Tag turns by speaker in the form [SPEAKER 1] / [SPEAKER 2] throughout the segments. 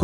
[SPEAKER 1] ค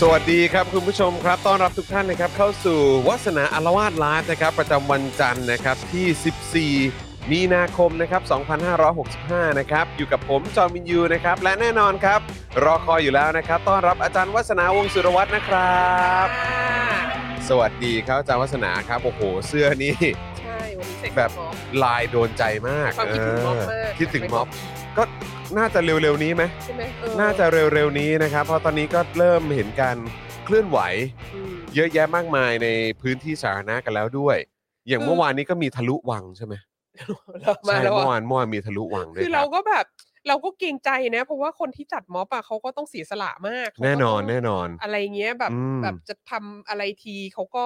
[SPEAKER 1] สวัสดีครับคุณผู้ชมครับต้อนรับทุกท่านนะครับเข้าสู่วัสนาอารวาสไลฟ์นะครับ ประจำวันจันทร์นะครับที่ 14 มีนาคมนะครับ 2565 นะครับอยู่กับผมจอมินยูนะครับและแน่นอนครับ รอคอยอยู่แล้วนะครับ ต้อนรับอาจารย์วัสนาวงศ์สุรวัตรนะครับ สวัสดีครับอาจารย์วัสนาครับโอ้โหเสื้อนี่
[SPEAKER 2] ใช่วันนี้เสก
[SPEAKER 1] แบบ
[SPEAKER 2] ของ
[SPEAKER 1] ลายโดนใจมาก
[SPEAKER 2] ความคิดถึงม็อบมาก
[SPEAKER 1] เคิดถึงม็อบก็น่าจะเร็วๆนี้ไหม
[SPEAKER 2] ใช่ไหมเออ
[SPEAKER 1] น่าจะเร็วๆนี้นะครับเพราะตอนนี้ก็เริ่มเห็นการเคลื่อนไหว
[SPEAKER 2] อืม
[SPEAKER 1] เยอะแยะมากมายในพื้นที่สาธารณะกันแล้วด้วย อย่าง
[SPEAKER 2] คือ
[SPEAKER 1] เมื่อวานนี้ก็มีทะลุวังใช่ไหม
[SPEAKER 2] เรามา
[SPEAKER 1] ใช่
[SPEAKER 2] แล้ว
[SPEAKER 1] เมื่อ
[SPEAKER 2] อะ
[SPEAKER 1] วานเมื่อวานมีทะลุวังด้วย
[SPEAKER 2] คือ
[SPEAKER 1] ค
[SPEAKER 2] เรา
[SPEAKER 1] รับ
[SPEAKER 2] ก็แบบเราก็เกรงใจนะ เพราะว่าคนที่จัดม็อบอะเขาก็ต้องเสียสละมากเขาก็
[SPEAKER 1] แน่นอน
[SPEAKER 2] ต้ง
[SPEAKER 1] แน่นอน
[SPEAKER 2] อะไรเงี้ยแบบ
[SPEAKER 1] อืม
[SPEAKER 2] แบบจะทำอะไรทีเขาก็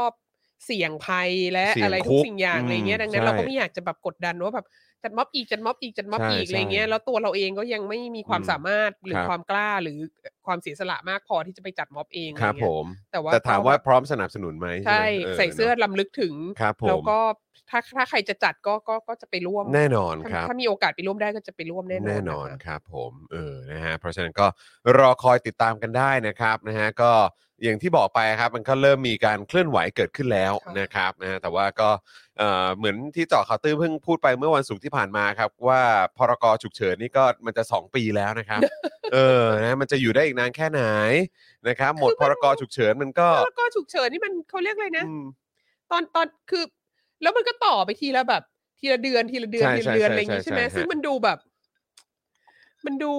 [SPEAKER 2] เสี่ยงภัยและ
[SPEAKER 1] เสี่ยง
[SPEAKER 2] อะไร
[SPEAKER 1] คุ
[SPEAKER 2] ทุก
[SPEAKER 1] ก
[SPEAKER 2] สิ่งอย่าง
[SPEAKER 1] อืม
[SPEAKER 2] อะไรเงี้ยดังนั้น
[SPEAKER 1] ใช่
[SPEAKER 2] เราก็ไม่อยากจะแบบกดดันว่าแบบจัดม็อบอีกจัดม็อบอีกจัดม็อบ
[SPEAKER 1] ใช่
[SPEAKER 2] อีกอะไรเงี้ย
[SPEAKER 1] ใช่
[SPEAKER 2] แล้วตัวเราเองก็ยังไม่มีความ
[SPEAKER 1] อืม
[SPEAKER 2] สามารถหรือ
[SPEAKER 1] ครับ
[SPEAKER 2] ความกล้าหรือความเสียสละมากพอที่จะไปจัดม็อบเองอะ
[SPEAKER 1] ค
[SPEAKER 2] ไร
[SPEAKER 1] รับผ
[SPEAKER 2] เงี้ย
[SPEAKER 1] ม
[SPEAKER 2] แต่ว่า
[SPEAKER 1] แต่ถามว่า
[SPEAKER 2] เรแบบ
[SPEAKER 1] พร้อมสนับสนุนไหม
[SPEAKER 2] ใช่
[SPEAKER 1] ไหม
[SPEAKER 2] ใส่เสื้อ
[SPEAKER 1] นะ
[SPEAKER 2] ลำลึกถึง
[SPEAKER 1] ครับผ
[SPEAKER 2] แล้ว
[SPEAKER 1] ม
[SPEAKER 2] ก็ถ้าถ้าใครจะจัดก็ก็ก็จะไปร่วม
[SPEAKER 1] แน่นอน
[SPEAKER 2] ถ้า
[SPEAKER 1] ครับ
[SPEAKER 2] ถ้ามีโอกาสไปร่วมได้ก็จะไปร่วมแน่นอน
[SPEAKER 1] แน่นอนะคะ ครับผมเออนะฮะเพราะฉะนั้นก็รอคอยติดตามกันได้นะครับนะฮะก็อย่างที่บอกไปครับมันก็เริ่มมีการเคลื่อนไหวเกิดขึ้นแล้ว
[SPEAKER 2] ค่ะ
[SPEAKER 1] นะครับนะฮะแต่ว่าก็เอ่อเหมือนที่เจาะข่าวตื้นเพิ่งพูดไปเมื่อวันศุกร์ที่ผ่านมาครับว่าพรกฉุกเฉินนี่ก็มันจะ 2 ปีแล้ว นะครับ เออนะมันจะอยู่ได้อีกนานแค่ไหนนะครับหมด
[SPEAKER 2] คือ
[SPEAKER 1] พ
[SPEAKER 2] มัน
[SPEAKER 1] รกฉุกเฉินมันก็
[SPEAKER 2] แล้วก็ฉุกเฉินนี่มันเขาเรียกอะไรนะ
[SPEAKER 1] อืม
[SPEAKER 2] ตอนตอนคือ แล้วมันก็ต่อไปทีละแบบ ทีละเดือนทีละเดือน
[SPEAKER 1] ใช่
[SPEAKER 2] ทีละเดือน
[SPEAKER 1] ใช่
[SPEAKER 2] อะไรอย่างงี้
[SPEAKER 1] ใช่
[SPEAKER 2] ใช่ไหม
[SPEAKER 1] ใช่ฮะ
[SPEAKER 2] ซึ่งมันดูแบบ มันดู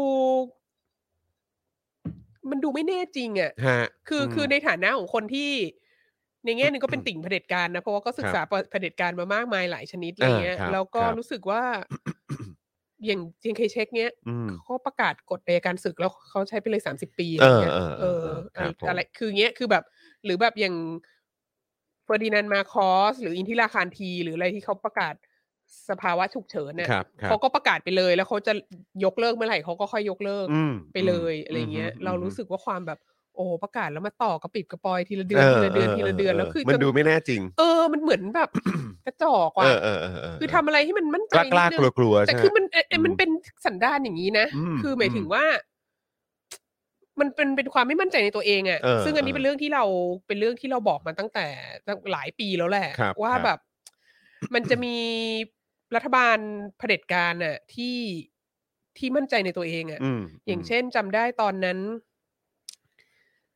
[SPEAKER 2] มันดูไม่แน่จริงอ่ะ
[SPEAKER 1] ฮะ
[SPEAKER 2] คืออ
[SPEAKER 1] ม
[SPEAKER 2] คือในฐานะของคนที่ในแง่หนึงก็เป็นติ่งเผด็จการนะเพราะว่าก็ศึกษาเผด็จการมามากมายหลายชนิดอะไรเงี้ย
[SPEAKER 1] อ่าครับ
[SPEAKER 2] แล้วก็
[SPEAKER 1] ครับ
[SPEAKER 2] รู้สึกว่า อย่างเจงเคเช็คเนี้ย
[SPEAKER 1] อืม
[SPEAKER 2] เขาประกาศกฎในการศึกแล้วเขาใช้ไปเลยสามสิบปี
[SPEAKER 1] เออ
[SPEAKER 2] ไรงี้ย
[SPEAKER 1] เออเออเออครับผม
[SPEAKER 2] อะไรคือเงี้ยคือแบบ หรือแบบอย่างเฟอร์ดินานด์มาคอส หรืออินทิราคารที หรืออะไรที่เขาประกาศสภาวะฉุกเฉินเนี่ย
[SPEAKER 1] ครับครับ
[SPEAKER 2] เขาก็ประกาศไปเลย แล้วเขาจะยกเลิกเมื่อไหร่เขาก็ค่อยยกเลิก
[SPEAKER 1] อืม
[SPEAKER 2] ไปเลยอะไรเงี้ย
[SPEAKER 1] อืม
[SPEAKER 2] เรารู้สึกว่าความแบบ โอ้ประกาศแล้วมาต่อกระปิดกระปอยทีละเดือ
[SPEAKER 1] เอน อ
[SPEAKER 2] ทีละเดือน
[SPEAKER 1] เออ
[SPEAKER 2] ทีละเดือนแล้วคือ
[SPEAKER 1] มัน
[SPEAKER 2] จะ
[SPEAKER 1] ดูไม่แน่จริง
[SPEAKER 2] เออมันเหมือนแบบ กระจอกว่ะ
[SPEAKER 1] เออเออเออเ
[SPEAKER 2] คือทำอะไรให้มันมั่นใจ
[SPEAKER 1] กล้า
[SPEAKER 2] นิ
[SPEAKER 1] ก
[SPEAKER 2] ด
[SPEAKER 1] ล้า
[SPEAKER 2] นึ
[SPEAKER 1] ก
[SPEAKER 2] ง
[SPEAKER 1] ลัวกลัวๆใช่
[SPEAKER 2] แต่
[SPEAKER 1] ไหม
[SPEAKER 2] คือมันเอ่อเอ่อมั
[SPEAKER 1] อื
[SPEAKER 2] น
[SPEAKER 1] ม
[SPEAKER 2] เป็นสันดานอย่างนี้นะ
[SPEAKER 1] อืม
[SPEAKER 2] คือหมายถึงว่า มันเป็นเป็นความไม่มั่นใจในตัวเองอะ
[SPEAKER 1] เออ
[SPEAKER 2] ซึ่งอันนี้เป็นเรื่องที่เราเป็นเรื่องที่เราบอกมาตั้งแต่ตั้งหลายปีแล้วแหละ
[SPEAKER 1] ครับ
[SPEAKER 2] ว่า
[SPEAKER 1] ครับ
[SPEAKER 2] แบบ มันจะมี รัฐบาลเผด็จการน่ะ ที่ที่มั่นใจในตัวเองอะ
[SPEAKER 1] ม
[SPEAKER 2] อย่าง
[SPEAKER 1] ม
[SPEAKER 2] เช่นจำได้ตอนนั้น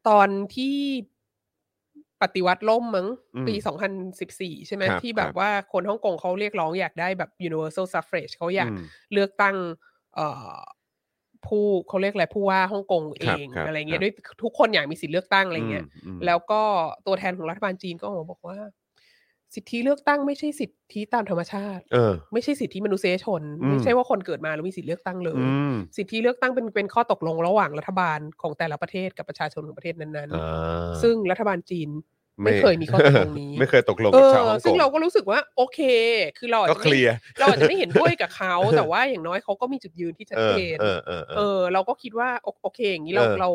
[SPEAKER 2] ตอนที่ปฏิวัติล่มมั้ง
[SPEAKER 1] อืม
[SPEAKER 2] ปี 2014 ใช่ไหม
[SPEAKER 1] ครับ
[SPEAKER 2] ที่แบ
[SPEAKER 1] ครับ บ
[SPEAKER 2] ว่าคนฮ่องกงเขาเรียกร้องอยากได้แบบ universal suffrage เขาอยาก
[SPEAKER 1] อืม
[SPEAKER 2] เลือกตั้งเอ่อผู้เขาเรียกอะไรผู้ว่าฮ่องกงเอ
[SPEAKER 1] ครับ
[SPEAKER 2] ง
[SPEAKER 1] ครับ
[SPEAKER 2] อะไรเงี้
[SPEAKER 1] ครั
[SPEAKER 2] ย
[SPEAKER 1] บ
[SPEAKER 2] ด้วยทุกคนอยากมีสิทธิเลือกตั้งอะไรเงี้ย
[SPEAKER 1] ม
[SPEAKER 2] แล้วก็ตัวแทนของรัฐบาลจีนก็ออกมาบอกว่า สิทธิเลือกตั้งไม่ใช่สิทธิตามธรรมชาติ
[SPEAKER 1] เออ
[SPEAKER 2] ไม่ใช่สิทธิมนุษยชน
[SPEAKER 1] อืม
[SPEAKER 2] ไม่ใช่ว่าคนเกิดมาแล้วมีสิทธิเลือกตั้งเลย
[SPEAKER 1] อืม
[SPEAKER 2] สิทธิเลือกตั้งเป็นเป็นข้อตกลงระหว่างรัฐบาลของแต่ละประเทศกับประชาชนของประเทศนั้น
[SPEAKER 1] อ่า
[SPEAKER 2] ๆ ซึ่งรัฐบาลจีน ไม่เคยมีข้อตกลงนี้
[SPEAKER 1] ไม่เคยตกลง
[SPEAKER 2] เอ
[SPEAKER 1] กับ
[SPEAKER 2] อ
[SPEAKER 1] ชาวฮ่องก
[SPEAKER 2] ซึ่ง
[SPEAKER 1] ง
[SPEAKER 2] เราก็รู้สึกว่า โอเค คือเราอาจ
[SPEAKER 1] ก็
[SPEAKER 2] จะ
[SPEAKER 1] เค
[SPEAKER 2] ไม่
[SPEAKER 1] ลียร์
[SPEAKER 2] เราอาจจะไม่เห็นด้วยกับ เขาแต่ว่าอย่างน้อยเขาก็มีจุดยืนที่ชัด
[SPEAKER 1] เออ
[SPEAKER 2] เจน
[SPEAKER 1] เออเออเอ
[SPEAKER 2] เอ
[SPEAKER 1] อ
[SPEAKER 2] อเราก็คิดว่าโอโอเคอย่างนี้เรา
[SPEAKER 1] เออ
[SPEAKER 2] เรา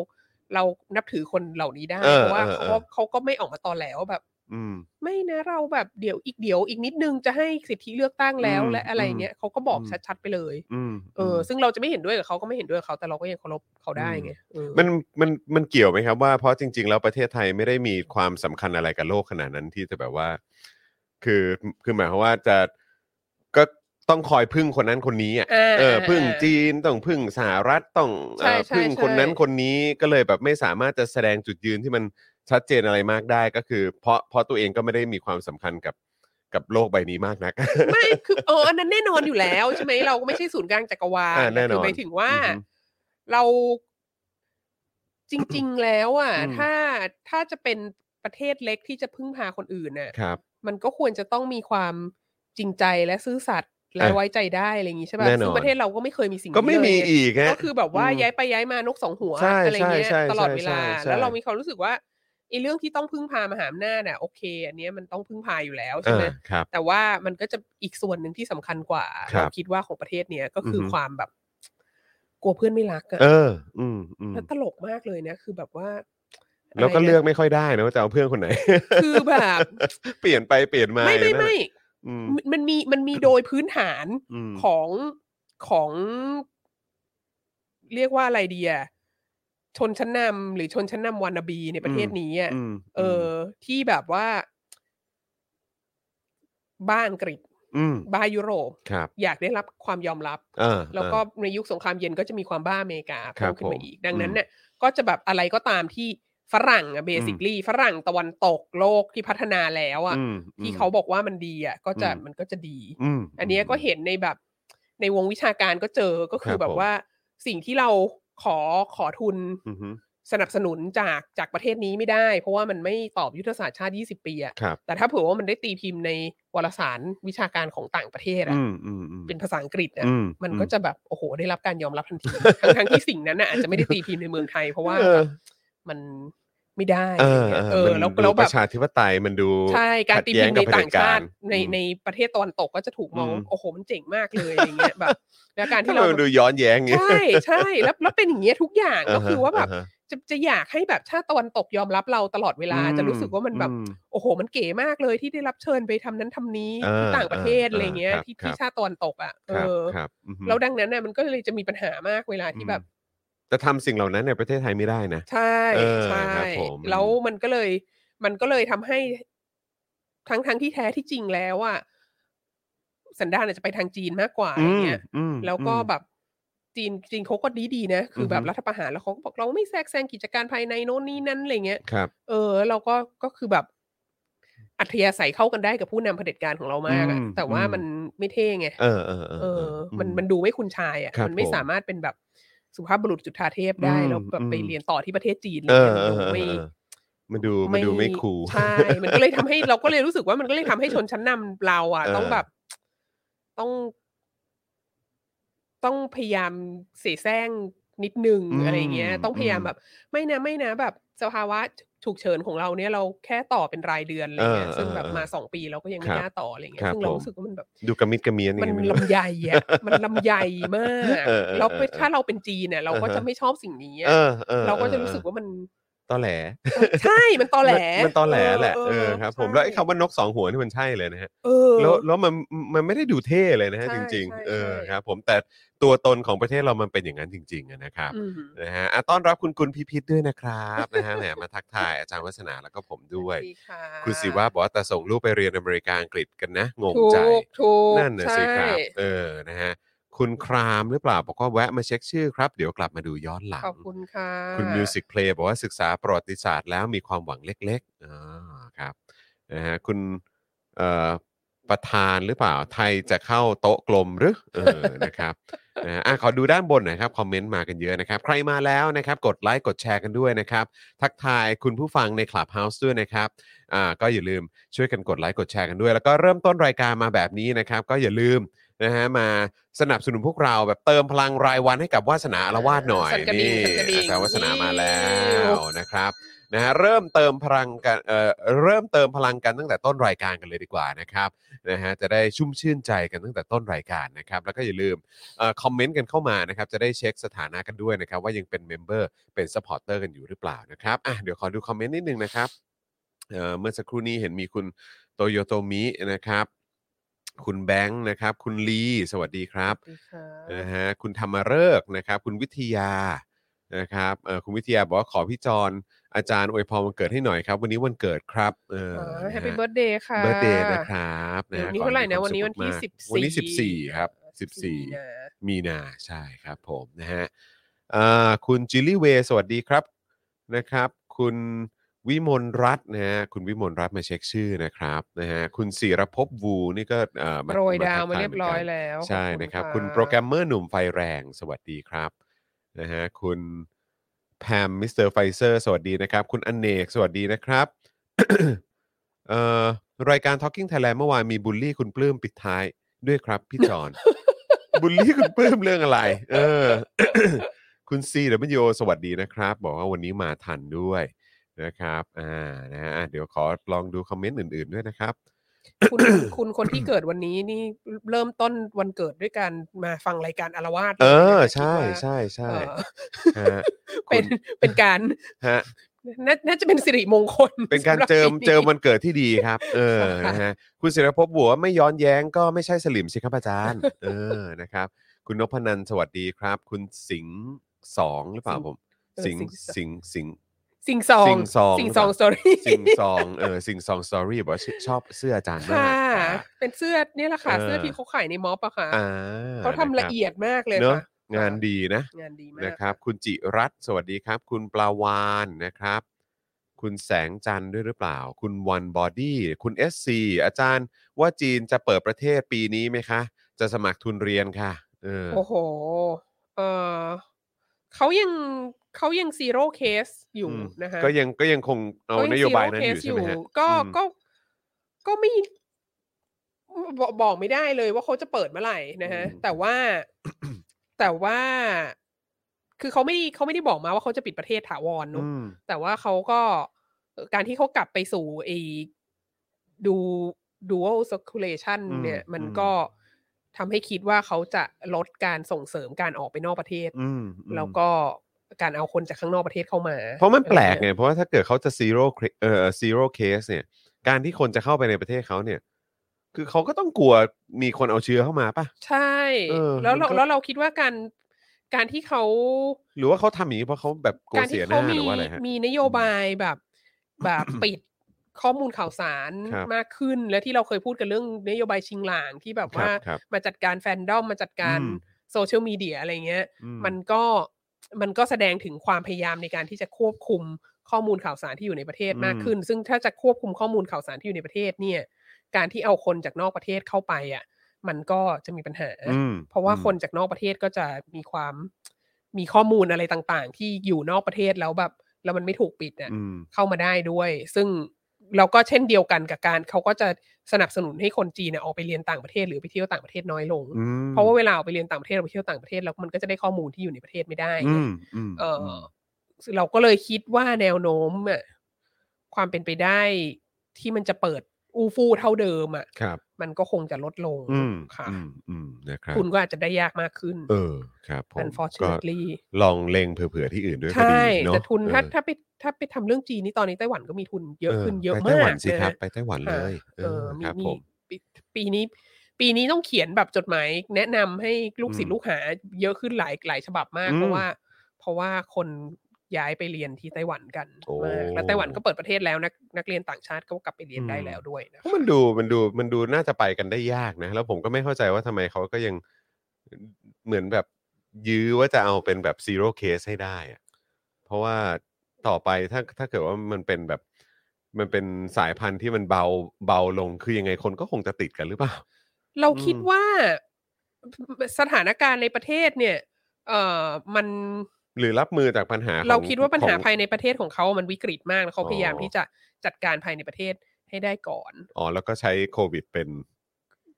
[SPEAKER 2] เรานับถือคนเหล่านี้ได้
[SPEAKER 1] เออ
[SPEAKER 2] เพราะว่า
[SPEAKER 1] เออ
[SPEAKER 2] เขา
[SPEAKER 1] เออ
[SPEAKER 2] เขาก็ไม่ออกมาตอนแล้วาแบบ
[SPEAKER 1] อืม
[SPEAKER 2] ไม่นะเราแบบเดี๋ยวอีกเดี๋ยวอีกนิดนึงจะให้สิทธิเลือกตั้งแล้ว
[SPEAKER 1] อืม
[SPEAKER 2] และอะไรเงี้ยเขาก็บอก
[SPEAKER 1] อืม
[SPEAKER 2] ชัดๆไปเลย
[SPEAKER 1] อืม
[SPEAKER 2] เอออซึ่งเราจะไม่เห็นด้วยกับเขาก็ไม่เห็นด้วยกับเขาแต่เราก็ยังเคารพเขาได้ไงเออ
[SPEAKER 1] มันมันมันเกี่ยวไหมครับว่าเพราะจริง ๆ แล้วประเทศไทยไม่ได้มีความสำคัญอะไรกับโลกขนาดนั้นที่จะแบบว่า คือคือหมายความว่าจะก็ต้องคอยพึ่งคนนั้นคนนี้อ่ะ
[SPEAKER 2] อ่า
[SPEAKER 1] เออพึ่ง
[SPEAKER 2] า
[SPEAKER 1] จีนต้องพึ่งสหรัฐต้องเอ่อ
[SPEAKER 2] ใช่ใช่
[SPEAKER 1] พึ่งคนนั้น
[SPEAKER 2] ใช่
[SPEAKER 1] คนนี้ก็เลยแบบไม่สามารถจะแสดงจุดยืนที่มันชัดเจนอะไรมากได้ก็คือ เพราะเพราะตัวเองก็ไม่ได้มีความสำคัญกับกับโลกใบนี้มากนัก
[SPEAKER 2] ไม่คือเอออันนั้นแน่นอนอยู่แล้วใช่ไหมเราก็ไม่ใช่ศูนย์กลางจักรวาล
[SPEAKER 1] อ่าแน่นอน
[SPEAKER 2] คือหมายถึงว่า
[SPEAKER 1] อือฮึ
[SPEAKER 2] เราจริง ๆ แล้วอ่ะ
[SPEAKER 1] อืม
[SPEAKER 2] ถ้าถ้าจะเป็นประเทศเล็กที่จะพึ่งพาคนอื่นน่ะ
[SPEAKER 1] ครับ
[SPEAKER 2] มันก็ควรจะต้องมีความจริงใจและซื่อสัตย์และ
[SPEAKER 1] อ่ะ
[SPEAKER 2] ไว้ใจได้อะไรอย่างนี้ใช่ป่ะ
[SPEAKER 1] แน่นอน
[SPEAKER 2] ซึ่งประเทศเราก็ไม่เคยมีสิ่งนี้
[SPEAKER 1] ก็ไม่มี
[SPEAKER 2] เลย
[SPEAKER 1] อีกฮะ
[SPEAKER 2] ก็คือแบบว่า
[SPEAKER 1] อืม
[SPEAKER 2] ย้ายไปย้ายมานกสองหัว
[SPEAKER 1] ใช่
[SPEAKER 2] อะไรเงี้ย
[SPEAKER 1] ใช่ใช่
[SPEAKER 2] ตลอดเวลา
[SPEAKER 1] ใช่ใช่
[SPEAKER 2] แล้วเรามีความรู้สึกว่าไอ้เรื่องที่ต้องพึ่งพามหาอำนาจน่ะโอเค อันเนี้ยมันต้องพึ่งพาอยู่แล้วใช่ไหม
[SPEAKER 1] าครับ
[SPEAKER 2] แต่ว่ามันก็จะอีกส่วนหนึ่งที่สำคัญกว่า
[SPEAKER 1] ครั
[SPEAKER 2] เรา
[SPEAKER 1] บ
[SPEAKER 2] คิดว่าของประเทศเนี้ยก็คืออ
[SPEAKER 1] อฮึ
[SPEAKER 2] ความแบบ กลัวเพื่อนไม่รักอะ
[SPEAKER 1] เออ อืมอืม
[SPEAKER 2] แล้วตลกมากเลยนะคือแบบว่า
[SPEAKER 1] แล้วก็
[SPEAKER 2] ะไรนะ
[SPEAKER 1] เลือกไม่ค่อยได้นะว่าจะเอาเพื่อนคนไหน
[SPEAKER 2] คือแบบ
[SPEAKER 1] เปลี่ยนไปเปลี่ยนมา
[SPEAKER 2] ไม่
[SPEAKER 1] อ
[SPEAKER 2] ไม่
[SPEAKER 1] ย่างนั้น
[SPEAKER 2] ไม่
[SPEAKER 1] น่ะอืม
[SPEAKER 2] มันมันมีมันมีโดยพื้นฐาน
[SPEAKER 1] อืม
[SPEAKER 2] ของของ เรียกว่าอะไรดีอะชนชั้นนำหรือชนชั้นนำวานาบีในประเทศนี้อะ
[SPEAKER 1] อืม
[SPEAKER 2] เออ ที่แบบว่า บ้านอังกฤษ
[SPEAKER 1] อืม
[SPEAKER 2] บ้านยุโรป
[SPEAKER 1] ครับ
[SPEAKER 2] อยากได้รับความยอมรับ
[SPEAKER 1] อ่า
[SPEAKER 2] แล้วก็
[SPEAKER 1] อ่า
[SPEAKER 2] ในยุคสงครามเย็นก็จะมีความบ้าอเมริกา
[SPEAKER 1] ครั
[SPEAKER 2] เพิ่
[SPEAKER 1] บ
[SPEAKER 2] มขึ้น
[SPEAKER 1] ผม
[SPEAKER 2] มาอีก ดังนั้นเนี่ยก็จะแบบอะไรก็ตามที่ฝรั่งอะเบสิคลี่ฝรั่งตะวันตกโลกที่พัฒนาแล้วอะ
[SPEAKER 1] อืม
[SPEAKER 2] ที่เขาบอกว่ามันดีอะก็จะ
[SPEAKER 1] อืม
[SPEAKER 2] มันก็จะดี
[SPEAKER 1] อืม
[SPEAKER 2] อันเนี้ยก็เห็นในแบบ ในวงวิชาการก็เจอก็คื
[SPEAKER 1] ครั
[SPEAKER 2] อบแบบ
[SPEAKER 1] ผม
[SPEAKER 2] ว่าสิ่งที่เราขอขอทุน
[SPEAKER 1] อืมฮึ
[SPEAKER 2] สนับสนุนจากจากประเทศนี้ไม่ได้ เพราะว่ามันไม่ตอบยุทธศาสตร์ชาติ 20 ปีอะ
[SPEAKER 1] ครับ
[SPEAKER 2] แต่ถ้าเผื่อว่ามันได้ตีพิมพ์ในวารสารวิชาการของต่างประเทศอะ
[SPEAKER 1] อืมอืมอืม
[SPEAKER 2] เป็นภาษาอังกฤษอะ
[SPEAKER 1] อื
[SPEAKER 2] มัน
[SPEAKER 1] อื
[SPEAKER 2] ก็จะแบบโอ้โหได้รับการยอมรับทัน ที ทั้งทั้งที่สิ่งนั้นน่ะอาจจะไม่ได้ตีพิมพ์ในเมืองไทย เพราะว่า
[SPEAKER 1] เออ
[SPEAKER 2] มันไม่ได้
[SPEAKER 1] เอ
[SPEAKER 2] อะไร
[SPEAKER 1] อ
[SPEAKER 2] เงี้ย
[SPEAKER 1] เอ
[SPEAKER 2] เอ
[SPEAKER 1] อ
[SPEAKER 2] อ
[SPEAKER 1] มัน
[SPEAKER 2] แล้ว
[SPEAKER 1] ดู
[SPEAKER 2] แล้ว
[SPEAKER 1] ป
[SPEAKER 2] แบบ
[SPEAKER 1] ระชาธิปไตยมันดู
[SPEAKER 2] ใช่การ
[SPEAKER 1] ขัด
[SPEAKER 2] ตี
[SPEAKER 1] แย้
[SPEAKER 2] พิ
[SPEAKER 1] ง
[SPEAKER 2] มพ์
[SPEAKER 1] กับเผ
[SPEAKER 2] ใน
[SPEAKER 1] ด็
[SPEAKER 2] ต่า
[SPEAKER 1] จ
[SPEAKER 2] ง
[SPEAKER 1] ก
[SPEAKER 2] ชาร ติในในประเทศตะวันตกก็จะถูกมองว่าโอ้โหมันเจ๋งมากเลยอะไรเงี้ยแบบ แล้วการ
[SPEAKER 1] ที่
[SPEAKER 2] ที่
[SPEAKER 1] เรา
[SPEAKER 2] เรา
[SPEAKER 1] ดูย้อนแย้งอย่างเงี้ย
[SPEAKER 2] ใช่ใช่แล้วแล้วเป็นอย่างเงี้ยทุก อย่างก็คือว่าแบบ
[SPEAKER 1] ฮะ
[SPEAKER 2] จะจะอยากให้แบบชาติตะวันตกยอมรับเราตลอดเวลา
[SPEAKER 1] อื
[SPEAKER 2] จะรู้สึกว่ามันแบบ
[SPEAKER 1] อื
[SPEAKER 2] โอ้โห มันเก๋มากเลยที่ได้รับเชิญไปทำนั้นทำนี้
[SPEAKER 1] เออ
[SPEAKER 2] ที่ต่างประเทศ
[SPEAKER 1] เออ
[SPEAKER 2] อะไรเงี้ย
[SPEAKER 1] ครับ
[SPEAKER 2] ที่
[SPEAKER 1] ครั
[SPEAKER 2] ที่
[SPEAKER 1] บ
[SPEAKER 2] ชาติตะวันตกอ่ะเอ
[SPEAKER 1] ครับ
[SPEAKER 2] อ
[SPEAKER 1] ครับอือฮึ
[SPEAKER 2] แล้วดังนั้นเนี่ยมันก็เลยจะมีปัญหามากเวลาที่แบบ
[SPEAKER 1] อืมแต่ทำสิ่งเหล่านั้นในประเทศไทยไม่ได้นะ
[SPEAKER 2] ใช่
[SPEAKER 1] เออ
[SPEAKER 2] ใช่
[SPEAKER 1] ครับผม
[SPEAKER 2] แล้วมันก็เลยมันก็เลยทำให้ทั้งทั้งที่แท้ที่จริงแล้วอ่ะสันดานอาจจะไปทางจีนมากกว่าอะไรเงี้ย
[SPEAKER 1] อืมอืม
[SPEAKER 2] แล้วก็
[SPEAKER 1] อืม
[SPEAKER 2] แบบจีนจีนเขาก็ดีดีๆนะคือแบ
[SPEAKER 1] อื
[SPEAKER 2] บ
[SPEAKER 1] อฮึ
[SPEAKER 2] รัฐประหารแล้วเขาก็บอกเราไม่แทรกแซงกิจการภายในโน่นนี่นั่นอะไรเงี้ย
[SPEAKER 1] ครับ
[SPEAKER 2] เออเราก็ก็คือแบบอัธยาศัยเข้ากันได้กับผู้นำเผด็จการของเรามากอะ
[SPEAKER 1] อืม
[SPEAKER 2] แต่ว่า
[SPEAKER 1] อืม
[SPEAKER 2] มันไม่เท่ไง
[SPEAKER 1] เออเออเออ
[SPEAKER 2] เอ
[SPEAKER 1] เอ
[SPEAKER 2] อ
[SPEAKER 1] อ
[SPEAKER 2] มันมันดูไม่คุณชาย
[SPEAKER 1] ครั
[SPEAKER 2] อะ่ะ
[SPEAKER 1] บ
[SPEAKER 2] มันไม่
[SPEAKER 1] ผม
[SPEAKER 2] สามารถเป็นแบบสุภาพบุรุษจุฑาเทพได้
[SPEAKER 1] อืม
[SPEAKER 2] แล้วแบบไป
[SPEAKER 1] อืม
[SPEAKER 2] เรียนต่อที่ประเทศจีนอะไร
[SPEAKER 1] เอ
[SPEAKER 2] เล
[SPEAKER 1] อย เอ
[SPEAKER 2] มั
[SPEAKER 1] อนเอ
[SPEAKER 2] ดู
[SPEAKER 1] อเออมันดู
[SPEAKER 2] ไม่
[SPEAKER 1] มันดูไม่คูล
[SPEAKER 2] ใช่ มันก็เลยทำให้เราก็เลยรู้สึกว่ามันก็เลยทำให้ชนชั้นนำเราอะ่ะ
[SPEAKER 1] เออ
[SPEAKER 2] ต้องแบบ ต้อง ต้องพยายามเสแสร้งนิดนึงอะไรเงี้ย ต้องพยายามแบบ ไม่นะไม่นะแบบสภาวะฉุกเฉินของเราเนี่ยเราแค่ต่อเป็นรายเดือนอะไรเงี้ย
[SPEAKER 1] เออ
[SPEAKER 2] ซึ่งแบบ
[SPEAKER 1] เออ
[SPEAKER 2] มาสองปีเราก็ยังไม่
[SPEAKER 1] ครับ
[SPEAKER 2] กล้าต่ออะไรเงี้
[SPEAKER 1] ครั
[SPEAKER 2] ย
[SPEAKER 1] บ
[SPEAKER 2] ซึ่งเรา
[SPEAKER 1] ผม
[SPEAKER 2] รู้สึกว่ามันแบบ
[SPEAKER 1] ดูกระมิดกระเมียนอย่า
[SPEAKER 2] มัน
[SPEAKER 1] งเงี้ยไม่รู้
[SPEAKER 2] ลำใหญ่อะ มันลำใหญ่มาก
[SPEAKER 1] เออเออ
[SPEAKER 2] แล้ว
[SPEAKER 1] เออ
[SPEAKER 2] ถ้าเราเป็นจีนเนี่ยเราก็
[SPEAKER 1] อ่าฮะ
[SPEAKER 2] จะไม่ชอบสิ่งนี้อะ
[SPEAKER 1] เออออ
[SPEAKER 2] เราก็
[SPEAKER 1] อ
[SPEAKER 2] จะ
[SPEAKER 1] อ
[SPEAKER 2] รู้สึกว่ามัน
[SPEAKER 1] ตอแหล
[SPEAKER 2] ใช่มันตอแหล
[SPEAKER 1] มันมันตอแหลแหละเออครับ ผมแล้วไอ้
[SPEAKER 2] ใช่
[SPEAKER 1] คำว่านกสองหัวนี่มันใช่เลยนะฮะ
[SPEAKER 2] เออ
[SPEAKER 1] แล้วแล้วมันมันไม่ได้ดูเท่เลยนะฮะ
[SPEAKER 2] ใช่
[SPEAKER 1] จริง
[SPEAKER 2] ใช่
[SPEAKER 1] ๆ เออ
[SPEAKER 2] ใช่
[SPEAKER 1] ครับ ผมแต่ตัวตนของประเทศเรามันเป็นอย่างนั้นจริงๆอะนะครับ
[SPEAKER 2] อืม
[SPEAKER 1] นะฮะอ่ะต้อนรับคุณกุลพิพิธด้วยนะครับนะฮะแหมมาทักทายอาจารย์วัฒนาแล้วก็ผมด้วย
[SPEAKER 2] สสดีะ
[SPEAKER 1] คุณศิว่าบอกว่าแต่ส่งลูกไปเรียนอเมริกาอังกฤษกันนะงง
[SPEAKER 2] ถู
[SPEAKER 1] ใจ
[SPEAKER 2] กถูก
[SPEAKER 1] นั่นนะสิครับ
[SPEAKER 2] ใช่
[SPEAKER 1] เออนะฮะคุณครามหรือเปล่าบอกว่าแวะมาเช็คชื่อครับ เดี๋ยวกลับมาดูย้อนหลัง
[SPEAKER 2] ขอบคุณค่ะ
[SPEAKER 1] คุณมิวสิกเพลย์บอกว่าศึกษาประวัติศาสตร์แล้วมีความหวังเล็กๆอ่าครับนะฮะคุณเอ่อประธานหรือเปล่าไทยจะเข้าโต๊ะกลมหรือเออ นะครับนะฮะอ่ะขอดูด้านบนหน่อยครับ คอมเมนต์มากันเยอะนะครับ ใครมาแล้วนะครับ กดไลค์กดแชร์กันด้วยนะครับ ทักทายคุณผู้ฟังใน Clubhouse ด้วยนะครับอ่าก็อย่าลืมช่วยกันกดไลค์กดแชร์กันด้วย แล้วก็เริ่มต้นรายการมาแบบนี้นะครับ ก็อย่าลืม นะฮะมาสนับสนุนพวกเราแบบเติมพลังรายวันให้กับวาสนาอารวาสหน่อย
[SPEAKER 2] สั่นกระดิ่
[SPEAKER 1] นี่
[SPEAKER 2] งสั่นกระดิ่ง
[SPEAKER 1] อาจารย์วาสนามาแล้
[SPEAKER 2] นี่
[SPEAKER 1] วนะครับ นะฮะเริ่มเติมพลังกันเอ่อเริ่มเติมพลังกันตั้งแต่ต้นรายการกันเลยดีกว่านะครับนะฮะจะได้ชุ่มชื่นใจกันตั้งแต่ต้นรายการนะครับแล้วก็อย่าลืมเอ่อคอมเมนต์กันเข้ามานะครับจะได้เช็คสถานะกันด้วยนะครับว่ายังเป็นเมมเบอร์เป็นสปอร์เตอร์กันอยู่หรือเปล่านะครับอ่ะเดี๋ยวขอดูคอมเมนต์นิดนึงนะครับเอ่อเมื่อสักครู่นี้เห็นมีคุณโตโยโตมินะครับ คุณแบงค์นะครับ คุณลีสวัสดีครับ
[SPEAKER 2] สวัสดีค่ะ
[SPEAKER 1] นะฮะคุณธรรมเริกษ์นะครับ คุณวิทยานะครับเอ่อคุณวิทยาบอกว่าขอพี่จอนอาจารย์อวยพรวันเกิดให้หน่อยครับ วันนี้วันเกิดครับเออ
[SPEAKER 2] แฮปปี้เบิร์ดเดย์ค่ะ
[SPEAKER 1] เบิร์ดเดย์นะครับ
[SPEAKER 2] เดี๋ยวนี้
[SPEAKER 1] ขอให้
[SPEAKER 2] เท่าไหร่นะ
[SPEAKER 1] มีค
[SPEAKER 2] วันนี้
[SPEAKER 1] สุขมาก
[SPEAKER 2] วันที่14
[SPEAKER 1] วันนี้สิบสี่ครับสิบสี่
[SPEAKER 2] นะ
[SPEAKER 1] มีนาใช่ครับผมนะฮะอ่าคุณจิลลี่เวย์สวัสดีครับนะครับ คุณวิมลรัตน์นะฮะคุณวิมลรัตน์มาเช็คชื่อนะครับนะฮะคุณศิรภพวูนี่ก็เอ่อ
[SPEAKER 2] โรยดาว
[SPEAKER 1] ทั
[SPEAKER 2] มาก
[SPEAKER 1] ท
[SPEAKER 2] เรียบร้อยแล้ว
[SPEAKER 1] ใช่
[SPEAKER 2] ขอณ
[SPEAKER 1] นะครับ คุณโปรแกรมเมอร์หนุ่มไฟแรงสวัสดีครับนะฮะคุณแพมมิสเตอร์ไฟเซอร์สวัสดีนะครับ คุณอเนกสวัสดีนะครับ เอ่อรายการ Talking Thailand เมื่อวานมีบูลลี่คุณปลื้มปิดท้ายด้วยครับพี่จอน บุลลี่คุณปลื้มเรื่องอะไร เออ คุณซีเดโยสวัสดีนะครับ บอกว่าวันนี้มาทันด้วยนะครับ อ่า นะฮะ เดี๋ยวขอลองดูคอมเมนต์อื่นๆด้วยนะครับ
[SPEAKER 2] คุณคุณคนที่เกิดวันนี้นี่เริ่มต้นวันเกิดด้วยการมาฟังรายการอารวาส
[SPEAKER 1] เออ
[SPEAKER 2] ลยนะคะ
[SPEAKER 1] ใช่
[SPEAKER 2] คิดว่า
[SPEAKER 1] ใช่ใช่
[SPEAKER 2] เอ่อ
[SPEAKER 1] ฮะคุ
[SPEAKER 2] เป็น
[SPEAKER 1] ณ
[SPEAKER 2] เป็นการ
[SPEAKER 1] ฮะ
[SPEAKER 2] น่าน่าจะเป็นสิริมงคล
[SPEAKER 1] เป็นการ
[SPEAKER 2] สำหบ
[SPEAKER 1] เจิม
[SPEAKER 2] ปีนี้
[SPEAKER 1] เจิมวันเกิดที่ดีครับ เออ นะฮะ คุณศิรภพบัวาไม่ย้อนแย้งก็ไม่ใช่สลิมสิครับอาจารย์ เออ นะครับ คุณนพนันท์สวัสดีครับ คุณสิงห์สองหรือเปล่าผม
[SPEAKER 2] เออ
[SPEAKER 1] สิงห์
[SPEAKER 2] สิงห์สอง
[SPEAKER 1] สิงห์สิงห์
[SPEAKER 2] สิงซอง
[SPEAKER 1] สิงซอง
[SPEAKER 2] สิงซองสตอรี่
[SPEAKER 1] สิงซองเออสิงซองสตอรี่บอกว่าชชอบเสื้ออาจารย์มาก
[SPEAKER 2] ค่ะ
[SPEAKER 1] ค่ะ
[SPEAKER 2] เป็นเสื้อเนี่ยแหละค่ะ
[SPEAKER 1] เออ
[SPEAKER 2] เสื้อที่เขาขายในม็อบอะค่ะ
[SPEAKER 1] อ่า
[SPEAKER 2] เขาทำละเอียดมากเลย
[SPEAKER 1] เนาะ
[SPEAKER 2] ค่ะ
[SPEAKER 1] งานดีนะ
[SPEAKER 2] งานดีมาก
[SPEAKER 1] นะครับ คุณจิรัตน์สวัสดีครับ คุณปลาวานนะครับ คุณแสงจันทร์ด้วยหรือเปล่า คุณวันบอดี้คุณ SC อาจารย์ว่าจีนจะเปิดประเทศปีนี้ไหมคะ จะสมัครทุนเรียนค่ะเออ
[SPEAKER 2] โอ้โหเออเขายังเขายังซีโร่เคสอยู่
[SPEAKER 1] ม
[SPEAKER 2] นะคะ
[SPEAKER 1] ก็ยังก็ยังคงเอา
[SPEAKER 2] เข
[SPEAKER 1] นโยบายนั้นอยู่
[SPEAKER 2] ง
[SPEAKER 1] ใช่
[SPEAKER 2] zero
[SPEAKER 1] ไหม
[SPEAKER 2] case
[SPEAKER 1] ฮะ
[SPEAKER 2] ก็
[SPEAKER 1] อืม
[SPEAKER 2] ก็ก็ไม่บอกบอกไม่ได้เลยว่าเขาจะเปิดเมื่อไหร่นะฮะ
[SPEAKER 1] อืม
[SPEAKER 2] แต่ว่า แต่ว่า คือเขาไม่ได้เขาไม่ได้บอกมาว่าเขาจะปิดประเทศถาวรเนอะ
[SPEAKER 1] อืม
[SPEAKER 2] แต่ว่าเขาก็เอ่อการที่เขากลับไปสู่ไอ้ดู dual circulation
[SPEAKER 1] อืม
[SPEAKER 2] เนี่ย มัน
[SPEAKER 1] อืม
[SPEAKER 2] ก็ทำให้คิดว่าเขาจะลดการส่งเสริมการออกไปนอกประเทศ
[SPEAKER 1] อืมอืม
[SPEAKER 2] แล้วก็การเอาคนจากข้างนอกประเทศเข้ามา
[SPEAKER 1] เพราะมันแปลก
[SPEAKER 2] ออ
[SPEAKER 1] ไง เพราะว่าถ้าเกิดเขาจะซีโร่เอ่อซีโร่เคสเนี่ย การที่คนจะเข้าไปในประเทศเขาเนี่ย คือเขาก็ต้องกลัวมีคนเอาเชื้อเข้ามาป่ะ
[SPEAKER 2] ใช่
[SPEAKER 1] เออ
[SPEAKER 2] แล้ว
[SPEAKER 1] มั
[SPEAKER 2] เรา
[SPEAKER 1] นก็
[SPEAKER 2] แล้วเราคิดว่าการการที่เขา
[SPEAKER 1] หรือว่าเขาทำอย่างนี้เพราะเขาแบบกลัว
[SPEAKER 2] การ
[SPEAKER 1] เสี
[SPEAKER 2] ที่
[SPEAKER 1] ยห
[SPEAKER 2] เขา
[SPEAKER 1] น้าห
[SPEAKER 2] มี
[SPEAKER 1] รือว่าอะไรฮะ
[SPEAKER 2] มีนโยบายแบบแบบ ปิดข้อมูลข่าวสาร
[SPEAKER 1] ครับ
[SPEAKER 2] มากขึ้นและที่เราเคยพูดกันเรื่องนโยบายชิงหลางที่แบบ
[SPEAKER 1] ครับ
[SPEAKER 2] ว่า
[SPEAKER 1] ครับ
[SPEAKER 2] มาจัดการแฟนดอมมาจัดการโซเชียลมีเดียอะไรเงี้ย
[SPEAKER 1] อื
[SPEAKER 2] มันก็มันก็แสดงถึงความพยายามในการที่จะควบคุมข้อมูลข่าวสารที่อยู่ในประเทศมากขึ้น ซึ่งถ้าจะควบคุมข้อมูลข่าวสารที่อยู่ในประเทศเนี่ย การที่เอาคนจากนอกประเทศเข้าไปอ่ะ มันก็จะมีปัญหา
[SPEAKER 1] อืม
[SPEAKER 2] เพราะว่า
[SPEAKER 1] อืม
[SPEAKER 2] คนจากนอกประเทศก็จะมีความมีข้อมูลอะไรต่างๆ ที่อยู่นอกประเทศแล้วแบบแล้วมันไม่ถูกปิดอ่ะ
[SPEAKER 1] อืม
[SPEAKER 2] เข้ามาได้ด้วย ซึ่งเราก็เช่นเดียวกันกับการเขาก็จะสนับสนุนให้คนจีนเนี่ยออกไปเรียนต่างประเทศหรือไปเที่ยวต่างประเทศน้อยลง
[SPEAKER 1] อืม
[SPEAKER 2] เพราะว่าเวลาออกไปเรียนต่างประเทศเราไปเที่ยวต่างประเทศแล้วมันก็จะได้ข้อมูลที่อยู่ในประเทศไม่ได้ไง
[SPEAKER 1] อืมอืม
[SPEAKER 2] เออ
[SPEAKER 1] ม
[SPEAKER 2] อเราก็เลยคิดว่าแนวโน้มอะความเป็นไปได้ที่มันจะเปิดอูฟู่เท่าเดิมอะ
[SPEAKER 1] ครับ
[SPEAKER 2] มันก็คงจะลดลง
[SPEAKER 1] อืม
[SPEAKER 2] ค่ะ
[SPEAKER 1] อืมอืมนะครับ
[SPEAKER 2] ทุนก็อาจจะได้ยากมากขึ้น
[SPEAKER 1] เออครับผมก็
[SPEAKER 2] unfortunately
[SPEAKER 1] ลองเล็งเผื่อๆที่อื่นด้วยก็
[SPEAKER 2] ใช่
[SPEAKER 1] ดีเนาะ
[SPEAKER 2] แต่ทุนถ้า
[SPEAKER 1] เออ
[SPEAKER 2] ถ้าไปถ้าไปทำเรื่องจีนนี่ตอนนี้ไต้หวันก็มีทุนเยอะขึ้นเยอะ
[SPEAKER 1] ไป
[SPEAKER 2] มา
[SPEAKER 1] ไต้หวั
[SPEAKER 2] ก
[SPEAKER 1] นสิครับ
[SPEAKER 2] นะ
[SPEAKER 1] ไปไต้หวัน
[SPEAKER 2] ค่ะ
[SPEAKER 1] เลย
[SPEAKER 2] เออมี
[SPEAKER 1] ครับ
[SPEAKER 2] มี
[SPEAKER 1] ผม
[SPEAKER 2] ปีปีนี้ ปีนี้ต้องเขียนแบบจดหมายแนะนำให้ลูกศิษ
[SPEAKER 1] อื
[SPEAKER 2] ย์
[SPEAKER 1] ม
[SPEAKER 2] ลูกหาเยอะขึ้นหลายหลายฉบับมาก
[SPEAKER 1] อืม
[SPEAKER 2] เพราะว่า เพราะว่าคนย้ายไปเรียนที่ไต้หวันกัน
[SPEAKER 1] โอ้
[SPEAKER 2] มากแล้วไต้หวันก็เปิดประเทศแล้วนักนักเรียนต่างชาติก็กลับไปเรียนได้แล้วด้วยนะ
[SPEAKER 1] เพราะมันดูมันดูมันดูน่าจะไปกันได้ยากนะ แล้วผมก็ไม่เข้าใจว่าทำไมเขาก็ยังเหมือนแบบยื้อว่าจะเอาเป็นแบบซีโร่เคสให้ได้อะเพราะว่าต่อไปถ้าถ้าเกิดว่ามันเป็นแบบ มันเป็นสายพันธุ์ที่มันเบาเบาลงคือยังไงคนก็คงจะติดกันหรือเปล่า
[SPEAKER 2] เราคิดว่าสถานการณ์ในประเทศเนี่ย เอ่อมัน
[SPEAKER 1] หรือรับมือจากปัญหาของ
[SPEAKER 2] เราคิดว่าปัญหา
[SPEAKER 1] ของ
[SPEAKER 2] ภายในประเทศของเขามันวิกฤตมากแล้วเขา
[SPEAKER 1] อ๋อ
[SPEAKER 2] พยายามที่จะจัดการภายในประเทศให้ได้ก่อน
[SPEAKER 1] อ๋อแล้วก็ใช้โควิดเป็น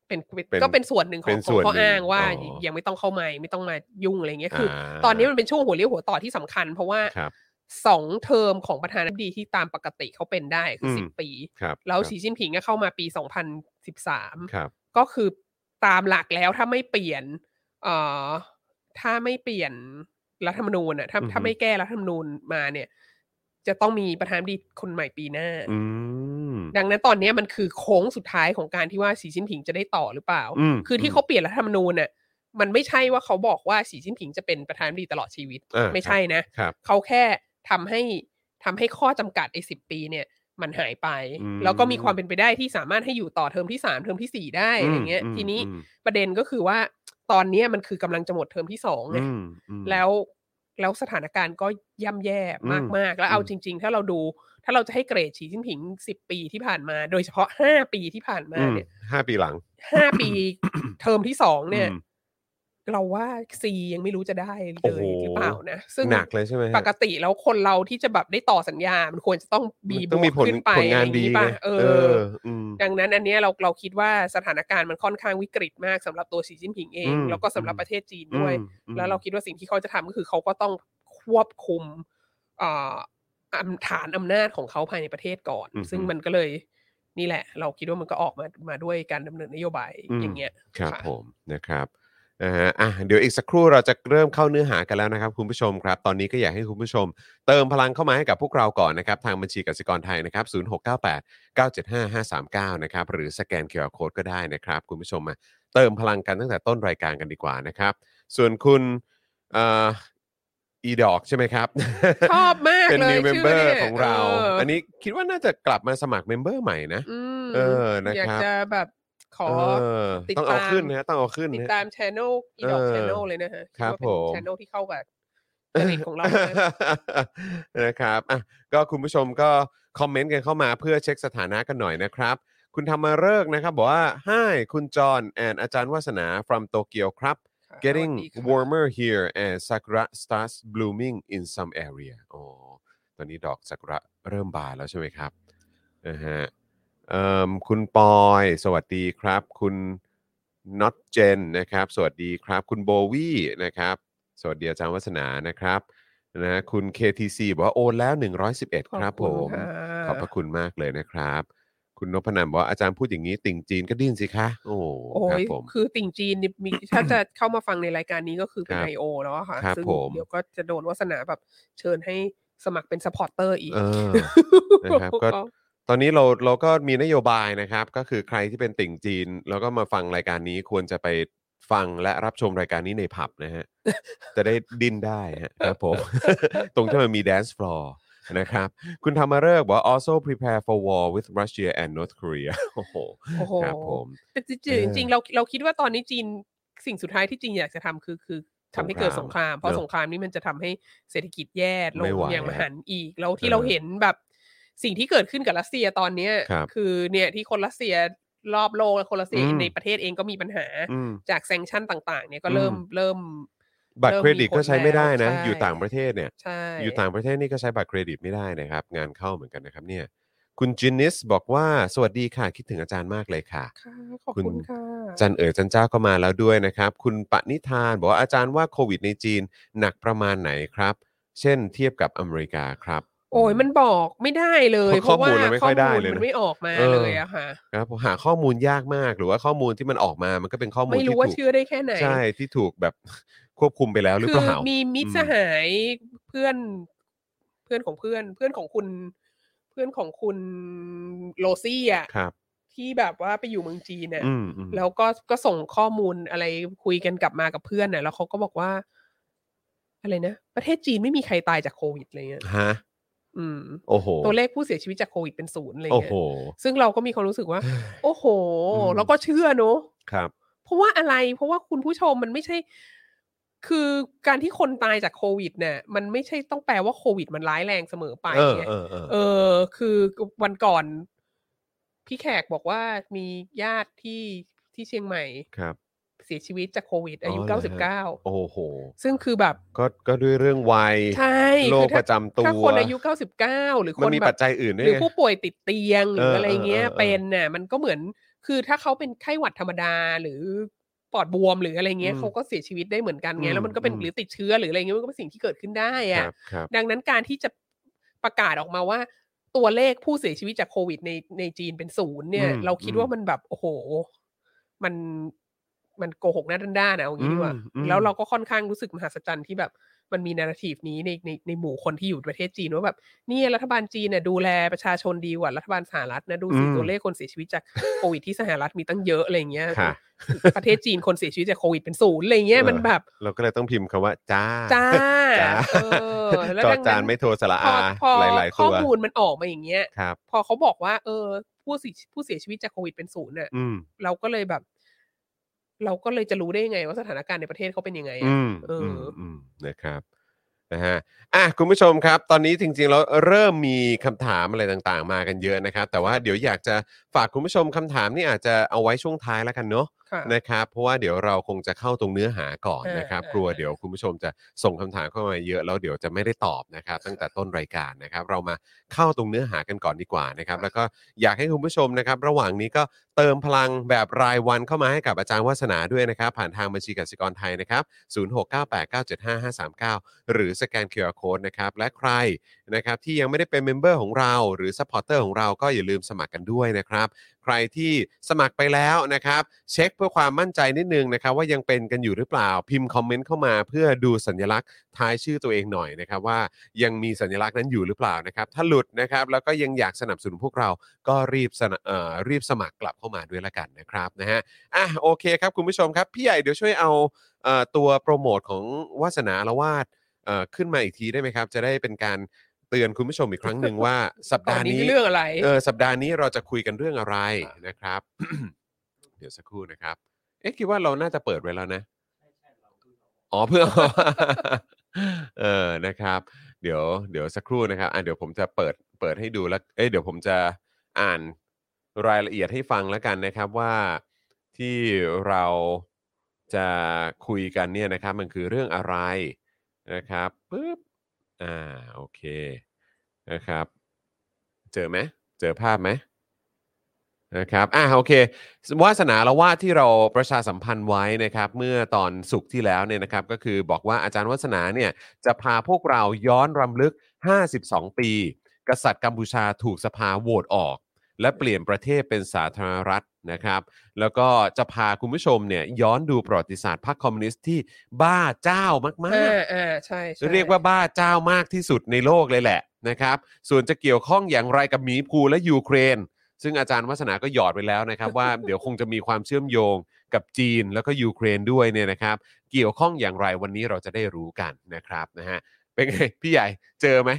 [SPEAKER 2] เป็น
[SPEAKER 1] เป็น
[SPEAKER 2] ก็เป็นส่วนหนึ่งข
[SPEAKER 1] เป็
[SPEAKER 2] อง
[SPEAKER 1] น
[SPEAKER 2] ข
[SPEAKER 1] ส่
[SPEAKER 2] อง
[SPEAKER 1] วน
[SPEAKER 2] ข้อ
[SPEAKER 1] หนึ่ง
[SPEAKER 2] อ้างว่า
[SPEAKER 1] อ๋อ
[SPEAKER 2] ยังไม่ต้องเข้ามาไม่ต้องมายุ่งอะไรเงี้ยคืออา ตอนนี้มันเป็นช่วงหัวเลี้ยวหัวต่อที่สำคัญ เพราะว่า
[SPEAKER 1] ครับ
[SPEAKER 2] สองเทอมของประธานาธิบดีที่ตามปกติเขาเป็นได้คือ
[SPEAKER 1] ม
[SPEAKER 2] สิบปี
[SPEAKER 1] ครับ
[SPEAKER 2] แล้ว
[SPEAKER 1] ค
[SPEAKER 2] สีจิ้นผิงก็เข้ามาปีสองพันสิบสาม
[SPEAKER 1] รับครับ
[SPEAKER 2] ก็คือตามหลักแล้วถ้าไม่เปลี่ยนเอ่อถ้าไม่เปลี่ยนรัฐธรรมนูญอ่ะถ้า
[SPEAKER 1] อือฮึ
[SPEAKER 2] ถ้าไม่แก้รัฐธรรมนูญมาเนี่ย จะต้องมีประธานาธิบดีคนใหม่ปีหน้า
[SPEAKER 1] อืม
[SPEAKER 2] ดังนั้นตอนเนี้ยมันคือโค้งสุดท้ายของการที่ว่าสีจิ้นผิงจะได้ต่อหรือเปล่า
[SPEAKER 1] ม
[SPEAKER 2] คือที่เขาเปลี่ยนรัฐธรรมนูญน่ะมันไม่ใช่ว่าเขาบอกว่าสีจิ้นผิงจะเป็นประธานาธิบดีตลอดชีวิต
[SPEAKER 1] อ่า
[SPEAKER 2] ไม่ใช่นะ
[SPEAKER 1] ครับ
[SPEAKER 2] เขาแค่ทำให้ทำให้ข้อจำกัดไอ้สิปีเนี่ย มันหายไป
[SPEAKER 1] อืม
[SPEAKER 2] แล้วก็มีความเป็นไปได้ที่สามารถให้อยู่ต่อเทอมที่สามเทอมที่สี่ได้อะไรเงี้ย
[SPEAKER 1] ม
[SPEAKER 2] ทีนี้
[SPEAKER 1] อืม
[SPEAKER 2] ประเด็นก็คือว่าตอนเนี้ยมันคือกำลังจะหมดเทอมที่สองไง
[SPEAKER 1] อืมอืม
[SPEAKER 2] แล้วแล้วสถานการณ์ก็ย่ำแย่
[SPEAKER 1] อืม
[SPEAKER 2] มากๆ แล้วเอา
[SPEAKER 1] อืม
[SPEAKER 2] จริง ๆ ถ้าเราดู ถ้าเราจะให้เกรดฉีจิ้นผิงสิบปีที่ผ่านมา โดยเฉพาะห้าปีที่ผ่านมา
[SPEAKER 1] อืม
[SPEAKER 2] เนี่ย
[SPEAKER 1] ห้าปีหลัง
[SPEAKER 2] ห้าปีเทอมที่สองเนี่ย
[SPEAKER 1] อืม
[SPEAKER 2] เราว่าซียังไม่รู้จะได้
[SPEAKER 1] โอ้
[SPEAKER 2] เล
[SPEAKER 1] โห
[SPEAKER 2] ยหรือเปล่านะซึ่ง
[SPEAKER 1] หนักเลยใช่ไหมฮะ
[SPEAKER 2] ปกติแล้วคนเราที่จะแบบได้ต่อสัญญา มันควรจะต้องบี
[SPEAKER 1] มัน
[SPEAKER 2] บ
[SPEAKER 1] ต้อ
[SPEAKER 2] ว
[SPEAKER 1] งมี
[SPEAKER 2] ก
[SPEAKER 1] ผล
[SPEAKER 2] ขึ้นไป
[SPEAKER 1] ผลงาน
[SPEAKER 2] อะไรอย่
[SPEAKER 1] ดี
[SPEAKER 2] นี้
[SPEAKER 1] ไง
[SPEAKER 2] ป่ะเอ
[SPEAKER 1] เอ
[SPEAKER 2] อ
[SPEAKER 1] ออืม
[SPEAKER 2] ดังนั้นอันเนี้ยเราเราคิดว่าสถานการณ์มันค่อนข้างวิกฤตมากสำหรับตัวสีจิ้นผิงเอง
[SPEAKER 1] อืม
[SPEAKER 2] แล้วก็สำหรับประเทศจีนด้วย
[SPEAKER 1] อืมอืม
[SPEAKER 2] แล้วเราคิดว่าสิ่งที่เขาจะทำก็คือเขาก็ต้องควบคุมเอ่ออำฐานอำนาจของเขาภายในประเทศก่อน
[SPEAKER 1] อืม
[SPEAKER 2] ซึ่งมันก็เลยนี่แหละ เราคิดว่ามันก็ออกมามาด้วยการดำเนินนโยบาย
[SPEAKER 1] อืม
[SPEAKER 2] อย่างเงี้ย
[SPEAKER 1] ครับ
[SPEAKER 2] ค่ะ
[SPEAKER 1] ผมนะครับนะฮะอ่ะเดี๋ยวอีกสักครู่เราจะเริ่มเข้าเนื้อหากันแล้วนะครับ คุณผู้ชมครับ ตอนนี้ก็อยากให้คุณผู้ชม เติมพลังเข้ามาให้กับพวกเราก่อนนะครับ ทางบัญชีกสิกรไทยนะครับ 0698 975 539 นะครับ หรือสแกนเคอร์โคดก็ได้นะครับ คุณผู้ชมมาเติมพลังกันตั้งแต่ต้นรายการกันดีกว่านะครับ ส่วนคุณเอ่ออีดอกใช่ไหม ครับ
[SPEAKER 2] ชอบมาก
[SPEAKER 1] เป็น
[SPEAKER 2] เลย
[SPEAKER 1] new
[SPEAKER 2] ชื่อ
[SPEAKER 1] member
[SPEAKER 2] นี่ย
[SPEAKER 1] ของเรา
[SPEAKER 2] เ
[SPEAKER 1] อันนี้คิดว่าน่าจะกลับมาสมัคร member ใหม่นะ
[SPEAKER 2] อืม
[SPEAKER 1] เออนะครับ
[SPEAKER 2] อยากจะแบบขอ
[SPEAKER 1] เออ
[SPEAKER 2] ติด
[SPEAKER 1] ต้องเอา
[SPEAKER 2] ตาม
[SPEAKER 1] ขึ้นนะ ต้องเอาขึ้น
[SPEAKER 2] ติด
[SPEAKER 1] นะ
[SPEAKER 2] ตามช anel อีดอก
[SPEAKER 1] เออ
[SPEAKER 2] ช anel เลยนะฮะ
[SPEAKER 1] ครับ
[SPEAKER 2] ดว่าเป็น
[SPEAKER 1] ผม
[SPEAKER 2] ช anel ที่เข้ากับจริตของเรามาก
[SPEAKER 1] นะครับอ่ะก็คุณผู้ชมก็คอมเมนต์กันเข้ามาเพื่อเช็คสถานะกันหน่อยนะครับ คุณธรรมเริกษ์นะครับบอกว่า Hi คุณจอห์น and อาจารย์วัสนา from Tokyo ครับ
[SPEAKER 2] ค่ะ
[SPEAKER 1] getting
[SPEAKER 2] สวัสดีค่ะ
[SPEAKER 1] warmer here and sakura starts blooming in some area อ๋อ ตอนนี้ดอกซากุระเริ่มบานแล้วใช่ไหมครับนะฮะเอิ่มคุณปอย สวัสดีครับ คุณน็อตเจนนะครับ สวัสดีครับ คุณโบวี่นะครับ สวัสดีอาจารย์วัฒนานะครับนะฮะคุณ KTC บอกว่าโอนแล้ว 111 ครับผม ขอบพระคุณมากเลยนะครับ คุณนพนันบอกว่าอาจารย์พูดอย่างนี้ ติ่งจีนก็ดิ้นสิคะ โอ้
[SPEAKER 2] โอ้
[SPEAKER 1] ครับ
[SPEAKER 2] ย
[SPEAKER 1] ผม
[SPEAKER 2] คือติ่งจีนนี่มี ถ้าจะเข้ามาฟังในรายการนี้ก็คือเป็
[SPEAKER 1] ค
[SPEAKER 2] น
[SPEAKER 1] รับ
[SPEAKER 2] ไอโอแล้วอะค่ะ
[SPEAKER 1] ครับ
[SPEAKER 2] ซึ่ง
[SPEAKER 1] ผม
[SPEAKER 2] เดี๋ยวก็จะโดนวาสนาแบบเชิญให้สมัครเป็นสปอร์เตอร์อีก
[SPEAKER 1] เออ นะครับ ก็ ตอนนี้เราเราก็มีนโยบายนะครับ ก็คือใครที่เป็นติ่งจีน แล้วก็มาฟังรายการนี้ควรจะไปฟังและรับชมรายการนี้ในผับนะฮะ จะได้ดินได้ฮะครับผม ตรงที่มันมีแดนซ์ฟลอร์นะครับ คุณธรรมเริกษ์บอกว่า also prepare for war with Russia and North Korea โอ้โห
[SPEAKER 2] โอ้โห
[SPEAKER 1] ครับผม
[SPEAKER 2] แต่จริง
[SPEAKER 1] เออ
[SPEAKER 2] ๆจริงๆเราเราคิดว่าตอนนี้จีนสิ่งสุดท้ายที่จีนอยากจะทำคือคือทำให้เกิดสงคราม
[SPEAKER 1] เน
[SPEAKER 2] เพราะ
[SPEAKER 1] อะ
[SPEAKER 2] สงครามนี้มันจะทำให้เศรษฐกิจแย่ล
[SPEAKER 1] ไม่
[SPEAKER 2] ง
[SPEAKER 1] ไหว
[SPEAKER 2] อย่างมหันต์อีก แล้วที่
[SPEAKER 1] เออ
[SPEAKER 2] เราเห็นแบบสิ่งที่เกิดขึ้นกับรัสเซียตอนเนี้ย
[SPEAKER 1] ครับ
[SPEAKER 2] อเนี่ยที่คนรัสเซียรอบโลกและคนรัสเซีย
[SPEAKER 1] อืม
[SPEAKER 2] ในประเทศเองก็มีปัญหา
[SPEAKER 1] อืม
[SPEAKER 2] จากแซงชั่นต่างๆ เนี่ยก็
[SPEAKER 1] อืม
[SPEAKER 2] เริ่มเริ่ม
[SPEAKER 1] บัตรเครดิตก็ใช้ไม่ได้นะ
[SPEAKER 2] เริ่มมีผลแล้ว
[SPEAKER 1] อยู่ต่างประเทศเนี่ย
[SPEAKER 2] ใช่
[SPEAKER 1] อยู่ต่างประเทศนี่ก็ใช้บัตรเครดิตไม่ได้นะครับ งานเข้าเหมือนกันนะครับเนี่ย คุณจินนิสบอกว่าสวัสดีค่ะ คิดถึงอาจารย์มากเลยค่ะ
[SPEAKER 2] ค่ะขอบ
[SPEAKER 1] คุ
[SPEAKER 2] คุณ
[SPEAKER 1] ณ
[SPEAKER 2] ค่ะ
[SPEAKER 1] จันเอ๋ยจันเจ้าก็มาแล้วด้วยนะครับ คุณปณิธาน บอกว่าอาจารย์ว่าโควิดในจีนหนักประมาณไหนครับ เช่นเทียบกับอเมริกาครับ
[SPEAKER 2] โอ้ยมันบอกไม่ได้เลย
[SPEAKER 1] ข้
[SPEAKER 2] เพ
[SPEAKER 1] อ
[SPEAKER 2] ราะ
[SPEAKER 1] มู
[SPEAKER 2] ว่า
[SPEAKER 1] ลมันไม่ค่อยได้เลยนะ
[SPEAKER 2] มันไม่ออกมา
[SPEAKER 1] เออ
[SPEAKER 2] เลยอะค่ะ
[SPEAKER 1] ครับผมหาข้อมูลยากมากหรือว่าข้อมูลที่มันออกมามันก็เป็นข้อมูล
[SPEAKER 2] ไม่
[SPEAKER 1] ที่
[SPEAKER 2] รู้ว่า
[SPEAKER 1] ถูก
[SPEAKER 2] เชื่อได้แค่ไหน
[SPEAKER 1] ใช่ที่ถูกแบบ ควบคุมไปแล้วหรือ
[SPEAKER 2] คื
[SPEAKER 1] เปล่า
[SPEAKER 2] มีมิต
[SPEAKER 1] อื
[SPEAKER 2] ร
[SPEAKER 1] ม
[SPEAKER 2] สหายเพื่อนเพื่อนของเพื่อน เพื่อนของคุณ เพื่อนของคุณโรซี่อ่ะ
[SPEAKER 1] ครับ
[SPEAKER 2] ที่แบบว่าไปอยู่เมืองจีนน่ะ
[SPEAKER 1] อืมอืม
[SPEAKER 2] แล้วก็ก็ส่งข้อมูลอะไรคุยกันกลับมากับเพื่อนน่ะแล้วเขาก็บอกว่า อะไรนะประเทศจีนไม่มีใครตายจากโควิดอะไรเงี้ย
[SPEAKER 1] ฮะ
[SPEAKER 2] อืม
[SPEAKER 1] โอ้โห
[SPEAKER 2] ตัวเลขผู้เสียชีวิตจากโควิดเป็นศูนย์อะไร
[SPEAKER 1] โอ้โห
[SPEAKER 2] เงี้ยซึ่งเราก็มีความรู้สึกว่า โอ้โห
[SPEAKER 1] อืม
[SPEAKER 2] แล้วก็เชื่อเนอะ
[SPEAKER 1] ครับ
[SPEAKER 2] เพราะว่าอะไร เพราะว่าคุณผู้ชมมันไม่ใช่ คือการที่คนตายจากโควิดเนี่ย มันไม่ใช่ต้องแปลว่าโควิดมันร้ายแรงเสมอไป
[SPEAKER 1] เออ
[SPEAKER 2] ไง
[SPEAKER 1] เออเออ
[SPEAKER 2] เออ คือวันก่อน พี่แขกบอกว่ามีญาติที่ที่เชียงใหม่
[SPEAKER 1] ครับ
[SPEAKER 2] เสียชีวิตจากโควิด อายุ
[SPEAKER 1] อ๋อเหรอฮะ
[SPEAKER 2] 99
[SPEAKER 1] โอ้โห
[SPEAKER 2] ซึ่งคือแบบ
[SPEAKER 1] ก็ก็ด้วยเรื่องวัย
[SPEAKER 2] ใช่
[SPEAKER 1] โร
[SPEAKER 2] คื
[SPEAKER 1] ค
[SPEAKER 2] อถ้า
[SPEAKER 1] ประจำตัว
[SPEAKER 2] ถ้าคนอายุ 99 หรือค
[SPEAKER 1] มัน
[SPEAKER 2] น
[SPEAKER 1] มี
[SPEAKER 2] แบ
[SPEAKER 1] ปัจ
[SPEAKER 2] บ
[SPEAKER 1] จัยอื่นด้วย
[SPEAKER 2] หรือ
[SPEAKER 1] ไง
[SPEAKER 2] ผู้ป่วยติดเตียงห
[SPEAKER 1] เอ
[SPEAKER 2] รือ
[SPEAKER 1] อ
[SPEAKER 2] อะไรเงี้ย
[SPEAKER 1] เออเออ
[SPEAKER 2] เป็นน่ะมันก็เหมือนคือถ้าเขาเป็นไข้หวัดธรรมดาหรือปอดบวมหรืออะไรเงี้
[SPEAKER 1] อืม
[SPEAKER 2] ยเขาก็เสียชีวิตได้เหมือนกัน
[SPEAKER 1] อื
[SPEAKER 2] ไง
[SPEAKER 1] ม
[SPEAKER 2] แล้วมันก็เป็น
[SPEAKER 1] อืม
[SPEAKER 2] หรือติดเชื้อหรืออะไรเงี้ยมันก็เป็นสิ่งที่เกิดขึ้นได้
[SPEAKER 1] ค
[SPEAKER 2] อะ
[SPEAKER 1] รับครับ
[SPEAKER 2] ดังนั้นการที่จะ ประกาศออกมาว่า ตัวเลขผู้เสียชีวิตจากโควิดในในจีนเป็นศูนย์เนี่ย
[SPEAKER 1] อืม
[SPEAKER 2] เราคิด
[SPEAKER 1] อืม
[SPEAKER 2] ว่ามันแบบโอ้โห มันมันโกหกหน้าด้านด้านๆนะเอางี้ดีกว่า
[SPEAKER 1] อืมอืม
[SPEAKER 2] แล้วเราก็ค่อนข้างรู้สึกมหัศจรรย์ที่แบบมันมีนาราทีฟนี้ในในในหมู่คนที่อยู่ประเทศจีนว่าแบบเนี่ยรัฐบาลจีนเนี่ยดูแลประชาชนดีกว่ารัฐบาลสหรัฐนะดูสิ
[SPEAKER 1] อืม
[SPEAKER 2] ตัวเลขคนเสียชีวิตจากโควิดที่สหรัฐมีตั้งเยอะอะไรอย่างเงี้ย
[SPEAKER 1] ค่ะ
[SPEAKER 2] ประเทศจีนคนเสียชีวิตจากโควิดเป็นศูนย์อะไรเงี้ย
[SPEAKER 1] เออ
[SPEAKER 2] มันแบบ
[SPEAKER 1] เราก็เลยต้องพิมพ์คำว่าจ้า
[SPEAKER 2] จ้า
[SPEAKER 1] จ้า
[SPEAKER 2] เออแล้ว
[SPEAKER 1] จอ
[SPEAKER 2] ดัง
[SPEAKER 1] จานไม่โทรสระ
[SPEAKER 2] พอ
[SPEAKER 1] อา
[SPEAKER 2] พอ
[SPEAKER 1] หลายๆ
[SPEAKER 2] ข้
[SPEAKER 1] ตั
[SPEAKER 2] อ
[SPEAKER 1] ว
[SPEAKER 2] มูลมันออกมาอย่างเงี้ย
[SPEAKER 1] ครับ
[SPEAKER 2] พอเขาบอกว่า เออ ผู้เสียผู้เสียชีวิตจากโควิดเป็นศูนย์เนี่ย
[SPEAKER 1] อืม
[SPEAKER 2] เราก็เลยแบบ เราก็เลยจะรู้ได้ยังไง ว่าสถานการณ์ในประเทศเขาเป็นยังไงอะ
[SPEAKER 1] อืม
[SPEAKER 2] เอออื
[SPEAKER 1] มอืมนะครับนะฮะอ่ะคุณผู้ชมครับ ตอนนี้จริงๆแล้วเริ่มมีคำถามอะไรต่างๆ มากันเยอะนะครับ แต่ว่าเดี๋ยวอยากจะฝากคุณผู้ชมคำถามนี่อาจจะเอาไว้ช่วงท้ายแล้วกันเนาะ
[SPEAKER 2] ค่ะ
[SPEAKER 1] นะครับเพราะว่าเดี๋ยวเราคงจะเข้าตรงเนื้อหาก่อน
[SPEAKER 2] เออ
[SPEAKER 1] นะครับ
[SPEAKER 2] เออ
[SPEAKER 1] กลัวเดี๋ยวคุณผู้ชมจะส่งคำถามเข้ามาเยอะแล้วเดี๋ยวจะไม่ได้ตอบนะครับ ตั้งแต่ต้นรายการนะครับ เรามาเข้าตรงเนื้อหากันก่อนดีกว่านะครับ แล้วก็อยากให้คุณผู้ชมนะครับ ระหว่างนี้ก็เติมพลังแบบรายวันเข้ามาให้กับอาจารย์วัฒนาด้วยนะครับ ผ่านทางบัญชีกสิกรไทยนะครับ 0698975539 หรือสแกน QR Code นะครับ และใครนะครับที่ยังไม่ได้เป็นเมมเบอร์ของเรา หรือซัพพอร์เตอร์ของเราก็อย่าลืมสมัครกันด้วยนะครับ ใครที่สมัครไปแล้วนะครับ เช็คเพื่อความมั่นใจนิดนึงนะครับ ว่ายังเป็นกันอยู่หรือเปล่าพิมพ์คอมเมนต์เข้ามาเพื่อดูสัญลักษณ์ท้ายชื่อตัวเองหน่อยนะครับ ว่ายังมีสัญลักษณ์นั้นอยู่หรือเปล่านะครับ ถ้าหลุดนะครับ แล้วก็ยังอยากสนับสนุนพวกเราก็รีบสนับเอ่อรีบสมัครกลับเข้ามาด้วยละกันนะครับนะฮะอ่ะโอเคครับคุณผู้ชมครับพี่ใหญ่เดี๋ยวช่วยเอา เอ่อตัวโปรโมทของวาสนาละวาดเอ่อขึ้นมาอีกทีได้ไหมครับ จะได้เป็นการเตือนคุณผู้ชมอีกครั้งหนึ่งว่า สัป
[SPEAKER 2] ตอ
[SPEAKER 1] ดาน ห์
[SPEAKER 2] นี้
[SPEAKER 1] นี้
[SPEAKER 2] เรื่องอะไร
[SPEAKER 1] เออสัปดาห์นี้เราจะคุยกันเรื่องอะไร
[SPEAKER 2] อ่ะ
[SPEAKER 1] นะครับ เดี๋ยวสักครู่นะครับ เอ๊ะคิดว่าเราน่าจะเปิดไว้แล้วนะอ๋อเพื่อ เออนะครับ เดี๋ยวเดี๋ยวสักครู่นะครับอ่ะเดี๋ยวผมจะเปิดเปิดให้ดูแล้วเอ้ยเดี๋ยวผมจะอ่านรายละเอียดให้ฟังแล้วกันนะครับว่าที่เราจะคุยกันเนี่ยนะครับ มันคือเรื่องอะไรนะครับปึ๊บอ่าโอเคนะครับ เจอไหมเจอภาพไหมนะครับอ่าโอเค วาสนาละวาดที่เราประชาสัมพันธ์ไว้นะครับ เมื่อตอนศุกร์ที่แล้วเนี่ยนะครับ ก็คือบอกว่าอาจารย์วัสนาเนี่ยจะพาพวกเราย้อนรำลึก 52 ปี กษัตริย์กัมพูชาถูกสภาโหวตออก และเปลี่ยนประเทศเป็นสาธารณรัฐนะครับ แล้วก็จะพาคุณผู้ชมเนี่ยย้อนดูประวัติศาสตร์พรรคคอมมิวนิสต์ที่บ้าเจ้ามาก
[SPEAKER 2] อ่า
[SPEAKER 1] ๆ
[SPEAKER 2] อ่าใช่ใช่
[SPEAKER 1] เรียกว่าบ้าเจ้ามากที่สุดในโลกเลยแหละนะครับ ส่วนจะเกี่ยวข้องอย่างไรกับหมีภูและยูเครน ซึ่งอาจารย์วัฒนาก็หยอดไปแล้วนะครับ ว่า เดี๋ยวคงจะมีความเชื่อมโยงกับจีนแล้วก็ยูเครนด้วยเนี่ยนะครับ เกี่ยวข้องอย่างไรวันนี้เราจะได้รู้กันนะครับนะฮะเป็นไง พี่ใหญ่เจอไหม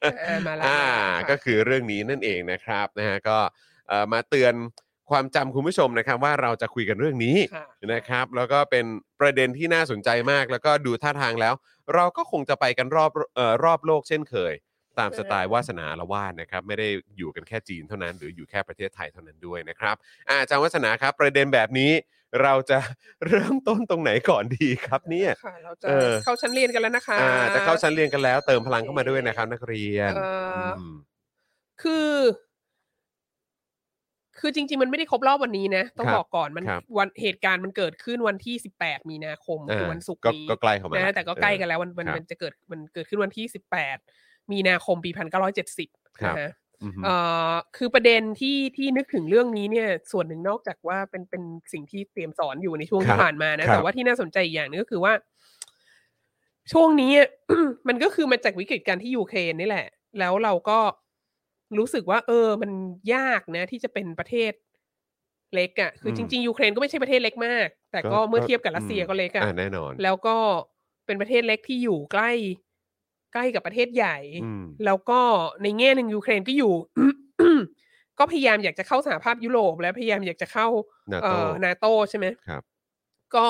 [SPEAKER 2] เออมาแล้ว
[SPEAKER 1] อ่า
[SPEAKER 2] มาแล้วค่ะ
[SPEAKER 1] ก็คือเรื่องนี้นั่นเองนะครับนะฮะก็เอ่อมาเตือนความจำคุณผู้ชมนะครับ ว่าเราจะคุยกันเรื่องนี้
[SPEAKER 2] ค่ะ
[SPEAKER 1] นะครับแล้วก็เป็นประเด็นที่น่าสนใจมาก แล้วก็ดูท่าทางแล้ว เราก็คงจะไปกันรอบเอ่อรอบโลกเช่นเคย ตามสไตล์วาสนาละวาดนะครับ ไม่ได้อยู่กันแค่จีนเท่านั้น หรืออยู่แค่ประเทศไทยเท่านั้นด้วยนะครับอะอาจารย์วาสนาครับ ประเด็นแบบนี้ เราจะ เริ่มต้นตรงไหนก่อนดีครับเนี่ย
[SPEAKER 2] ค่ะ เราจะ
[SPEAKER 1] เออ
[SPEAKER 2] เข้าชั้นเรียนกันแล้วนะคะ
[SPEAKER 1] อ่าจะเข้าชั้นเรียนกันแล้ว เติมพลังเข้ามาด้วยนะครับ นักเรียน
[SPEAKER 2] เอ่ออื
[SPEAKER 1] ม
[SPEAKER 2] คือ คือจริง ๆ มันไม่ได้ครบรอบวันนี้นะ ต้องบอกก่อนมันวันเหตุการณ์มันเกิดขึ้นวันที่ 18 มีนาคมคือวันศุกร์
[SPEAKER 1] ก็
[SPEAKER 2] นี้
[SPEAKER 1] ก็ใกล้เข้ามา
[SPEAKER 2] นะแต่ก็ใกล้กัน
[SPEAKER 1] เอ
[SPEAKER 2] แล้วมันมั
[SPEAKER 1] ค
[SPEAKER 2] น
[SPEAKER 1] รับ
[SPEAKER 2] มันจะเกิดมันเกิดขึ้นวันที่ 18 มีนาคมปี 1970
[SPEAKER 1] ครับ
[SPEAKER 2] นะฮะ
[SPEAKER 1] ออืม
[SPEAKER 2] เอ่อคือประเด็นที่ที่นึกถึงเรื่องนี้เนี่ย ส่วนหนึ่งนอกจากว่าเป็นเป็นสิ่งที่เตรียมสอนอยู่ในช่วง
[SPEAKER 1] ครั
[SPEAKER 2] ที่
[SPEAKER 1] บ
[SPEAKER 2] ผ่านมานะ
[SPEAKER 1] ครับ
[SPEAKER 2] แต่ว่าที่น่าสนใจอีกอย่างหนึงก็คือว่า ช่วงนี้ มันก็คือมาจากวิกฤตการที่ยูเครนนี่แหละ แล้วเราก็รู้สึกว่า เออ มันยากนะ ที่จะเป็นประเทศเล็กอะ่ะคืออ
[SPEAKER 1] ม
[SPEAKER 2] จริง ๆ ยูเครนก็ไม่ใช่ประเทศเล็กมาก แต่
[SPEAKER 1] ก็
[SPEAKER 2] ก็เมื่อ
[SPEAKER 1] ก็
[SPEAKER 2] เทียบกับ
[SPEAKER 1] อืม
[SPEAKER 2] รัสเซียก็เล็ก
[SPEAKER 1] อ่า
[SPEAKER 2] อะ
[SPEAKER 1] แน่นอน
[SPEAKER 2] แล้วก็เป็นประเทศเล็กที่อยู่ใกล้ใกล้กับประเทศใหญ่
[SPEAKER 1] อืม
[SPEAKER 2] แล้วก็ในแง่หนึ่งยูเครนก็อยู่ ก็พยายามอยากจะเข้าสหภาพยุโรป และพยายามอยากจะเข้า
[SPEAKER 1] นา
[SPEAKER 2] เอ่
[SPEAKER 1] โต้
[SPEAKER 2] อนาโตใช่ไหม
[SPEAKER 1] ครับ
[SPEAKER 2] ก็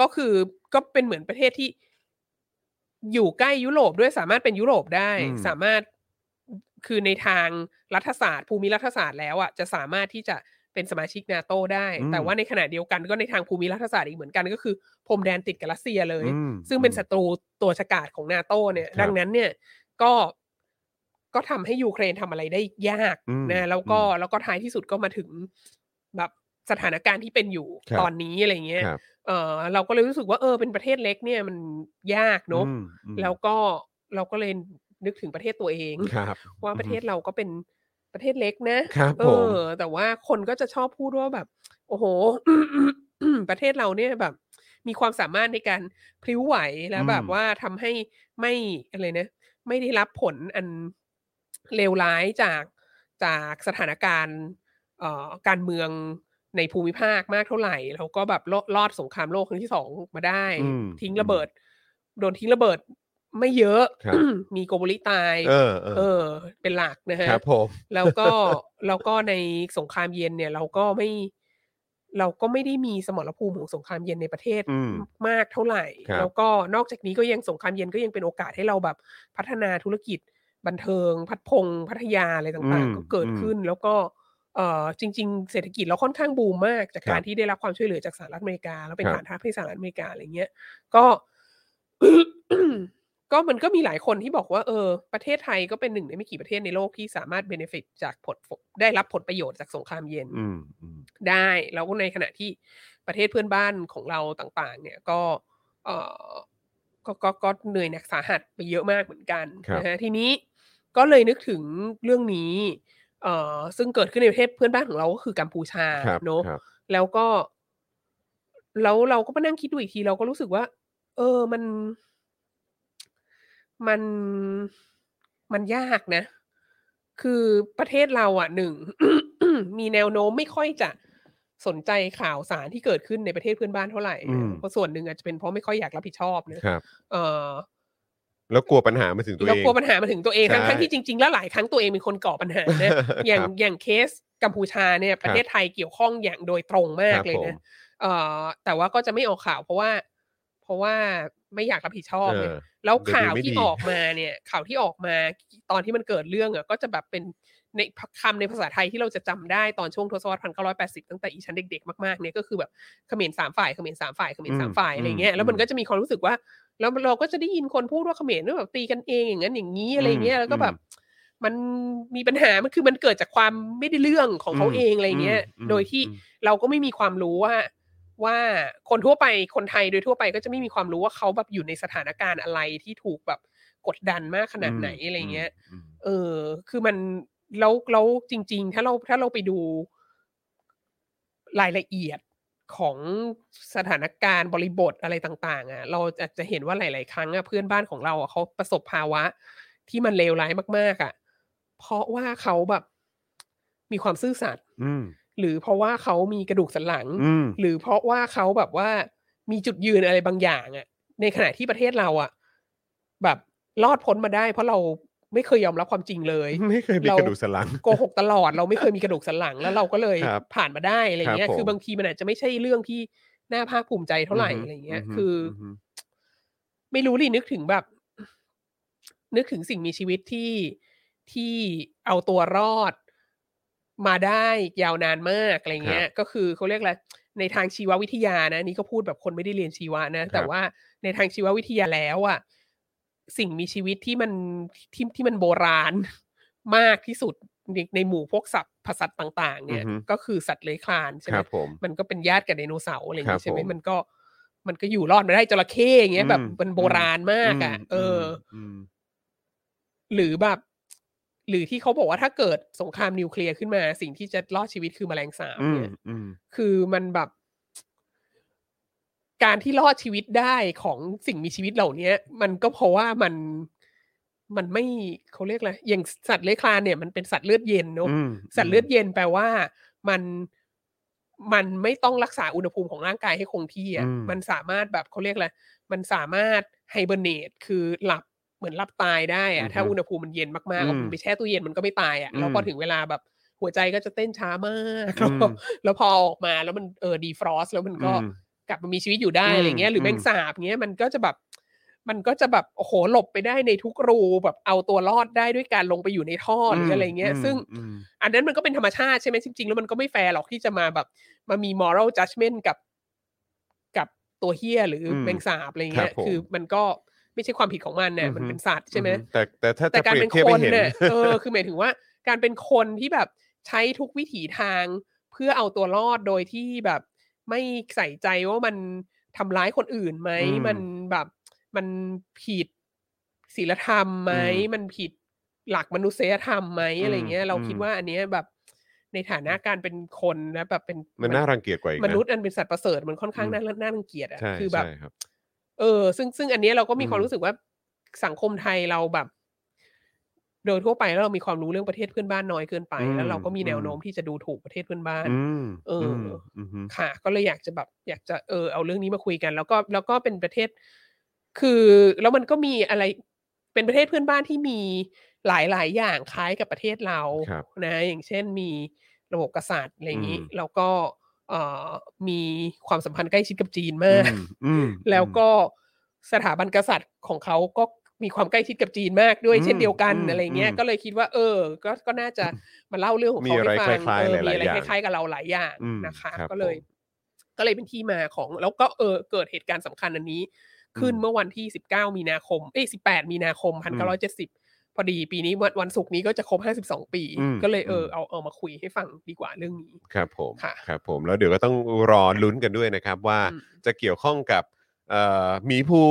[SPEAKER 2] ก็คือก็เป็นเหมือนประเทศที่ อยู่ใกล้ยุโรปด้วยสามารถเป็นยุโรปได้
[SPEAKER 1] อืม
[SPEAKER 2] สามารถคือในทางรัฐศาสตร์ภูมิรัฐศาสตร์แล้วอ่ะจะสามารถที่จะเป็นสมาชิกนาโตได้
[SPEAKER 1] อืม
[SPEAKER 2] แต่ว่าในขณะเดียวกันก็ในทางภูมิรัฐศาสตร์อีกเหมือนกันก็คือพรมแดนติดกับรัสเซียเลย
[SPEAKER 1] อืม
[SPEAKER 2] ซึ่งเป็นศัตรูตัวฉกาจของนาโตเนี่ย
[SPEAKER 1] ครับ
[SPEAKER 2] ดังนั้นเนี่ยก็ก็ทำให้ยูเครนทำอะไรได้ยาก
[SPEAKER 1] อืม
[SPEAKER 2] นะแล้วก็แล้วก็ท้ายที่สุดก็มาถึงแบบสถานการณ์ที่เป็นอยู่
[SPEAKER 1] ครับ
[SPEAKER 2] ตอนนี้อะไรเงี้ย
[SPEAKER 1] ครับ
[SPEAKER 2] เออเราก็เลยรู้สึกว่าเออเป็นประเทศเล็กเนี่ยมันยากเนอะ
[SPEAKER 1] อืมอืม
[SPEAKER 2] แล้วก็เราก็เลย นึกถึงประเทศตัวเอง
[SPEAKER 1] ครับ
[SPEAKER 2] ว่าประเทศเราก็เป็นประเทศเล็กนะ
[SPEAKER 1] ครับ
[SPEAKER 2] เอ
[SPEAKER 1] ผม
[SPEAKER 2] อ แต่ว่าคนก็จะชอบพูดว่าแบบ โอ้โห ประเทศเราเนี่ยแบบ มีความสามารถในการพลิ้วไหวแล้วแบบ
[SPEAKER 1] อืม
[SPEAKER 2] ว่าทำให้ไม่อะไรนะ ไม่ได้รับผลอันเลวร้ายจากจากสถานการณ์เอ่อการเมืองในภูมิภาคมากเท่าไหร่ แล้วก็แบบรอดรอดสงครามโลกครั้งที่สองมาได้
[SPEAKER 1] อืม
[SPEAKER 2] ทิ้งระเบิด โดนทิ้งระเบิดไม่เยอะ
[SPEAKER 1] ครับ
[SPEAKER 2] มีโกโบริตาย
[SPEAKER 1] เออเอ
[SPEAKER 2] เอ
[SPEAKER 1] อ
[SPEAKER 2] อ เป็นหลักนะฮะ
[SPEAKER 1] ครับผม
[SPEAKER 2] แล้ว ก็ แล้วก็ในสงครามเย็นเนี่ย เราก็ไม่ เราก็ไม่ได้มีสมรภูมิของสงครามเย็นในประเทศ
[SPEAKER 1] อืม
[SPEAKER 2] มากเท่าไหร่
[SPEAKER 1] ครับ
[SPEAKER 2] แล้วก็นอกจากนี้ก็ยังสงครามเย็นก็ยังเป็นโอกาสให้เราแบบพัฒนาธุรกิจบันเทิง พัดพงพัทยาอะไรต่าง
[SPEAKER 1] อืม
[SPEAKER 2] ๆ ก็เกิดขึ้น แล้วก็เออจริง ๆ เศรษฐกิจเราค่อนข้างบูมมาก จาก
[SPEAKER 1] ครับ
[SPEAKER 2] การที่ได้รับความช่วยเหลือจากสหรัฐอเมริกา แล้วเป็น
[SPEAKER 1] ครับ
[SPEAKER 2] ฐานทัพให้สหรัฐอเมริกาอะไรเงี้ย ก็ ก็มันก็มีหลายคนที่บอกว่าเออประเทศไทยก็เป็นหนึ่งในไม่กี่ประเทศในโลกที่สามารถเบนฟิตจากผลได้รับผลประโยชน์จากสงครามเย็น
[SPEAKER 1] อืมอืม
[SPEAKER 2] ได้ แล้วก็ในขณะที่ประเทศเพื่อนบ้านของเราต่างๆ เนี่ยก็เออก็ก็ก็ก็เหนื่อยหนักสาหัสไปเยอะมากเหมือนกัน
[SPEAKER 1] ครับ
[SPEAKER 2] นะฮะทีนี้ก็เลยนึกถึงเรื่องนี้เออซึ่งเกิดขึ้นในประเทศเพื่อนบ้านของเราก็คือกัมพูชา
[SPEAKER 1] ครับ
[SPEAKER 2] เนอะ
[SPEAKER 1] ครับ
[SPEAKER 2] แล้วก็แล้วเราก็มานั่งคิดดูอีกทีเราก็รู้สึกว่า เออมัน มันมันยากนะ คือประเทศเราอ่ะหนึ่ง มีแนวโน้มไม่ค่อยจะสนใจข่าวสารที่เกิดขึ้นในประเทศเพื่อนบ้านเท่าไหร่
[SPEAKER 1] อืม
[SPEAKER 2] เพราะส่วนหนึ่งอาจจะเป็นเพราะไม่ค่อยอยากรับผิดชอบนะครับ เออ
[SPEAKER 1] แล้วกลัวปัญหามาถึงตัว
[SPEAKER 2] เรา
[SPEAKER 1] เอง
[SPEAKER 2] กลัวปัญหามาถึงตัวเอง
[SPEAKER 1] ใช่
[SPEAKER 2] ทั้งๆที่จริงๆแล้วหลายครั้งตัวเองเป็นคนก่อปัญหา นะ อย่าง
[SPEAKER 1] ครับ
[SPEAKER 2] อย่างเคสกัมพูชาเนี่ยประเทศไทยเกี่ยวข้องอย่างโดยตรงมากเลย
[SPEAKER 1] ครับผ
[SPEAKER 2] นะ
[SPEAKER 1] ม
[SPEAKER 2] เอ่อแต่ว่าก็จะไม่ออกข่าวเพราะว่า เพราะว่าไม่อยากรับผิดชอบ
[SPEAKER 1] เอ
[SPEAKER 2] เนี่ย
[SPEAKER 1] อ
[SPEAKER 2] แล้ว
[SPEAKER 1] เดี๋ยวดู
[SPEAKER 2] ข่าว
[SPEAKER 1] ไม่
[SPEAKER 2] ที่
[SPEAKER 1] ดี
[SPEAKER 2] ออกมาเนี่ย ข่าวที่ออกมาตอนที่มันเกิดเรื่องอ่ะก็จะแบบเป็นในคำในภาษาไทยที่เราจะจำได้ตอนช่วงทศวรรษพันเก้าร้อยแปดสิบตั้งแต่อีชั้นเด็กๆมากๆเนี่ยก็คือแบบเขมรสามฝ่ายเขมรสามฝ่ายเขมรสามฝ่ายอะไรเงี้ยแล้วมันก็จะมีความรู้สึกว่า แล้วเราก็จะได้ยินคนพูดว่าเขมรเนี่ยแบบตีกันเองอย่างนั้นอย่างนี้อะไรเงี้ย
[SPEAKER 1] อืม
[SPEAKER 2] แล้วก็แบบ
[SPEAKER 1] อื
[SPEAKER 2] มันมีปัญหามันคือมันเกิดจากความไม่ได้เรื่องของเขา
[SPEAKER 1] อืม
[SPEAKER 2] เองอะไรเงี้ย
[SPEAKER 1] อืม
[SPEAKER 2] โดยที่
[SPEAKER 1] อืม
[SPEAKER 2] เราก็ไม่มีความรู้ว่า ว่าคนทั่วไปคนไทยโดยทั่วไปก็จะไม่มีความรู้ว่าเขาแบบอยู่ในสถานการณ์อะไรที่ถูกแบบกดดันมากขนาดไหนอะไรเงี้ย
[SPEAKER 1] ม
[SPEAKER 2] เออ คือมันแล้วแล้วจริง ๆ ถ้าเราถ้าเราไปดูรายละเอียดของสถานการณ์บริบทอะไรต่าง ๆ อ่ะ เราอาจจะเห็นว่าหลาย ๆ ครั้งอ่ะเพื่อนบ้านของเราอ่ะเขาประสบภาวะ ที่มันเลวร้ายมาก ๆ อ่ะ เพราะว่าเขาแบบมีความซื่อสัตย์
[SPEAKER 1] อืม
[SPEAKER 2] หรือเพราะว่าเขามีกระดูกสันหลัง
[SPEAKER 1] อืม
[SPEAKER 2] หรือเพราะว่าเขาแบบว่ามีจุดยืนอะไรบางอย่างอะในขณะที่ประเทศเราอะแบบรอดพ้นมาได้ เพราะเราไม่เคยยอมรับความจริงเลย
[SPEAKER 1] ไม่เคยมี
[SPEAKER 2] เรา
[SPEAKER 1] กระดูกสันหลัง
[SPEAKER 2] โกหกตลอด เราไม่เคยมีกระดูกสันหลังแล้วเราก็เลย
[SPEAKER 1] ครับ
[SPEAKER 2] ผ่านมาได้อะไรเงี้ย
[SPEAKER 1] ครับผม
[SPEAKER 2] คือบางทีมันอาจจะไม่ใช่เรื่องที่น่าภาคภูมิใจเท่าไหร่อะไรเงี้ย
[SPEAKER 1] ฮึ
[SPEAKER 2] คืออ
[SPEAKER 1] ฮึ
[SPEAKER 2] ไม่รู้ดินึกถึงแบบ นึกถึงสิ่งมีชีวิตที่ที่เอาตัวรอดมาได้ยาวนานมากอะไรเงี้ย ก็คือเขาเรียกอะไรในทางชีววิทยานะนี่ก็พูดแบบคนไม่ได้เรียนชีวะนะ แต่
[SPEAKER 1] ครับ
[SPEAKER 2] ว่าในทางชีววิทยาแล้วอะสิ่งมีชีวิตที่มันที่ที่มันโบราณ มากที่สุดในในหมู่พวกสัตว์ผสัตว์ต่าง ๆ เนี่ย
[SPEAKER 1] อือฮึ
[SPEAKER 2] ก็คือสัตว์เลื้อยคลานใช่
[SPEAKER 1] ค
[SPEAKER 2] ไหม
[SPEAKER 1] รับผม
[SPEAKER 2] มันก็เป็นญาติกับไดโนเสาร์อะไรอย่าง
[SPEAKER 1] ครั
[SPEAKER 2] งี้
[SPEAKER 1] บ
[SPEAKER 2] ใช่ไหม
[SPEAKER 1] ผม
[SPEAKER 2] มันก็มันก็อยู่รอดมาได้จระเข้อย่างเงี้ยแบบ
[SPEAKER 1] อืม
[SPEAKER 2] มันโบราณมากอ่ะ เอออ
[SPEAKER 1] ม
[SPEAKER 2] หรือแบบ หรือที่เขาบอกว่าถ้าเกิดสงครามนิวเคลียร์ขึ้นมา สิ่งที่จะรอดชีวิตคือแมลงสาบ
[SPEAKER 1] อืม
[SPEAKER 2] เนี่ย
[SPEAKER 1] อืม
[SPEAKER 2] คือมันแบบ การที่รอดชีวิตได้ของสิ่งมีชีวิตเหล่าเนี้ย มันก็เพราะว่ามันมันไม่เขาเรียกอะไรอย่างสัตว์เลื้อยคลานเนี่ยมันเป็นสัตว์เลือดเย็นเนอะ สัตว์เลือดเย็นแปลว่ามันมันไม่ต้องรักษาอุณหภูมิของร่างกายให้คงที่อ่ะ
[SPEAKER 1] อืม
[SPEAKER 2] มันสามารถแบบเขาเรียกอะไรมันสามารถไฮเบอร์เนตคือหลับเหมือนหลับตายได้อ่ะถ้าอุณหภูมิมันเย็นมากๆเอามันไปแช่ตู้เย็นมันก็ไม่ตายอ่ะแล้วพอถึงเวลาแบบหัวใจก็จะเต้นช้ามากแล้วพอแล้วพอออกมาแล้วมันเออดีฟรอสแล้วมันก็
[SPEAKER 1] อืม
[SPEAKER 2] กลับมามีชีวิตอยู่ได้
[SPEAKER 1] อืม
[SPEAKER 2] อะไรเงี้ยหรืออ
[SPEAKER 1] ม
[SPEAKER 2] แมงสาบเงี้ยมันก็จะแบบ มันก็จะแบบโอ้โหหลบไปได้ในทุกรูแบบเอาตัวรอดได้ด้วยการลงไปอยู่ในท่อหรืออะไรเงี้ย
[SPEAKER 1] อืม
[SPEAKER 2] ซึ่ง
[SPEAKER 1] อืม
[SPEAKER 2] อันนั้นมันก็เป็นธรรมชาติใช่ไหมจริงๆ แล้วมันก็ไม่แฟร์หรอกที่จะมาแบบ มามี moral judgment กับ กับตัวเฮียหรืออ
[SPEAKER 1] ม
[SPEAKER 2] แมงสาบอะไรเงี้ย
[SPEAKER 1] ครับผม
[SPEAKER 2] คือมันก็ไม่ใช่ความผิดของมัน
[SPEAKER 1] อื
[SPEAKER 2] เนี่ย
[SPEAKER 1] อฮึ
[SPEAKER 2] มันเป็นสัตว์ใช่ไหม
[SPEAKER 1] อืแต่แต่ถ้า
[SPEAKER 2] แต่
[SPEAKER 1] จะ
[SPEAKER 2] การ
[SPEAKER 1] เปรียบ
[SPEAKER 2] เป็น
[SPEAKER 1] เทียบ
[SPEAKER 2] ค
[SPEAKER 1] ให้
[SPEAKER 2] น
[SPEAKER 1] เห็น
[SPEAKER 2] เนี่ยเออ คือหมายถึงว่าการเป็นคนที่แบบใช้ทุกวิถีทางเพื่อเอาตัวรอดโดยที่แบบไม่ใส่ใจว่ามันทำร้ายคนอื่นไหม
[SPEAKER 1] อืม
[SPEAKER 2] มันแบบมันผิด ศีลธรรมไหม
[SPEAKER 1] อืม
[SPEAKER 2] มันผิดหลักมนุษยธรรมไหมอะไรเงี้ย
[SPEAKER 1] อืม
[SPEAKER 2] เรา
[SPEAKER 1] อืม
[SPEAKER 2] คิดว่าอันเนี้ยแบบในฐานะการเป็นคนนะแบบเป็น
[SPEAKER 1] มันน่ารังเกียจกว่าอีก
[SPEAKER 2] ม
[SPEAKER 1] นะ
[SPEAKER 2] นุษย์อันเป็นสัตว์ประเสริฐมันค่อนข้าง
[SPEAKER 1] อืม
[SPEAKER 2] น่าน่ารังเกียจอะ
[SPEAKER 1] ใช่
[SPEAKER 2] คือแบบ
[SPEAKER 1] ใช่ครับ
[SPEAKER 2] เออซึ่งซึ่งอันเนี้ยเราก็มีความ
[SPEAKER 1] อืม
[SPEAKER 2] รู้สึกว่าสังคมไทยเราแบบ โดยทั่วไปแล้วเรามีความรู้เรื่องประเทศเพื่อนบ้านน้อยเกินไป
[SPEAKER 1] อืม
[SPEAKER 2] แล้วเราก็มีแนว
[SPEAKER 1] อืม
[SPEAKER 2] โน้มที่จะดูถูกประเทศเพื่อนบ้าน
[SPEAKER 1] อืม
[SPEAKER 2] เอออื
[SPEAKER 1] มอืมฮึ
[SPEAKER 2] ค่ะ ก็เลยอยากจะแบบ อยากจะเออเอาเรื่องนี้มาคุยกัน แล้วก็แล้วก็เป็นประเทศ คือแล้วมันก็มีอะไร เป็นประเทศเพื่อนบ้านที่มีหลายหลายอย่างคล้ายกับประเทศเรา
[SPEAKER 1] ครับ
[SPEAKER 2] นะอย่างเช่นมีระบบกษัตริย์อะไรอย่างนี้
[SPEAKER 1] อืม
[SPEAKER 2] แล้วก็เอ่อมีความสัมพันธ์ใกล้ชิดกับจีนมาก
[SPEAKER 1] อืมอืม
[SPEAKER 2] แล้วก็สถาบันกษัตริย์ของเขาก็มีความใกล้ชิดกับจีนมากด้วย
[SPEAKER 1] อืม
[SPEAKER 2] เช่นเดียวกัน
[SPEAKER 1] อืม
[SPEAKER 2] อะไรเงี้ย
[SPEAKER 1] อืม
[SPEAKER 2] ก็เลยคิดว่า เออ ก็ก็น่าจะมาเล่าเรื่องของ
[SPEAKER 1] มี
[SPEAKER 2] เขาให้ฟั
[SPEAKER 1] อะ
[SPEAKER 2] ง
[SPEAKER 1] ไรคล้ายๆ
[SPEAKER 2] เออ
[SPEAKER 1] หลายๆ
[SPEAKER 2] มีอะไร
[SPEAKER 1] อย่า
[SPEAKER 2] ค
[SPEAKER 1] ง
[SPEAKER 2] ล้ายๆกับเราหลายอย่าง
[SPEAKER 1] อืม
[SPEAKER 2] นะคะ
[SPEAKER 1] ครับ
[SPEAKER 2] ก็เลย
[SPEAKER 1] ผม
[SPEAKER 2] ก็เลยเป็นที่มาของ แล้วก็เออเกิดเหตุการณ์สำคัญอันนี้ ขึ้น
[SPEAKER 1] อืม
[SPEAKER 2] เมื่อวันที่ 19 มีนาคม เอ้ย18 มีนาคม
[SPEAKER 1] อืม
[SPEAKER 2] 1970 พอดีปีนี้วันวันศุกร์นี้ก็จะครบ 52 ปี
[SPEAKER 1] อืม
[SPEAKER 2] ก็เลยเออ
[SPEAKER 1] ม
[SPEAKER 2] อเอาเอามาคุยให้ฟังดีกว่าเรื่องนี้
[SPEAKER 1] ครับผม
[SPEAKER 2] ค่ะ
[SPEAKER 1] ครับผมแล้วเดี๋ยวก็ต้องรอลุ้นกันด้วยนะครับว่า
[SPEAKER 2] อืม
[SPEAKER 1] จะเกี่ยวข้องกับเอ่อหมีภู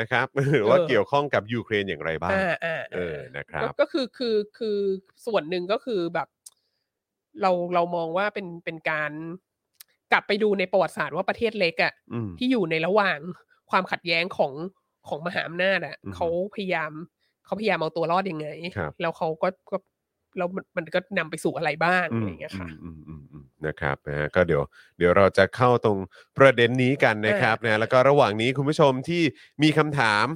[SPEAKER 1] นะครับ หรือว่า
[SPEAKER 2] เออ
[SPEAKER 1] เกี่ยวข้องกับยูเครนอย่างไรบ้าง
[SPEAKER 2] อ่าอ่า
[SPEAKER 1] เออนะครับ
[SPEAKER 2] ก็ก็คือคือคือส่วนหนึ่งก็คือแบบ เราเรามองว่าเป็นเป็นการกลับไปดูในประวัติศาสตร์ว่าประเทศเล็กอะ
[SPEAKER 1] อืม
[SPEAKER 2] ที่อยู่ในระหว่างความขัดแย้งของของมหาอำนาจอะ
[SPEAKER 1] อือฮึ
[SPEAKER 2] เขาพยายามเขาพยายามเอาตัวรอดยังไง
[SPEAKER 1] ครับ
[SPEAKER 2] แล้วเขาก็ก็แล้วมันมันก็นำไปสู่อะไรบ้าง
[SPEAKER 1] อื
[SPEAKER 2] อะไร
[SPEAKER 1] ม
[SPEAKER 2] อย่างเงี้ยค่ะ
[SPEAKER 1] อืมอืมอืมอืมนะครับนะฮะก็เดี๋ยวเดี๋ยวเราจะเข้าตรงประเด็นนี้กันนะครับนะแล้วก็ระหว่างนี้คุณผู้ชมที่มีคำถาม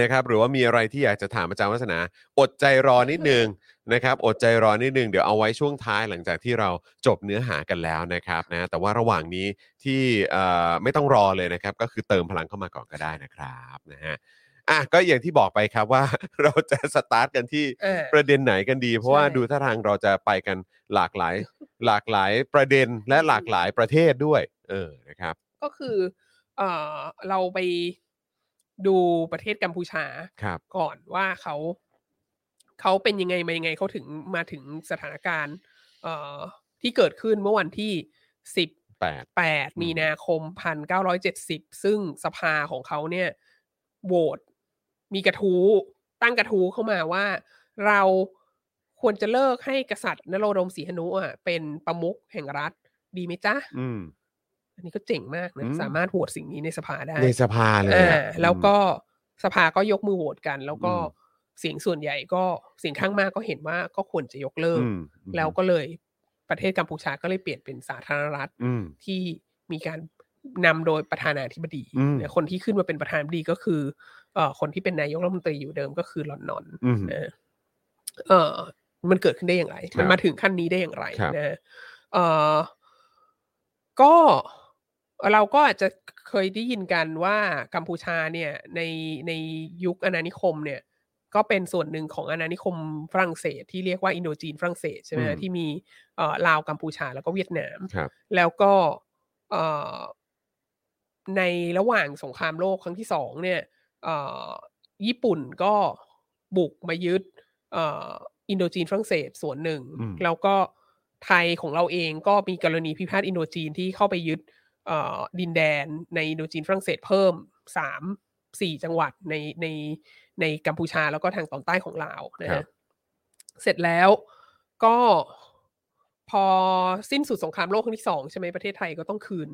[SPEAKER 1] นะครับ หรือว่ามีอะไรที่อยากจะถามอาจารย์วัฒนา อดใจรอนิดนึงนะครับ อดใจรอนิดนึงเดี๋ยวเอาไว้ช่วงท้ายหลังจากที่เราจบเนื้อหากันแล้วนะครับนะแต่ว่าระหว่างนี้ที่เอ่อไม่ต้องรอเลยนะครับ ก็คือเติมพลังเข้ามาก่อนก็ได้นะครับนะฮะอ่ะก็อย่างที่บอกไปครับว่า เราจะสตาร์ทกันที่
[SPEAKER 2] เออ
[SPEAKER 1] ประเด็นไหนกันดี เพราะว่าดูท่าทางเราจะไปกันหลากหล าย หลากหลายประเด็นและหลากหลายประเทศด้วย เออนะครับ
[SPEAKER 2] ก็คือเออเราไปดูประเทศกัมพูชา
[SPEAKER 1] ครับ
[SPEAKER 2] ก่อนว่าเขาเขาเป็นยังไงมายังไงเขาถึงมาถึงสถานการณ์ เอ่อที่เกิดขึ้นเมื่อวันที่
[SPEAKER 1] แปด ม
[SPEAKER 2] 18 มีนาคม 1970 ซึ่งสภาของเขาเนี่ยโหวตมีกระทู้ตั้งกระทู้เข้ามาว่า เราควรจะเลิกให้กษัตริย์นโรดมศรีหนุอ่ะเป็นประมุขแห่งรัฐดีไหมจ๊ะ
[SPEAKER 1] อืม
[SPEAKER 2] อันนี้ก็เจ๋งมากนะ
[SPEAKER 1] อืม
[SPEAKER 2] สามารถโหวตสิ่งนี้ในสภาได้
[SPEAKER 1] ในสภาเลยอะ
[SPEAKER 2] อ่าแล้วก็สภาก็ยกมือโหวตกัน แล้วก็
[SPEAKER 1] อืม
[SPEAKER 2] เสียงส่วนใหญ่ก็เสียงข้างมากก็เห็นว่าก็ควรจะยกเลิก
[SPEAKER 1] อืม
[SPEAKER 2] แล้วก็เลยประเทศกัมพูชาก็เลยเปลี่ยนเป็นสาธารณรัฐ
[SPEAKER 1] อืม
[SPEAKER 2] ที่มีการนำโดยประธานาธิบดี
[SPEAKER 1] อืม
[SPEAKER 2] เนี่ยคนที่ขึ้นมาเป็นประธานาธิบดีก็คือเอ่อคนที่เป็นนายกรัฐมนตรีอยู่เดิมก็คือหลอนนอน
[SPEAKER 1] อืม
[SPEAKER 2] นะเอ่อมันเกิดขึ้นได้อย่างไร
[SPEAKER 1] ครับ
[SPEAKER 2] มันมาถึงขั้นนี้ได้อย่างไร
[SPEAKER 1] ครับ
[SPEAKER 2] นะเอ่อ ก็เราก็อาจจะเคยได้ยินกันว่ากัมพูชาเนี่ยในในยุคอาณานิคมเนี่ย ก็เป็นส่วนหนึ่งของอาณานิคมฝรั่งเศส ที่เรียกว่าอินโดจีนฝรั่งเศสใช่ไหม
[SPEAKER 1] อืม
[SPEAKER 2] ที่มีเอ่อลาวกัมพูชาแล้วก็เวียดนาม
[SPEAKER 1] ครับ
[SPEAKER 2] แล้วก็เอ่อในระหว่างสงครามโลกครั้งที่สองเนี่ยเอ่อญี่ปุ่นก็บุกมายึดเอ่ออินโดจีนฝรั่งเศสส่วนหนึ่ง
[SPEAKER 1] อืม
[SPEAKER 2] แล้วก็ไทยของเราเองก็มีกรณีพิพาทอินโดจีนที่เข้าไปยึดเอ่อดินแดนในอินโดจีนฝรั่งเศสเพิ่มสามสี่จังหวัดในในในกัมพูชาแล้วก็ทางตอนใต้ของลาวนะ
[SPEAKER 1] ครั
[SPEAKER 2] ฮะ
[SPEAKER 1] บ
[SPEAKER 2] เสร็จแล้วก็พอสิ้นสุดสงครามโลกครั้งที่สองใช่ไหมประเทศไทยก็ต้องคืน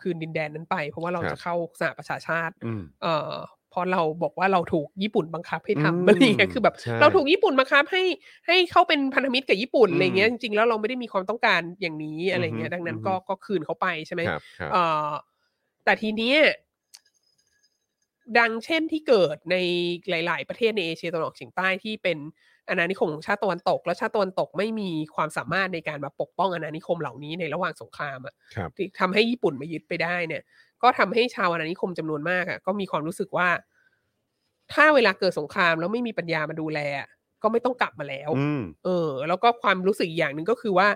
[SPEAKER 2] คืนดินแดนนั้นไป เพราะว่าเรา
[SPEAKER 1] ครับ
[SPEAKER 2] จะเข้าสหประชาชาติ
[SPEAKER 1] อืม
[SPEAKER 2] เอ่อเพราะเราบอกว่าเราถูกญี่ปุ่นบังคับให้
[SPEAKER 1] อืม
[SPEAKER 2] ทำ อะไรอย่างเงี้ยคือแบบ
[SPEAKER 1] ใช่
[SPEAKER 2] เราถูกญี่ปุ่นบังคับให้ให้เข้าเป็นพันธมิตรกับญี่ปุ่น
[SPEAKER 1] อืม
[SPEAKER 2] อะไรเงี้ยจริงๆแล้วเราไม่ได้มีความต้องการอย่างนี้อะไรเงี้
[SPEAKER 1] อือ
[SPEAKER 2] ย
[SPEAKER 1] ฮึ
[SPEAKER 2] ดังนั้น
[SPEAKER 1] อือฮึ
[SPEAKER 2] ก็ก็คืนเขาไปใช่ไหม
[SPEAKER 1] ครับครับ
[SPEAKER 2] เอ่อแต่ทีเนี้ยดังเช่นที่เกิดในหลาย ๆ ประเทศในเอเชียตะวันออกเฉียงใต้ที่เป็นอาณานิคมของชาติตะวันตก และชาติตะวันตกไม่มีความสามารถในการมาปกป้องอาณานิคมเหล่านี้ในระหว่างสงครามอะ
[SPEAKER 1] ครับ
[SPEAKER 2] ที่ทำให้ญี่ปุ่นมายึดไปได้เนี่ย ก็ทำให้ชาวอาณานิคมจำนวนมากอะก็มีความรู้สึกว่า ถ้าเวลาเกิดสงครามแล้วไม่มีปัญญามาดูแลอะก็ไม่ต้องกลับมาแล้ว
[SPEAKER 1] อืม
[SPEAKER 2] เออ แล้วก็ความรู้สึกอีกอย่างหนึ่งก็คือว่า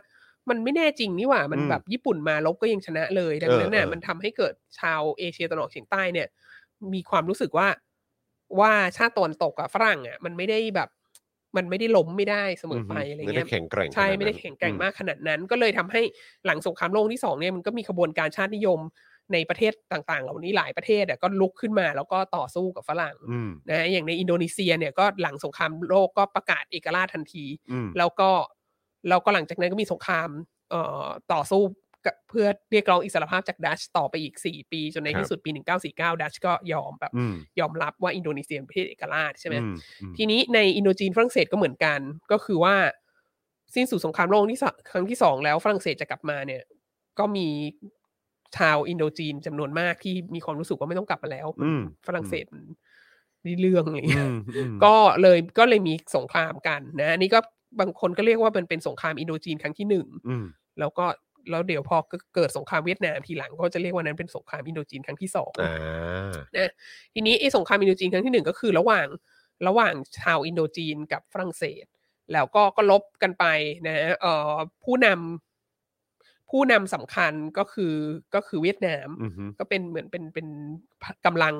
[SPEAKER 2] มันไม่แน่จริงนี่หว่า มัน
[SPEAKER 1] อืม
[SPEAKER 2] แบบญี่ปุ่นมาลบก็ยังชนะเลยดังนั้นน่ะ
[SPEAKER 1] เออเออ
[SPEAKER 2] มันทำให้เกิดชาวเอเชียตะวันออกเฉียงใต้เนี่ย มีความรู้สึกว่าว่าชาติตะวันตกอะฝรั่งอะมันไม่ได้แบบ มันไม่ได้ล้มไม่ได้เสมอไปอะไร
[SPEAKER 1] ไม่
[SPEAKER 2] เงี้
[SPEAKER 1] ได้
[SPEAKER 2] ย
[SPEAKER 1] แข็งแกร่ง
[SPEAKER 2] ใช่
[SPEAKER 1] ขนานั้น
[SPEAKER 2] ไม่ได้แข็งแกร่ง
[SPEAKER 1] อื
[SPEAKER 2] มากขนาดนั้น ก็เลยทำให้หลังสงครามโลกที่สองเนี่ยมันก็มีขบวนการชาตินิยม ในประเทศต่างๆ เหล่านี้หลายประเทศอะก็ลุกขึ้นมาแล้วก็ต่อสู้กับฝรั่ง
[SPEAKER 1] อืม
[SPEAKER 2] นะฮะอย่างในอินโดนีเซียเนี่ยก็หลังสงครามโลกก็ประกาศเอกราชทันที
[SPEAKER 1] อืม
[SPEAKER 2] แล้วก็แล้วก็หลังจากนั้นก็มีสงครามเอ่อต่อสู้กับเพื่อเรียกร้องอิสรภาพจากดัชต่อไปอีก 4 ปี จนในที่สุดปี 1949 ดัชก็ยอมแบบ
[SPEAKER 1] อืม
[SPEAKER 2] ยอมรับว่าอินโดนีเซียเป็นประเทศเอกราชใช่ไหม
[SPEAKER 1] อือืม
[SPEAKER 2] ทีนี้ในอินโดจีนฝรั่งเศสก็เหมือนกัน ก็คือว่าสิ้นสุดสงครามโลกที่สองครั้งที่สองแล้วฝรั่งเศสจะกลับมาเนี่ย ก็มีชาวอินโดจีนจำนวนมากที่มีความรู้สึกว่าไม่ต้องกลับมาแล้วมัน
[SPEAKER 1] อืม
[SPEAKER 2] ฝรั่งเศสมันมีเรื่องอะไรอย่างเงี้
[SPEAKER 1] อื
[SPEAKER 2] ย
[SPEAKER 1] มอืม
[SPEAKER 2] ก็เลยก็เลยมีสงครามกันนะอันนี้ก็บางคนก็เรียกว่ามันเป็นสงครามอินโดจีนครั้งที่หนึ่ง
[SPEAKER 1] อืม
[SPEAKER 2] แล้วก็แล้วเดี๋ยวพอเกิดสงครามเวียดนามทีหลังก็จะเรียกว่านั้นเป็นสงครามอินโดจีนครั้งที่สอง
[SPEAKER 1] อ่า
[SPEAKER 2] ทีนี้ไอ้สงครามอินโดจีนครั้งที่หนึ่งก็คือระหว่างระหว่างชาวอินโดจีนกับฝรั่งเศส แล้วก็ก็ลบกันไปนะเอ่อผู้นำผู้นำสำคัญก็คือก็คือเวียดนาม
[SPEAKER 1] อืมอืม
[SPEAKER 2] ก็เป็นเหมือนเป็นเป็นกำลัง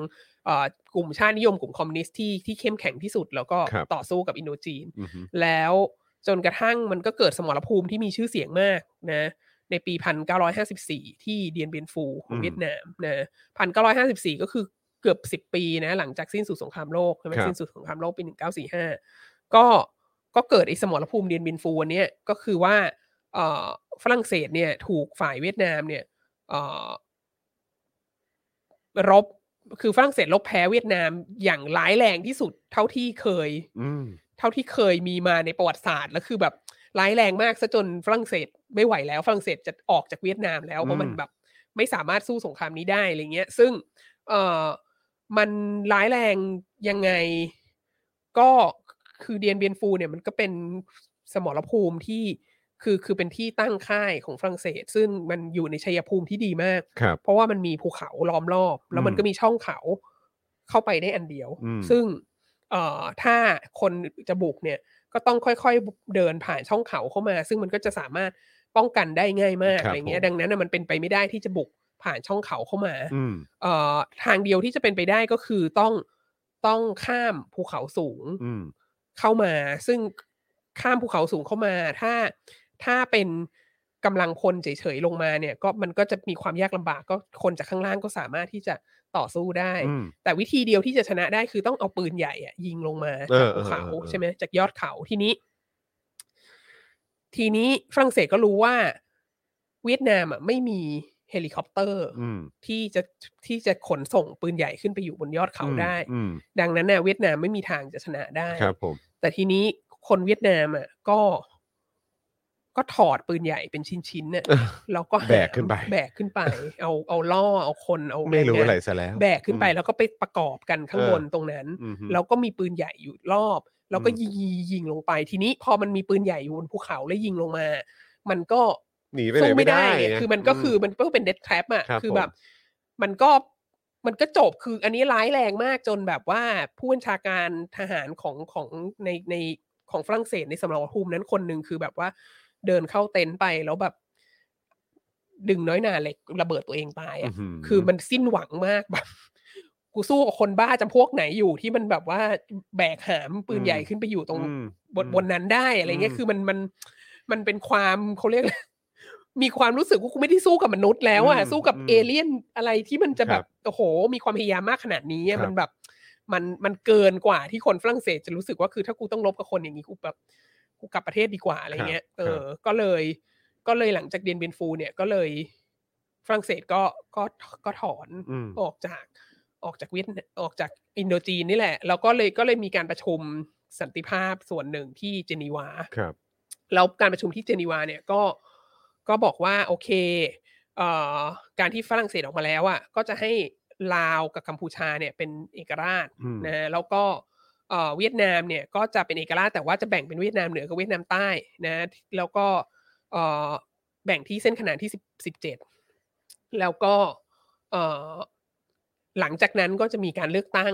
[SPEAKER 2] เอ่อกลุ่มชาตินิยมกลุ่มคอมมิวนิสต์ที่ที่เข้มแข็งที่สุด แล้วก็ต่อสู้กับอินโดจีน
[SPEAKER 1] อืมอืม
[SPEAKER 2] แล้วจนกระทั่งมันก็เกิดสมรภูมิที่มีชื่อเสียงมากนะในปี 1954 ที่เดียนเบียนฟูของเวียดนามนะ1954 ก็คือเกือบ 10 ปีนะหลังจากสิ้นสุดสงครามโลกใช่ไหมสิ้นสุดสงครามโลกปี 1945 ก็ก็เกิดไอ้สมรภูมิเดียนเบียนฟูอันเนี้ยก็คือว่าเอ่อฝรั่งเศสเนี่ยถูกฝ่ายเวียดนามเนี่ยเอ่อรบคือฝรั่งเศสรบแพ้เวียดนามอย่างร้ายแรงที่สุดเท่าที่เคย
[SPEAKER 1] อืม
[SPEAKER 2] เท่าที่เคยมีมาในประวัติศาสตร์แล้วคือแบบร้ายแรงมากซะจนฝรั่งเศสไม่ไหวแล้วฝรั่งเศสจะออกจากเวียดนามแล้ว
[SPEAKER 1] อืม
[SPEAKER 2] เพราะมันแบบไม่สามารถสู้สงครามนี้ได้อะไรเงี้ย ซึ่งเออมันร้ายแรงยังไง ก็คือเดียนเบียนฟูเนี่ยมันก็เป็นสมรภูมิที่คือคือเป็นที่ตั้งค่ายของฝรั่งเศส ซึ่งมันอยู่ในชัยภูมิที่ดีมาก
[SPEAKER 1] ครับ
[SPEAKER 2] เพราะว่ามันมีภูเขาล้อมรอบ แล้วมัน
[SPEAKER 1] อืม
[SPEAKER 2] ก็มีช่องเขาเข้าไปได้อันเดียว
[SPEAKER 1] อืม
[SPEAKER 2] ซึ่งเอ่อถ้าคนจะบุกเนี่ย ก็ต้องค่อยๆเดินผ่านช่องเขาเข้ามา ซึ่งมันก็จะสามารถป้องกันได้ง่ายมาก
[SPEAKER 1] ครับ
[SPEAKER 2] อะไรเงี้ย
[SPEAKER 1] ผม
[SPEAKER 2] ดังนั้นนะมันเป็นไปไม่ได้ที่จะบุกผ่านช่องเขาเข้ามา
[SPEAKER 1] อืม
[SPEAKER 2] เอ่อทางเดียวที่จะเป็นไปได้ก็คือต้องต้องข้ามภูเขาสูง
[SPEAKER 1] อืม
[SPEAKER 2] เข้ามาซึ่งข้ามภูเขาสูงเข้ามา ถ้าถ้าเป็นกำลังคนเฉยๆลงมาเนี่ย ก็มันก็จะมีความยากลำบากก็คนจากข้างล่างก็สามารถที่จะต่อสู้ได้
[SPEAKER 1] อืม
[SPEAKER 2] แต่วิธีเดียวที่จะชนะได้คือต้องเอาปืนใหญ่อะยิงลงมา
[SPEAKER 1] เอ
[SPEAKER 2] จาก
[SPEAKER 1] อ
[SPEAKER 2] ภู
[SPEAKER 1] เออเอ
[SPEAKER 2] เขา
[SPEAKER 1] อ
[SPEAKER 2] ใช่ไหมจากยอดเขาทีนี้ ทีนี้ฝรั่งเศสก็รู้ว่า เวียดนามอะไม่มีเฮลิคอปเตอร์
[SPEAKER 1] อืม
[SPEAKER 2] ที่จะที่จะขนส่งปืนใหญ่ขึ้นไปอยู่บนยอดเขาได้
[SPEAKER 1] อืม
[SPEAKER 2] ดังนั้นน่ะเวียดนามไม่มีทางจะชนะได้
[SPEAKER 1] ครับผม
[SPEAKER 2] แต่ทีนี้คนเวียดนามอ่ะก็ ก็ถอดปืนใหญ่เป็นชิ้นๆเนี่ยแล้วก็หาม
[SPEAKER 1] แบกขึ้นไป
[SPEAKER 2] แบกขึ้นไป เอาเอาล่อเอาคนเอา
[SPEAKER 1] ไม่รู้
[SPEAKER 2] แงงาน
[SPEAKER 1] อะไรซะแล้ว
[SPEAKER 2] แบกขึ้นไปแล้วก็ไปประกอบกันข้าง
[SPEAKER 1] เออ
[SPEAKER 2] บนตรงนั้น
[SPEAKER 1] อืม
[SPEAKER 2] แล้วก็มีปืนใหญ่อยู่รอบ แล้วก็
[SPEAKER 1] อืม
[SPEAKER 2] ยิงๆยิงลงไป ทีนี้พอมันมีปืนใหญ่อยู่บนภูเขาแล้วยิงลงมา มันก็
[SPEAKER 1] หนีไปไหน
[SPEAKER 2] สู้
[SPEAKER 1] ไม่
[SPEAKER 2] ไม่
[SPEAKER 1] ได้
[SPEAKER 2] ได้ไง
[SPEAKER 1] ะ
[SPEAKER 2] คือมันก็คือมันก็เป็นเด t แท a p อ่ะ
[SPEAKER 1] ครับ
[SPEAKER 2] คือ
[SPEAKER 1] ผม
[SPEAKER 2] แบบ มันก็มันก็จบ คืออันนี้ร้ายแรงมากจนแบบว่าผู้บัญชาการทหารของของในในของฝรั่งเศสในสำรภูมินั้นคนหนึ่งคือแบบว่าเดินเข้าเต็นท์ไปแล้วแบบ ดึงน้อยหนาเหล็กระเบิดตัวเองตาย
[SPEAKER 1] อื
[SPEAKER 2] อ่ะ
[SPEAKER 1] ม
[SPEAKER 2] คือมันสิ้นหวังมากแบบ กูสู้กับคนบ้าจำพวกไหนอยู่ที่มันแบบว่าแบกหามปืนใหญ่ขึ้นไปอยู่ตรง
[SPEAKER 1] อืม
[SPEAKER 2] บนบนนั้นได้อะไรเงี้
[SPEAKER 1] อื
[SPEAKER 2] ย
[SPEAKER 1] ม
[SPEAKER 2] คือมันมันมันเป็นความเขาเรียก อะไร มีความรู้สึกว่ากูไม่ได้สู้กับมนุษย์แล้วอะ
[SPEAKER 1] อืม
[SPEAKER 2] สู้กับ
[SPEAKER 1] อืม
[SPEAKER 2] เอเลี่ยนอะไรที่มันจะแบบโอ้โห มีความพยายามมากขนาดนี้อะ
[SPEAKER 1] ครับ
[SPEAKER 2] มันแบบ มันมันเกินกว่าที่คนฝรั่งเศสจะรู้สึกว่าคือถ้ากูต้องรบกับคนอย่างนี้กูแบบกูกลับประเทศดีกว่าอะไรเงี้ยเออ ก็เลย ก็เลยหลังจากเดียนเบียนฟู เนี่ยก็เลยฝรั่งเศสก็ก็ก็ถอน
[SPEAKER 1] อืม
[SPEAKER 2] ออกจากออกจากเวียดนออกจากอินโดจีนนี่แหละ แล้วก็เลยก็เลยมีการประชุมสันติภาพส่วนหนึ่งที่เจนีวา
[SPEAKER 1] ครับ
[SPEAKER 2] แล้วการประชุมที่เจนีวาเนี่ยก็ก็บอกว่าโอเคเอ่อการที่ฝรั่งเศสออกมาแล้วอ่ะก็จะให้ลาวกับกัมพูชาเนี่ยเป็นเอกราช
[SPEAKER 1] อืม
[SPEAKER 2] นะแล้วก็เอ่อเวียดนามเนี่ยก็จะเป็นเอกราชแต่ว่าจะแบ่งเป็นเวียดนามเหนือกับเวียดนามใต้นะแล้วก็เอ่อแบ่งที่เส้นขนานที่สิบสิบเจ็ดแล้วก็เอ่อหลังจากนั้นก็จะมีการเลือกตั้ง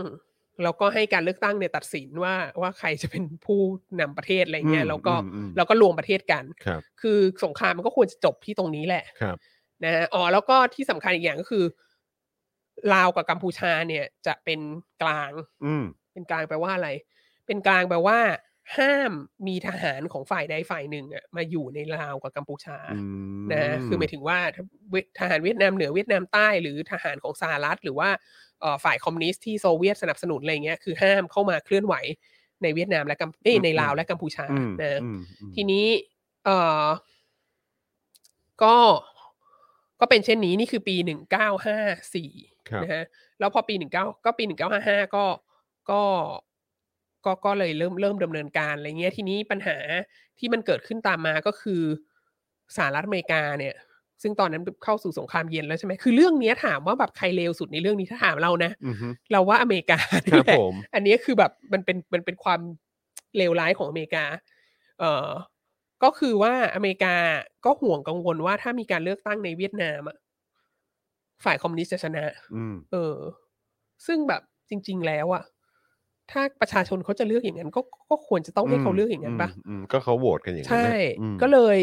[SPEAKER 2] แล้วก็ให้การเลือกตั้งเนี่ยตัดสินว่าว่าใครจะเป็นผู้นำประเทศอะไรเงี้
[SPEAKER 1] อื
[SPEAKER 2] ย
[SPEAKER 1] ม
[SPEAKER 2] แล้วก็
[SPEAKER 1] อืมอืม
[SPEAKER 2] แล้วก็รวมประเทศกัน
[SPEAKER 1] ครับ
[SPEAKER 2] คือสงครามมันก็ควรจะจบที่ตรงนี้แหละ
[SPEAKER 1] ครับ
[SPEAKER 2] นะฮะอ๋อ แล้วก็ที่สำคัญอีกอย่างก็คือ ลาวกับกัมพูชาเนี่ยจะเป็นกลาง
[SPEAKER 1] อืม
[SPEAKER 2] เป็นกลางแปลว่าอะไร เป็นกลางแปลว่า ห้ามมีทหารของฝ่ายใดฝ่ายหนึ่งอ่ะมาอยู่ในลาวกับกัมพูชา
[SPEAKER 3] อืม
[SPEAKER 2] นะคือหมายถึงว่าถ้าเวทหารเวียดนามเหนือเวียดนามใต้ หรือทหารของสหรัฐ หรือว่าเอ่อฝ่ายคอมมิวนิสต์ที่โซเวียตสนับสนุนอะไรเงี้ยคือห้ามเข้ามาเคลื่อนไหวในเวียดนามและกัมเอ้ยในลาวและกัมพูชา
[SPEAKER 3] อืม
[SPEAKER 2] นะ
[SPEAKER 3] อืม
[SPEAKER 2] ทีนี้เอ่อก็ก็เป็นเช่นนี้นี่คือปีหนึ่งเก้าห้าสี่
[SPEAKER 1] ครับ
[SPEAKER 2] นะฮะแล้วพอปีหนึ่งเก้าก็ปีหนึ่งเก้าห้าห้าก็ก็ก็ก็เลยเริ่มเริ่มดำเนินการอะไรเงี้ยทีนี้ปัญหาที่มันเกิดขึ้นตามมาก็คือสหรัฐอเมริกาเนี่ย ซึ่งตอนนั้นเข้าสู่สงครามเย็นแล้วใช่ไหมคือเรื่องเนี้ยถามว่าแบบใครเลวสุดในเรื่องนี้ถ้าถามเรานะ
[SPEAKER 3] อืมฮึ
[SPEAKER 2] เราว่าอเมริกา
[SPEAKER 1] ค
[SPEAKER 2] นี่
[SPEAKER 1] รับ
[SPEAKER 2] แหละ
[SPEAKER 1] ผม
[SPEAKER 2] อันนี้คือแบบมันเป็นมันเป็นความเลวร้ายของอเมริกา เอ่อ ก็คือว่าอเมริกาก็ห่วงกังวลว่าถ้ามีการเลือกตั้งในเวียดนามอะฝ่ายคอมมิวนิสต์จะชนะ
[SPEAKER 3] อืม
[SPEAKER 2] เออ ซึ่งแบบจริง ๆ แล้วอะถ้าประชาชนเขาจะเลือกอย่างนั้น ก็ก็ควรจะต้องให้เขาเลือกอย่างนั้นปะ
[SPEAKER 1] อืมก็เขาโหวตกันอย่างนั้น
[SPEAKER 2] ใช่
[SPEAKER 1] นะอืม
[SPEAKER 2] ก็เลย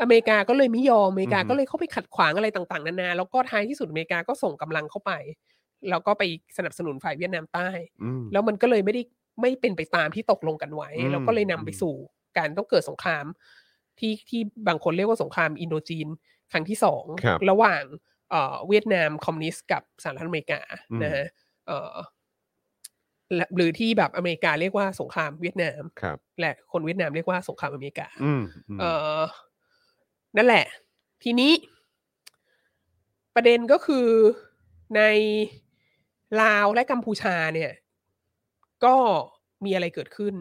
[SPEAKER 2] อเมริกาก็เลยไม่ยอม อเมริกา
[SPEAKER 1] อือฮึ
[SPEAKER 2] ก็เลยเข้าไปขัดขวางอะไรต่างๆ นานา แล้วก็ท้ายที่สุดอเมริกาก็ส่งกำลังเข้าไป แล้วก็ไปสนับสนุนฝ่ายเวียดนามใต้
[SPEAKER 3] อืม
[SPEAKER 2] แล้วมันก็เลยไม่ได้ไม่เป็นไปตามที่ตกลงกันไว้
[SPEAKER 3] อืม
[SPEAKER 2] แล้วก็เลยนำไปสู่การต้องเกิดสงคราม ที่ที่บางคนเรียกว่าสงครามอินโดจีน ครั้งที่สอง
[SPEAKER 1] ครับ
[SPEAKER 2] ระหว่างเอ่อเวียดนามคอมมิวนิสต์กับสหรัฐอเมริกานะฮะเอ่อและหรือที่แบบอเมริกาเรียกว่าสงครามเวียดนาม
[SPEAKER 1] ครับ
[SPEAKER 2] และคนเวียดนามเรียกว่าสงครามอเมริกา
[SPEAKER 3] อืมม
[SPEAKER 2] เออนั่นแหละ ทีนี้ ประเด็นก็คือในลาวและกัมพูชาเนี่ย ก็มีอะไรเกิดขึ้น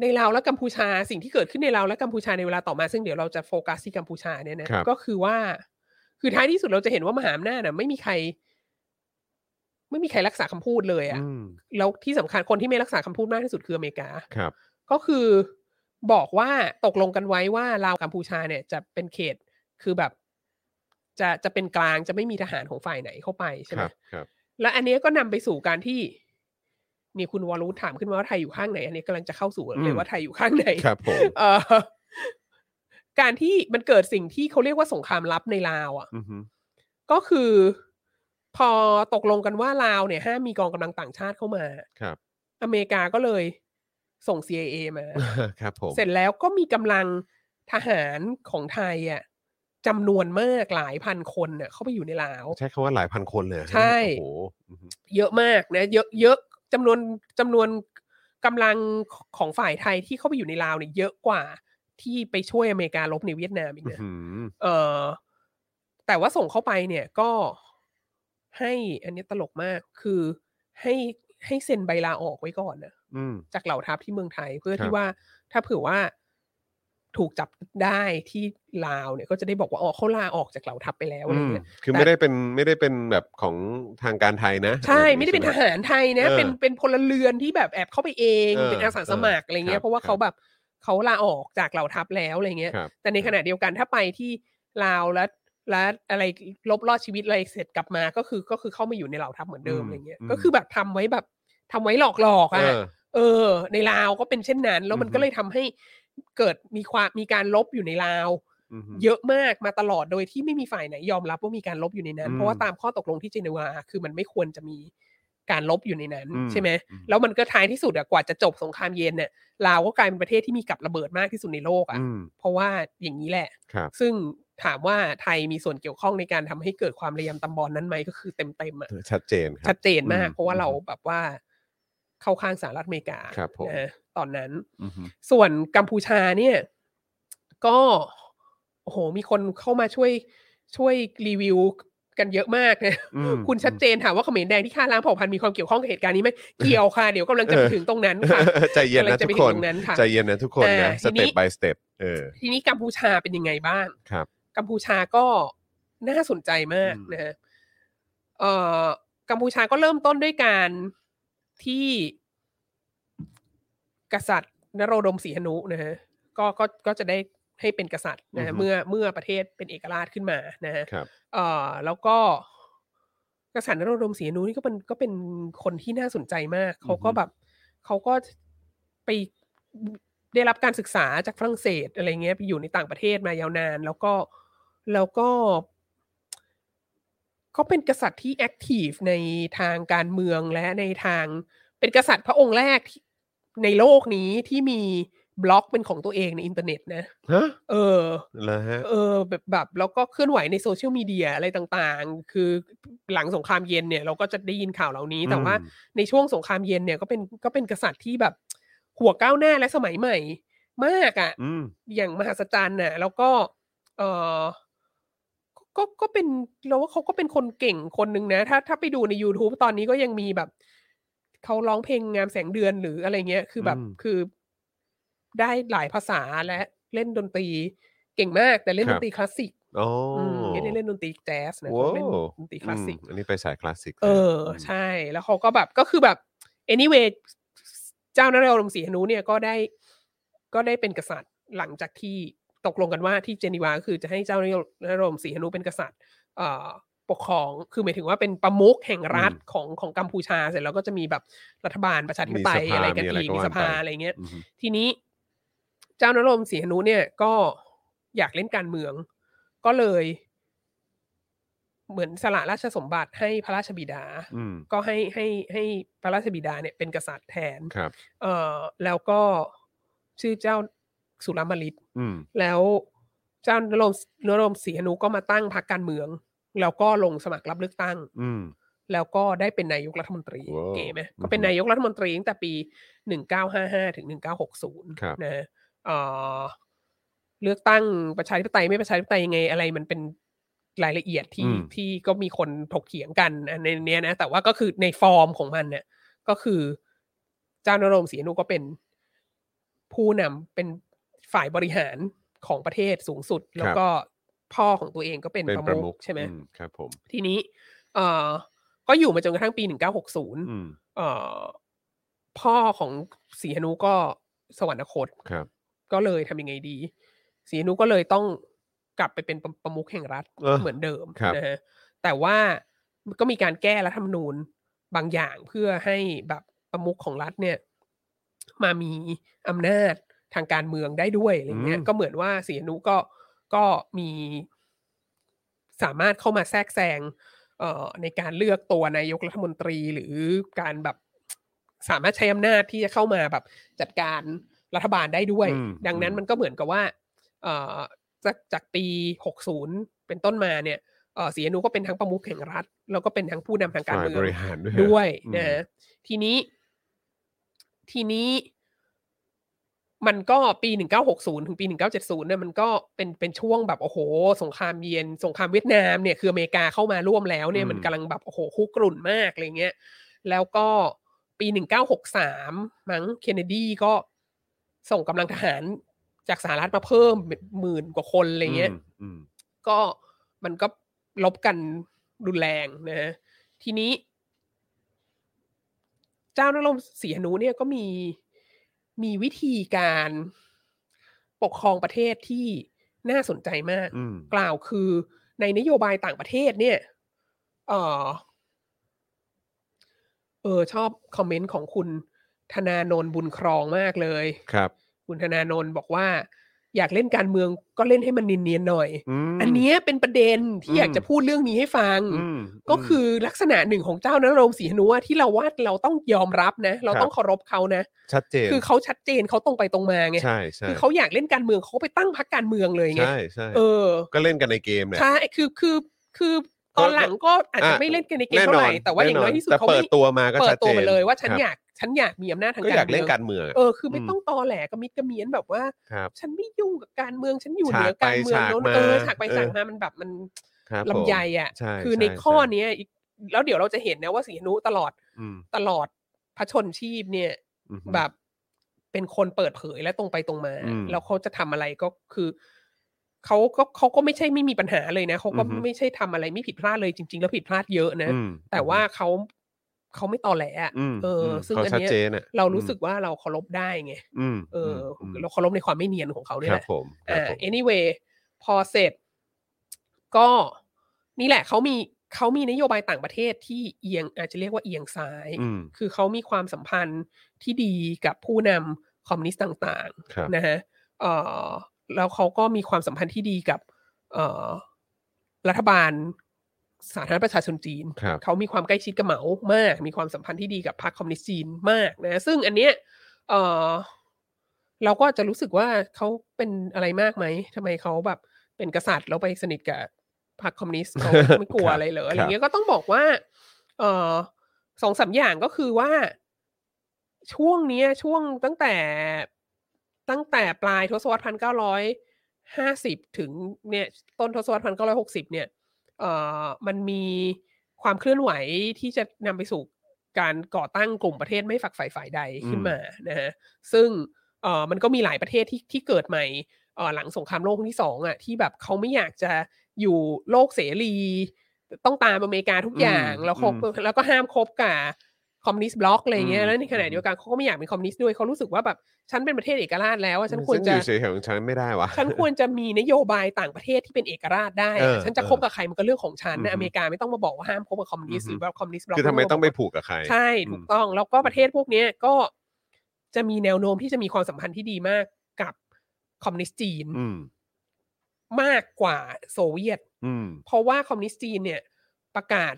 [SPEAKER 2] ในลาวและกัมพูชา สิ่งที่เกิดขึ้นในลาวและกัมพูชาในเวลาต่อมาซึ่งเดี๋ยวเราจะโฟกัสที่กัมพูชาเนี่ยนะครับ ก็คือว่า คือท้ายที่สุดเราจะเห็นว่ามหาอำนาจน่ะไม่มีใคร ไม่มีใครรักษาคำพูดเลยอะ
[SPEAKER 3] อืม
[SPEAKER 2] แล้วที่สำคัญคนที่ไม่รักษาคำพูดมากที่สุดคืออเมริกา
[SPEAKER 1] ครับ
[SPEAKER 2] ก็คือบอกว่าตกลงกันไว้ว่าลาวกัมพูชาเนี่ยจะเป็นเขตคือแบบ จะจะเป็นกลางจะไม่มีทหารของฝ่ายไหนเข้าไปใช่
[SPEAKER 1] ค
[SPEAKER 2] ไหม
[SPEAKER 1] รับครับ
[SPEAKER 2] และอันเนี้ยก็นำไปสู่การที่มีคุณวรวุฒิถามขึ้นมาว่าไทยอยู่ข้างไหน อันนี้กำลังจะเข้าสู่เลยว่าไทยอยู่ข้างไหน
[SPEAKER 1] ครับผม
[SPEAKER 2] เอ่อ การที่มันเกิดสิ่งที่เขาเรียกว่าสงครามลับในลาวอ่ะ
[SPEAKER 3] อืมฮึ
[SPEAKER 2] ก็คือพอตกลงกันว่าลาวเนี่ยห้ามมีกองกำลังต่างชาติเข้ามา
[SPEAKER 1] ครับ
[SPEAKER 2] อเมริกาก็เลยส่ง CIA มา
[SPEAKER 1] ครับผม
[SPEAKER 2] เสร็จแล้วก็มีกำลังทหารของไทยอ่ะจำนวนมากหลายพันคนน่ะเข้าไปอยู่ในลาว
[SPEAKER 1] ใช้คำว่าหลายพันคนเลยเหรอฮะ
[SPEAKER 2] ใช่
[SPEAKER 1] โอ้โหอืม
[SPEAKER 2] เยอะมากนะ เยอะเยอะจำนวนจำนวนกำลังของฝ่ายไทยที่เข้าไปอยู่ในลาวเนี่ยเยอะกว่าที่ไปช่วยอเมริกาลบในเวียดนามอีก
[SPEAKER 3] อื้อ
[SPEAKER 2] นะ
[SPEAKER 3] หือ
[SPEAKER 2] เออแต่ว่าส่งเข้าไปเนี่ยก็ให้อันนี้ตลกมากคือให้ให้เซ็นใบลาออกไว้ก่อนนะ
[SPEAKER 3] อืม
[SPEAKER 2] จากเหล่าทัพที่เมืองไทยเพื่
[SPEAKER 1] ค
[SPEAKER 2] อ
[SPEAKER 1] รับ
[SPEAKER 2] ที่ว่าถ้าเผื่อว่าถูกจับได้ที่ลาวเนี่ย ก็จะได้บอกว่าอ๋อเขาลาออกจากเหล่าทัพไปแล้วอะไร
[SPEAKER 3] อืม
[SPEAKER 2] เงี้ย
[SPEAKER 1] คือไม่ได้เป็นไม่ได้เป็นแบบของทางการไทยนะ
[SPEAKER 2] ใช่
[SPEAKER 1] อะรอย่งงี้
[SPEAKER 2] ไม่ได้เป็นท
[SPEAKER 1] ใช่ห
[SPEAKER 2] หารไทยนะ
[SPEAKER 1] เออ
[SPEAKER 2] เป็นเป็นพลเรือนที่แบบแอบเข้าไปเอง
[SPEAKER 1] เออ
[SPEAKER 2] เป็นอาสาสมัครอะไรเงี้
[SPEAKER 1] ครั
[SPEAKER 2] ย
[SPEAKER 1] บ
[SPEAKER 2] เพราะว่า
[SPEAKER 1] ครั
[SPEAKER 2] เขา
[SPEAKER 1] บ
[SPEAKER 2] แบบเขาลาออกจากเหล่าทัพแล้วอะไรเงี้ย
[SPEAKER 1] ครับ
[SPEAKER 2] แต่ในขณะเดียวกันถ้าไปที่ลาวแล้วแล้วอะไรลบลอดชีวิตอะไรเสร็จกลับมาก็คือก็คือเข้ามาอยู่ในเหล่าทัพเหมือนเดิม
[SPEAKER 3] อืม
[SPEAKER 2] อะไรเงี้ย
[SPEAKER 3] อืม
[SPEAKER 2] ก็คือแบบทำไว้แบบทำไว้หลอกหลอกๆ
[SPEAKER 1] เอ
[SPEAKER 2] อ่ะ
[SPEAKER 1] อ
[SPEAKER 2] เออ ในลาวก็เป็นเช่นนั้น แล้วมัน
[SPEAKER 3] อือฮึ
[SPEAKER 2] ก็เลยทำให้เกิดมีความมีการลบอยู่ในลาว
[SPEAKER 3] อืมฮึ
[SPEAKER 2] เยอะมากมาตลอดโดยที่ไม่มีฝ่ายไหนยอมรับว่ามีการลบอยู่ในนั้น
[SPEAKER 3] อืม
[SPEAKER 2] เพราะว่าตามข้อตกลงที่เจนีวา คือมันไม่ควรจะมีการลบอยู่ในนั้น
[SPEAKER 3] อืม
[SPEAKER 2] ใช่ไหม
[SPEAKER 3] อืม
[SPEAKER 2] แล้วมันก็ท้ายที่สุดอะกว่าจะจบสงครามเย็นเนี่ยลาวก็กลายเป็นประเทศที่มีกับระเบิดมากที่สุดในโลกอะ
[SPEAKER 3] อืม
[SPEAKER 2] เพราะว่าอย่างนี้แหละ
[SPEAKER 1] ครับ
[SPEAKER 2] ซึ่งถามว่าไทยมีส่วนเกี่ยวข้องในการทำให้เกิดความระยำตำบอลนั้นไหมก็คือเต็มๆอะ
[SPEAKER 1] ชัดเจนครั
[SPEAKER 2] ชั
[SPEAKER 1] บ
[SPEAKER 2] ดเจนมาก
[SPEAKER 3] อืม
[SPEAKER 2] เพราะว่า
[SPEAKER 3] อืม
[SPEAKER 2] เราแบบว่าเข้าข้างสหรัฐอเมริกา
[SPEAKER 1] ครับผม
[SPEAKER 2] นะตอนนั้น
[SPEAKER 3] อืมฮึ
[SPEAKER 2] ส่วนกัมพูชาเนี่ย ก็โอ้โห มีคนเข้ามาช่วยช่วยรีวิวกันเยอะมากนะ
[SPEAKER 3] อืม
[SPEAKER 2] คุณชัดเจนถามว่าเขมรแดงที่ฆ่าล้างเผ่าพันธุ์มีความเกี่ยวข้องกับเหตุการณ์นี้ไหมเกี่ยวค่ะ เดี๋ยวกำลังจะไปถึงตรงนั้นค่ะ
[SPEAKER 1] ใจ เย็น
[SPEAKER 2] กำลั
[SPEAKER 1] นะ
[SPEAKER 2] งจะ
[SPEAKER 1] ทุ
[SPEAKER 2] ไป
[SPEAKER 1] กคน
[SPEAKER 2] ถึงตรงนั้นค่ะ
[SPEAKER 1] ใจเย็นนะทุกคนนะ
[SPEAKER 2] อ่า
[SPEAKER 1] ส
[SPEAKER 2] ทีนี้
[SPEAKER 1] เต็ป by สเต็ปเออ
[SPEAKER 2] ทีนี้กัมพูชาเป็นยังไงบ้าง
[SPEAKER 1] ครับ
[SPEAKER 2] กัมพูชาก็น่าสนใจมากนะฮะเอ่อกัมพูชาก็เริ่มต้นด้วยการที่กษัตริย์นโรดมศรีหนุนะฮะก็ก็ก็จะได้ให้เป็นกษัตริย์
[SPEAKER 1] อื
[SPEAKER 2] นะ
[SPEAKER 1] อ
[SPEAKER 2] ฮะ
[SPEAKER 1] ฮึ
[SPEAKER 2] เมื่อเมื่อประเทศเป็นเอกราชขึ้นมานะฮะ
[SPEAKER 1] ครับ
[SPEAKER 2] เอ่อแล้วก็กษัตริย์นโรดมศรีอนุนี่ก็เป็นก็เป็นคนที่น่าสนใจมาก เขาก็แบบเขาก็ไปได้รับการศึกษาจากฝรั่งเศสอะไรเงี้ยไปอยู่ในต่างประเทศมายาวนาน แล้วก็แล้วก็ ก็เป็นกษัตริย์ที่แอคทีฟในทางการเมืองและในทางเป็นกษัตริย์พระองค์แรกที่ ในโลกนี้ที่มีบล็อกเป็นของตัวเองในอินเทอร์เน็ตนะ
[SPEAKER 1] ฮะ
[SPEAKER 2] เออ
[SPEAKER 1] เหรอฮะ
[SPEAKER 2] เออแบบแบบแล้วก็เคลื่อนไหวในโซเชียลมีเดียอะไรต่างๆ คือหลังสงครามเย็นเนี่ยเราก็จะได้ยินข่าวเหล่านี้ แต่ว่า
[SPEAKER 1] อืม
[SPEAKER 2] ในช่วงสงครามเย็นเนี่ยก็เป็นก็เป็นกษัตริย์ที่แบบหัวก้าวหน้าและสมัยใหม่มากอะ่ะ
[SPEAKER 1] อืม
[SPEAKER 2] อย่างมหัศจรรย์น่ะแล้วก็เออก็ก็ก็เป็นเราว่าเขาก็เป็นคนเก่งคนหนึ่งนะ ถ้าถ้าไปดูใน YouTube ตอนนี้ก็ยังมีแบบ เขาร้องเพลงงามแสงเดือนหรืออะไรเงี้ย คือแบบ
[SPEAKER 1] อืม
[SPEAKER 2] คือได้หลายภาษาและเล่นดนตรีเก่งมากแต่เล่น
[SPEAKER 1] ครั
[SPEAKER 2] ด
[SPEAKER 1] บ
[SPEAKER 2] นตรีคลาสสิก
[SPEAKER 1] โอ้
[SPEAKER 2] มไม่ได้เล่นดนตรีแจ๊สนะ
[SPEAKER 1] โว้
[SPEAKER 2] เขาเล่นดนตรีคลาสสิก
[SPEAKER 1] อืมอันนี้ไปสายคลาสสิก
[SPEAKER 2] เออ
[SPEAKER 1] ม
[SPEAKER 2] ใช่ แล้วเขาก็แบบก็คือแบบ anyway เจ้านเรวรมศรีหนุเนี่ยก็ได้ก็ได้เป็นกษัตริย์หลังจากที่ตกลงกันว่าที่เจนีวาก็คือจะให้เจ้านเรวรมศรีหนุเป็นกษัตริย์เอ่อปกครองคือหมายถึงว่าเป็นประมุขแห่งรัฐของของกัมพูชาเสร็จแล้วก็จะมีแบบรัฐบาลประชาธิปไตยอะไรกันอีกมีสภาอะไรเงี้ย
[SPEAKER 1] อืม
[SPEAKER 2] ทีนี้เจ้านรมศรีหนุเนี่ยก็อยากเล่นการเมือง ก็เลย เหมือนสละราชสมบัติให้พระราชบิดา
[SPEAKER 1] อืม
[SPEAKER 2] ก็ให้ให้ให้พระราชบิดาเนี่ยเป็นกษัตริย์แทน
[SPEAKER 1] ครับ
[SPEAKER 2] เอ่อแล้วก็ชื่อเจ้าสุรมาลิต
[SPEAKER 1] อืม
[SPEAKER 2] แล้วเจ้านรมนรมศรีหนุก็มาตั้งพรรคการเมือง แล้วก็ลงสมัครรับเลือกตั้ง
[SPEAKER 1] อืม
[SPEAKER 2] แล้วก็ได้เป็นนายกรัฐมนตรี
[SPEAKER 1] ว้าว
[SPEAKER 2] เก๋ไหม
[SPEAKER 1] อือฮึ
[SPEAKER 2] ก็เป็นนายกรัฐมนตรีตั้งแต่ปี 1955 ถึง 1960
[SPEAKER 1] ครับ
[SPEAKER 2] นะเอ่อเลือกตั้งประชาธิปไตยไม่ประชาธิปไตยยังไงอะไรมันเป็นรายละเอียดที่
[SPEAKER 1] อืม
[SPEAKER 2] ที่ก็มีคนถกเถียงกันนะในเนี้ยนะ แต่ว่าก็คือในฟอร์มของมันเนี่ย ก็คือเจ้านรงค์ศรีอนุก็เป็นผู้นำเป็นฝ่ายบริหารของประเทศสูงสุด แล้วก็พ่อของตัวเองก็เป็น
[SPEAKER 1] เป็น
[SPEAKER 2] ป
[SPEAKER 1] ประ ระ
[SPEAKER 2] มุ
[SPEAKER 1] มุ
[SPEAKER 2] ข
[SPEAKER 1] ข
[SPEAKER 2] ใช่ไหม
[SPEAKER 1] อืครับผม
[SPEAKER 2] ทีนี้ เอ่อ ก็อยู่มาจนกระทั่งปี 1960
[SPEAKER 1] อืม
[SPEAKER 2] เอ่อ พ่อของศรีหนุก็สวรรคต
[SPEAKER 1] ครับ
[SPEAKER 2] ก็เลยทำยังไงดีศรีหนุก็เลยต้องกลับไปเป็นประประมุขแห่งรัฐ
[SPEAKER 1] เออ
[SPEAKER 2] เหมือนเดิม
[SPEAKER 1] ครับ
[SPEAKER 2] นะฮะ แต่ว่าก็มีการแก้รัฐธรรมนูญบางอย่างเพื่อให้แบบประมุขของรัฐเนี่ย มามีอำนาจทางการเมืองได้ด้วยอะไรเงี้ย
[SPEAKER 1] อืม
[SPEAKER 2] ก็เหมือนว่าศรีอนุก็ก็มีสามารถเข้ามาแทรกแซง เอ่อในการเลือกตัวนายกรัฐมนตรีหรือการแบบสามารถใช้อำนาจที่จะเข้ามาแบบจัดการรัฐบาลได้ด้วย
[SPEAKER 1] อืม
[SPEAKER 2] ดังนั้น
[SPEAKER 1] อืม
[SPEAKER 2] มันก็เหมือนกับว่าเอ่อจากจากปี 60 เป็นต้นมาเนี่ยเอ่อศรีอนุก็เป็นทั้งประมุขแห่งรัฐ แล้วก็เป็นทั้งผู้นำทางการ
[SPEAKER 1] ฝ่าย
[SPEAKER 2] เมือบ ง
[SPEAKER 1] ริหารด้วย
[SPEAKER 2] ด้ว
[SPEAKER 1] ฮะ
[SPEAKER 2] ย
[SPEAKER 1] อืม
[SPEAKER 2] นะฮะทีนี้ ทีนี้มันก็ปี 1960 ถึงปี 1970เนี่ยมันก็เป็นเป็นช่วงแบบโอ้โห สงครามเย็น สงครามเวียดนามเนี่ยคืออเมริกาเข้ามาร่วมแล้วเนี่ย
[SPEAKER 1] อืม
[SPEAKER 2] มันกำลังแบบโอ้โหคุกรุ่นมากอะไรเงี้ย แล้วก็ปี 1963 มั้งเคนเนดีก็ส่งกำลังทหารจากสหรัฐมาเพิ่มหมื่นกว่าคนอะไรเงี้ย
[SPEAKER 1] มอืม
[SPEAKER 2] ก็มันก็ลบกันรุนแรงนะฮะทีนี้ เจ้านรมศรีหนุเนี่ยก็มีมีวิธีการปกครองประเทศที่น่าสนใจมาก
[SPEAKER 1] อืม
[SPEAKER 2] กล่าวคือในนโยบายต่างประเทศเนี่ย เออเออชอบคอมเมนต์ของคุณธนาโนนบุญครองมากเลย
[SPEAKER 1] ครับ
[SPEAKER 2] คุณธนาโนนบอกว่า อยากเล่นการเมืองก็เล่นให้มันเนียนๆหน่อย
[SPEAKER 1] ม
[SPEAKER 2] อันเนี้ยเป็นประเด็นที่
[SPEAKER 1] อืม
[SPEAKER 2] อยากจะพูดเรื่องนี้ให้ฟัง
[SPEAKER 1] อืม
[SPEAKER 2] ก็คือลักษณะหนึ่งของเจ้านรงค์ศรีหนุอะที่เราว่าเราต้องยอมรับนะ เราต้องเคารพเขานะ
[SPEAKER 1] ชัดเจน
[SPEAKER 2] คือเขาชัดเจนเขาตรงไปตรงมาไง
[SPEAKER 1] ใช่ใช่
[SPEAKER 2] คือเขาอยากเล่นการเมืองเขาไปตั้งพรรคการเมืองเลยไง
[SPEAKER 1] ใช่ใช่
[SPEAKER 2] เออ
[SPEAKER 1] ก็เล่นกันในเกมแหละ
[SPEAKER 2] ใช่คือคือคือตอนหลังก็อาจจะ
[SPEAKER 1] อ่ะ
[SPEAKER 2] ไม่เล่นกันในเกมเท่าไหร่แต่ว่าอย่างน้อยที่สุดเขา
[SPEAKER 1] แเปิ
[SPEAKER 2] ไม่
[SPEAKER 1] ดตัวมาก็
[SPEAKER 2] เปิ
[SPEAKER 1] ชั
[SPEAKER 2] ด
[SPEAKER 1] ด
[SPEAKER 2] ตั
[SPEAKER 1] เจ
[SPEAKER 2] วน มาเลยว่าฉัน
[SPEAKER 1] ครับ
[SPEAKER 2] อยากฉันอยากมีอำนาจทาง
[SPEAKER 1] ก็
[SPEAKER 2] การ
[SPEAKER 1] อยาก
[SPEAKER 2] เมื
[SPEAKER 1] เล่
[SPEAKER 2] อน ง
[SPEAKER 1] การเมืองอะ
[SPEAKER 2] เออคือไม่
[SPEAKER 1] อืม
[SPEAKER 2] ต้องตอแหลกระมิดกระเมียนแบบว่า
[SPEAKER 1] ครับ
[SPEAKER 2] ฉันไม่ยุ่งกับการเมืองฉันอยู่เห
[SPEAKER 1] ฉาก
[SPEAKER 2] นือการเมือง
[SPEAKER 1] ไปฉาก
[SPEAKER 2] แล้ว
[SPEAKER 1] มา
[SPEAKER 2] เออฉากไป
[SPEAKER 1] เออ
[SPEAKER 2] ฉากมามันแบบมัน
[SPEAKER 1] ครับผม
[SPEAKER 2] ลำไยอ่ะ
[SPEAKER 1] ใช่
[SPEAKER 2] คือใน
[SPEAKER 1] ใช่
[SPEAKER 2] ข้อ
[SPEAKER 1] ใช่
[SPEAKER 2] เนี้ยอีกแล้วเดี๋ยวเราจะเห็นนะว่าสีหนุตลอด
[SPEAKER 1] อืม
[SPEAKER 2] ตลอดพระชนชีพเนี่ย
[SPEAKER 1] อืม
[SPEAKER 2] แบบเป็นคนเปิดเผยและตรงไปตรงมา
[SPEAKER 1] อืม
[SPEAKER 2] แล้วเขาจะทำอะไรก็คือเขาก็เขาก็ไม่ใช่ไม่มีปัญหาเลยนะเขาก็
[SPEAKER 1] อือฮึ
[SPEAKER 2] ไม่ใช่ทำอะไรไม่ผิดพลาดเลยจริง ๆ แล้วผิดพลาดเยอะนะ
[SPEAKER 1] อืม
[SPEAKER 2] แต่ว่าเขาเขาไม่ตอแหลอะ
[SPEAKER 1] อืม
[SPEAKER 2] เอออ ซึ่ง
[SPEAKER 1] เขา
[SPEAKER 2] อัน
[SPEAKER 1] ชัด
[SPEAKER 2] เนี้ย
[SPEAKER 1] เจนอะ
[SPEAKER 2] เรารู้สึกว่าเราเคารพได้ไง
[SPEAKER 1] อืม
[SPEAKER 2] เอออ
[SPEAKER 1] ม
[SPEAKER 2] เราเคารพในความไม่เนียนของเขาเนี่ย
[SPEAKER 1] ค
[SPEAKER 2] แห
[SPEAKER 1] รับ
[SPEAKER 2] ละ
[SPEAKER 1] ผมครับ
[SPEAKER 2] อ่า
[SPEAKER 1] ผม
[SPEAKER 2] anyway พอเสร็จ ก็นี่แหละเขามีเขามีนโยบายต่างประเทศที่เอียง อาจจะเรียกว่าเอียงซ้าย
[SPEAKER 1] อืม
[SPEAKER 2] คือเขามีความสัมพันธ์ที่ดีกับผู้นำคอมมิวนิสต์ต่าง
[SPEAKER 1] ครับ
[SPEAKER 2] ๆนะฮะเอ่อแล้วเขาก็มีความสัมพันธ์ที่ดีกับ เอ่อรัฐบาลสาธารณรัฐประชาชนจีน
[SPEAKER 1] ครับ
[SPEAKER 2] เขามีความใกล้ชิดกับเหมามาก มีความสัมพันธ์ที่ดีกับพรรคคอมมิวนิสต์จีนมากนะ ซึ่งอันเนี้ย เออเราก็อาจจะรู้สึกว่าเขาเป็นอะไรมากไหมทำไมเขาแบบเป็นกษัตริย์แล้วไปสนิทกับพรรคคอมมิวนิสต์เขา ไม่กลัวอะไรเหรออะไรเงี้ยก็ต้องบอกว่า เออสองสามอย่างก็คือว่า ช่วงเนี้ย ช่วงตั้งแต่ตั้งแต่ปลายทศวรรษพันเก้าร้อยห้าสิบถึงเนี่ย ต้นทศวรรษพันเก้าร้อยหกสิบเนี่ย เอ่อมันมีความเคลื่อนไหวที่จะนำไปสู่การก่อตั้งกลุ่มประเทศไม่ฝักใฝ่ฝ่ายใดขึ้นมานะฮะซึ่งเอ่อมันก็มีหลายประเทศที่ที่เกิดใหม่เอ่อหลังสงครามโลกครั้งที่สองอ่ะที่แบบเขาไม่อยากจะอยู่โลกเสรี ต้องตามอเมริกาทุกอย่าง
[SPEAKER 1] อืม
[SPEAKER 2] แล้วคบ
[SPEAKER 1] อืม
[SPEAKER 2] แล้วก็ห้ามคบกับคอมมิวนิสต์บล็อกอะไรเงี้
[SPEAKER 1] อืม
[SPEAKER 2] ยแล้วในขณะเดียวกันเขาก็ไม่อยากเป็นคอมมิวนิสต์ด้วยเขารู้สึกว่าแบบฉันเป็นประเทศเอกราชแล้วอะฉันควรจะ
[SPEAKER 1] อยู่เฉยๆของฉันไม่ได้วะ
[SPEAKER 2] ฉันควรจะมีนโยบายต่างประเทศที่เป็นเอกราชได้อะ
[SPEAKER 1] เออ
[SPEAKER 2] ฉันจะคบกับใครมันก็เรื่องของฉัน
[SPEAKER 1] อือ
[SPEAKER 2] นะ
[SPEAKER 1] ฮึ
[SPEAKER 2] อเมริกาไม่ต้องมาบอกว่าห้ามคบกับคอมมิวนิสต์
[SPEAKER 1] อื
[SPEAKER 2] ห
[SPEAKER 1] อฮึ
[SPEAKER 2] รือว่าคอมมิวนิสต์บล็อก
[SPEAKER 1] คือทำไมต้องไปผูกกับใคร
[SPEAKER 2] ใช่
[SPEAKER 1] อืม
[SPEAKER 2] ถูกต้องแล้วก็ประเทศพวกเนี้ยก็จะมีแนวโน้มที่จะมีความสัมพันธ์ที่ดีมากกับคอมมิวนิสต์จีน
[SPEAKER 1] อืม
[SPEAKER 2] มากกว่าโซเวียต
[SPEAKER 1] อืม
[SPEAKER 2] เพราะว่าคอมมิวนิสต์จีนเนี่ยประกาศ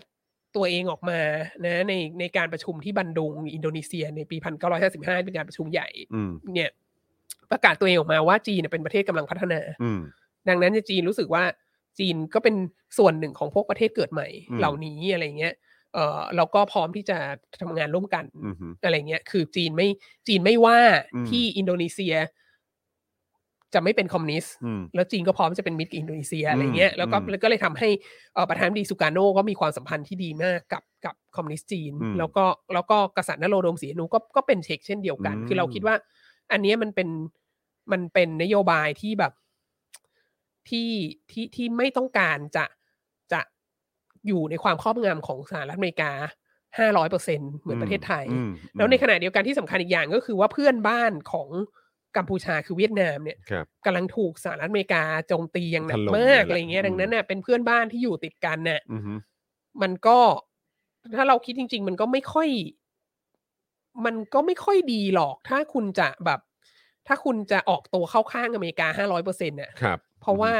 [SPEAKER 2] ตัวเองออกมานะในในการประชุมที่บันดุงอินโดนีเซีย ในปี 1955เป็นการประชุมใหญ่
[SPEAKER 1] อืม
[SPEAKER 2] เนี่ยประกาศตัวเองออกมาว่าจีนเนยเป็นประเทศกำลังพัฒนา
[SPEAKER 1] อืม
[SPEAKER 2] ดังนั้นเนี่ยจีนรู้สึกว่าจีนก็เป็นส่วนหนึ่งของพวกประเทศเกิดใหม่
[SPEAKER 1] อืม
[SPEAKER 2] เหล่านี้อะไรเงี้ย เออเราก็พร้อมที่จะทำงานร่วมกัน
[SPEAKER 1] อืมฮึ
[SPEAKER 2] อะไรเงี้ย คือจีนไม่จีนไม่ว่า
[SPEAKER 1] อืม
[SPEAKER 2] ที่อินโดนีเซีย จะไม่เป็นคอมมิวนิสต์
[SPEAKER 1] อืม
[SPEAKER 2] แล้วจีนก็พร้อมจะเป็นมิตรกับอินโดนีเซีย
[SPEAKER 1] อืม
[SPEAKER 2] อะไรเงี้ยแล้วก็
[SPEAKER 1] อืม
[SPEAKER 2] แล้วก็เลยทำให้เอ่อประธานาธิบดีสุการโนก็มีความสัมพันธ์ที่ดีมากกับกับคอมมิวนิสต์จีน
[SPEAKER 1] อืม
[SPEAKER 2] แล้วก็แล้วก็กษัตริย์นโรดมศรีอนุก็ก็เป็นเช็คเช่นเดียวกัน
[SPEAKER 1] อืม
[SPEAKER 2] คือเราคิดว่า อันเนี้ยมันเป็นมันเป็นนโยบายที่แบบที่ที่ที่ไม่ต้องการจะจะอยู่ในความครอบงำของสหรัฐอเมริกาห้าร้อยเปอร์เซ็นเหมือนประเทศไทย
[SPEAKER 1] อืม
[SPEAKER 2] แล้วในขณะเดียวกันที่สำคัญอีกอย่างก็คือว่าเพื่อนบ้านของกัมพูชาคือเวียดนามเนี่ย
[SPEAKER 1] ครับ
[SPEAKER 2] กำลังถูกสหรัฐอเมริกาโจมตีอย่างหนั
[SPEAKER 1] ถ
[SPEAKER 2] ก
[SPEAKER 1] ล่ม
[SPEAKER 2] มาก
[SPEAKER 1] เลยแหละ
[SPEAKER 2] อะไรเงี้ย
[SPEAKER 1] อืม
[SPEAKER 2] ดังนั้นเนี่ยเป็นเพื่อนบ้านที่อยู่ติดกันเนี่ย
[SPEAKER 1] อืมฮึ
[SPEAKER 2] มันก็ถ้าเราคิดจริง ๆ มันก็ไม่ค่อย มันก็ไม่ค่อยดีหรอก ถ้าคุณจะแบบ ถ้าคุณจะออกตัวเข้าข้างอเมริกาห้าร้อยเปอร์เซ็นต์เนี่ย
[SPEAKER 1] ครับ
[SPEAKER 2] เพราะว่า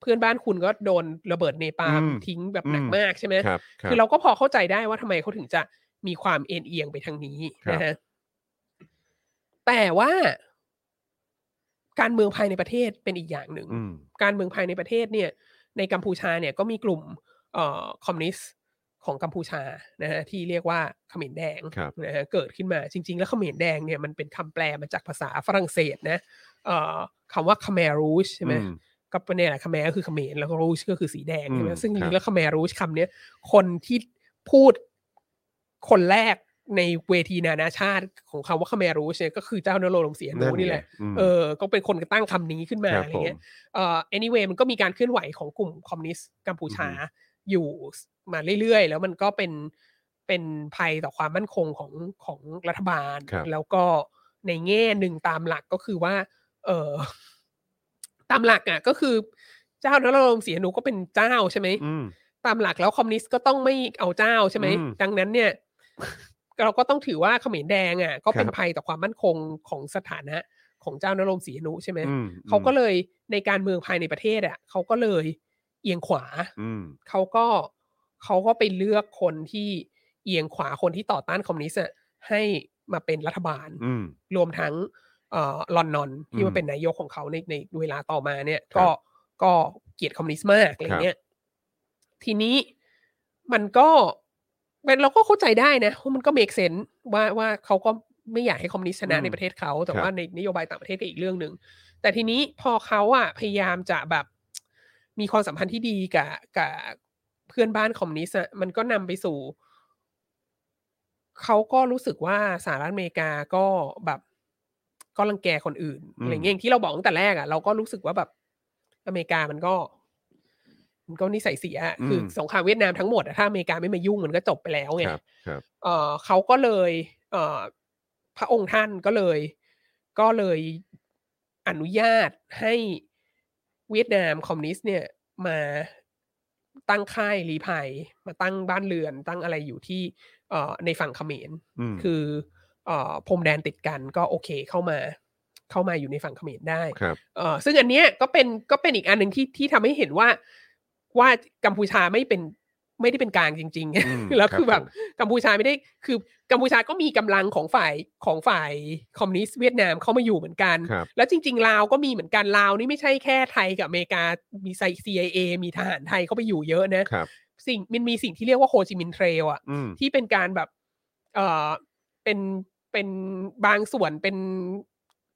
[SPEAKER 2] เพื่อนบ้านคุณก็โดนระเบิดเนปาล
[SPEAKER 1] อืม
[SPEAKER 2] ทิ้งแบบหนัก
[SPEAKER 1] อืม
[SPEAKER 2] มากใช่ไหม
[SPEAKER 1] ครับครับ
[SPEAKER 2] คือเราก็พอเข้าใจได้ว่าทำไมเขาถึงจะมีความเอ็นเอียงไปทางนี้
[SPEAKER 1] ครับ
[SPEAKER 2] นะฮะ แต่ว่า การเมืองภายในประเทศเป็นอีกอย่างหนึ่ง
[SPEAKER 1] อืม
[SPEAKER 2] การเมืองภายในประเทศเนี่ย ในกัมพูชาเนี่ยก็มีกลุ่มเอ่อคอมมิวนิสต์ของกัมพูชานะฮะที่เรียกว่าเขมรแดง
[SPEAKER 1] ครับ
[SPEAKER 2] นะฮะเกิดขึ้นมาจริง ๆ แล้วเขมรแดงเนี่ยมันเป็นคำแปลมาจากภาษาฝรั่งเศสนะเอ่อคำว่าคาเมรูชใช่ไหม
[SPEAKER 1] อื
[SPEAKER 2] ก็เป็นเนี่ยแหละคาแมก็คือเขมรแล้วก็รูชก็คือสีแดงใช่ไหม
[SPEAKER 1] อืม
[SPEAKER 2] ซึ่งจ
[SPEAKER 1] ครับ
[SPEAKER 2] ริงๆแล้วคาแมรูชคำเนี้ยคนที่พูดคนแรกในเวทีนานาชาติของคำว่าคาแมรูชเนี่ยก็คือเจ้านโรงเสียนูนี่แหละ
[SPEAKER 1] ม
[SPEAKER 2] เออ ก็เป็นคนตั้งคำนี้ขึ้นมา
[SPEAKER 1] ครับ
[SPEAKER 2] อะไร
[SPEAKER 1] ผม
[SPEAKER 2] เงี้ยเอ่อ anyway มันก็มีการเคลื่อนไหวของกลุ่มคอมมิวนิสต์กัมพูชาอยู่มาเรื่อยๆ แล้วมันก็เป็นเป็นภัยต่อความมั่นคงของของรัฐบาล
[SPEAKER 1] ครับ
[SPEAKER 2] แล้วก็ในแง่หนึ่งตามหลักก็คือว่า เออ ตามหลักอ่ะ ก็คือเจ้านโรงเสียหนูก็เป็นเจ้าใช่ไหม
[SPEAKER 1] อืม
[SPEAKER 2] ตามหลักแล้วคอมมิวนิสต์ก็ต้องไม่เอาเจ้าใช่ไหม
[SPEAKER 1] อืม
[SPEAKER 2] ดังนั้นเนี่ย เราก็ต้องถือว่าเขมรแดงอ่ะ ก็เป็
[SPEAKER 1] ค
[SPEAKER 2] น
[SPEAKER 1] รับ
[SPEAKER 2] ภัยต่อความมั่นคงของสถานะของเจ้านรงศรีอนุใช่ไหม
[SPEAKER 1] อืม
[SPEAKER 2] เขาก็เลยในการเมืองภายในประเทศอ่ะเขาก็เลยเอียงขวา
[SPEAKER 1] อืม
[SPEAKER 2] เขาก็เขาก็ไปเลือกคนที่เอียงขวาคนที่ต่อต้านคอมมิวนิสต์อะให้มาเป็นรัฐบาล
[SPEAKER 1] อืม
[SPEAKER 2] รวมทั้งเอ่อลอนนอน
[SPEAKER 1] อื
[SPEAKER 2] ที่
[SPEAKER 1] ม
[SPEAKER 2] มาเป็นนายกของเขาในในเวลาต่อมาเนี่ย
[SPEAKER 1] ครับ
[SPEAKER 2] ก็ก็เกลียดคอมมิวนิสต์มากอะไร
[SPEAKER 1] ครับ
[SPEAKER 2] เงี้ยทีนี้มันก็เป็นเราก็เข้าใจได้นะว่ามันก็เมกเซนว่าว่าเขาก็ไม่อยากให้คอมมิวนิสต์ชนะ
[SPEAKER 1] อืม
[SPEAKER 2] ในประเทศเขา แต่
[SPEAKER 1] ครับ
[SPEAKER 2] ว่าในนโยบายต่างประเทศก็อีกเรื่องหนึ่งแต่ทีนี้พอเขาอะพยายามจะแบบ มีความสัมพันธ์ที่ดีกับกับเพื่อนบ้านคอมมิวนิสต์อะมันก็นำไปสู่ เขาก็รู้สึกว่าสหรัฐอเมริกาก็แบบก็รังแกคนอื่น
[SPEAKER 1] อืม
[SPEAKER 2] อะไรเงี้ยอย่างที่เราบอกตั้งแต่แรกอะ่ะเราก็รู้สึกว่าแบบอเมริกามันก็ มันก็นิสัยเสียอะคืออ
[SPEAKER 1] ม
[SPEAKER 2] สงครามเวียดนามทั้งหมดอะถ้าอเมริกาไม่มายุ่งมันก็จบไปแล้วไง
[SPEAKER 1] ครับ ครับ
[SPEAKER 2] เอ่อเขาก็เลยเอ่อพระองค์ท่านก็เลย ก็เลยอนุญาตให้เวียดนามคอมมิวนิสต์เนี่ยมาตั้งค่ายรีภัย มาตั้งบ้านเรือนตั้งอะไรอยู่ที่เอ่อในฝั่งเขมร
[SPEAKER 1] อืม
[SPEAKER 2] คือเอ่อพรมแดนติดกันก็โอเคเข้ามา เข้ามาอยู่ในฝั่งเขมรได้
[SPEAKER 1] ครับ
[SPEAKER 2] เออซึ่งอันเนี้ยก็เป็นก็เป็นอีกอันหนึ่งที่ที่ทำให้เห็นว่าว่ากัมพูชาไม่เป็น ไม่ได้เป็นกลางจริง
[SPEAKER 1] อืม
[SPEAKER 2] ๆ แล้วคือ
[SPEAKER 1] รั
[SPEAKER 2] แบบ บ
[SPEAKER 1] ผม
[SPEAKER 2] กัมพูชาไม่ได้คือกัมพูชาก็มีกำลังของฝ่ายของฝ่ายคอมมิวนิสต์เวียดนามเข้ามาอยู่เหมือนกัน
[SPEAKER 1] ครับ
[SPEAKER 2] แล้วจริง ๆ ลาวก็มีเหมือนกันลาวนี่ไม่ใช่แค่ไทยกับอเมริกา มีไซ CIA มีทหารไทยเข้าไปอยู่เยอะนะครับ สิ่งมันมีสิ่งที่เรียกว่าโฮจิมินห์เทรลอะ
[SPEAKER 1] อืม
[SPEAKER 2] ที่เป็นการแบบเออเป็นเป็นบางส่วนเป็น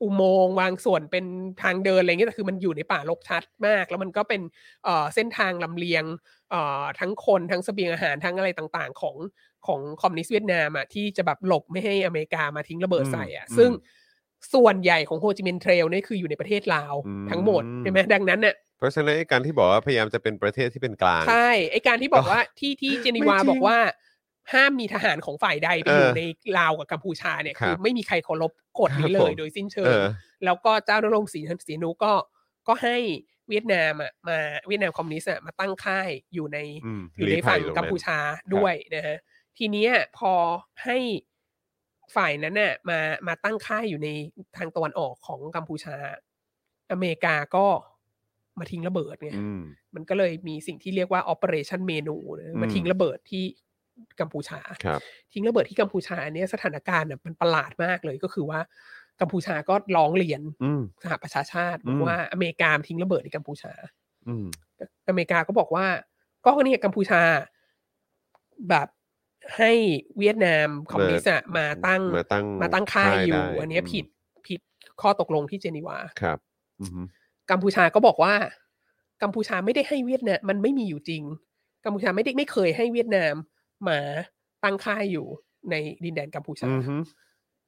[SPEAKER 2] อุโมงค์บางส่วนเป็นทางเดินอะไรเงี้ยแต่คือมันอยู่ในป่ารกชัดมาก แล้วมันก็เป็นเอ่อเส้นทางลำเลียงเอ่อทั้งคนทั้งเสบียงอาหารทั้งอะไรต่างๆ ของของคอมมิวนิสต์เวียดนามอ่ะที่จะแบบหลบไม่ให้อเมริกามาทิ้งระเบิดใส่อ่ะ
[SPEAKER 1] อืม
[SPEAKER 2] ซึ่งส่วนใหญ่ของโฮจิมินห์เทรลเนี่ยคืออยู่ในประเทศลาว
[SPEAKER 1] อืม
[SPEAKER 2] ทั้งหมดใช่ไหมดังนั้นเนี่ย
[SPEAKER 1] เพราะฉะนั้นไอ้การที่บอกว่าพยายามจะเป็นประเทศที่เป็นกลาง
[SPEAKER 2] ใช่ไอการที่บอกว่าที่ที่เจนีวา
[SPEAKER 1] ไม่จริง
[SPEAKER 2] บอกว่า ห้ามมีทหารของฝ่ายใดไปอยู่ในลาวกับกัมพูชาเนี่ย
[SPEAKER 1] ครับ
[SPEAKER 2] คือไม่มีใครเคารพกฎนี้เล
[SPEAKER 1] ครับ
[SPEAKER 2] ย
[SPEAKER 1] ผม
[SPEAKER 2] โดยสิ้นเชิ
[SPEAKER 1] เอง อ
[SPEAKER 2] แล้วก็เจ้านรงค์ศรีศรีนุก็ก็ให้เวียดนามอ่ะมาเวียดนามคอมมิวนิสต์อะมาตั้งค่ายอยู่ใน
[SPEAKER 1] อืม
[SPEAKER 2] อยู่ใน
[SPEAKER 1] ลี้ภั
[SPEAKER 2] ฝั่ง
[SPEAKER 1] ตร
[SPEAKER 2] กัมพูชาด้วยนะฮะทีเนี้ยพอให้ฝ่ายนั้นน่ะมามาตั้งค่ายอยู่ในทางตะวันออกของกัมพูชา อเมริกาก็มาทิ้งระเบิดไง
[SPEAKER 1] อืม
[SPEAKER 2] มันก็เลยมีสิ่งที่เรียกว่า operation menu นะมา
[SPEAKER 1] อืม
[SPEAKER 2] ทิ้งระเบิดที่กัมพูชา
[SPEAKER 1] ครับ
[SPEAKER 2] ทิ้งระเบิดที่กัมพูชาอันเนี้ยสถานการณ์น่ะมันประหลาดมากเลยก็คือว่ากัมพูชาก็ร้องเรียน
[SPEAKER 1] อืม
[SPEAKER 2] สหประชาชาติบอ
[SPEAKER 1] อื
[SPEAKER 2] ก
[SPEAKER 1] ม
[SPEAKER 2] ว่าอเมริกาทิ้งระเบิดในกัมพูชา
[SPEAKER 1] อืม
[SPEAKER 2] อเมริกาก็บอกว่า ก็เนี่ยกัมพูชาแบบให้เวียดนามคอมมิวนิสต์อะมาตั้ง
[SPEAKER 1] มาตั้ง
[SPEAKER 2] มาตั้งค่ายอยู่
[SPEAKER 1] ค่ายได้
[SPEAKER 2] อันเนี้ย
[SPEAKER 1] อืม
[SPEAKER 2] ผิดผิดข้อตกลงที่เจนีวา
[SPEAKER 1] ครับ อืม
[SPEAKER 2] กัมพูชาก็บอกว่า กัมพูชาไม่ได้ให้เวียดนามมันไม่มีอยู่จริง กัมพูชาไม่ได้ไม่เคยให้เวียดนามมาตั้งค่ายอยู่ในดินแดนกัมพูชา
[SPEAKER 1] อือฮึ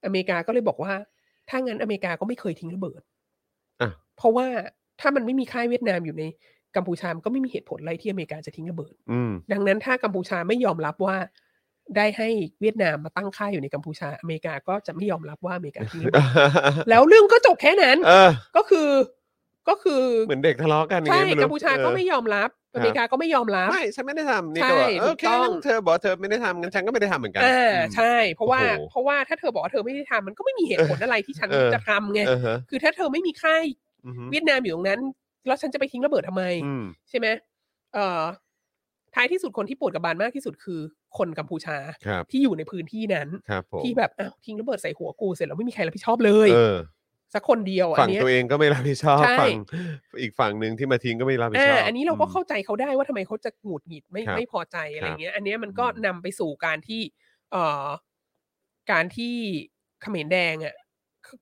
[SPEAKER 2] อเมริกาก็เลยบอกว่า ถ้างั้นอเมริกาก็ไม่เคยทิ้งระเบิด
[SPEAKER 1] อ่ะ
[SPEAKER 2] เพราะว่าถ้ามันไม่มีค่ายเวียดนามอยู่ในกัมพูชามันก็ไม่มีเหตุผลอะไรที่อเมริกาจะทิ้งระเบิด
[SPEAKER 1] อืม
[SPEAKER 2] ดังนั้นถ้ากัมพูชาไม่ยอมรับว่า ได้ให้เวียดนามมาตั้งค่ายอยู่ในกัมพูชา อเมริกาก็จะไม่ยอมรับว่าอเมริกาทิ้ง ระเบิดแล้วเรื่องก็จบแค่นั้น
[SPEAKER 1] เออ
[SPEAKER 2] ก็คือก็คือ
[SPEAKER 1] เหมือนเด็กทะเลาะกัน
[SPEAKER 2] ใช่
[SPEAKER 1] ยังไงไรู้
[SPEAKER 2] กัมพูชาก็ไม่
[SPEAKER 1] เ
[SPEAKER 2] ยอมรับ
[SPEAKER 1] ครับ
[SPEAKER 2] อเมริกาก็ไม่ยอม
[SPEAKER 1] อ
[SPEAKER 2] รั
[SPEAKER 1] อบ ไม่ฉันไม่ได้ทำนี่ก็
[SPEAKER 2] ใช่
[SPEAKER 1] แบบเออโอเค
[SPEAKER 2] ถูกต้อง
[SPEAKER 1] งั้นเธอบอกเธอไม่ได้ทำงั้นฉันก็ไม่ได้ทำเหมือนกัน
[SPEAKER 2] อ่าม ใช่ เพราะว่า
[SPEAKER 1] โอ้โห
[SPEAKER 2] เพราะว่าถ้าเธอบอกว่าเธอไม่ได้ทำมันก็ไม่มีเหตุผลอะไรที่ฉัน
[SPEAKER 1] เออ
[SPEAKER 2] จะทำไง
[SPEAKER 1] เออฮะ
[SPEAKER 2] คือถ้าเธอไม่มีค่าย
[SPEAKER 1] อือฮึ
[SPEAKER 2] เวียดนามอยู่ตรงนั้น แล้วฉันจะไปทิ้งระเบิดทำไม
[SPEAKER 1] อืม
[SPEAKER 2] ใช่ไหมเอ่อท้ายที่สุดคนที่ปวดกับบานมากที่สุดคือคนกัมพูชา
[SPEAKER 1] ครับ
[SPEAKER 2] ที่อยู่ในพื้นที่นั้น
[SPEAKER 1] ครับผม
[SPEAKER 2] ที่แบบอ้าวทิ้งระเบิดใส่หัวกูเสร็จแล้วไม่มีใครรับผิดชอบเลย
[SPEAKER 1] เออ
[SPEAKER 2] สักคนเดียวอั
[SPEAKER 1] ฝั่
[SPEAKER 2] น
[SPEAKER 1] ง
[SPEAKER 2] เนี้ย
[SPEAKER 1] ตัวเองก็ไม่รับผิดชอบ
[SPEAKER 2] ใช่
[SPEAKER 1] ฝั่งอีกฝั่งหนึ่งที่มาทิ้งก็ไม่รับผิด
[SPEAKER 2] อ่า
[SPEAKER 1] ชอบ
[SPEAKER 2] อันนี้เราก็เข้าใจเขาได้ว่าทำไมเขาจะหงุดหงิดไม่
[SPEAKER 1] ครับ
[SPEAKER 2] ไม่พอใจอะ
[SPEAKER 1] ค
[SPEAKER 2] ไร
[SPEAKER 1] รับ
[SPEAKER 2] เงี้ย อันเนี้ยมันก็
[SPEAKER 1] อืม
[SPEAKER 2] นำไปสู่การที่เอ่อการที่เขมรแดงอ่ะ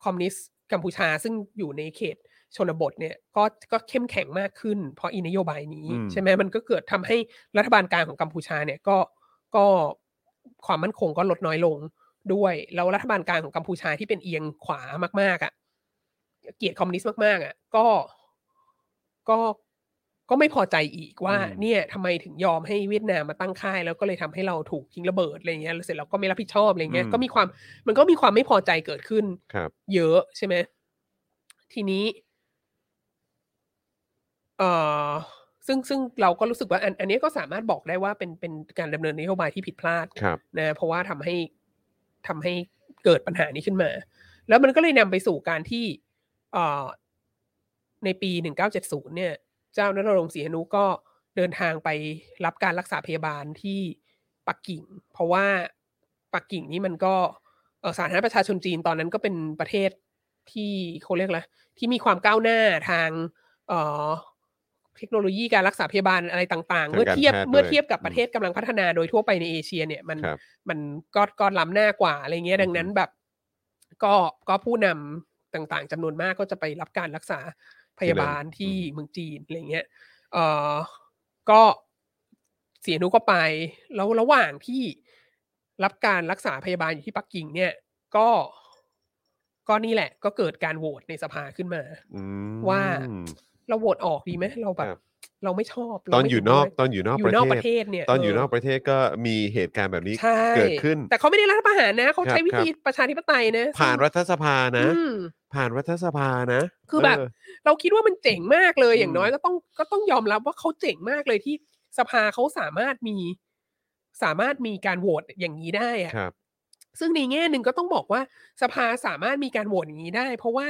[SPEAKER 2] คอมมิวนิสต์กัมพูชาซึ่งอยู่ในเขตชนบทเนี่ย ก็ก็เข้มแข็งมากขึ้น เพราะอีนโยบายนี้
[SPEAKER 1] อืม
[SPEAKER 2] ใช่ไหมมันก็เกิดทำให้รัฐบาลกลางของกัมพูชาเนี่ยก็ก็ความมั่นคงก็ลดน้อยลงด้วยแล้วรัฐบาลกลางของกัมพูชาที่เป็นเอียงขวามาก ๆอ่ะเกลียดคอมมิวนิสต์มากๆอ่ะก็ ก็ก็ไม่พอใจอีกว่า
[SPEAKER 1] อืม
[SPEAKER 2] เนี่ยทำไมถึงยอมให้เวียดนามมาตั้งค่าย แล้วก็เลยทำให้เราถูกทิ้งระเบิดอะไรเงี้ยแล้วเสร็จแล้วก็ไม่รับผิดชอบอะไรเงี้ยก็มีความมันก็มีความไม่พอใจเกิดขึ้น
[SPEAKER 1] ครับ
[SPEAKER 2] เยอะใช่ไหมทีนี้เอ่อซึ่งซึ่งเราก็รู้สึกว่าอันอันนี้ก็สามารถบอกได้ว่าเป็นเป็นการดำเนินนโยบายที่ผิดพลาด
[SPEAKER 1] ครับ
[SPEAKER 2] นะเพราะว่าทำให้ทำให้เกิดปัญหานี้ขึ้นมา แล้วมันก็เลยนำไปสู่การที่เอ่อในปี 1970 เนี่ย เจ้านรรงค์ศรีหนุก็เดินทางไปรับการรักษาพยาบาลที่ปักกิ่ง เพราะว่าปักกิ่งนี่มันก็เอ่อสาธารณรัฐประชาชนจีนตอนนั้นก็เป็นประเทศที่เขาเรียกอะไรที่มีความก้าวหน้าทาง เอ่อเทคโนโลยีการรักษาพยาบาลอะไรต่าง ๆ
[SPEAKER 1] ทาง
[SPEAKER 2] เมื่อเทียบ
[SPEAKER 1] การแพทย์
[SPEAKER 2] เมื่อเทียบกับ
[SPEAKER 1] ด้วย
[SPEAKER 2] ประเทศกำลังพัฒนาโดยทั่วไปในเอเชีย เนี่ยมัน
[SPEAKER 1] ครับ
[SPEAKER 2] มันก็ก็ล้ำหน้ากว่าอะไรเงี้ย
[SPEAKER 1] อือฮึ
[SPEAKER 2] ดังนั้นแบบ ก็ก็ผู้นำต่างๆจำนวนมากก็จะไปรับการรักษาพยาบาลที่เมืองจีนอะไรเงี้ยเออก็เสียหนุก็ไป แล้วระหว่างที่รับการรักษาพยาบาลอยู่ที่ปักกิ่ง เนี่ย ก็ก็นี่แหละ ก็เกิดการโหวตในสภาขึ้นมา
[SPEAKER 1] อืม
[SPEAKER 2] ว่า เราโหวตออกดีไหมเราแบ
[SPEAKER 1] ครับ บ
[SPEAKER 2] เราไม่ชอบ
[SPEAKER 1] ต
[SPEAKER 2] เรา
[SPEAKER 1] อน
[SPEAKER 2] ไม่
[SPEAKER 1] อยู่
[SPEAKER 2] เห็
[SPEAKER 1] นอก
[SPEAKER 2] ด้วย
[SPEAKER 1] ตอนอยู่นอกป
[SPEAKER 2] อยู่
[SPEAKER 1] ระ
[SPEAKER 2] นอก
[SPEAKER 1] เท
[SPEAKER 2] ป
[SPEAKER 1] ศ
[SPEAKER 2] ระเทศเนี่ย
[SPEAKER 1] ตอนอยู่
[SPEAKER 2] เ
[SPEAKER 1] นอกประเทศก็มีเหตุการณ์แบบนี้
[SPEAKER 2] ใช่
[SPEAKER 1] เกิดขึ้น
[SPEAKER 2] แต่เขาไม่ได้รัฐประหารนะ เขา
[SPEAKER 1] ครับ
[SPEAKER 2] ใช้วิธี
[SPEAKER 1] ครับ
[SPEAKER 2] ประชาธิปไตยนะซึ่ง
[SPEAKER 1] ผ่านรัฐสภานะ
[SPEAKER 2] อืม
[SPEAKER 1] ผ่านรัฐสภานะ
[SPEAKER 2] คือแบบ
[SPEAKER 1] เ
[SPEAKER 2] เราคิดว่ามันเจ๋งมากเลยอย่าง
[SPEAKER 1] อืม
[SPEAKER 2] น้อยก็ต้องก็ต้องยอมรับว่าเขาเจ๋งมากเลยที่สภาเขาสามารถมี สามารถมีการโหวตอย่างนี้ได้อะ
[SPEAKER 1] ครับ
[SPEAKER 2] ซึ่งในแง่หนึ่งก็ต้องบอกว่าสภาสามารถมีการโหวตอย่างนี้ได้ เพราะว่า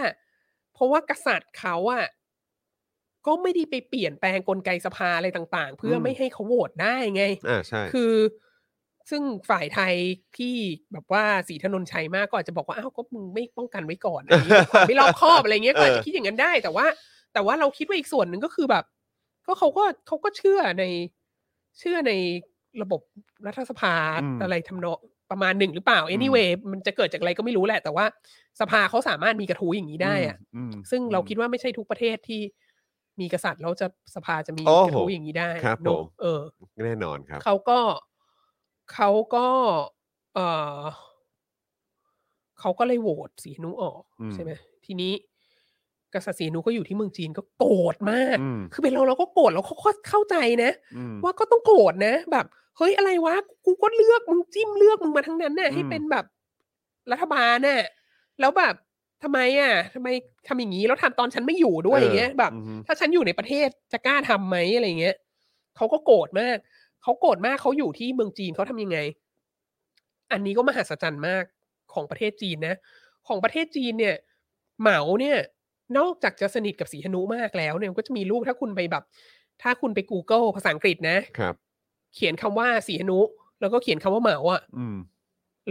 [SPEAKER 2] เพราะว่ากษัตริย์เขาอะ ก็ไม่ได้ไปเปลี่ยนแปลงกลไกสภาอะไรต่างๆ เพื่ออ
[SPEAKER 1] ม
[SPEAKER 2] ไม่ให้เขาโหวตได้ไง
[SPEAKER 1] อ่าใช่
[SPEAKER 2] คือซึ่งฝ่ายไทยที่แบบว่าสีธนนชัยมากก็อาจจะบอกว่าอ้าวก็มึงไม่ป้องกันไว้ก่อนอะไรเงี้ยความไม่รอบคอบอะไร เงี้ยก็อาจจะคิดอย่างนั้นได้ แต่ว่า แต่ว่าเราคิดว่าอีกส่วนหนึ่งก็คือแบบ ก็เขาก็เขาก็เชื่อในเชื่อในระบบรัฐสภา
[SPEAKER 1] อืม
[SPEAKER 2] อะไรทำนองประมาณหนึ่งหรือเปล่า anyway มันจะเกิดจากอะไรก็ไม่รู้แหละ แต่ว่าสภาเขาสามารถมีกระทู้อย่างนี้ได้อะ
[SPEAKER 1] อืมอืม
[SPEAKER 2] ซึ่งเรา
[SPEAKER 1] อืม
[SPEAKER 2] คิดว่าไม่ใช่ทุกประเทศที่มีกษัตริย์แล้วจะสภาจะมี
[SPEAKER 1] โอ้โห
[SPEAKER 2] กระทู้อย่างนี้ได้
[SPEAKER 1] ครับ
[SPEAKER 2] เนอะ
[SPEAKER 1] ผม
[SPEAKER 2] เออ
[SPEAKER 1] แน่นอนครับ
[SPEAKER 2] เขาก็เขาก็เออเขาก็เลยโหวตสีหนุออก
[SPEAKER 1] อืม
[SPEAKER 2] ใช่ไหมทีนี้ กษัตริย์สีหนุก็อยู่ที่เมืองจีนก็โกรธมาก
[SPEAKER 1] อืม
[SPEAKER 2] คือเป็นเราเราก็โกรธเราก็เข้าใจนะ
[SPEAKER 1] อืม
[SPEAKER 2] ว่าก็ต้องโกรธนะ แบบ เฮ้ยอะไรวะกูก็เลือกมึงจิ้มเลือกมึงมาทั้งนั้นน่ะ ให้
[SPEAKER 1] อืม
[SPEAKER 2] เป็นแบบรัฐบาลน่ะแล้วแบบทำไมอ่ะทำไมทำอย่างนี้แล้วทำตอนฉันไม่อยู่ด้วยอย่างเงี้ยแบบ
[SPEAKER 1] ออ
[SPEAKER 2] ถ้าฉันอยู่ในประเทศจะกล้าทำไหมอะไรเงี้ยเขาก็โกรธมาก เขาโกรธมากเขาอยู่ที่เมืองจีนเขาทำยังไง อันนี้ก็มหัศจรรย์มากของประเทศจีนนะ ของประเทศจีนเนี่ย เหมาเนี่ย นอกจากจะสนิทกับสีหนุมากแล้วเนี่ยก็จะมีรูปถ้าคุณไปแบบ ถ้าคุณไป Google ภาษาอังกฤษนะ
[SPEAKER 1] ครับ
[SPEAKER 2] เขียนคำว่าสีหนุ แล้วก็เขียนคำว่าเหมาอะ
[SPEAKER 1] อืม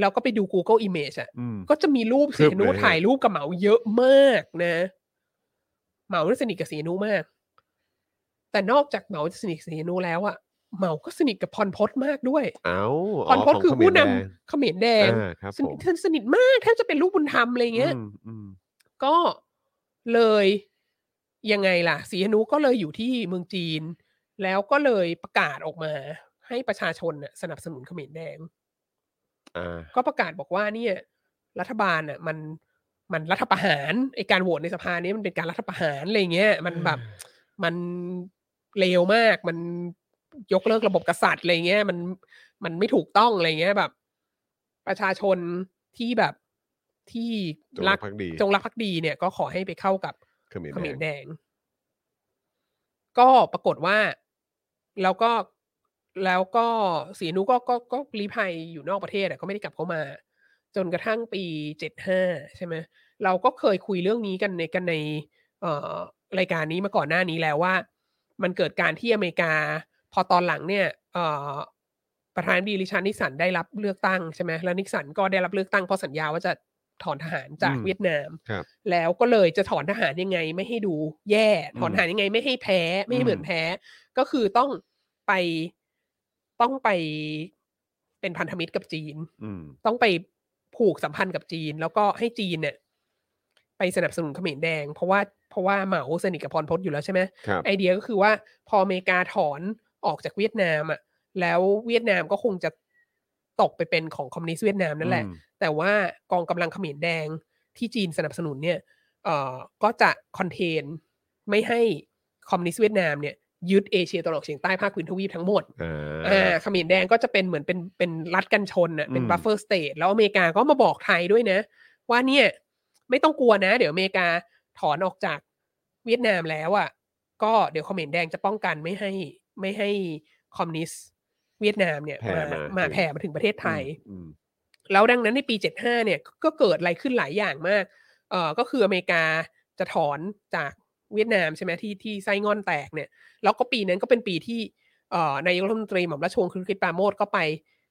[SPEAKER 2] แล้วก็ไปดู Google Image อะ
[SPEAKER 1] อืม
[SPEAKER 2] ก็จะมีรูป
[SPEAKER 1] คื
[SPEAKER 2] สี
[SPEAKER 1] บ
[SPEAKER 2] หนุ
[SPEAKER 1] เลยฮะ
[SPEAKER 2] ถ่ายรูปกับเหมาเยอะมากนะเหมาเนี่ยสนิทกับสีหนุมาก แต่นอกจากเหมาจะสนิทกับสีหนุแล้วอะเหมาก็สนิทกับพรพศมากด้วย
[SPEAKER 1] เอ้า
[SPEAKER 2] พรพศคือผู้นำเขมรแด
[SPEAKER 1] แด
[SPEAKER 2] ง
[SPEAKER 1] งอ่าครับ
[SPEAKER 2] ส
[SPEAKER 1] ผ
[SPEAKER 2] นิท
[SPEAKER 1] ม
[SPEAKER 2] สนิทมากแทบจะเป็นลูกบุญธรรมอะไรเงี้ย
[SPEAKER 1] มอืม
[SPEAKER 2] ก็เลยยังไงล่ะสีหนุก็เลยอยู่ที่เมืองจีน แล้วก็เลยประกาศออกมา ให้ประชาชนน่ะสนับสนุนเขมรแดง
[SPEAKER 1] อ่า
[SPEAKER 2] ก็ประกาศบอกว่าเนี่ย รัฐบาลน่ะมันมันรัฐประหารไอการโหวตในสภานี้มันเป็นการรัฐประหารอะไรเงี้ยมันแบบ มันเลวมาก มันยกเลิกระบบกษัตริย์อะไรเงี้ยมันมันไม่ถูกต้องอะไรเงี้ยแบบ ประชาชนที่แบบที่รั
[SPEAKER 1] จงรักภักดี
[SPEAKER 2] จงรักภักดีเนี่ย ก็ขอให้ไปเข้ากับ
[SPEAKER 1] เขมร
[SPEAKER 2] เขม
[SPEAKER 1] แด
[SPEAKER 2] ร
[SPEAKER 1] ง
[SPEAKER 2] แดง ก็ปรากฏว่า แล้วก็แล้วก็สีนุก็ก็ก็รีภัยอยู่นอกประเทศอะก็ไม่ได้กลับเข้ามา จนกระทั่งปีเจ็ดห้าใช่ไหมเราก็เคยคุยเรื่องนี้กันในกันใน เอ่อรายการนี้มาก่อนหน้านี้แล้วว่า มันเกิดการที่อเมริกา พอตอนหลังเนี่ย เอ่อประธานาธิบดีริชาร์ดนิกสันได้รับเลือกตั้งใช่ไหมแล้วนิกสันก็ได้รับเลือกตั้งเพราะสัญญาว่าจะถอนทหารจากเวียดนาม
[SPEAKER 1] ครับ
[SPEAKER 2] แล้วก็เลยจะถอนทหารยังไงไม่ให้ดูแย่ ถอน
[SPEAKER 1] อืม
[SPEAKER 2] ทหารยังไงไม่ให้แพ้ ไม่ให้เหมือน
[SPEAKER 1] อืม
[SPEAKER 2] แพ้ ก็คือต้องไปต้องไปเป็นพันธมิตรกับจีน
[SPEAKER 1] อืม
[SPEAKER 2] ต้องไปผูกสัมพันธ์กับจีน แล้วก็ให้จีนเนี่ย ไปสนับสนุนเขมรแดง เพราะว่าเพราะว่าเหมาสนิทกับพรพศอยู่แล้วใช่ไหม
[SPEAKER 1] ครับ
[SPEAKER 2] ไอเดียก็คือว่าพออเมริกาถอนออกจากเวียดนามอ่ะ แล้วเวียดนามก็คงจะตกไปเป็นของคอมมิวนิสต์เวียดนามนั่นแหละ
[SPEAKER 1] อืม
[SPEAKER 2] แต่ว่ากองกำลังเขมรแดงที่จีนสนับสนุนเนี่ยเอ่อก็จะคอนเทนไม่ให้คอมมิวนิสต์เวียดนามเนี่ยยึดเอเชียตะวันออกเฉียงใต้ภาคพื้นทวีปทั้งหมด
[SPEAKER 1] อ่า
[SPEAKER 2] อ่าเขมรแดงก็จะเป็นเหมือนเป็นเป็นรัฐกันชนน่ะเป็น
[SPEAKER 1] อืม
[SPEAKER 2] บัฟเฟอร์สเตทแล้วอเมริกาก็มาบอกไทยด้วยนะ ว่าเนี่ย ไม่ต้องกลัวนะ เดี๋ยวอเมริกาถอนออกจากเวียดนามแล้วอ่ะ ก็เดี๋ยวเขมรแดงจะป้องกันไม่ให้ไม่ให้คอมมิวนิสต์เวียดนามเนี่ย
[SPEAKER 1] แผ่มาถึง
[SPEAKER 2] มาแผ่มาถึงประเทศไทย
[SPEAKER 1] อืม
[SPEAKER 2] แล้วดังนั้นในปี 75 เนี่ยก็ก็เกิดอะไรขึ้นหลายอย่างมาก เอ่อ ก็คืออเมริกาจะถอนจากเวียดนามใช่ไหมที่ที่ไส้งอนแตกเนี่ย แล้วก็ปีนั้นก็เป็นปีที่ เอ่อนายกรัฐมนตรีหม่อมราชวงศ์คึกฤทธิ์ปราโมทก็ไป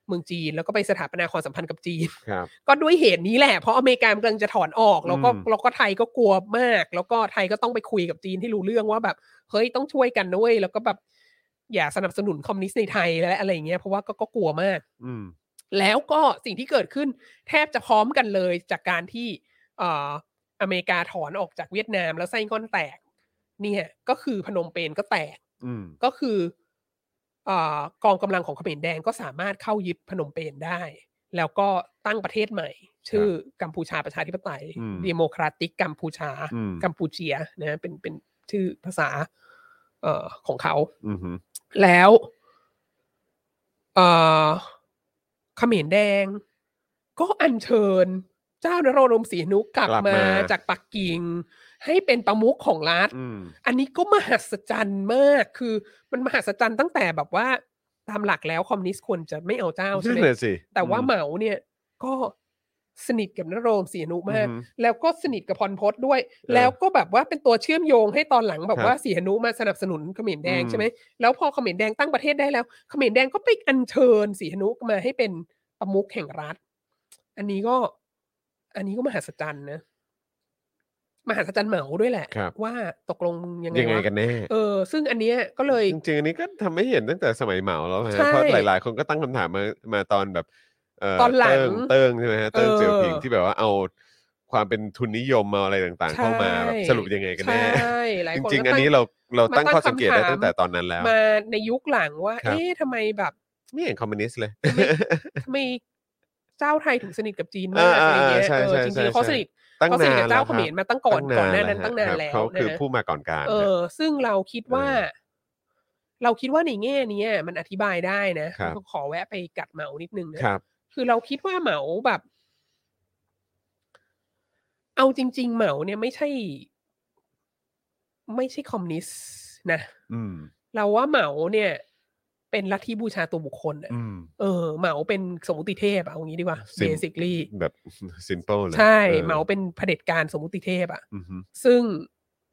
[SPEAKER 2] เมืองจีน แล้วก็ไปสถาปนาความสัมพันธ์กับจีน
[SPEAKER 1] ครับ
[SPEAKER 2] ก็ด้วยเหตุนี้แหละ เพราะอเมริกามันกำลังจะถอนออก แล้วก็
[SPEAKER 1] อืม
[SPEAKER 2] แล้วก็ไทยก็กลัวมาก แล้วก็ไทยก็ต้องไปคุยกับจีนที่รู้เรื่องว่าแบบ เฮ้ยต้องช่วยกันด้วย แล้วก็แบบอย่าสนับสนุนคอมมิวนิสต์ในไทยและอะไรอย่างเงี้ย เพราะว่าก็ก็กลัวมาก
[SPEAKER 1] อืม
[SPEAKER 2] แล้วก็สิ่งที่เกิดขึ้นแทบจะพร้อมกันเลยจากการที่เอ่ออเมริกาถอนออกจากเวียดนามแล้วไส้ก้อนแตก เนี่ยก็คือพนมเปญก็แตก
[SPEAKER 1] อืม
[SPEAKER 2] ก็คือเอ่อกองกำลังของเขมรแดงก็สามารถเข้ายึดพนมเปญได้ แล้วก็ตั้งประเทศใหม่ ชื่อกัมพูชาประชาธิปไตยดิโมคราติกกัมพูชา
[SPEAKER 1] อืม
[SPEAKER 2] กัมพูเชียนะเป็นเป็นชื่อภาษา เอ่อของเขา
[SPEAKER 1] อืม
[SPEAKER 2] แล้วเอ่อเขมรแดง ก็อัญเชิญ เจ้านโรดมศรีนุกลับมาจากปักกิ่ง ให้เป็นประมุขของรัฐ
[SPEAKER 1] อืม
[SPEAKER 2] อันนี้ก็มหัศจรรย์มาก คือมันมหัศจรรย์ตั้งแต่แบบว่า ตามหลักแล้วคอมมิวนิสต์ควรจะไม่เอาเจ้าใช่
[SPEAKER 1] นั่น
[SPEAKER 2] ไหม
[SPEAKER 1] แหละสิ
[SPEAKER 2] แต่ว่า
[SPEAKER 1] อืม
[SPEAKER 2] เหมาเนี่ย ก็ สนิทกับนโรงศรีอนุมาก
[SPEAKER 1] อือฮึ
[SPEAKER 2] แล้วก็สนิทกับพรพศด้วย
[SPEAKER 1] ออ
[SPEAKER 2] แล้วก็แบบว่าเป็นตัวเชื่อมโยงให้ตอนหลังแบ
[SPEAKER 1] ค
[SPEAKER 2] บ
[SPEAKER 1] รับ
[SPEAKER 2] ว่าเสียหนุมาสนับสนุนเขมรแดง
[SPEAKER 1] อืม
[SPEAKER 2] ใช่ไหมแล้วพอเขมรแดงตั้งประเทศได้แล้วเขมรแดงก็ไปอัญเชิญเสียหนุมาให้เป็นประมุขแห่งรัฐ อันนี้ก็ อันนี้ก็มหัศจรรย์นะมหัศจรรย์เหมาด้วยแหละ
[SPEAKER 1] ครับ
[SPEAKER 2] ว่าตกลงยังไง
[SPEAKER 1] ยังไง
[SPEAKER 2] วะ
[SPEAKER 1] กันแน่
[SPEAKER 2] เออ ซึ่งอันเนี้ยก็เลย
[SPEAKER 1] จริงๆอันนี้ก็ทำให้เห็นตั้งแต่สมัยเหมาแล้วนะ
[SPEAKER 2] ใช่
[SPEAKER 1] ฮะเพราะหลาย ๆ คนก็ตั้งคำถามมามาตอนแบบเ
[SPEAKER 2] ตอนหลัง
[SPEAKER 1] เติ้เติ้งใช่ไหมฮะเติ้ง
[SPEAKER 2] เออ
[SPEAKER 1] เจียวผิงที่แบบว่าเอาความเป็นทุนนิยมมาอะไรต่าง ๆ เข้ามา
[SPEAKER 2] ใช่
[SPEAKER 1] แบบสรุปยังไงกัน
[SPEAKER 2] ใช
[SPEAKER 1] แน่
[SPEAKER 2] ่หลาย
[SPEAKER 1] จ
[SPEAKER 2] คน
[SPEAKER 1] ริง ๆ
[SPEAKER 2] ก็
[SPEAKER 1] อัน
[SPEAKER 2] ตั้
[SPEAKER 1] นี้เราเราตั้ง
[SPEAKER 2] มาตั้ง
[SPEAKER 1] ข้อสังเกตได้
[SPEAKER 2] คำถาม
[SPEAKER 1] ตั้งแต่ตอนนั้นแล้ว
[SPEAKER 2] มาในยุคหลังว่า
[SPEAKER 1] ครับ
[SPEAKER 2] เอ๊ะทำไมแบบ
[SPEAKER 1] ไม่เห็นคอมมิวนิสต์เลย
[SPEAKER 2] ทำไมทำไมเจ้าไทยถึงสนิทกับจีนมาก
[SPEAKER 1] อ่า
[SPEAKER 2] อะไรเงี้ย
[SPEAKER 1] ใช่
[SPEAKER 2] เอ
[SPEAKER 1] ใช่
[SPEAKER 2] อจ
[SPEAKER 1] ใช่
[SPEAKER 2] ริงๆเขา
[SPEAKER 1] ใช่
[SPEAKER 2] สนิท
[SPEAKER 1] ตั้ง
[SPEAKER 2] เขาสนิ
[SPEAKER 1] นาน
[SPEAKER 2] ทกับ
[SPEAKER 1] แล้
[SPEAKER 2] เจ้าว
[SPEAKER 1] ค
[SPEAKER 2] เข
[SPEAKER 1] รับ
[SPEAKER 2] มรมาตั้งก่อนก่อนหน้านั้น
[SPEAKER 1] ฮะ
[SPEAKER 2] ตั้งนาน
[SPEAKER 1] ครับ
[SPEAKER 2] แล้ว
[SPEAKER 1] เขาคือ
[SPEAKER 2] นะ
[SPEAKER 1] ผู้มาก่อนการ
[SPEAKER 2] เอ
[SPEAKER 1] ฮะ
[SPEAKER 2] อ ซึ่งเราคิดว่า
[SPEAKER 1] เออ
[SPEAKER 2] เราคิดว่าในแง่เนี้ยมันอธิบายได้นะครับ ขอแวะไปกัดเหมานิดนึงนะครับ คือเราคิดว่าเหมาแบบ เอาจริง ๆ เหมาเนี่ยไม่ใช่ ไม่ใช่คอมมิวนิสต์นะ
[SPEAKER 1] อืม
[SPEAKER 2] เราว่าเหมาเนี่ย เป็นลัทธิบูชาตัวบุคคลอะ
[SPEAKER 1] อืม
[SPEAKER 2] เออเหมาเป็นสมมติเทพอะเอางี้ดีกว่า
[SPEAKER 1] สิ่ง
[SPEAKER 2] basically
[SPEAKER 1] แบบ simple เลย
[SPEAKER 2] ใช่
[SPEAKER 1] ออ
[SPEAKER 2] เหมาเป็นเผด็จการสมมติเทพอะ
[SPEAKER 1] อือฮึ
[SPEAKER 2] ซึ่ง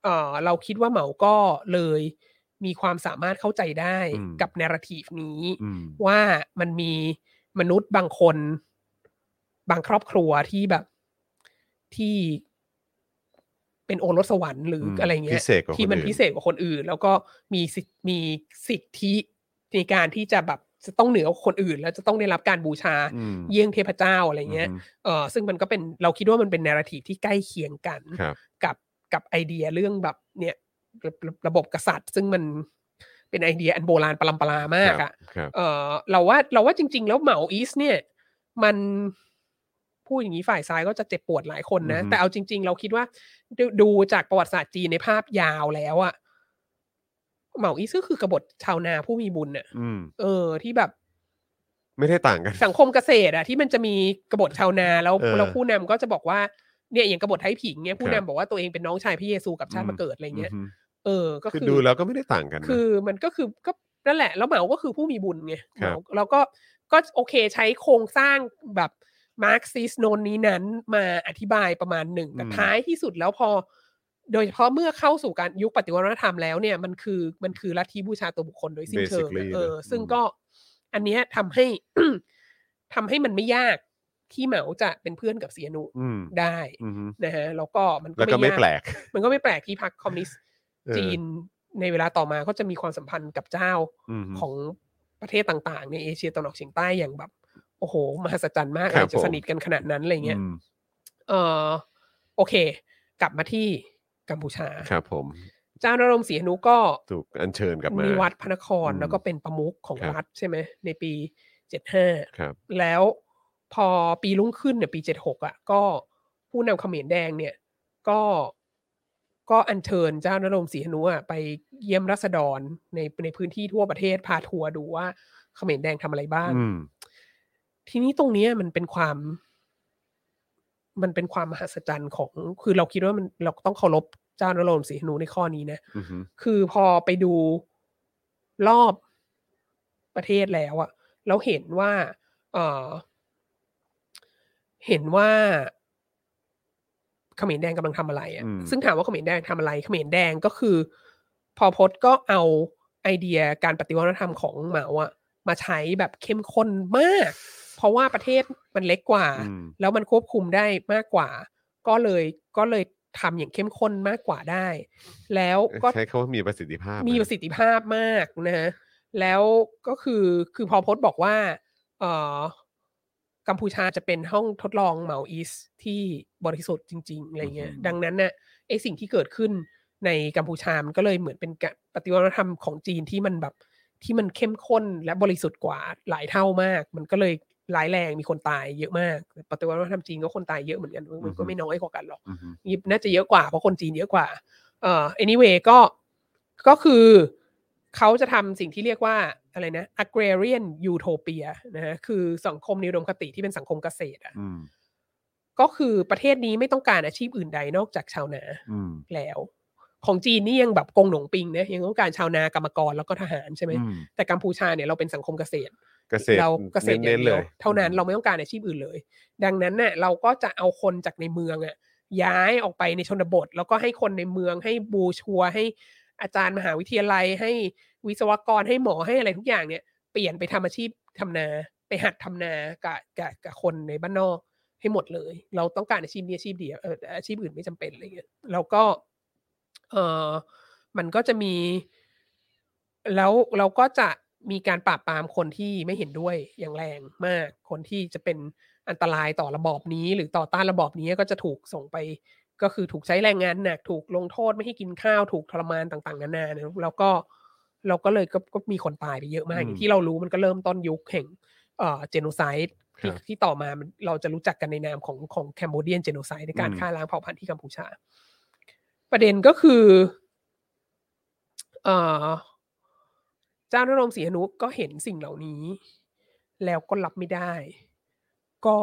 [SPEAKER 2] เอ่อเราคิดว่าเหมาก็เลยมีความสามารถเข้าใจได้กับเนราทีฟนี้
[SPEAKER 1] อืม
[SPEAKER 2] ว่ามันมีมนุษย์บางคนบางครอบครัวที่แบบที่เป็นโอรสสวรรค์หรือ
[SPEAKER 1] ม
[SPEAKER 2] อะไรเงี้
[SPEAKER 1] พิ
[SPEAKER 2] ย
[SPEAKER 1] เศษกว่า
[SPEAKER 2] ที่มั
[SPEAKER 1] ค
[SPEAKER 2] น
[SPEAKER 1] อื่
[SPEAKER 2] พิเศษกว่าคนอื่น แล้วก็มีสิทธิมีสิทธิในการที่จะแบบจะต้องเหนือกว่าคนอื่น แล้วจะต้องได้รับการบูชา
[SPEAKER 1] อืม
[SPEAKER 2] เยี่ยงเทพเจ้าอะไรเงี้ย เออซึ่งมันก็เป็นเราคิดว่ามันเป็นนาราทีที่ใกล้เคียงกัน
[SPEAKER 1] อือฮึครับ
[SPEAKER 2] กับกับไอเดียเรื่องแบบเนี่ยระระระบบกษัตริย์ ซึ่งมันเป็นไอเดียอันโบราณปรำปรามากอะ่ะ
[SPEAKER 1] ครับ
[SPEAKER 2] เออเราว่าเราว่าจริง ๆ แล้วเหมาอีสเนี่ย มันพูดอย่างนี้ฝ่ายซ้ายก็จะเจ็บปวดหลายคนนะ
[SPEAKER 1] อือฮึ
[SPEAKER 2] แต่เอาจริง ๆ เราคิดว่าดูดูจากประวัติศาสตร์จีนในภาพยาวแล้วอะเหมาอีสก็คือกบฏชาวนาผู้มีบุญน่ะ
[SPEAKER 1] อืม
[SPEAKER 2] เออ ที่แบบ
[SPEAKER 1] ไม่ได้ต่างกัน
[SPEAKER 2] สังคมเกษตรอะที่มันจะมีกบฏชาวนาแล้ว
[SPEAKER 1] เออ
[SPEAKER 2] แล้วผู้นำก็จะบอกว่าเนี่ยอย่างกบฏไทยผิงเนี่ยผู้
[SPEAKER 1] ครั
[SPEAKER 2] นำ
[SPEAKER 1] บ
[SPEAKER 2] บอกว่าตัวเองเป็นน้องชายพระเยซูกับชาติ
[SPEAKER 1] อืม
[SPEAKER 2] มาเกิดอะไรเงี้ย
[SPEAKER 1] อือฮึ
[SPEAKER 2] เออก็
[SPEAKER 1] คือ
[SPEAKER 2] คือ
[SPEAKER 1] ดูแล้วก็ไม่ได้ต่างกันนะ
[SPEAKER 2] คือมันก็คือก็นั่นแหละ แล้วเหมาก็คือผู้มีบุญไง
[SPEAKER 1] ครับ
[SPEAKER 2] เหมาแล้วก็ก็โอเคใช้โครงสร้างแบบมาร์กซิสโนนนี้นั้นมาอธิบายประมาณหนึ่งแต่ท้ายที่สุดแล้วพอ โดยเฉพาะเมื่อเข้าสู่การยุคปฏิวัติวัฒนธรรมแล้วเนี่ยมันคือมันคือลัทธิบูชาตัวบุคคลโดยสิ้นเชิง
[SPEAKER 1] Basically
[SPEAKER 2] อะเออ
[SPEAKER 1] นะ
[SPEAKER 2] ซึ่ง
[SPEAKER 1] อืม
[SPEAKER 2] ก็อันเนี้ยทำให้ ทำให้มันไม่ยากที่เหมาจะเป็นเพื่อนกับเสียหนุ
[SPEAKER 1] ม
[SPEAKER 2] ได้
[SPEAKER 1] อือฮึ
[SPEAKER 2] นะฮะแล้วก็มัน
[SPEAKER 1] แล้วก็ไม่
[SPEAKER 2] ยา
[SPEAKER 1] แปลก
[SPEAKER 2] มันก็ไม่แปลกที่พรรคคอมมิวนิสต์
[SPEAKER 1] เออ
[SPEAKER 2] จีนในเวลาต่อมาก็จะมีความสัมพันธ์กับเจ้า
[SPEAKER 1] ฮึ
[SPEAKER 2] ของประเทศต่างๆ ในเอเชียตะวันออกเฉียงใต้อย่างแบบโอ้โหมหัศจรรย์มาก
[SPEAKER 1] ค
[SPEAKER 2] อะ
[SPEAKER 1] รับ
[SPEAKER 2] ไรจะ
[SPEAKER 1] ผม
[SPEAKER 2] สนิทกันขนาดนั้นอะไรเงี้ย
[SPEAKER 1] อืม
[SPEAKER 2] เออโอเค กลับมาที่กัมพูชา
[SPEAKER 1] ครับผม
[SPEAKER 2] เจ้านรงศรีหนุก็
[SPEAKER 1] ถูกอัญเชิญกลับมา
[SPEAKER 2] นิวัดพระนคร
[SPEAKER 1] อืม
[SPEAKER 2] แล้วก็เป็นประมุขของ
[SPEAKER 1] ครับ
[SPEAKER 2] รัฐใช่ไหมในปีเจ็ดห้า
[SPEAKER 1] ครับ
[SPEAKER 2] แล้วพอปีรุ่งขึ้นเนี่ยปีเจ็ดหกอ่ะ ก็ผู้นำเขมรแดงเนี่ย ก็ก็อัญเชิญเจ้านรงศรีหนุอ่ะไปเยี่ยมรัษฎรในในพื้นที่ทั่วประเทศพาทัวร์ดูว่าเขมรแดงทำอะไรบ้าง
[SPEAKER 1] อืม
[SPEAKER 2] ทีนี้ตรงเนี้ยมันเป็นความ มันเป็นความมหัศจรรย์ของ คือเราคิดว่ามันเราต้องเคารพเจ้านโรมศรีหนูในข้อนี้นะ
[SPEAKER 1] อือฮึ
[SPEAKER 2] คือพอไปดูรอบประเทศแล้วอะเราเห็นว่า เออเห็นว่าเขมรแดงกำลังทำอะไรอะซึ่งถามว่าเขมรแดงทำอะไรเขมรแดงก็คือ พอพจน์ก็เอาไอเดียการปฏิวัติวัฒนธรรมของเหมาอะมาใช้แบบเข้มข้นมาก เพราะว่าประเทศมันเล็กกว่า
[SPEAKER 1] อืม
[SPEAKER 2] แล้วมันควบคุมได้มากกว่า ก็เลยก็เลยทำอย่างเข้มข้นมากกว่าได้ แล้วก็
[SPEAKER 1] ใช้คำว่ามีประสิทธิภาพ
[SPEAKER 2] มีประสิทธิภาพมากนะฮะแล้วก็คือคือพอพจน์บอกว่าเออกัมพูชาจะเป็นห้องทดลองเหมาอีสที่บริสุทธิ์จริง ๆอะไรเงี้ยดังนั้นน่ะไอสิ่งที่เกิดขึ้นในกัมพูชามันก็เลยเหมือนเป็นการปฏิวัติธรรมของจีนที่มันแบบที่มันเข้มข้นและบริสุทธิ์กว่าหลายเท่ามาก มันก็เลยร้ายแรงมีคนตายเยอะมาก ปฏิวัติธรรมจีนก็คนตายเยอะเหมือนกันมันก็ไม่น้อยกว่ากันหรอก
[SPEAKER 1] อือฮึ
[SPEAKER 2] ยิบน่าจะเยอะกว่า เพราะคนจีนเยอะกว่า เอ่อ anyway ก็ก็คือเขาจะทำสิ่งที่เรียกว่าอะไรนะ agrarian utopia นะฮะคือสังคมนิยมคติที่เป็นสังคมเกษตรอ่ะ
[SPEAKER 1] อืม
[SPEAKER 2] ก็คือประเทศนี้ไม่ต้องการอาชีพอื่นใดนอกจากชาวนา
[SPEAKER 1] อืม
[SPEAKER 2] แล้ว ของจีนนี่ยังแบบกงหลงปิงนะยังต้องการชาวนากรรมกรแล้วก็ทหารใช่ไหม
[SPEAKER 1] อืม
[SPEAKER 2] แต่กัมพูชาเนี่ยเราเป็นสังคมเกษตร
[SPEAKER 1] เกษตร
[SPEAKER 2] เราเกษตรอย่างเดียว
[SPEAKER 1] ๆ
[SPEAKER 2] เท่านั้นเราไม่ต้องการอาชีพอื่นเลย ดังนั้นเน่ะเราก็จะเอาคนจากในเมืองอ่ะย้ายออกไปในชนบท แล้วก็ให้คนในเมืองให้บูชัวร์ให้อาจารย์มหาวิทยาลัย ให้วิศวกรให้หมอให้อะไรทุกอย่างเนี่ยเปลี่ยนไปทำอาชีพทำนาไปหัดทำนากับกับกับคนในบ้านนอกให้หมดเลย เราต้องการอาชีพนี้อาชีพเดียวเอออาชีพอื่นไม่จำเป็นอะไรเงี้ยแล้วก็เออมันก็จะมี แล้วเราก็จะมีการปราบปรามคนที่ไม่เห็นด้วยอย่างแรงมาก คนที่จะเป็นอันตรายต่อระบอบนี้ หรือต่อต้านระบอบนี้ก็จะถูกส่งไป ก็คือถูกใช้แรงงานหนักถูกลงโทษไม่ให้กินข้าวถูกทรมานต่างๆนานานะแล้วก็เราก็เลยก็ก็มีคนตายไปเยอะมากอย่างที่เรารู้มันก็เริ่มต้นยุคแห่งเอ่อเจโนไซด์ที่
[SPEAKER 1] ครับ
[SPEAKER 2] ที่ต่อมามันเราจะรู้จักกันในนามของของแคมโบเดียนเจโนไซด์ในการ
[SPEAKER 1] อืม
[SPEAKER 2] ฆ่าล้างเผ่าพันธุ์ที่กัมพูชา ประเด็นก็คือ เอ่อเจ้าพระนรงศรีหนุก็เห็นสิ่งเหล่านี้ แล้วก็รับไม่ได้ ก็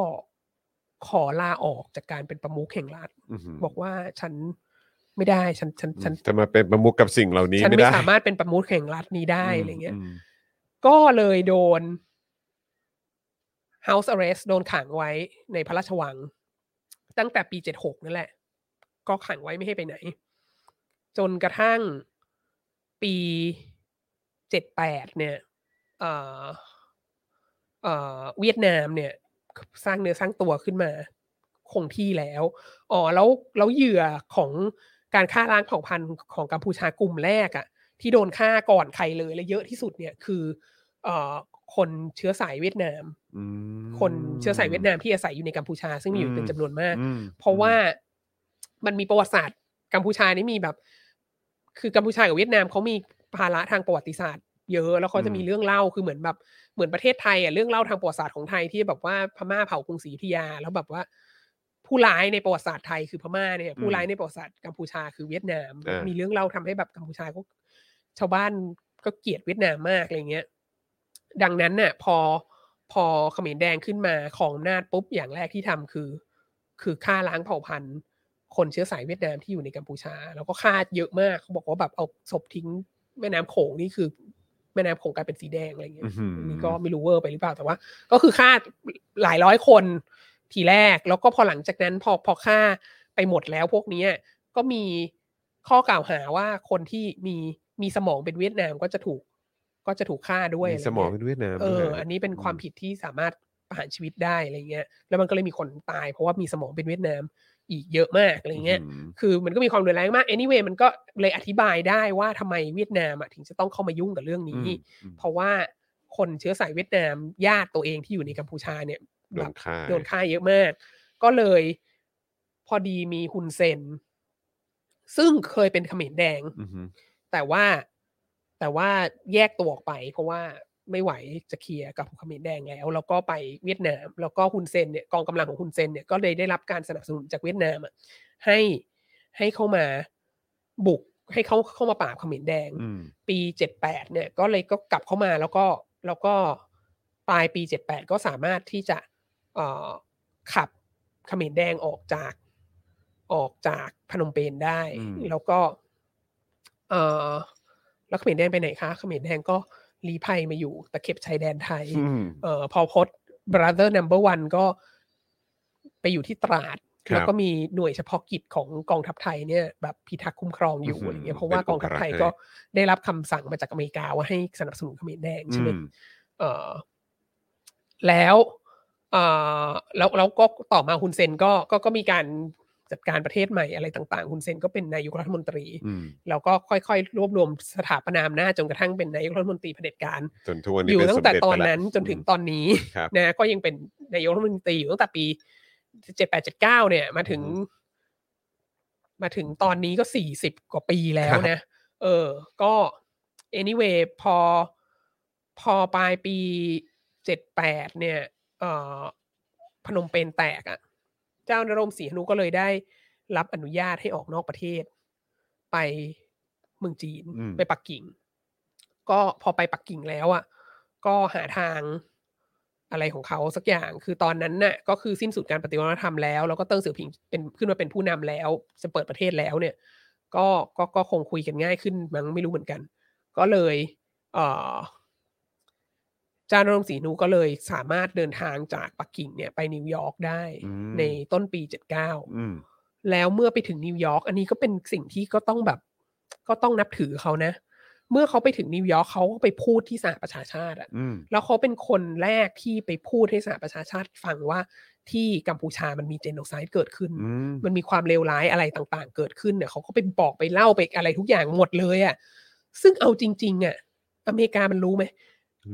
[SPEAKER 2] ขอลาออกจากการเป็นประมุขแห่งรัฐ
[SPEAKER 1] อื้อหือ
[SPEAKER 2] บอกว่าฉันไม่ได้ ฉันฉันฉัน
[SPEAKER 1] จะมาเป็นประมุขกับสิ่งเหล่านี้
[SPEAKER 2] ฉัน
[SPEAKER 1] ไม่
[SPEAKER 2] ไม่
[SPEAKER 1] ได้
[SPEAKER 2] สามารถเป็นประมุขแห่งรัฐนี้ได้
[SPEAKER 1] อืม
[SPEAKER 2] อะไรเงี้ย
[SPEAKER 1] อืม
[SPEAKER 2] ก็เลยโดน House Arrest โดนขังไว้ในพระราชวัง ตั้งแต่ปีเจ็ดหกนั่นแหละ ก็ขังไว้ไม่ให้ไปไหน จนกระทั่งปีเจ็ดแปดเนี่ยเอ่อเอ่อเวียดนามเนี่ย สร้างเนื้อสร้างตัวขึ้นมาคงที่แล้ว อ๋อแล้วแล้วเหยื่อของการฆ่าล้างเผ่าพันธุ์ของกัมพูชากลุ่มแรกอะที่โดนฆ่าก่อนใครเลยและเยอะที่สุดเนี่ยคือเอ่อคนเชื้อสายเวียดนาม
[SPEAKER 1] อืม
[SPEAKER 2] คนเชื้อสายเวียดนามที่อาศัยอยู่ในกัมพูชา ซึ่งมีอยู่เป็น
[SPEAKER 1] อืม
[SPEAKER 2] จำนวนมาก
[SPEAKER 1] อืม
[SPEAKER 2] เพราะว่ามันมีประวัติศาสตร์กัมพูชานี่มีแบบ คือกัมพูชากับเวียดนามเขามีภาระทางประวัติศาสตร์เยอะแล้วเขาจะมีเรื่องเล่าคือเหมือนแบบเหมือนประเทศไทยอ่ะเรื่องเล่าทางประวัติศาสตร์ของไทยที่แบบว่าพม่าเผากรุงศรีอยุธยา แล้วแบบว่า ผู้ร้ายในประวัติศาสตร์ไทยคือพม่าเนี่ย ผู้ร้ายในประวัติศาสตร์กัมพูชาคือเวียดนาม
[SPEAKER 1] อ่ามี
[SPEAKER 2] มีเรื่องเล่าทำให้แบบกัมพูชาก็ชาวบ้านก็เกลียดเวียดนามมากอะไรเงี้ย ดังนั้นเนี่ยพอพอเขมรแดงขึ้นมาของอำนาจปุ๊บอย่างแรกที่ทำคือ คือฆ่าล้างเผ่าพันธุ์ คนเชื้อสายเวียดนามที่อยู่ในกัมพูชา แล้วก็ฆ่าเยอะมากเขาบอกว่าแบบเอาศพทิ้ง แม่น้ำโขงนี่คือ แม่น้ำโขงกลายเป็นสีแดงอะไรเงี้ย
[SPEAKER 1] อื้อหือ
[SPEAKER 2] อันนี้ก็ไม่รู้เวอร์ไปหรือเปล่าแต่ว่า ก็คือฆ่าหลายร้อยคนทีแรก แล้วก็พอหลังจากนั้นพอพอฆ่าไปหมดแล้วพวกเนี้ยก็มีข้อกล่าวหาว่าคนที่มีมีสมองเป็นเวียดนามก็จะถูกก็จะถูกฆ่าด้ว
[SPEAKER 1] มี
[SPEAKER 2] ยะไร
[SPEAKER 1] สมอง
[SPEAKER 2] เงี้ย
[SPEAKER 1] เป็นเวียดนาม
[SPEAKER 2] เอ
[SPEAKER 1] ด้
[SPEAKER 2] อ
[SPEAKER 1] วย
[SPEAKER 2] อันนี้เป็น
[SPEAKER 1] อืม
[SPEAKER 2] ความผิดที่สามารถประหารชีวิตได้อะไรเงี้ย แล้วมันก็เลยมีคนตาย เพราะว่ามีสมองเป็นเวียดนามอีกเยอะมากอะไรเงี้ย
[SPEAKER 1] อื้อหือ
[SPEAKER 2] คือมันก็มีความรุนแรงมาก anyway มันก็เลยอธิบายได้ว่าทำไมเวียดนามอะถึงจะต้องเข้ามายุ่งกับเรื่องนี้
[SPEAKER 1] อืม
[SPEAKER 2] เพราะว่าคนเชื้อสายเวียดนามญาติตัวเองที่อยู่ในกัมพูชาเนี่ย
[SPEAKER 1] โด
[SPEAKER 2] แบ
[SPEAKER 1] น
[SPEAKER 2] บ
[SPEAKER 1] ฆ่า
[SPEAKER 2] โดนฆ่าเยอะมาก ก็เลยพอดีมีฮุนเซน ซึ่งเคยเป็นเขมรแดง
[SPEAKER 1] อือหือ
[SPEAKER 2] แต่ว่าแต่ว่าแยกตัวออกไป เพราะว่าไม่ไหวจะเคลียร์กับเขมรแดงแล้ว แล้วก็ไปเวียดนาม แล้วก็ฮุนเซนเนี่ยกองกำลังของฮุนเซนเนี่ยก็เลยได้รับการสนับสนุนจากเวียดนามอะให้ให้เข้ามาบุกให้เขาเข้ามาปราบเขมรแดง
[SPEAKER 1] อืม
[SPEAKER 2] ปีเจ็ดแปดเนี่ยก็เลยก็กลับเข้ามาแล้วก็แล้วก็ปลายปีเจ็ดแปดก็สามารถที่จะเอ่อขับเขมรแดงออกจากออกจากพนมเปญได้
[SPEAKER 1] อืม
[SPEAKER 2] แล้วก็เอ่อแล้วเขมรแดงไปไหนคะเขมรแดงก็รีภัยมาอยู่ตะเข็บชายแดนไทย
[SPEAKER 1] อืม
[SPEAKER 2] เอ่อพอพด brother number one ก็ไปอยู่ที่ตราด
[SPEAKER 1] ครับ
[SPEAKER 2] แล้วก็มีหน่วยเฉพาะกิจของกองทัพไทยเนี่ยแบบพิทักษ์คุ้มครองอยู่
[SPEAKER 1] อือหือ
[SPEAKER 2] อะไรเงี้ยเพราะ
[SPEAKER 1] เป็น
[SPEAKER 2] ว่ากองทัพไทย
[SPEAKER 1] องค์กร
[SPEAKER 2] ก็ได้รับคำสั่งมาจากอเมริกาว่าให้สนับสนุนเขมรแดงใช่ไหม
[SPEAKER 1] อืม
[SPEAKER 2] เออแล้วเออแล้วแล้วก็ต่อมาฮุนเซนก็ก็ก็มีการจัดการประเทศใหม่อะไรต่างๆฮุนเซนก็เป็นนายกรัฐมนตรี
[SPEAKER 1] อืม
[SPEAKER 2] แล้วก็ค่อยๆ รวบรวมสถาปนามหน้าจจนกระทั่งเป็นนายกรัฐมนตรีเผด็จการ
[SPEAKER 1] จนทุกวันนี้
[SPEAKER 2] อยู่
[SPEAKER 1] เป็น
[SPEAKER 2] ตั้
[SPEAKER 1] ส
[SPEAKER 2] ง
[SPEAKER 1] ม
[SPEAKER 2] แต่
[SPEAKER 1] เด็จ
[SPEAKER 2] ตอ
[SPEAKER 1] ไป
[SPEAKER 2] น
[SPEAKER 1] แล้ว
[SPEAKER 2] นั้นจนถึงตอนนี้
[SPEAKER 1] ครับ
[SPEAKER 2] นะก็ยังเป็นนายกรัฐมนตรีอยู่ตั้งแต่ปีเจ็ดแปดเจ็ดเก้าเนี่ย มาถึง
[SPEAKER 1] อือฮึ
[SPEAKER 2] มาถึงตอนนี้ก็สี่สิบกว่าปีแล้วนะ เออ ก็ anyway พอพอปลายปีเจ็ดแปดเนี่ย เอ่อพนมเปญแตกอะ่ะ เจ้านรงศรีหนุก็เลยได้รับอนุญาตให้ออกนอกประเทศ ไปเมืองจีน
[SPEAKER 1] อืม
[SPEAKER 2] ไปปักกิ่ง ก็พอไปปักกิ่งแล้วอะ่ะ ก็หาทางอะไรของเขาสักอย่าง คือตอนนั้นน่ะก็คือสิ้นสุดการปฏิวัติวัฒนธรรมแล้ว แล้วก็เติ้งเสี่ยวผิงเป็นขึ้นมาเป็นผู้นำแล้ว จะเปิดประเทศแล้วเนี่ย ก็ก็ก็คงคุยกันง่ายขึ้นมั้งไม่รู้เหมือนกัน ก็เลย เอ่อ จารย์รงค์ศรีนูก็เลยสามารถเดินทางจากปักกิ่งเนี่ยไปนิวยอร์กได้
[SPEAKER 3] อืม
[SPEAKER 2] ในต้นปี
[SPEAKER 3] อืม
[SPEAKER 2] 79 แล้วเมื่อไปถึงนิวยอร์กอันนี้ก็เป็นสิ่งที่ก็ต้องแบบก็ต้องนับถือเขานะ เมื่อเขาไปถึงนิวยอร์กเขาก็ไปพูดที่สหประชาชาติอะ
[SPEAKER 3] อืม
[SPEAKER 2] แล้วเขาเป็นคนแรกที่ไปพูดให้สหประชาชาติฟังว่าที่กัมพูชามันมีเจนโนไซด์เกิดขึ้น
[SPEAKER 3] อืม
[SPEAKER 2] มันมีความเลวร้ายอะไรต่างๆ เกิดขึ้นเนี่ยเขาก็ไปบอกไปเล่าไปอะไรทุกอย่างหมดเลยอะ่ะซึ่งเอาจริง ๆอะ่ะอเมริกามันรู้ไหม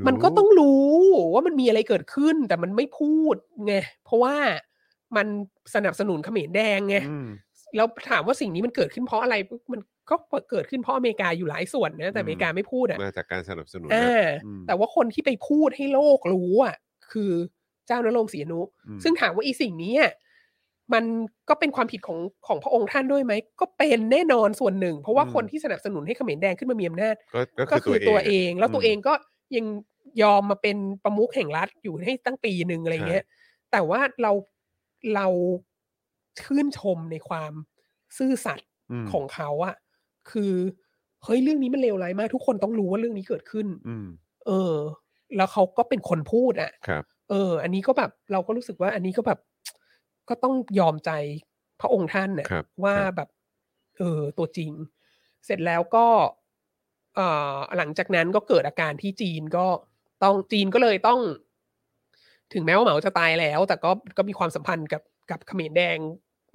[SPEAKER 2] มันก็ต้องรู้ว่ามันมีอะไรเกิดขึ้นแต่มันไม่พูดไงเพราะว่ามันสนับสนุนเขมรแดงไง
[SPEAKER 3] อืม
[SPEAKER 2] แล้วถามว่าสิ่งนี้มันเกิดขึ้นเพราะอะไรมันก็เกิดขึ้นเพราะอเมริกาอยู่หลายส่วนนะแต่อเมริกาไม่พูดอ่ะ
[SPEAKER 1] มาจากการสนับสนุน
[SPEAKER 2] อ่า
[SPEAKER 3] อืม
[SPEAKER 2] แต่ว่าคนที่ไปพูดให้โลกรู้อ่ะ คือเจ้านรงค์ศรีอนุ
[SPEAKER 3] อืม
[SPEAKER 2] ซึ่งถามว่าอีสิ่งนี้อ่ะมันก็เป็นความผิดของของพระองค์ท่านด้วยไหม ก็เป็นแน่นอนส่วนหนึ่ง เพราะว่าคนที่สนับสนุนให้เขมรแดงขึ้นมามีอำนาจ
[SPEAKER 1] ก็ก็
[SPEAKER 2] ก็
[SPEAKER 1] คือ
[SPEAKER 2] ตั
[SPEAKER 1] ตัว ว
[SPEAKER 2] เอ
[SPEAKER 1] เอง
[SPEAKER 2] ง แล้วตัวเองก็ยังยอมมาเป็นประมุขแห่งรัฐอยู่ให้ตั้งปีหนึ่งอะไรเงี้ย แต่ว่าเราเราชื่นชมในความซื่อสัตย์
[SPEAKER 3] ม
[SPEAKER 2] ของเขาอะคือเฮ้ยเรื่องนี้มันเลวร้ายมาก ทุกคนต้องรู้ว่าเรื่องนี้เกิดขึ้น
[SPEAKER 3] อืม
[SPEAKER 2] เออ แล้วเขาก็เป็นคนพูดอะ
[SPEAKER 1] ครับ
[SPEAKER 2] เออ อันนี้ก็แบบเราก็รู้สึกว่า อันนี้ก็แบบ ก็ต้องยอมใจพระองค์ท่านนะครับ ว่า
[SPEAKER 1] ครับ
[SPEAKER 2] แบบ เออ ตัวจริง เสร็จแล้วก็เอ่อหลังจากนั้นก็เกิดอาการที่จีนก็ต้องจีนก็เลยต้อง ถึงแม้ว่าเหมาจะตายแล้ว แต่ก็ก็มีความสัมพันธ์กับกับเขมรแดง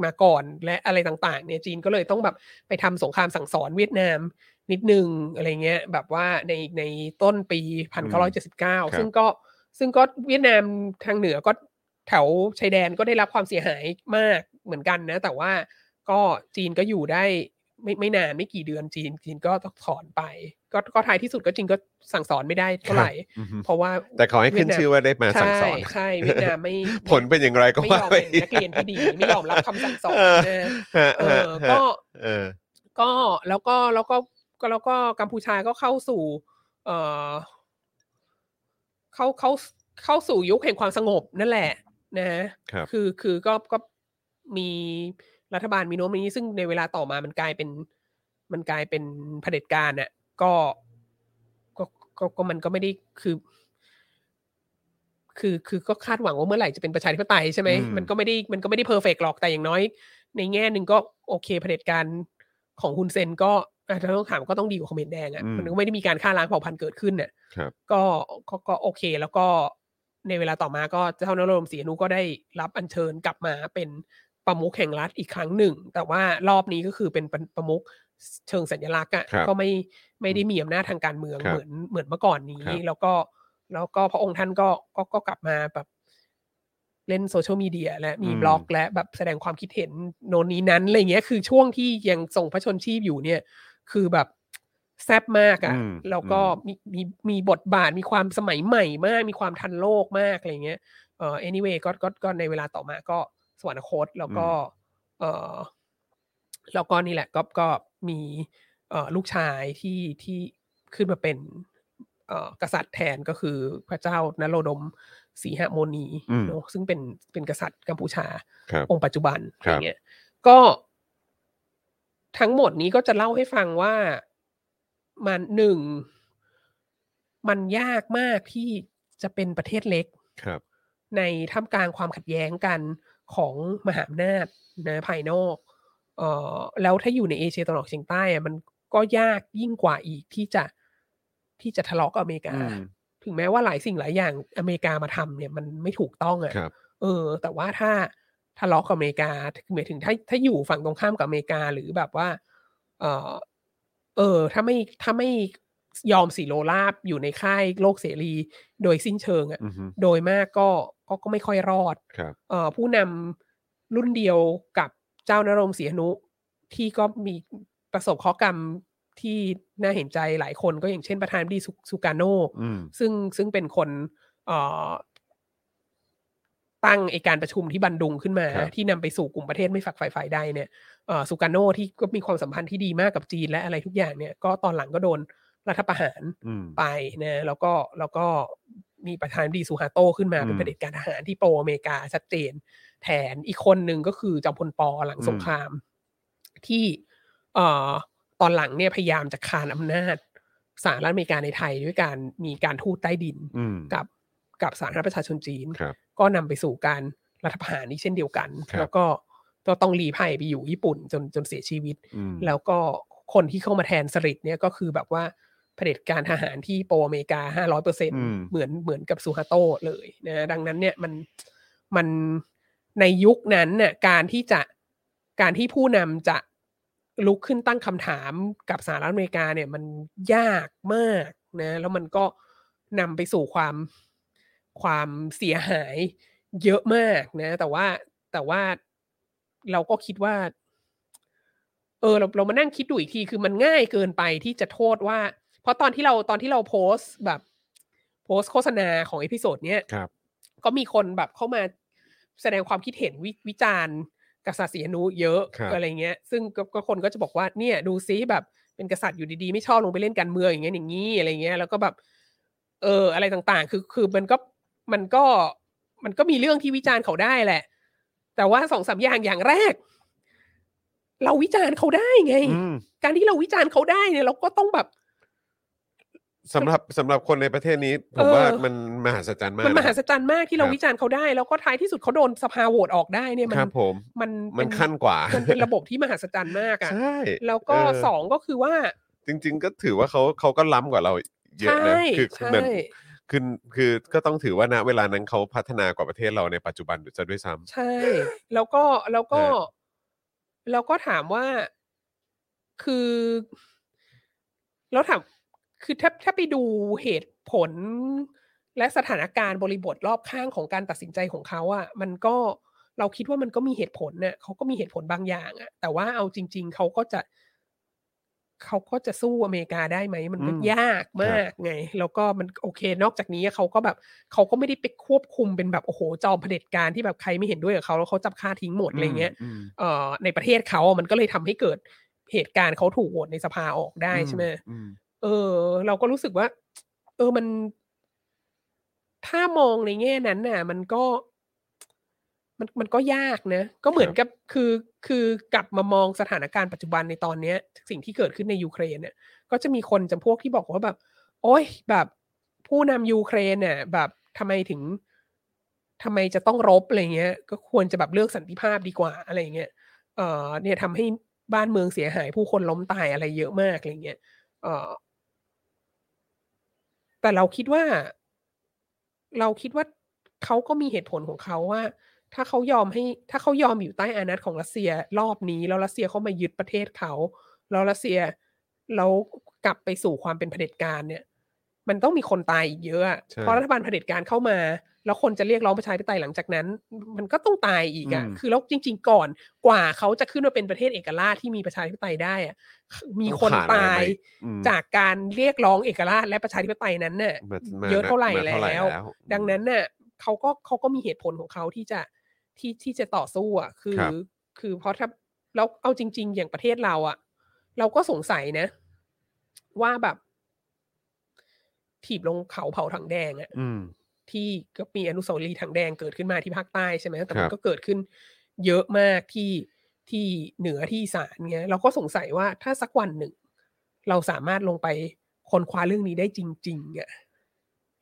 [SPEAKER 2] มาก่อนและอะไรต่าง ๆ เนี่ย จีนก็เลยต้องแบบไปทำสงครามสั่งสอนเวียดนาม นิดนึงอะไรเงี้ย แบบว่าในในต้นปี 1979 ซึ่งก็ซึ่งก็เวียดนามทางเหนือก็แถวชายแดนก็ได้รับความเสียหายมากเหมือนกันนะ แต่ว่าก็จีนก็อยู่ได้ไม่ไม่นานไม่กี่เดือนจีน จีนก็ต้องถอนไป ก็ก็ท้ายที่สุดก็จีนก็สั่งสอนไม่ได้เท่าไหร่
[SPEAKER 3] อืม
[SPEAKER 2] เพราะว่า
[SPEAKER 1] แต่ขอให้ขึ้น
[SPEAKER 2] เวียดนาม
[SPEAKER 1] ชื่อว่าได้มาสั่งส
[SPEAKER 2] ใช่
[SPEAKER 1] อน
[SPEAKER 2] ใช่เวียดนามไม่
[SPEAKER 1] ผลเป็นอย่างไรก็
[SPEAKER 2] ไม่ย
[SPEAKER 1] ว่า
[SPEAKER 2] อม
[SPEAKER 1] ไป
[SPEAKER 2] เป็นนักเรียนที่ดีไม่ยอมรับคำสั่งสอน
[SPEAKER 1] เออ
[SPEAKER 2] นะ
[SPEAKER 1] ฮะ
[SPEAKER 2] เอ
[SPEAKER 1] ฮะ
[SPEAKER 2] อก็
[SPEAKER 1] เออ
[SPEAKER 2] ก็แล้วก็แล้วก็ก็แล้วก็กัมพูชาก็เข้าสู่ เอ่อเข้าเข้าเข้าสู่ยุคแห่งความสงบนั่นแหละ นะฮะ
[SPEAKER 1] ครับ
[SPEAKER 2] คือคือก็ก็มีรัฐบาลมีโน้มนี้ ซึ่งในเวลาต่อมามันกลายเป็น มันกลายเป็นเผด็จการน่ะก็ก็ก็ก็มันก็ไม่ได้คือ คือคือก็คาดหวังว่าเมื่อไหร่จะเป็นประชาธิปไตยใช่ไหม
[SPEAKER 3] อืม
[SPEAKER 2] มันก็ไม่ได้มันก็ไม่ได้เพอร์เฟกหรอกแต่อย่างน้อย ในแง่หนึ่งก็โอเคเผด็จการของฮุนเซนก็อ่ะถ้าต้องถามก็ต้องดีกว่าเขมรแดงอ่ะ
[SPEAKER 3] อืม
[SPEAKER 2] มันก็ไม่ได้มีการฆ่าล้างเผ่าพันธุ์เกิดขึ้นเนี่ย
[SPEAKER 1] ครับ
[SPEAKER 2] ก็ก็ก็โอเค แล้วก็ในเวลาต่อมาก็เจ้านรมศรีอนุก็ได้รับอัญเชิญกลับมาเป็นประมุขแห่งรัฐอีกครั้งหนึ่ง แต่ว่ารอบนี้ก็คือเป็นเป็นประมุขเชิงสัญลักษณ์อ่ะ
[SPEAKER 1] ครับ
[SPEAKER 2] ก็ไม่ไม่ได้มีอำนาจทางการเมือง
[SPEAKER 1] ครับ
[SPEAKER 2] เหมือนเหมือนเมื่อก่อนนี้
[SPEAKER 1] ครับ
[SPEAKER 2] แล้วก็แล้วก็พระองค์ท่านก็ก็ก็กลับมาแบบ เล่นโซเชียลมีเดียและมี
[SPEAKER 3] อืม
[SPEAKER 2] บล็อกและแบบแสดงความคิดเห็นโนนนี้นั้นอะไรเงี้ยคือช่วงที่ยังส่งพระชนชีพอยู่เนี่ย คือแบบแซบมากอะ่ะ
[SPEAKER 3] อืม
[SPEAKER 2] แล้วก็มีมีมีบทบาทมีความสมัยใหม่มาก มีความทันโลกมากอะไรเงี้ยเอ่อ anyway ก็ก็ก็ในเวลาต่อมาก็สวรรคตแล้วก็ เอ่อแล้วก็นี่แหละก็ก็มีเอ่อลูกชายที่ที่ขึ้นมาเป็นเอ่อกษัตริย์แทนก็คือพระเจ้านโรดมสีหโมนี
[SPEAKER 3] อืม
[SPEAKER 2] เนอะซึ่งเป็นเป็นกษัตริย์กัมพูชา
[SPEAKER 1] ครับ
[SPEAKER 2] องค์ปัจจุบันอะ
[SPEAKER 1] ครั
[SPEAKER 2] ไร
[SPEAKER 1] บ
[SPEAKER 2] เงี้ย ก็ทั้งหมดนี้ก็จะเล่าให้ฟังว่ามันหนึ่ง มันยากมากที่จะเป็นประเทศเล็ก
[SPEAKER 1] ครับ
[SPEAKER 2] ในท่ามกลางความขัดแย้งกันของมหาอำนาจนะภายนอกเอ่อแล้วถ้าอยู่ในเอเชียตะวันออกเฉียงใต้อะมันก็ยากยิ่งกว่าอีกที่จะที่จะทะเลาะกับอเมริกา
[SPEAKER 3] อืม
[SPEAKER 2] ถึงแม้ว่าหลายสิ่งหลายอย่างอเมริกามาทำเนี่ยมันไม่ถูกต้องอะ
[SPEAKER 1] ครับ
[SPEAKER 2] เออ แต่ว่าถ้าทะเลาะกับอเมริกาหมายถึงถ้าถ้าอยู่ฝั่งตรงข้ามกับอเมริกาหรือแบบว่า เออเออ ถ้าไม่ถ้าไม่ยอมสีโลราบอยู่ในค่ายโลกเสรีโดยสิ้นเชิงอะ
[SPEAKER 3] อืม
[SPEAKER 2] โดยมากก็ก็ก็ไม่ค่อยรอด
[SPEAKER 1] ครับ
[SPEAKER 2] เอ่อผู้นำรุ่นเดียวกับเจ้านรงค์ศรีอนุ ที่ก็มีประสบข้อกรรมที่น่าเห็นใจหลายคนก็อย่างเช่นประธานาธิบดีสุสุการโน
[SPEAKER 3] อืม
[SPEAKER 2] ซึ่งซึ่งเป็นคนเอ่อตั้งไอการประชุมที่บันดุงขึ้นมา
[SPEAKER 1] ครับ
[SPEAKER 2] ที่นำไปสู่กลุ่มประเทศไม่ฝักฝ่ายฝ่ายใดเนี่ยเอ่อสุการโนที่ก็มีความสัมพันธ์ที่ดีมากกับจีนและอะไรทุกอย่างเนี่ยก็ตอนหลังก็โดนรัฐประหาร
[SPEAKER 3] อืม
[SPEAKER 2] ไปนะแล้วก็แล้วก็มีประธานาธิบดีซูฮาโตขึ้นมา
[SPEAKER 3] อืม
[SPEAKER 2] เป็นเผด็จการทหารที่โปรอเมริกาชัดเจน แทนอีกคนหนึ่งก็คือจอมพลปอหลัง
[SPEAKER 3] อืม
[SPEAKER 2] สงคราม ที่เอ่อตอนหลังเนี่ยพยายามจะคานอำนาจ สหรัฐอเมริกาในไทยด้วยการมีการทูตใต้ดิน
[SPEAKER 1] อืม
[SPEAKER 2] กับกับสาธารณรัฐประชาชนจีน
[SPEAKER 1] ครับ
[SPEAKER 2] ก็นำไปสู่การรัฐประหารนี้เช่นเดียวกัน
[SPEAKER 1] ครับ
[SPEAKER 2] แล้วก็ก็ต้องรีภัยไปอยู่ญี่ปุ่นจนจนเสียชีวิต
[SPEAKER 1] อืม
[SPEAKER 2] แล้วก็คนที่เข้ามาแทนสลิดเนี่ยก็คือแบบว่าเผด็จการทหารที่โปรอเมริกาห้าร้อยเปอร์เซ็น
[SPEAKER 1] อืม
[SPEAKER 2] เหมือนเหมือนกับซูฮาโต้เลยนะดังนั้นเนี่ยมันมันในยุคนั้นเนี่ยการที่จะการที่ผู้นำจะลุกขึ้นตั้งคำถามกับสหรัฐอเมริกาเนี่ยมันยากมากนะแล้วมันก็นำไปสู่ความความเสียหายเยอะมากนะ แต่ว่าแต่ว่าเราก็คิดว่า เออเราเรามานั่งคิดดูอีกทีคือมันง่ายเกินไปที่จะโทษว่า เพราะตอนที่เราตอนที่เราโพสต์แบบโพสต์โฆษณาของเอพิโซดเนี้ย
[SPEAKER 1] ครับ
[SPEAKER 2] ก็มีคนแบบเข้ามาแสดงความคิดเห็นวิวิจารณ์กษัตริย์ศรีอนุเยอะ
[SPEAKER 1] ครับ
[SPEAKER 2] อะไรเงี้ย ซึ่งก็ก็คนก็จะบอกว่าเนี่ยดูซิแบบเป็นกษัตริย์อยู่ดีๆ ไม่ชอบลงไปเล่นการเมืองอย่างเงี้ยอย่างนี้อะไรเงี้ยแล้วก็แบบเอออะไรต่างๆ คือคือมันก็มันก็มันก็มีเรื่องที่วิจารณ์เขาได้แหละ แต่ว่าสองสามอย่างอย่างแรก เราวิจารณ์เขาได้ไง
[SPEAKER 1] อืม
[SPEAKER 2] การที่เราวิจารณ์เขาได้เนี่ยเราก็ต้องแบบ
[SPEAKER 1] สำหรับสำหรับคนในประเทศนี้ ผม
[SPEAKER 2] เออ
[SPEAKER 1] ว่ามันมหัศจรรย์มาก
[SPEAKER 2] มันม
[SPEAKER 1] นะ
[SPEAKER 2] หัศจรรย์มากที่เรา
[SPEAKER 1] ครับ
[SPEAKER 2] วิจารณ์เขาได้ แล้วก็ท้ายที่สุดเขาโดนสภาโหวตออกได้เนี่ยมั
[SPEAKER 1] ครับ ผม
[SPEAKER 2] มัน
[SPEAKER 1] มัน
[SPEAKER 2] เป็
[SPEAKER 1] ขั้นกว่า
[SPEAKER 2] มันเป็นระบบที่มหัศจรรย์มากอ่ะ
[SPEAKER 1] ใช่
[SPEAKER 2] แล้วก็
[SPEAKER 1] เออ
[SPEAKER 2] สองก็คือว่า
[SPEAKER 1] จริง ๆ ก็ถือว่าเขาเขาก็ล้ำกว่าเราเยอะ
[SPEAKER 2] ใช่
[SPEAKER 1] นะคือ
[SPEAKER 2] ใช่
[SPEAKER 1] เหมือนคือคือก็ต้องถือว่าณเวลานั้นเขาพัฒนากว่าประเทศเราในปัจจุบันจะด้วยซ้ำ
[SPEAKER 2] ใช่ แล้วก็แล้วก็
[SPEAKER 1] ฮะ
[SPEAKER 2] แล้วก็ถามว่าคือแล้วถามคือถ้าถ้าไปดูเหตุผลและสถานการณ์บริบทรอบข้างของการตัดสินใจของเขาอะมันก็เราคิดว่ามันก็มีเหตุผลเนี่ยเขาก็มีเหตุผลบางอย่างอะแต่ว่าเอาจริง ๆเขาก็จะเขาก็จะสู้อเมริกาได้ไหมมันก็
[SPEAKER 1] อืม
[SPEAKER 2] ยากมากไง แล้วก็มันโอเค นอกจากนี้เขาก็แบบเขาก็ไม่ได้ไปควบคุมเป็นแบบโอ้โหจอมเผด็จการที่แบบใครไม่เห็นด้วยกับเขาแล้วเขาจับค่าทิ้งหมดอะไรเงี้ย
[SPEAKER 1] ม
[SPEAKER 2] เอ่อในประเทศเขาอะมันก็เลยทำให้เกิดเหตุการณ์เขาถูกโหวตในสภาออกได้ใช่ไหม
[SPEAKER 1] อืม
[SPEAKER 2] เออ เราก็รู้สึกว่า เออมัน ถ้ามองในแง่นั้นน่ะ มันก็ มันมันก็ยากนะ ก็เหมือนกับคือคือกลับมามองสถานการณ์ปัจจุบันในตอนเนี้ย สิ่งที่เกิดขึ้นในยูเครนเนี่ย ก็จะมีคนจำพวกที่บอกว่าแบบ โอ้ยแบบผู้นำยูเครนเนี่ยแบบทำไมถึงทำไมจะต้องรบอะไรเงี้ย ก็ควรจะแบบเลือกสันติภาพดีกว่าอะไรเงี้ย เอ่อเนี่ยทำให้บ้านเมืองเสียหายผู้คนล้มตายอะไรเยอะมากอะไรเงี้ยเอ่อ แต่เราคิดว่า เราคิดว่าเขาก็มีเหตุผลของเขาว่า ถ้าเขายอมให้ ถ้าเขายอมอยู่ใต้อานัตของรัสเซียรอบนี้แล้วรัสเซียเข้ามายึดประเทศเขา แล้วรัสเซียแล้วกลับไปสู่ความเป็นเผด็จการเนี่ย มันต้องมีคนตายอีกเยอะอะ
[SPEAKER 1] ใช่
[SPEAKER 2] เพราะรัฐบาลเผด็จการเข้ามา แล้วคนจะเรียกร้องประชาธิปไตยหลังจากนั้น มันก็ต้องตายอีกอะ
[SPEAKER 1] อืม
[SPEAKER 2] คือแล้วจริง ๆ ก่อนกว่าเขาจะขึ้นมาเป็นประเทศเอกราชที่มีประชาธิปไตยได้อะมีคนตาย
[SPEAKER 1] อืม
[SPEAKER 2] จากการเรียกร้องเอกราชและประชาธิปไตยนั้นเนี่ย
[SPEAKER 1] มม
[SPEAKER 2] เยอะเท่าไหร่
[SPEAKER 1] ม
[SPEAKER 2] แล้ว ดัง
[SPEAKER 1] อืม
[SPEAKER 2] นั้นเนี่ยเขาก็เขาก็มีเหตุผลของเขาที่จะที่ที่จะต่อสู้อ่ะ คือ
[SPEAKER 1] ครับ
[SPEAKER 2] คือเพราะถ้าเราเอาจริง ๆ อย่างประเทศเราอ่ะ เราก็สงสัยนะ ว่าแบบ ถีบลงเขาเผาถังแดงอ่ะ
[SPEAKER 1] อืม
[SPEAKER 2] ที่ก็มีอนุสาวรีย์ถังแดงเกิดขึ้นมาที่ภาคใต้ใช่ไหมแต่
[SPEAKER 1] ค
[SPEAKER 2] มั
[SPEAKER 1] รั
[SPEAKER 2] น
[SPEAKER 1] บ
[SPEAKER 2] ก็เกิดขึ้นเยอะมากที่ที่เหนือที่อีสานเงี้ยเราก็สงสัยว่าถ้าสักวันหนึ่ง เราสามารถลงไปค้นคว้าเรื่องนี้ได้จริงๆอะ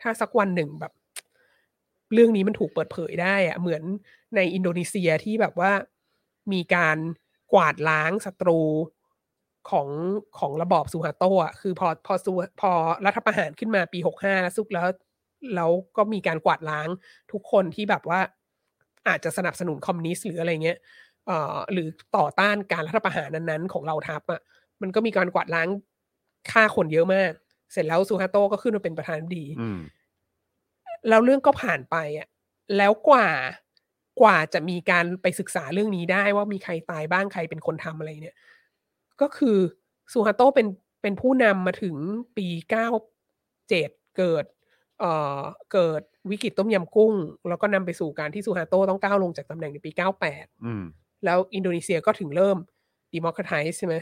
[SPEAKER 2] ถ้าสักวันหนึ่งแบบ เรื่องนี้มันถูกเปิดเผยได้อะเหมือนในอินโดนีเซียที่แบบว่ามีการกวาดล้างศัตรูของของระบอบซูฮาโตะอะคือพอพอซูพอรัฐประหารขึ้นมาปีหกห้าแล้วซุกแล้ว แล้วก็มีการกวาดล้างทุกคนที่แบบว่าอาจจะสนับสนุนคอมมิวนิสต์หรืออะไรเงี้ยเอ่อหรือต่อต้านการรัฐประหารนั้นๆ ของเราทัพอ่ะมันก็มีการกวาดล้างฆ่าคนเยอะมาก เสร็จแล้วซูฮาโตะก็ขึ้นมาเป็นประธานาธิบดี
[SPEAKER 1] อืม
[SPEAKER 2] แล้วเรื่องก็ผ่านไปอ่ะ แล้วกว่ากว่าจะมีการไปศึกษาเรื่องนี้ได้ว่ามีใครตายบ้างใครเป็นคนทำอะไรเนี่ย ก็คือซูฮาโตะเป็นเป็นผู้นำมาถึงปีเก้าเจ็ดเกิด เอ่อเกิดวิกฤตต้มยำกุ้ง แล้วก็นำไปสู่การที่ซูฮาโตะต้องก้าวลงจากตำแหน่งในปี 98
[SPEAKER 1] อืม
[SPEAKER 2] แล้วอินโดนีเซียก็ถึงเริ่มดิมอคร t i z e ใช่ไหม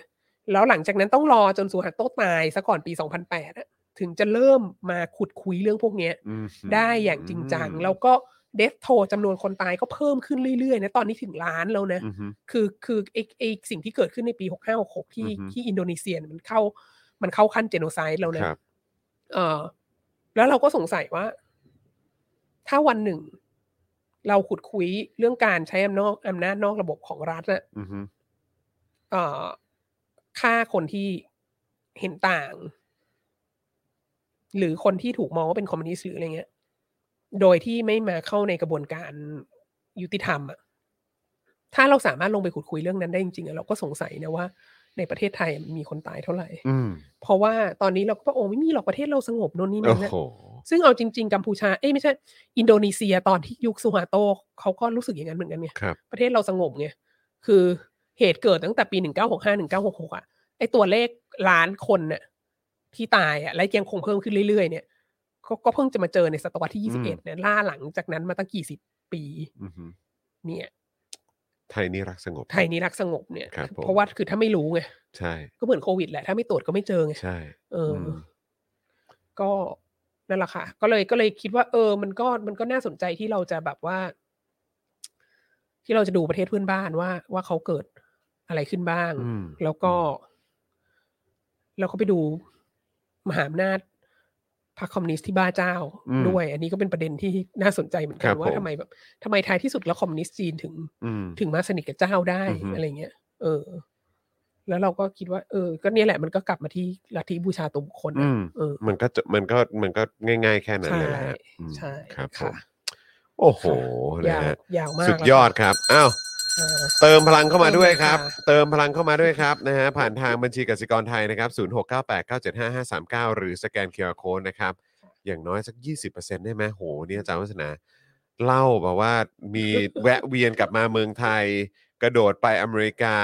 [SPEAKER 2] แล้วหลังจากนั้นต้องรอจนซูฮาโตะตายซะก่อนปี 2008อะถึงจะเริ่มมาขุดคุยเรื่องพวกเนี้ย
[SPEAKER 1] อืม
[SPEAKER 2] ได้อย่างจริงจัง แล้วก็เดธโทจำนวนคนตายก็เพิ่มขึ้นเรื่อยๆนะตอนนี้ถึงล้านแล้วนะ
[SPEAKER 1] อืม
[SPEAKER 2] คือคือไอไอสิ่งที่เกิดขึ้นในปี 6 5 6 6ที่
[SPEAKER 1] อือฮึ
[SPEAKER 2] ที่อินโดนีเซียเนี่ยมันเข้า มันเข้าขั้นเจโนไซด์แล้วนะ
[SPEAKER 1] ครับ
[SPEAKER 2] เออแล้วเราก็สงสัยว่า ถ้าวันหนึ่ง เราขุดคุยเรื่องการใช้อำนาจอำนาจนอกระบบของรัฐน่ะ
[SPEAKER 1] อือฮึ
[SPEAKER 2] เอ่อฆ่าคนที่เห็นต่าง หรือคนที่ถูกมองว่าเป็นคอมมิวนิสต์หรืออะไรเงี้ย โดยที่ไม่มาเข้าในกระบวนการยุติธรรมอะถ้าเราสามารถลงไปขุดคุยเรื่องนั้นได้จริงๆอะเราก็สงสัยนะว่า ในประเทศไทยมีคนตายเท่าไหร่
[SPEAKER 1] อืม
[SPEAKER 2] เพราะว่าตอนนี้เราก็ว่าโอ้ไม่มีหรอกประเทศเราสงบโน่นนี่นั่
[SPEAKER 1] โอ้
[SPEAKER 2] นนะ
[SPEAKER 1] โห
[SPEAKER 2] ซึ่งเอาจริง ๆ กัมพูชา เอ้ยไม่ใช่ อินโดนีเซียตอนที่ยุคซูฮาโตเขาก็รู้สึกอย่างนั้นเหมือนกันไง
[SPEAKER 1] ครับ
[SPEAKER 2] ประเทศเราสงบไง คือเหตุเกิดตั้งแต่ปี 1965 1966อ่ะ ไอตัวเลขล้านคนน่ะที่ตายอ่ะ และยังคงเพิ่มขึ้นเรื่อยๆ เนี่ย ก็ก็เพิ่งจะมาเจอในศตวรรษที่ 21เนี่ยล่าหลังจากนั้นมาตั้งกี่สิบปี
[SPEAKER 1] อือฮึ
[SPEAKER 2] เนี่ย
[SPEAKER 1] ไทยนี่รักสงบ
[SPEAKER 2] ไทยนี้รักสงบเนี่ย
[SPEAKER 1] ครับผม
[SPEAKER 2] เพราะว่าคือถ้าไม่รู้ไง
[SPEAKER 1] ใช่
[SPEAKER 2] ก็เหมือนโควิดแหละ ถ้าไม่ตรวจก็ไม่เจอไง
[SPEAKER 1] ใช่
[SPEAKER 2] เอออ
[SPEAKER 1] ม
[SPEAKER 2] ก็นั่นแหละค่ะ ก็เลยก็เลยคิดว่า เออ มันก็มันก็น่าสนใจที่เราจะแบบว่า ที่เราจะดูประเทศเพื่อนบ้านว่าว่าเขาเกิดอะไรขึ้นบ้าง
[SPEAKER 1] อืม
[SPEAKER 2] แล้วก็แล้วก็ไปดูมหาอำนาจพรรคคอมมิวนิสต์ที่บ้าเจ้า
[SPEAKER 1] อืม
[SPEAKER 2] ด้วย อันนี้ก็เป็นประเด็นที่น่าสนใจเหมือนกั
[SPEAKER 1] ครั
[SPEAKER 2] น
[SPEAKER 1] บ
[SPEAKER 2] ว่า
[SPEAKER 1] ผม
[SPEAKER 2] ทำไมแบบทำไมท้ายที่สุดแล้วคอมมิวนิสต์จีนถึง
[SPEAKER 1] อืม
[SPEAKER 2] ถึงมาสนิทกับเจ้าได้
[SPEAKER 1] อือฮึ
[SPEAKER 2] อะไรเงี้ย เออ แล้วเราก็คิดว่า เออ ก็เนี่ยแหละมันก็กลับมาที่ลัทธิบูชาตัวบุคคล
[SPEAKER 1] อื
[SPEAKER 2] นะ
[SPEAKER 1] ม
[SPEAKER 2] เออ
[SPEAKER 1] มันก็จะมันก็มันก็ง่าย ๆ แค่นั้น
[SPEAKER 2] ใช่
[SPEAKER 1] เลยแหละฮะอืม
[SPEAKER 2] ใช่
[SPEAKER 1] ครับผ
[SPEAKER 2] ค่ะ
[SPEAKER 1] มโอ้โหนะ
[SPEAKER 2] ยาว
[SPEAKER 1] ฮะ
[SPEAKER 2] ยาวมาก
[SPEAKER 1] สุดยอดครับอ้าว
[SPEAKER 2] เออ
[SPEAKER 1] เติมพลังเข้ามาด้วยครับ
[SPEAKER 2] ขอบคุณค่ะ
[SPEAKER 1] เติมพลังเข้ามาด้วยครับนะฮะผ่านทางบัญชีกสิกรไทยนะครับ 0698975539 หรือสแกนเคอร์โค้ดนะครับ อย่างน้อยสัก 20%ได้ไหมโหเนี่ยอาจารย์วัฒนาเล่าแบบว่ามีแวะเวียนกลับมาเมืองไทย กระโดดไปอเมริกา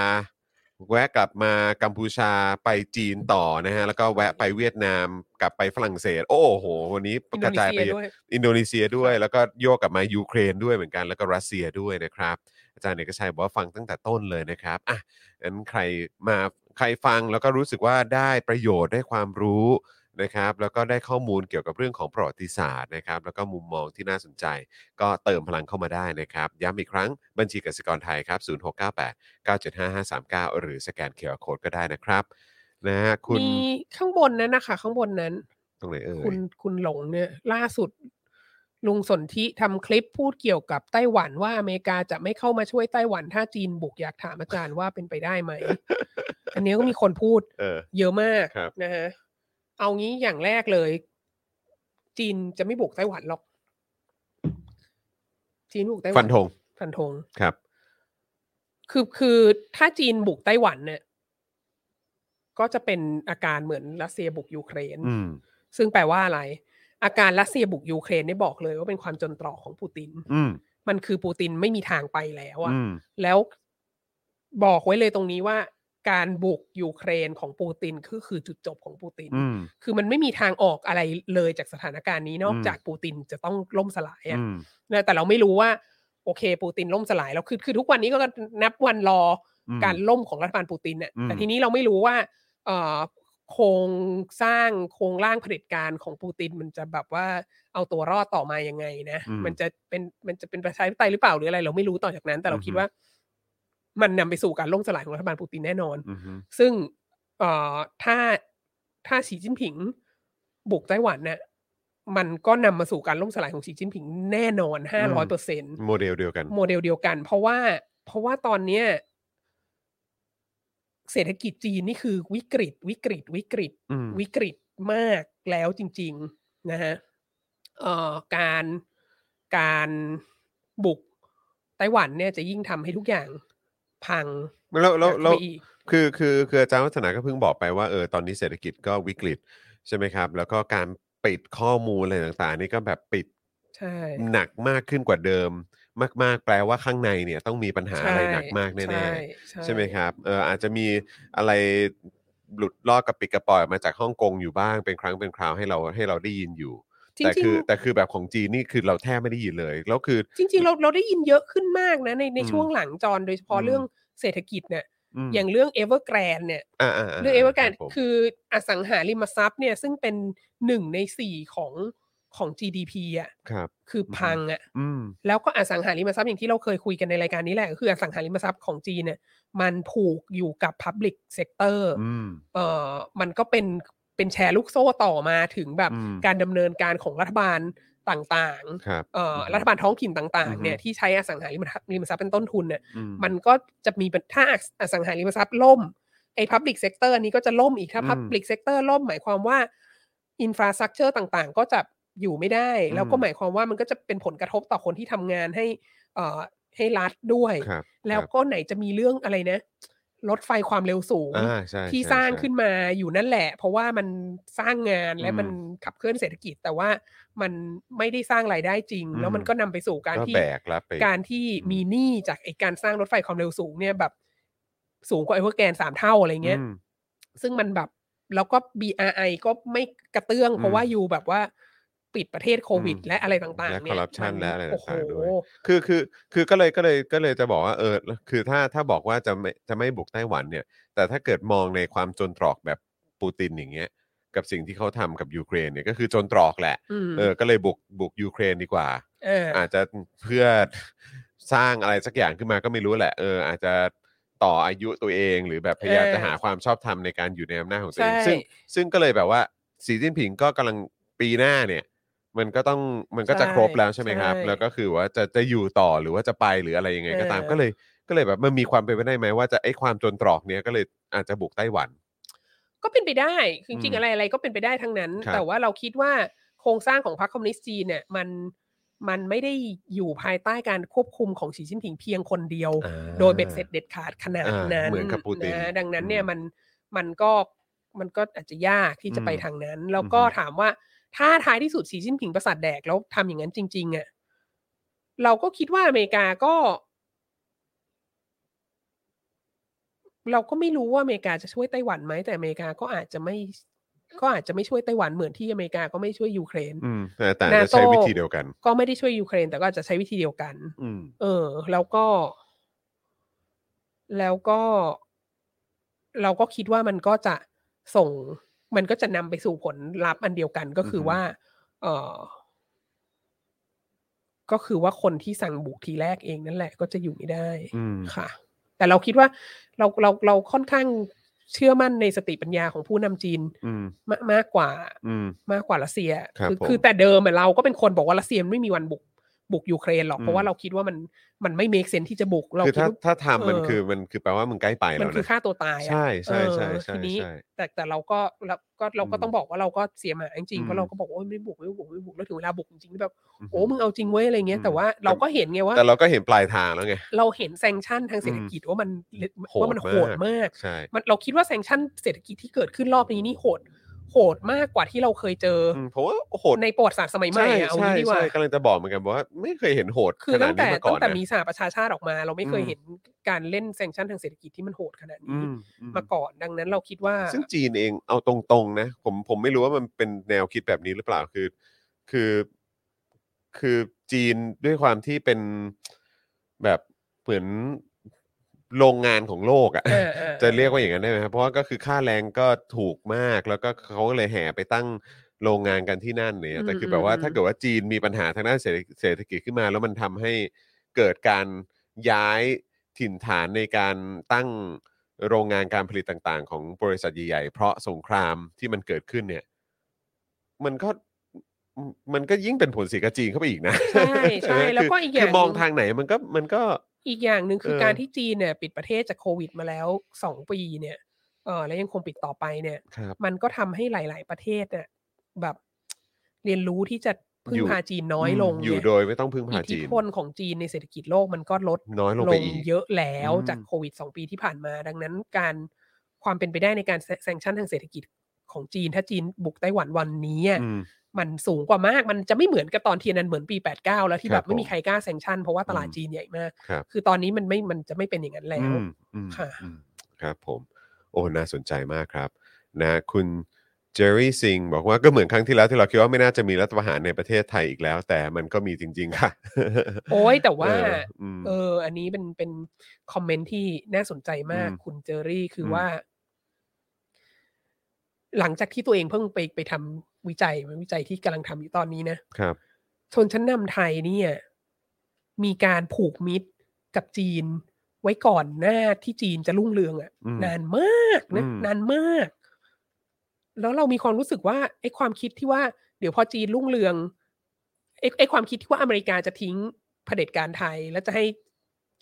[SPEAKER 1] แวะกลับมากัมพูชาไปจีนต่อนะฮะ แล้วก็แวะไปเวียดนามกลับไปฝรั่งเศส โอ้โห วันนี้
[SPEAKER 2] อิน
[SPEAKER 1] ก
[SPEAKER 2] โด
[SPEAKER 1] ระ
[SPEAKER 2] นี
[SPEAKER 1] จาย
[SPEAKER 2] เซี
[SPEAKER 1] ไป
[SPEAKER 2] ยด้วย
[SPEAKER 1] อินโดนีเซียด้วยแล้วก็โยกกลับมายูเครนด้วยเหมือนกันแล้วก็รัสเซียด้วยนะครับ อาจารย์เอกชัยบอกว่าฟังตั้งแต่ต้นเลยนะครับอ่ะงั้นใครมาใครฟังแล้วก็รู้สึกว่าได้ประโยชน์ได้ความรู้นะครับ แล้วก็ได้ข้อมูลเกี่ยวกับเรื่องของประวัติศาสตร์นะครับ แล้วก็มุมมองที่น่าสนใจ ก็เติมพลังเข้ามาได้นะครับ ย้ำอีกครั้งบัญชีกสิกรไทยครับ 0698 975539 หรือสแกนเคอร์โคดก็ได้นะครับนะฮะคุณ
[SPEAKER 2] มีข้างบนนั้นนะคะข้างบนนั้น
[SPEAKER 1] ตรงไหนเอ่
[SPEAKER 2] คุณ
[SPEAKER 1] ย
[SPEAKER 2] คุณหลงเนี่ย ล่าสุด ลุงสนธิทำคลิปพูดเกี่ยวกับไต้หวันว่าอเมริกาจะไม่เข้ามาช่วยไต้หวัน ถ้าจีนบุกอยากถามอาจารย์ว่าเป็นไปได้ ไหม อันนี้ก็มีคนพูด
[SPEAKER 1] เออ
[SPEAKER 2] เยอะมาก
[SPEAKER 1] ครับ
[SPEAKER 2] นะฮะ เอางี้อย่างแรกเลย จีนจะไม่บุกไต้หวันหรอก จีนบุกไต้หวั
[SPEAKER 1] ฟันธง
[SPEAKER 2] ฟันธง
[SPEAKER 1] ครับ
[SPEAKER 2] คือคือถ้าจีนบุกไต้หวันเนี่ย ก็จะเป็นอาการเหมือนรัสเซียบุกยูเครน
[SPEAKER 1] อืม
[SPEAKER 2] ซึ่งแปลว่าอะไร อาการรัสเซียบุกยูเครนได้บอกเลยว่าเป็นความจนตรอกของปูติน
[SPEAKER 1] อืม
[SPEAKER 2] มันคือปูตินไม่มีทางไปแล้วอะ
[SPEAKER 1] อืม
[SPEAKER 2] แล้วบอกไว้เลยตรงนี้ว่า การบุกยูเครนของปูตินคือคือจุดจบของปูติน
[SPEAKER 1] อืม
[SPEAKER 2] คือมันไม่มีทางออกอะไรเลยจากสถานการณ์นี้นอก
[SPEAKER 1] อืม
[SPEAKER 2] จากปูตินจะต้องล่มสลายอะ
[SPEAKER 1] อืม
[SPEAKER 2] นะแต่เราไม่รู้ว่า โอเค ปูตินล่มสลายแล้วคือคือทุกวันนี้ก็นับวันรออการล่มของรัฐบาลปูตินเนี่ย
[SPEAKER 1] อืม
[SPEAKER 2] แต่ทีนี้เราไม่รู้ว่าเอ่อโครงสร้างโครงร่างเผด็จการของปูตินมันจะแบบว่าเอาตัวรอดต่อมายังไงนะ
[SPEAKER 1] อืม
[SPEAKER 2] มันจะเป็นมันจะเป็นประชาธิปไตยหรือเปล่าหรืออะไร เราไม่รู้ต่อจากนั้น แต่เรา
[SPEAKER 1] อือฮึ
[SPEAKER 2] คิดว่า มันนำไปสู่การล่มสลายของรัฐบาลปูตินแน่นอน
[SPEAKER 1] อืมฮึ
[SPEAKER 2] ซึ่งเอ่อถ้าถ้าสีจิ้นผิง บุกไต้หวันเนี่ยมันก็นำมาสู่การล่มสลายของสีจิ้นผิงแน่นอนห้าร้อยเปอร์เซ็น
[SPEAKER 1] โมเดลเดียวกัน
[SPEAKER 2] โมเดลเดียวกัน เพราะว่า เพราะว่าตอนเนี้ยเศรษฐกิจจีนนี่คือวิกฤต วิกฤต วิกฤต
[SPEAKER 1] อืม
[SPEAKER 2] วิกฤตมากแล้วจริง ๆ นะฮะเอ่อการการบุกไต้หวันเนี่ยจะยิ่งทำให้ทุกอย่างพัง
[SPEAKER 1] แล้วแล้วแล้ว
[SPEAKER 2] ไปอีก
[SPEAKER 1] คือคือคืออาจารย์วัฒนาก็เพิ่งบอกไปว่าเออตอนนี้เศรษฐกิจก็วิกฤตใช่ไหมครับ แล้วก็การปิดข้อมูลอะไรต่างๆ นี่ก็แบบปิด
[SPEAKER 2] ใช่
[SPEAKER 1] หนักมากขึ้นกว่าเดิม มากๆ แปลว่าข้างในเนี่ยต้องมีปัญหาอะไรหนักมากแน่ ๆ
[SPEAKER 2] ใช่
[SPEAKER 1] ใช่ไหมครับ เอออาจจะมีอะไรหลุดลอดกระปิดกระปล่อยออกมาจากฮ่องกงอยู่บ้างเป็นครั้งเป็นคราวให้เราให้เราได้ยินอยู่
[SPEAKER 2] จริ
[SPEAKER 1] แต่
[SPEAKER 2] ง
[SPEAKER 1] คือแต่คือแบบของจีนนี่คือเราแทบไม่ได้ยินเลยแล้วคือ
[SPEAKER 2] ๆจริง ๆ เราเราได้ยินเยอะขึ้นมากนะ ในใน
[SPEAKER 1] อืม
[SPEAKER 2] ช่วงหลังจรโดยเฉพาะ
[SPEAKER 1] อืม
[SPEAKER 2] เรื่องเศรษฐกิจเนี่ย
[SPEAKER 1] ม
[SPEAKER 2] อย่างเรื่องเอเวอร์แกรนเนี่ย
[SPEAKER 1] อ่าๆๆ
[SPEAKER 2] เรื่องเอเวอร์แกรน
[SPEAKER 1] คบผม
[SPEAKER 2] คืออสังหาริมทรัพย์เนี่ยซึ่งเป็นหนึ่งในสี่ของ ของ GDP อ่ะ
[SPEAKER 1] ครับ
[SPEAKER 2] คือพังอ่ะ
[SPEAKER 1] อืม
[SPEAKER 2] แล้วก็อสังหาริมทรัพย์อย่างที่เราเคยคุยกันในรายการนี้แหละก็คืออสังหาริมทรัพย์ของจีนเนี่ยมันผูกอยู่กับ Public Sector
[SPEAKER 1] อืม
[SPEAKER 2] เอ่อมันก็เป็นเป็นแชร์ลูกโซ่ต่อมาถึงแบบ
[SPEAKER 1] อืม
[SPEAKER 2] การดำเนินการของรัฐบาลต่าง
[SPEAKER 1] ครับ
[SPEAKER 2] ๆเอ่อ
[SPEAKER 1] อืม
[SPEAKER 2] รัฐบาลท้องถิ่นต่างๆเนี่
[SPEAKER 1] อื
[SPEAKER 2] ย
[SPEAKER 1] ม
[SPEAKER 2] ที่ใช้อสังหาริมทรัพย์ริมทรัพย์เป็นต้นทุนเนี่ย
[SPEAKER 1] อื
[SPEAKER 2] มันก็จะมีปัญถ้าอสังหาริมทรัพย์ล่มไอ้พับลิกเซกเตอร์นี้ก็จะล่มอีกถ้าพับลิกเซกเตอร์ล่มหมายความว่าอินฟราสตรักเจอร์ต่างๆ ก็จะอยู่ไม่ได้ แล้วก็หมายความว่ามันก็จะเป็นผลกระทบต่อคนที่ทำงานให้เอ่อให้รัฐด้วย
[SPEAKER 1] ครับ
[SPEAKER 2] แล้วก็ไหนจะมีเรื่องอะไรนะรถไฟความเร็วสูง
[SPEAKER 1] อ่าใช่
[SPEAKER 2] ที่
[SPEAKER 1] ใช่
[SPEAKER 2] สร้าง
[SPEAKER 1] ใช่
[SPEAKER 2] ขึ้นมาอยู่นั่นแหละ เพราะว่ามันสร้างงานและ
[SPEAKER 1] อืม
[SPEAKER 2] มันขับเคลื่อนเศรษฐกิจ แต่ว่ามันไม่ได้สร้างรายได้จริง
[SPEAKER 1] อืม
[SPEAKER 2] แล้วมันก็นำไปสู่การ
[SPEAKER 1] ก็
[SPEAKER 2] ที่
[SPEAKER 1] แบกรับไป
[SPEAKER 2] การที่
[SPEAKER 1] อืม
[SPEAKER 2] มีหนี้จากไอการสร้างรถไฟความเร็วสูงเนี่ยแบบ สูงกว่าไอพวกแกนสามเท่าอะไรเงี้ย
[SPEAKER 1] อืม
[SPEAKER 2] ซึ่งมันแบบแล้วก็ BRI ก็ไม่กระเตื้อง
[SPEAKER 1] อืม
[SPEAKER 2] เพราะว่าอยู่แบบว่าปิดประเทศโควิด
[SPEAKER 1] อืม
[SPEAKER 2] และอะไรต่าง
[SPEAKER 1] และ
[SPEAKER 2] ๆเนี่ย
[SPEAKER 1] corruption
[SPEAKER 2] มั
[SPEAKER 1] และอะไร
[SPEAKER 2] โอ้โห
[SPEAKER 1] ต่างๆด้วย คือคือคือก็เลยก็เลยก็เลยจะบอกว่าเออคือถ้าถ้าบอกว่าจะไม่จะไม่บุกไต้หวันเนี่ย แต่ถ้าเกิดมองในความจนตรอกแบบปูตินอย่างเงี้ย กับสิ่งที่เขาทำกับยูเครนเนี่ยก็คือจนตรอกแหละ
[SPEAKER 2] อืม
[SPEAKER 1] เออก็เลยบุกบุกยูเครนดีกว่า
[SPEAKER 2] เอออ
[SPEAKER 1] อาจจะเพื่อสร้างอะไรสักอย่างขึ้นมาก็ไม่รู้แหละ เออ อาจจะต่ออายุตัวเองหรือแบบพยายามจะหาความชอบธรรมในการอยู่ในอำนาจของตัวเอง
[SPEAKER 2] ใช่
[SPEAKER 1] ซึ่ง ซึ่งก็เลยแบบว่าสีจิ้นผิงก็กำลังปีหน้าเนี่ย มันก็ต้องมันก็จะ
[SPEAKER 2] ใช่
[SPEAKER 1] ครบแล้วใช่ไหมครับ
[SPEAKER 2] ใช่
[SPEAKER 1] แล้วก็คือว่าจะจะอยู่ต่อหรือว่าจะไปหรืออะไรยังไงก็ตาม
[SPEAKER 2] เออ
[SPEAKER 1] ก็เลยก็เลยแบบมันมีความเป็นไปได้ไหมว่าจะไอ้ความจนตรอกเนี้ยก็เลยอาจจะบุกไต้หวัน
[SPEAKER 2] ก็เป็นไปได้คือจริ
[SPEAKER 1] อื
[SPEAKER 2] ง
[SPEAKER 1] ม
[SPEAKER 2] ๆอะไรอะไรก็เป็นไปได้ทั้งนั้น
[SPEAKER 1] ครับ
[SPEAKER 2] แต่ว่าเราคิดว่าโครงสร้างของพรรคคอมมิวนิสต์จีนเนี่ยมันมันไม่ได้อยู่ภายใต้การควบคุมของสีจิ้นผิงเพียงคนเดียว
[SPEAKER 1] อ่า
[SPEAKER 2] โดยเบ็ดเสร็จเด็ดขาดขนาดนั้น
[SPEAKER 1] อ่าเหมือนกับปูติน
[SPEAKER 2] ดังนั้นเนี่
[SPEAKER 1] อื
[SPEAKER 2] ย
[SPEAKER 1] ม
[SPEAKER 2] มันมันก็มันก็อาจจะยากที่จะไป
[SPEAKER 1] อืม
[SPEAKER 2] ทางนั้น แล้วก็
[SPEAKER 1] อือฮึ
[SPEAKER 2] ถามว่าถ้าท้ายที่สุดสีจิ้นผิงประสาทแดกแล้วทำอย่างนั้นจริงๆอะ่ะเราก็คิดว่าอเมริกาก็ เราก็ไม่รู้ว่าอเมริกาจะช่วยไต้หวันไหมแต่อเมริกาก็อาจจะไม่ ก็อาจจะไม่ช่วยไต้หวันเหมือนที่อเมริกาก็ไม่ช่วยยูเครน
[SPEAKER 1] อืมแต่แต่อาจจะใช้วิธีเดียวกัน
[SPEAKER 2] ก็ไม่ได้ช่วยยูเครน แต่ก็อาจจะใช้วิธีเดียวกัน
[SPEAKER 1] อืม
[SPEAKER 2] เออ แล้วก็ แล้วก็ เราก็คิดว่ามันก็จะส่ง มันก็จะนำไปสู่ผลลัพธ์อันเดียวกันก็คือ
[SPEAKER 1] อฮึ
[SPEAKER 2] ว่า เออก็คือว่าคนที่สั่งบุกทีแรกเองนั่นแหละ ก็จะอยู่ไม่ได้
[SPEAKER 1] อืม
[SPEAKER 2] ค่ะ แต่เราคิดว่าเราเราเราค่อนข้างเชื่อมั่นในสติปัญญาของผู้นำจีน
[SPEAKER 1] อืม
[SPEAKER 2] มากมากกว่า
[SPEAKER 1] อืม
[SPEAKER 2] มากกว่ารัสเซีย
[SPEAKER 1] ครับ
[SPEAKER 2] อ
[SPEAKER 1] ผม
[SPEAKER 2] คือแต่เดิมอะเราก็เป็นคนบอกว่ารัสเซียไม่มีวันบุกบุกยูเครนหรอก
[SPEAKER 1] อืม
[SPEAKER 2] เพราะว่าเราคิดว่ามันมันไม่เมคเซนที่จะบุก เรา
[SPEAKER 1] คือ
[SPEAKER 2] คิด
[SPEAKER 1] ถ้า
[SPEAKER 2] ว่า
[SPEAKER 1] ถ้าทำมัน
[SPEAKER 2] เออ
[SPEAKER 1] คือมันคือแปลว่ามึงใกล้ไป
[SPEAKER 2] มั
[SPEAKER 1] แล้
[SPEAKER 2] น
[SPEAKER 1] ว
[SPEAKER 2] คือ
[SPEAKER 1] นะ
[SPEAKER 2] ฆ่าตัวตายอะ
[SPEAKER 1] ใช่ใช่ใช่
[SPEAKER 2] เออ
[SPEAKER 1] ใช่
[SPEAKER 2] ทีนี้
[SPEAKER 1] ใช่
[SPEAKER 2] แต่แต่เราก็เราก็เราก็
[SPEAKER 1] อืม
[SPEAKER 2] ต้องบอกว่าเราก็เสียหมายจริง
[SPEAKER 1] อืม
[SPEAKER 2] ๆเพราะเราก็บอกว่าไม่บุกไม่บุกไม่บุกแล้วถึงเวลาบุกจริงๆแบบ
[SPEAKER 1] ฮึ
[SPEAKER 2] โอ้มึงเอาจริงเว้ยอะไรเงี้
[SPEAKER 1] อื
[SPEAKER 2] ย
[SPEAKER 1] ม
[SPEAKER 2] แต่ว่าเราก็เห็นไงว่า
[SPEAKER 1] แต่เราก็เห็นปลายทางแล้วไง
[SPEAKER 2] เราเห็นแซงชั่นทางเศรษฐกิจว่ามัน
[SPEAKER 1] โหด
[SPEAKER 2] ว่ามันโหด
[SPEAKER 1] มาก
[SPEAKER 2] มาก
[SPEAKER 1] ใช่
[SPEAKER 2] มันเราคิดว่าแซงชั่นเศรษฐกิจที่เกิดขึ้นรอบนี้นี่โหด โหดมากกว่าที่เราเคยเจออ
[SPEAKER 1] อืมผมว่าโหด
[SPEAKER 2] ในประวัติศาสตร์สมัยใหม่อะเอา
[SPEAKER 1] ใช่
[SPEAKER 2] งี้ดีกว่า
[SPEAKER 1] ใช่กำลังจะบอกเหมือนกันว่าไม่เคยเห็นโหด
[SPEAKER 2] คือ
[SPEAKER 1] ขนา
[SPEAKER 2] ตั้
[SPEAKER 1] ด
[SPEAKER 2] ง
[SPEAKER 1] นี้
[SPEAKER 2] แต่
[SPEAKER 1] มาก่
[SPEAKER 2] ตั้
[SPEAKER 1] อง น
[SPEAKER 2] แต่
[SPEAKER 1] นะ
[SPEAKER 2] มีสหประชาชาติออกมา เราไม่เคย
[SPEAKER 1] อืม
[SPEAKER 2] เห็นการเล่นแซงชั่นทางเศรษฐกิจที่มันโหดขนาด
[SPEAKER 1] อื
[SPEAKER 2] นี้
[SPEAKER 1] มอืม
[SPEAKER 2] มาก่อนดังนั้นเราคิดว่า
[SPEAKER 1] ซึ่งจีนเองเอาตรงๆนะผมผมไม่รู้ว่ามันเป็นแนวคิดแบบนี้หรือเปล่าคือ คือคือจีนด้วยความที่เป็นแบบเหมือนโรงงานของโลก
[SPEAKER 2] เอ
[SPEAKER 1] อะ่ะ
[SPEAKER 2] อเออ
[SPEAKER 1] จะเรียกว่าอย่างนั้นได้ไหมครับเพราะว่าก็คือค่าแรงก็ถูกมากแล้วก็เขาก็เลยแห่ไปตั้งโรงงานกันที่นั่นเนี่ยแต่คือแบบว่า
[SPEAKER 2] อืมอืม
[SPEAKER 1] ถ้าเกิดว่าจีนมีปัญหาทางด้านเศรษฐเศรษฐกิจขึ้นมา แล้วมันทำให้เกิดการย้ายถิ่นฐานในการตั้งโรงงานการผลิตต่างๆ ของบริษัทใหญ่ๆ เพราะสงครามที่มันเกิดขึ้นเนี่ย มันก็มันก็ยิ่งเป็นผลเสียกับจีนเข้าไปอีกนะ
[SPEAKER 2] ใช่ ใช่
[SPEAKER 1] เออ
[SPEAKER 2] แล้วก็
[SPEAKER 1] คื
[SPEAKER 2] อีกอย่าง
[SPEAKER 1] คืมอง
[SPEAKER 2] หนึ่ง
[SPEAKER 1] ทางไหนมันก็มันก็
[SPEAKER 2] อีกอย่างหนึ่งคือ
[SPEAKER 1] เออ
[SPEAKER 2] การที่จีนเนี่ย ปิดประเทศจากโควิดมาแล้วสองปีเนี่ยเออและยังคงปิดต่อไปเนี่ย
[SPEAKER 1] ครับ
[SPEAKER 2] มันก็ทำให้หลาย ๆ ประเทศเนี่ยแบบ เรียนรู้ที่จะพึ่
[SPEAKER 1] อยู่
[SPEAKER 2] งพาจีนน้อยลง
[SPEAKER 1] อยู่
[SPEAKER 2] เนี่
[SPEAKER 1] โดยไม่ต้องพึ่ง
[SPEAKER 2] อิ
[SPEAKER 1] พา
[SPEAKER 2] ทธิ
[SPEAKER 1] จีน
[SPEAKER 2] พลของจีนในเศรษฐกิจโลกมันก็ลด
[SPEAKER 1] น้อยลง
[SPEAKER 2] ล
[SPEAKER 1] ไป
[SPEAKER 2] ง
[SPEAKER 1] อีก
[SPEAKER 2] เยอะแล้ว
[SPEAKER 1] อืม
[SPEAKER 2] จากโควิดสองปีที่ผ่านมา ดังนั้นการความเป็นไปได้ในการแซงชั่นทางเศรษฐกิจของจีน ถ้าจีนบุกไต้หวันวันนี้อะ
[SPEAKER 1] อืม
[SPEAKER 2] มันสูงกว่ามาก มันจะไม่เหมือนกับตอนเทียนนันเหมือนปี 89 แล้วที่
[SPEAKER 1] ครั
[SPEAKER 2] แบบ บไม่มี
[SPEAKER 1] ผม
[SPEAKER 2] ใครกล้าแซงชั่นเพราะว่าตลาด
[SPEAKER 1] อืม
[SPEAKER 2] จีนใหญ่มาก
[SPEAKER 1] ครับ
[SPEAKER 2] คือตอนนี้มันไม่ มันจะไม่เป็นอย่างนั้นแล้ว
[SPEAKER 1] อืมอืม
[SPEAKER 2] ค่ะ
[SPEAKER 1] อืมครับผม โอ้น่าสนใจมากครับ นะ คุณเจอรี่ซิงบอกว่าก็เหมือนครั้งที่แล้วที่เราคิดว่าไม่น่าจะมีรัฐประหารในประเทศไทยอีกแล้ว แต่มันก็มีจริง ๆ ค่ะ
[SPEAKER 2] โอ้ยแต่ว่า
[SPEAKER 1] เอออืม
[SPEAKER 2] เออ อันนี้เป็นเป็นคอมเมนต์ที่น่าสนใจมาก
[SPEAKER 1] อืม
[SPEAKER 2] คุณเจอรี่คืออ
[SPEAKER 1] ม
[SPEAKER 2] ว่า หลังจากที่ตัวเองเพิ่งไปไปทำ วิจัยมันวิจัยที่กำลังทำอยู่ตอนนี้นะ
[SPEAKER 1] ครับ
[SPEAKER 2] ชนชั้นนำไทยเนี่ยมีการผูกมิตรกับจีน ไว้ก่อนหน้าที่จีนจะรุ่งเรืองอะ่ะ
[SPEAKER 1] อืม
[SPEAKER 2] นานมากนะ
[SPEAKER 1] อืม
[SPEAKER 2] นานมาก แล้วเรามีความรู้สึกว่าไอ้ความคิดที่ว่า เดี๋ยวพอจีนรุ่งเรืองไอ้ไอ้ความคิดที่ว่าอเมริกาจะทิ้งเผด็จการไทย แล้วจะให้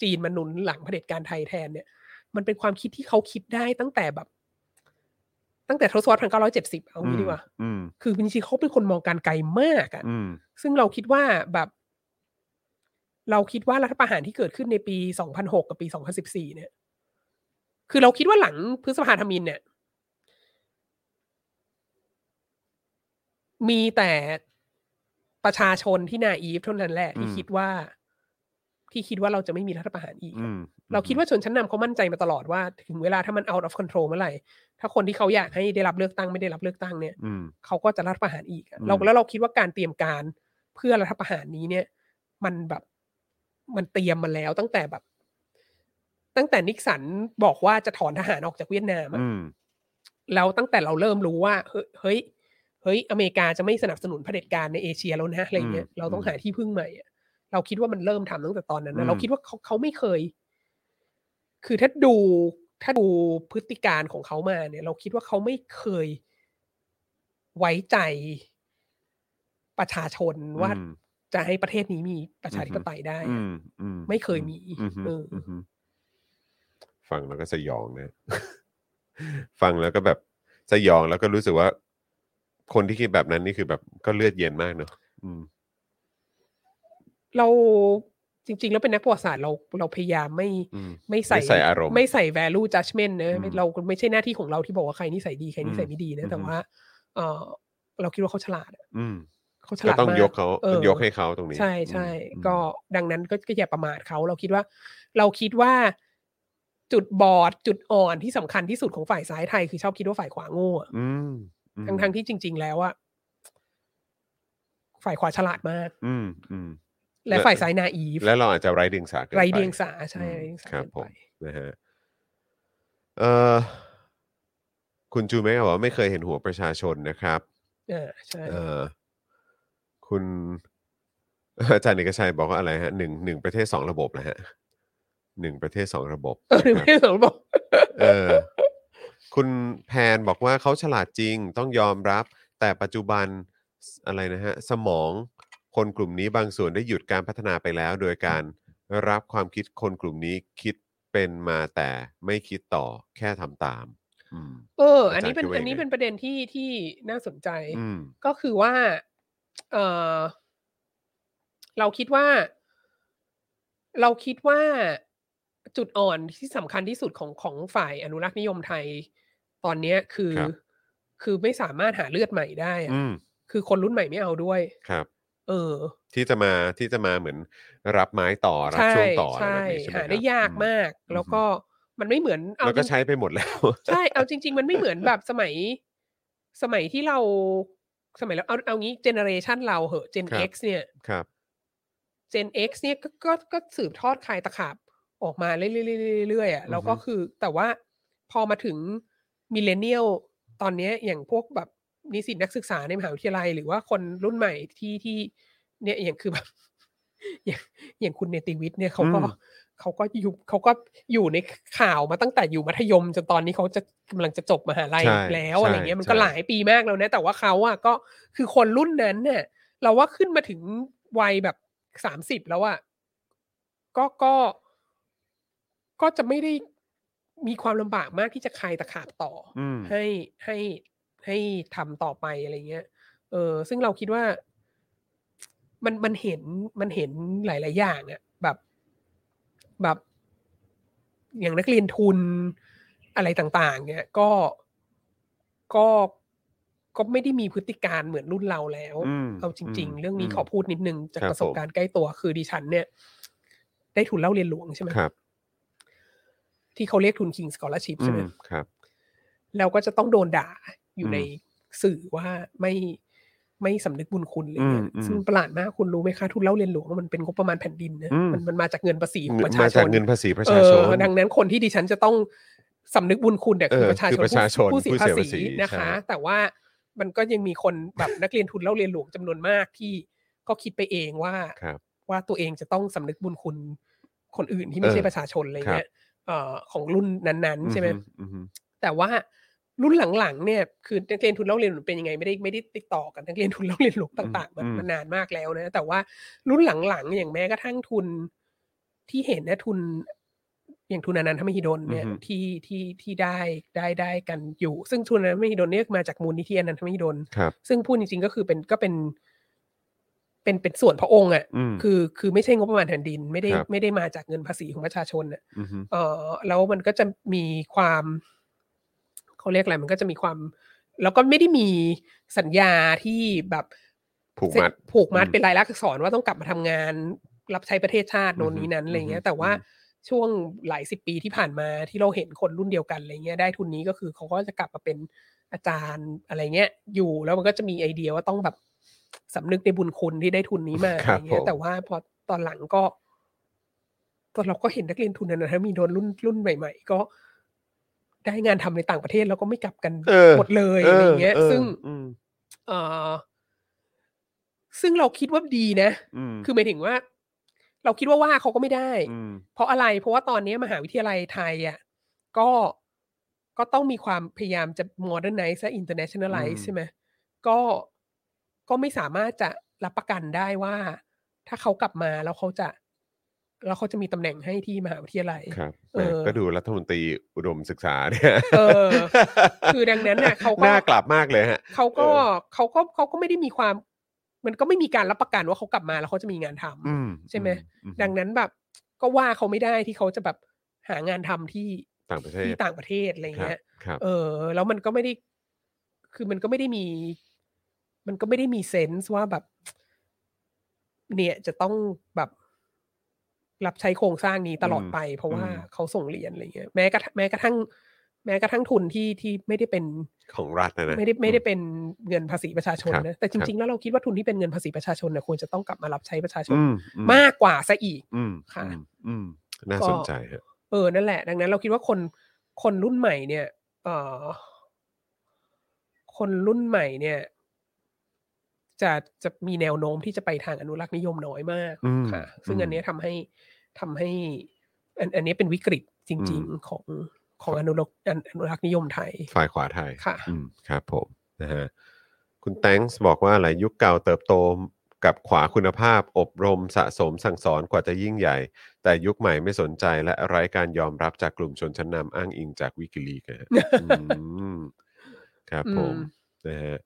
[SPEAKER 2] จีนมาหนุนหลังเผด็จการไทยแทนเนี่ย มันเป็นความคิดที่เขาคิดได้ตั้งแต่แบบ ตั้งแต่ทศวรรษพันเก้าร้อยเจ็ดสิบเอางี้ดีกว่า
[SPEAKER 1] อืม
[SPEAKER 2] คือจริงๆเขาเป็นคนมองการไกลมากอ่ะ
[SPEAKER 1] อืม
[SPEAKER 2] ซึ่งเราคิดว่าแบบ เราคิดว่ารัฐประหารที่เกิดขึ้นในปี 2006 กับปี 2014 เนี่ย คือเราคิดว่าหลังพฤษภาธมินเนี่ย มีแต่ประชาชนที่นาอีฟเท่านั้นแหละ ที่คิดว่า ที่คิดว่าเราจะไม่มีรัฐประหารอีก
[SPEAKER 1] อืม
[SPEAKER 2] เราคิดว่าชนชั้นนำเขามั่นใจมาตลอดว่าถึงเวลาถ้ามัน out of control เมื่อไหร่ถ้าคนที่เขาอยากให้ได้รับเลือกตั้งไม่ได้รับเลือกตั้งเนี่ย
[SPEAKER 1] อืม
[SPEAKER 2] เขาก็จะรัฐประหารอีกอะ
[SPEAKER 1] อืม
[SPEAKER 2] เราแล้วเราคิดว่าการเตรียมการเพื่อรัฐประหารนี้เนี่ย มันแบบมันเตรียมมาแล้วตั้งแต่แบบ ตั้งแต่นิกสันบอกว่าจะถอนทหารออกจากเวียดนามอะ
[SPEAKER 1] อืม
[SPEAKER 2] แล้วตั้งแต่เราเริ่มรู้ว่าเฮ้ยเฮ้ยเฮ้ยอเมริกาจะไม่สนับสนุนเผด็จการในเอเชียแล้วนะอะไรเงี้ยเราต้องหาที่พึ่งใหม่อะเราคิดว่ามันเริ่มทำตั้งแต่ตอนนั้นนะเราคิดว่าเขาเขาไม่เคย คือถ้าดูถ้าดูพฤติการของเขามาเนี่ย เราคิดว่าเขาไม่เคยไว้ใจประชาชนว่า
[SPEAKER 1] อืม
[SPEAKER 2] จะให้ประเทศนี้มีประชาธิปไตยได้
[SPEAKER 1] อื
[SPEAKER 2] อะ
[SPEAKER 1] มอืม
[SPEAKER 2] ไม่เคยมี
[SPEAKER 1] อืมอืม
[SPEAKER 2] เอออ
[SPEAKER 1] อืมอืมฟังแล้วก็สยองนะ ฟังแล้วก็แบบสยองแล้วก็รู้สึกว่า คนที่คิดแบบนั้นนี่คือแบบก็เลือดเย็นมากเนอะอืม
[SPEAKER 2] เราจริง ๆ แล้วเป็นนักประวัติศาสตร์เราเราพยายามไม่
[SPEAKER 1] อืม
[SPEAKER 2] ไม่ใส่
[SPEAKER 1] ไม่ใส่อารมณ์
[SPEAKER 2] ไม่ใส่ value judgment นะไม่
[SPEAKER 1] อืม
[SPEAKER 2] เราไม่ใช่หน้าที่ของเราที่บอกว่าใครนิสัยดีใครนิสัยไม่ดีนะ แต่
[SPEAKER 1] อืม
[SPEAKER 2] ว่า เออเราคิดว่าเขาฉลาดอะ
[SPEAKER 1] อืม
[SPEAKER 2] เขาฉ
[SPEAKER 1] ก็
[SPEAKER 2] ลาด
[SPEAKER 1] ต้อง
[SPEAKER 2] มาก
[SPEAKER 1] ยกเขา
[SPEAKER 2] เออ
[SPEAKER 1] ต้องยกให้เขาตรงนี้
[SPEAKER 2] ใช่ใช่
[SPEAKER 1] อืม
[SPEAKER 2] ก็ดังนั้นก็ก็อย่าประมาทเขาเราคิดว่า เราคิดว่าจุดบอดจุดอ่อนที่สำคัญที่สุดของฝ่ายซ้ายไทยคือชอบคิดว่าฝ่ายขวาโง่อะ
[SPEAKER 1] อืมอืม
[SPEAKER 2] ทั้งทั้งๆที่จริง ๆ แล้วอะฝ่ายขวาฉลาดมาก
[SPEAKER 1] อืมอืม
[SPEAKER 2] และ
[SPEAKER 1] และ
[SPEAKER 2] ฝ่ายซ้ายนาอีฟ
[SPEAKER 1] แล้วเราอาจจะไร้เดียงสาเกินป
[SPEAKER 2] ไรเดียงสาใช่
[SPEAKER 1] อืม
[SPEAKER 2] ไร้เดียงสา
[SPEAKER 1] ครับผ
[SPEAKER 2] เกิน
[SPEAKER 1] ม
[SPEAKER 2] ไป
[SPEAKER 1] นะฮะเออคุณจูเมกบอกว่าไม่เคยเห็นหัวประชาชนนะครับ
[SPEAKER 2] เออใช่
[SPEAKER 1] เออคุณ อาจารย์เอกชัยบอกว่าอะไรฮะหนึ่งหนึ่งประเทศสองระบบนะฮะหนึ่งประเทศสองระบบ
[SPEAKER 2] เออห รือ
[SPEAKER 1] นะ
[SPEAKER 2] ไม่
[SPEAKER 1] ครับ
[SPEAKER 2] ได้สมบอก
[SPEAKER 1] เออ คุณแพนบอกว่าเขาฉลาดจริงต้องยอมรับ แต่ปัจจุบันอะไรนะฮะ สมองคนกลุ่มนี้บางส่วนได้หยุดการพัฒนาไปแล้ว โดยการรับความคิดคนกลุ่มนี้คิดเป็นมาแต่ไม่คิดต่อแค่ทำตาม อืม
[SPEAKER 2] เออ อันนี้เป็น
[SPEAKER 1] อาจารย์คิดว่ายังไง
[SPEAKER 2] อันนี้เป็นประเด็นที่ที่น่าสนใจ
[SPEAKER 1] อืม
[SPEAKER 2] ก็คือว่า เออเราคิดว่า เราคิดว่าจุดอ่อนที่สำคัญที่สุดของของฝ่ายอนุรักษ์นิยมไทย ตอนเนี้ยคือ
[SPEAKER 1] ครับ
[SPEAKER 2] คือไม่สามารถหาเลือดใหม่ได้อะ
[SPEAKER 1] อืม
[SPEAKER 2] คือคนรุ่นใหม่ไม่เอาด้วย
[SPEAKER 1] ครับ
[SPEAKER 2] เออ
[SPEAKER 1] ที่จะมาที่จะมาเหมือนรับไม้ต่อ รับ
[SPEAKER 2] ใช่
[SPEAKER 1] ช่วงต่ออะไร
[SPEAKER 2] ใช่
[SPEAKER 1] แบบนี้ใช่ไหมค
[SPEAKER 2] หา
[SPEAKER 1] รับ
[SPEAKER 2] ได้ยาก
[SPEAKER 1] อื
[SPEAKER 2] มาก
[SPEAKER 1] อืม
[SPEAKER 2] แล้วก็มันไม่เหมือนเอา
[SPEAKER 1] แล้วก็
[SPEAKER 2] จริง
[SPEAKER 1] ใช้ไปหมดแล้ว
[SPEAKER 2] ใช่ เอาจริง ๆ มันไม่เหมือนแบบสมัย สมัยที่เรา สมัยเราเอาเอางี้เจเนอเรชันเราเหอะ Gen
[SPEAKER 1] ครับ
[SPEAKER 2] X เนี่ย
[SPEAKER 1] ครับ
[SPEAKER 2] Gen X เนี่ยก็ก็ก็สืบทอดคลายตะขาบออกมาเรื่อยๆเรื่อยๆอ่ะแล้วก็
[SPEAKER 1] อือฮึ
[SPEAKER 2] คือแต่ว่าพอมาถึงมิเลเนียลตอนเนี้ยอย่างพวกแบบนิสิตนักศึกษาในมหาวิทยาลัย หรือว่าคนรุ่นใหม่ที่ที่ เนี่ยอย่างคือแบบ อย่างอย่างคุณเนติวิทย์เนี่ยเขาก็
[SPEAKER 1] อืม
[SPEAKER 2] เขาก็อยู่เขาก็อยู่ในข่าวมาตั้งแต่อยู่มัธยมจนตอนนี้เขาจะกำลังจะจบมหาลัย
[SPEAKER 1] ใช่
[SPEAKER 2] แล้ว
[SPEAKER 1] ใช่
[SPEAKER 2] อะไรเงี้ยมันก็
[SPEAKER 1] ใช่
[SPEAKER 2] หลายปีมากแล้วนะ แต่ว่าเขาอะก็คือคนรุ่นนั้นเนี่ย เราว่าขึ้นมาถึงวัยแบบสามสิบแล้วอะก็ก็ก็จะไม่ได้มีความลำบากมากที่จะคลายตะขาบต่ออ
[SPEAKER 1] อืม
[SPEAKER 2] ให้ให้ให้ทำต่อไปอะไรเงี้ย เออ ซึ่งเราคิดว่า มันมันเห็นมันเห็นหลาย ๆ อย่างอะแบบแบบ อย่างนักเรียนทุนอะไรต่าง ๆ เนี่ยก็ก็ก็ไม่ได้มีพฤติการเหมือนรุ่นเราแล้ว
[SPEAKER 1] อืม
[SPEAKER 2] เอาจริง
[SPEAKER 1] อืม
[SPEAKER 2] ๆ เรื่องนี้
[SPEAKER 1] อืม
[SPEAKER 2] ขอพูดนิดนึงจาก
[SPEAKER 1] ครับ
[SPEAKER 2] ประสบ
[SPEAKER 1] ผม
[SPEAKER 2] การณ์ใกล้ตัวคือดิฉัน เนี่ย ได้ทุนเล่าเรียนหลวงใช่ไหม
[SPEAKER 1] ครับ
[SPEAKER 2] ที่เขาเรียกทุน King Scholarship
[SPEAKER 1] อื
[SPEAKER 2] ใช่ไหม
[SPEAKER 1] มครับ
[SPEAKER 2] แล้วก็จะต้องโดนด่าอยู่
[SPEAKER 1] อืม
[SPEAKER 2] ในสื่อว่าไม่ไม่สำนึกบุญคุณอะไรเงี้ย
[SPEAKER 1] อืมอืม
[SPEAKER 2] ซึ่งประหลาดมากคุณรู้ไหมคะทุนเล่าเรียนหลวงมันเป็นงบประมาณแผ่นดินนะ
[SPEAKER 1] อืม
[SPEAKER 2] มันมันมาจากเงินภาษีของประชา
[SPEAKER 1] มา
[SPEAKER 2] ช
[SPEAKER 1] จาก
[SPEAKER 2] น
[SPEAKER 1] เงินภาษีประ
[SPEAKER 2] เอ
[SPEAKER 1] ชาชน
[SPEAKER 2] อดังนั้นคนที่ดิฉันจะต้องสำนึกบุญคุณเนี่ยคือ
[SPEAKER 1] เออ
[SPEAKER 2] ประชาช
[SPEAKER 1] คื
[SPEAKER 2] น
[SPEAKER 1] อประชาชน
[SPEAKER 2] ผู้เสีย
[SPEAKER 1] ผู้
[SPEAKER 2] ภา
[SPEAKER 1] เสียภาษี
[SPEAKER 2] ษีนะคะ
[SPEAKER 1] ใช่
[SPEAKER 2] แต่ว่า มันก็ยังมีคนแบบ นักเรียนทุนเล่าเรียนหลวงจำนวนมากที่ก็คิดไปเองว่า
[SPEAKER 1] ครับ
[SPEAKER 2] ว่าตัวเองจะต้องสำนึกบุญคุณคนอื่นที่ไม่ใช่
[SPEAKER 1] เออ
[SPEAKER 2] ประชาชนอะไรเงี้ยเอ่อของรุ่นนั้นๆ ใช่ไหม
[SPEAKER 1] อือฮึอือฮึ
[SPEAKER 2] แต่ว่ารุ่นหลังๆเนี่ยคือนักเรียนทุนเล่าเรียนหลวงเป็นยังไงไม่ได้ไม่ได้ติดต่อกับนักเรียนทุนเล่าเรียนหลวงต่างๆมัน
[SPEAKER 1] อืม
[SPEAKER 2] มานานมากแล้วนะ แต่ว่ารุ่นหลังๆอย่างแม้กระทั่งทุนที่เห็นนะทุน อย่างทุนอนันทมหิดลเนี่ย
[SPEAKER 1] อือฮึ
[SPEAKER 2] ที่ที่ที่ได้ได้ได้กันอยู่ ซึ่งทุนอนันทมหิดลเนี่ยมาจากมูลนิธิอนันทมหิดล
[SPEAKER 1] ครับ
[SPEAKER 2] ซึ่งพูดจริงๆก็คือเป็นก็เป็น เป็นเป็นส่วนพระองค์อ่ะ
[SPEAKER 1] อืม
[SPEAKER 2] คือคือไม่ใช่งบประมาณแผ่นดิน ไม่ได้
[SPEAKER 1] ครับ
[SPEAKER 2] ไม่ได้มาจากเงินภาษีของประชาชนน่ะ
[SPEAKER 1] อือฮึ
[SPEAKER 2] เออแล้วมันก็จะมีความเขาเรียกอะไรมันก็จะมีความ แล้วก็ไม่ได้มีสัญญาที่แบบ
[SPEAKER 1] ผูกมัด
[SPEAKER 2] เซ็นผูกมัด
[SPEAKER 1] อืม
[SPEAKER 2] เป็นลายลักษณ์อักษรว่าต้องกลับมาทำงานรับใช้ประเทศชาติโน่น
[SPEAKER 1] อือฮึ
[SPEAKER 2] นี้นั้นอะไรเงี้
[SPEAKER 1] อื
[SPEAKER 2] ย
[SPEAKER 1] อฮึ
[SPEAKER 2] แต่ว่า
[SPEAKER 1] อืม
[SPEAKER 2] ช่วงหลายสิบปีที่ผ่านมาที่เราเห็นคนรุ่นเดียวกันอะไรเงี้ยได้ทุนนี้ก็คือเขาก็จะกลับมาเป็นอาจารย์อะไรเงี้ย อยู่แล้วมันก็จะมีไอเดียว่าต้องแบบสำนึกในบุญคุณที่ได้ทุนนี้มา
[SPEAKER 1] ค
[SPEAKER 2] อะ
[SPEAKER 1] รั
[SPEAKER 2] ไร
[SPEAKER 1] บ
[SPEAKER 2] เงี้ย
[SPEAKER 1] ผม
[SPEAKER 2] แต่ว่าพอตอนหลังก็ ตอนเราก็เห็นนักเรียนทุนนั้นนะฮะมีโดนรุ่นรุ่นใหม่ ๆ ก็ได้งานทำในต่างประเทศแล้วก็ไม่กลับกัน
[SPEAKER 1] เออ
[SPEAKER 2] หมดเลยอะไรเงี้ย ซึ่ง
[SPEAKER 1] อืม
[SPEAKER 2] เออซึ่งเราคิดว่าดีนะ
[SPEAKER 1] อืม
[SPEAKER 2] คือหมายถึงว่า เราคิดว่าว่าเขาก็ไม่ได้
[SPEAKER 1] ม
[SPEAKER 2] เพราะอะไร เพราะว่าตอนนี้มหาวิทยาลัยไทยอ่ะก็ก็ต้องมีความพยายามจะ modernize และ internationalize
[SPEAKER 1] อืม
[SPEAKER 2] ใช่ไหมก็ก็ไม่สามารถจะรับประกันได้ว่า ถ้าเขากลับมาแล้วเขาจะ แล้วเขาจะมีตำแหน่งให้ที่มหาวิทยาลัย
[SPEAKER 1] ครับ
[SPEAKER 2] เออ
[SPEAKER 1] แหมก็ดูรัฐมนตรีอุดมศึกษาเนี่ย
[SPEAKER 2] เออ คือดังนั้น น่ะเขาก็
[SPEAKER 1] น่ากลับมากเลยฮะ
[SPEAKER 2] เขาก็
[SPEAKER 1] เออ
[SPEAKER 2] เขาก็เขาก็ไม่ได้มีความ มันก็ไม่มีการรับประกันว่าเขากลับมาแล้วเขาจะมีงานทำ
[SPEAKER 1] อืม
[SPEAKER 2] ใช่ไหม
[SPEAKER 1] อืม
[SPEAKER 2] ดังนั้นแบบ ก็ว่าเขาไม่ได้ที่เขาจะแบบหางานทำที่
[SPEAKER 1] ต่างประเทศ
[SPEAKER 2] ที่ต่างประเทศอะไร
[SPEAKER 1] ครับ
[SPEAKER 2] เงี้ย
[SPEAKER 1] ครับ
[SPEAKER 2] เออแล้วมันก็ไม่ได้ คือมันก็ไม่ได้มี มันก็ไม่ได้มีเซนส์ว่าแบบ เนี่ยจะต้องแบบรับใช้โครงสร้างนี้ตลอดไป เพราะว่าเขาส่งเรียนอะไรเงี้ยแม้กระทั่งแม้กระทั่ง แม้กระทั่งทุนที่ที่ไม่ได้เป็น
[SPEAKER 1] ของรัฐนะนะ
[SPEAKER 2] ไม่ได้ไม่ได้เป็นเงินภาษีประชาชน
[SPEAKER 1] ครับ
[SPEAKER 2] นะแต่จ
[SPEAKER 1] ครับ
[SPEAKER 2] ริง ๆ แล้วเราคิดว่าทุนที่เป็นเงินภาษีประชาชนนะควรจะต้องกลับมารับใช้ประชาชน
[SPEAKER 1] อือื
[SPEAKER 2] มากกว่าซะอีก
[SPEAKER 1] อืม
[SPEAKER 2] ค่ะ
[SPEAKER 1] อืมอืมน่า
[SPEAKER 2] ก็
[SPEAKER 1] สนใจฮะ
[SPEAKER 2] เออนั่นแหละ ดังนั้นเราคิดว่าคนคนรุ่นใหม่เนี่ยเออคนรุ่นใหม่เนี่ย จะจะมีแนวโน้มที่จะไปทางอนุรักษ์นิยมน้อยมาก
[SPEAKER 1] อืม
[SPEAKER 2] ค่ะ ซึ่ง
[SPEAKER 1] อืม
[SPEAKER 2] อันเนี้ยทำให้ทำให้ อันอันนี้เป็นวิกฤตจริง ๆ ของของอนุรักษ์อนุรักษ์นิยมไทย
[SPEAKER 1] ฝ่ายขวาไทย
[SPEAKER 2] ค่ะ
[SPEAKER 1] อืมครับผมนะฮะคุณแตงส์บอกว่าอะไรยุคเก่าเติบโตกับขวาคุณภาพ อบรมสะสมสั่งสอนกว่าจะยิ่งใหญ่ แต่ยุคใหม่ไม่สนใจและไร้การยอมรับจากกลุ่มชนชั้นนำอ้างอิงจากวิกิลีกนะฮะอืมครับ
[SPEAKER 2] อื
[SPEAKER 1] ผม มนะฮะ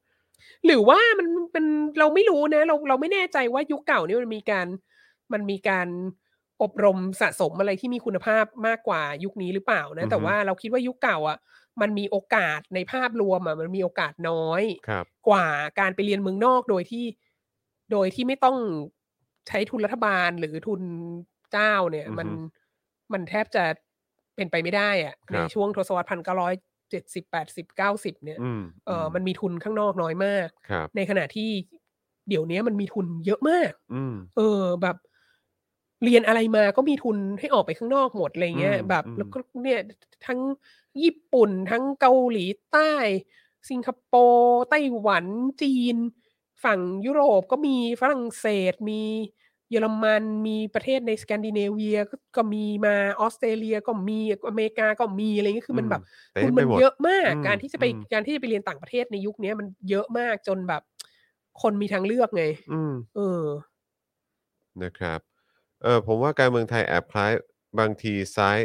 [SPEAKER 2] หรือว่ามันเป็นเราไม่รู้นะ เราเราไม่แน่ใจว่ายุคเก่านี่มันมีการมันมีการอบรมสะสมอะไรที่มีคุณภาพมากกว่ายุคนี้หรือเปล่านะ แต่
[SPEAKER 1] อือฮึ
[SPEAKER 2] ว่าเราคิดว่ายุคเก่า อ่ะ มันมีโอกาสในภาพรวมอ่ะมันมีโอกาสน้อย
[SPEAKER 1] ครับ
[SPEAKER 2] กว่าการไปเรียนเมืองนอกโดยที่โดยที่ไม่ต้องใช้ทุนรัฐบาลหรือทุนเจ้าเนี่ย
[SPEAKER 1] อือฮึ
[SPEAKER 2] มันมันแทบจะเป็นไปไม่ได้อะ
[SPEAKER 1] ค
[SPEAKER 2] ใน
[SPEAKER 1] รับ
[SPEAKER 2] ช่วงทศวรรษพันเก้าร้อยเจ็ดสิบแปดสิบเก้าสิบเนี่ย
[SPEAKER 1] อืม
[SPEAKER 2] เอออมันมีทุนข้างนอกน้อยมาก
[SPEAKER 1] ครับ
[SPEAKER 2] ในขณะที่เดี๋ยวนี้มันมีทุนเยอะมาก
[SPEAKER 1] อืม
[SPEAKER 2] เออแบบ เรียนอะไรมาก็มีทุนให้ออกไปข้างนอกหมดอะไรเงี้ย
[SPEAKER 1] อืม
[SPEAKER 2] แบบ
[SPEAKER 1] อืม
[SPEAKER 2] แล้วก็เนี่ยทั้งญี่ปุ่น ทั้งเกาหลีใต้ สิงคโปร์ไต้หวันจีน ฝั่งยุโรปก็มีฝรั่งเศส มีเยอรมันมีประเทศในสแกนดิเนเวียก็ก็มีมาออสเตรเลียก็มีอเมริกาก็มีอะไรเงี้ยคือมันแบบ
[SPEAKER 1] เต็
[SPEAKER 2] ทุ
[SPEAKER 1] ม
[SPEAKER 2] น
[SPEAKER 1] ไป
[SPEAKER 2] มัน
[SPEAKER 1] หมด
[SPEAKER 2] เยอะมาก
[SPEAKER 1] อืม
[SPEAKER 2] การที่จะไป
[SPEAKER 1] อืม
[SPEAKER 2] การที่จะไปเรียนต่างประเทศในยุคเนี้ยมันเยอะมากจนแบบ คนมีทางเลือกไง
[SPEAKER 1] อืม
[SPEAKER 2] เออ
[SPEAKER 1] นะครับ เออผมว่าการเมืองไทยแอบคล้ายบางทีซ้าย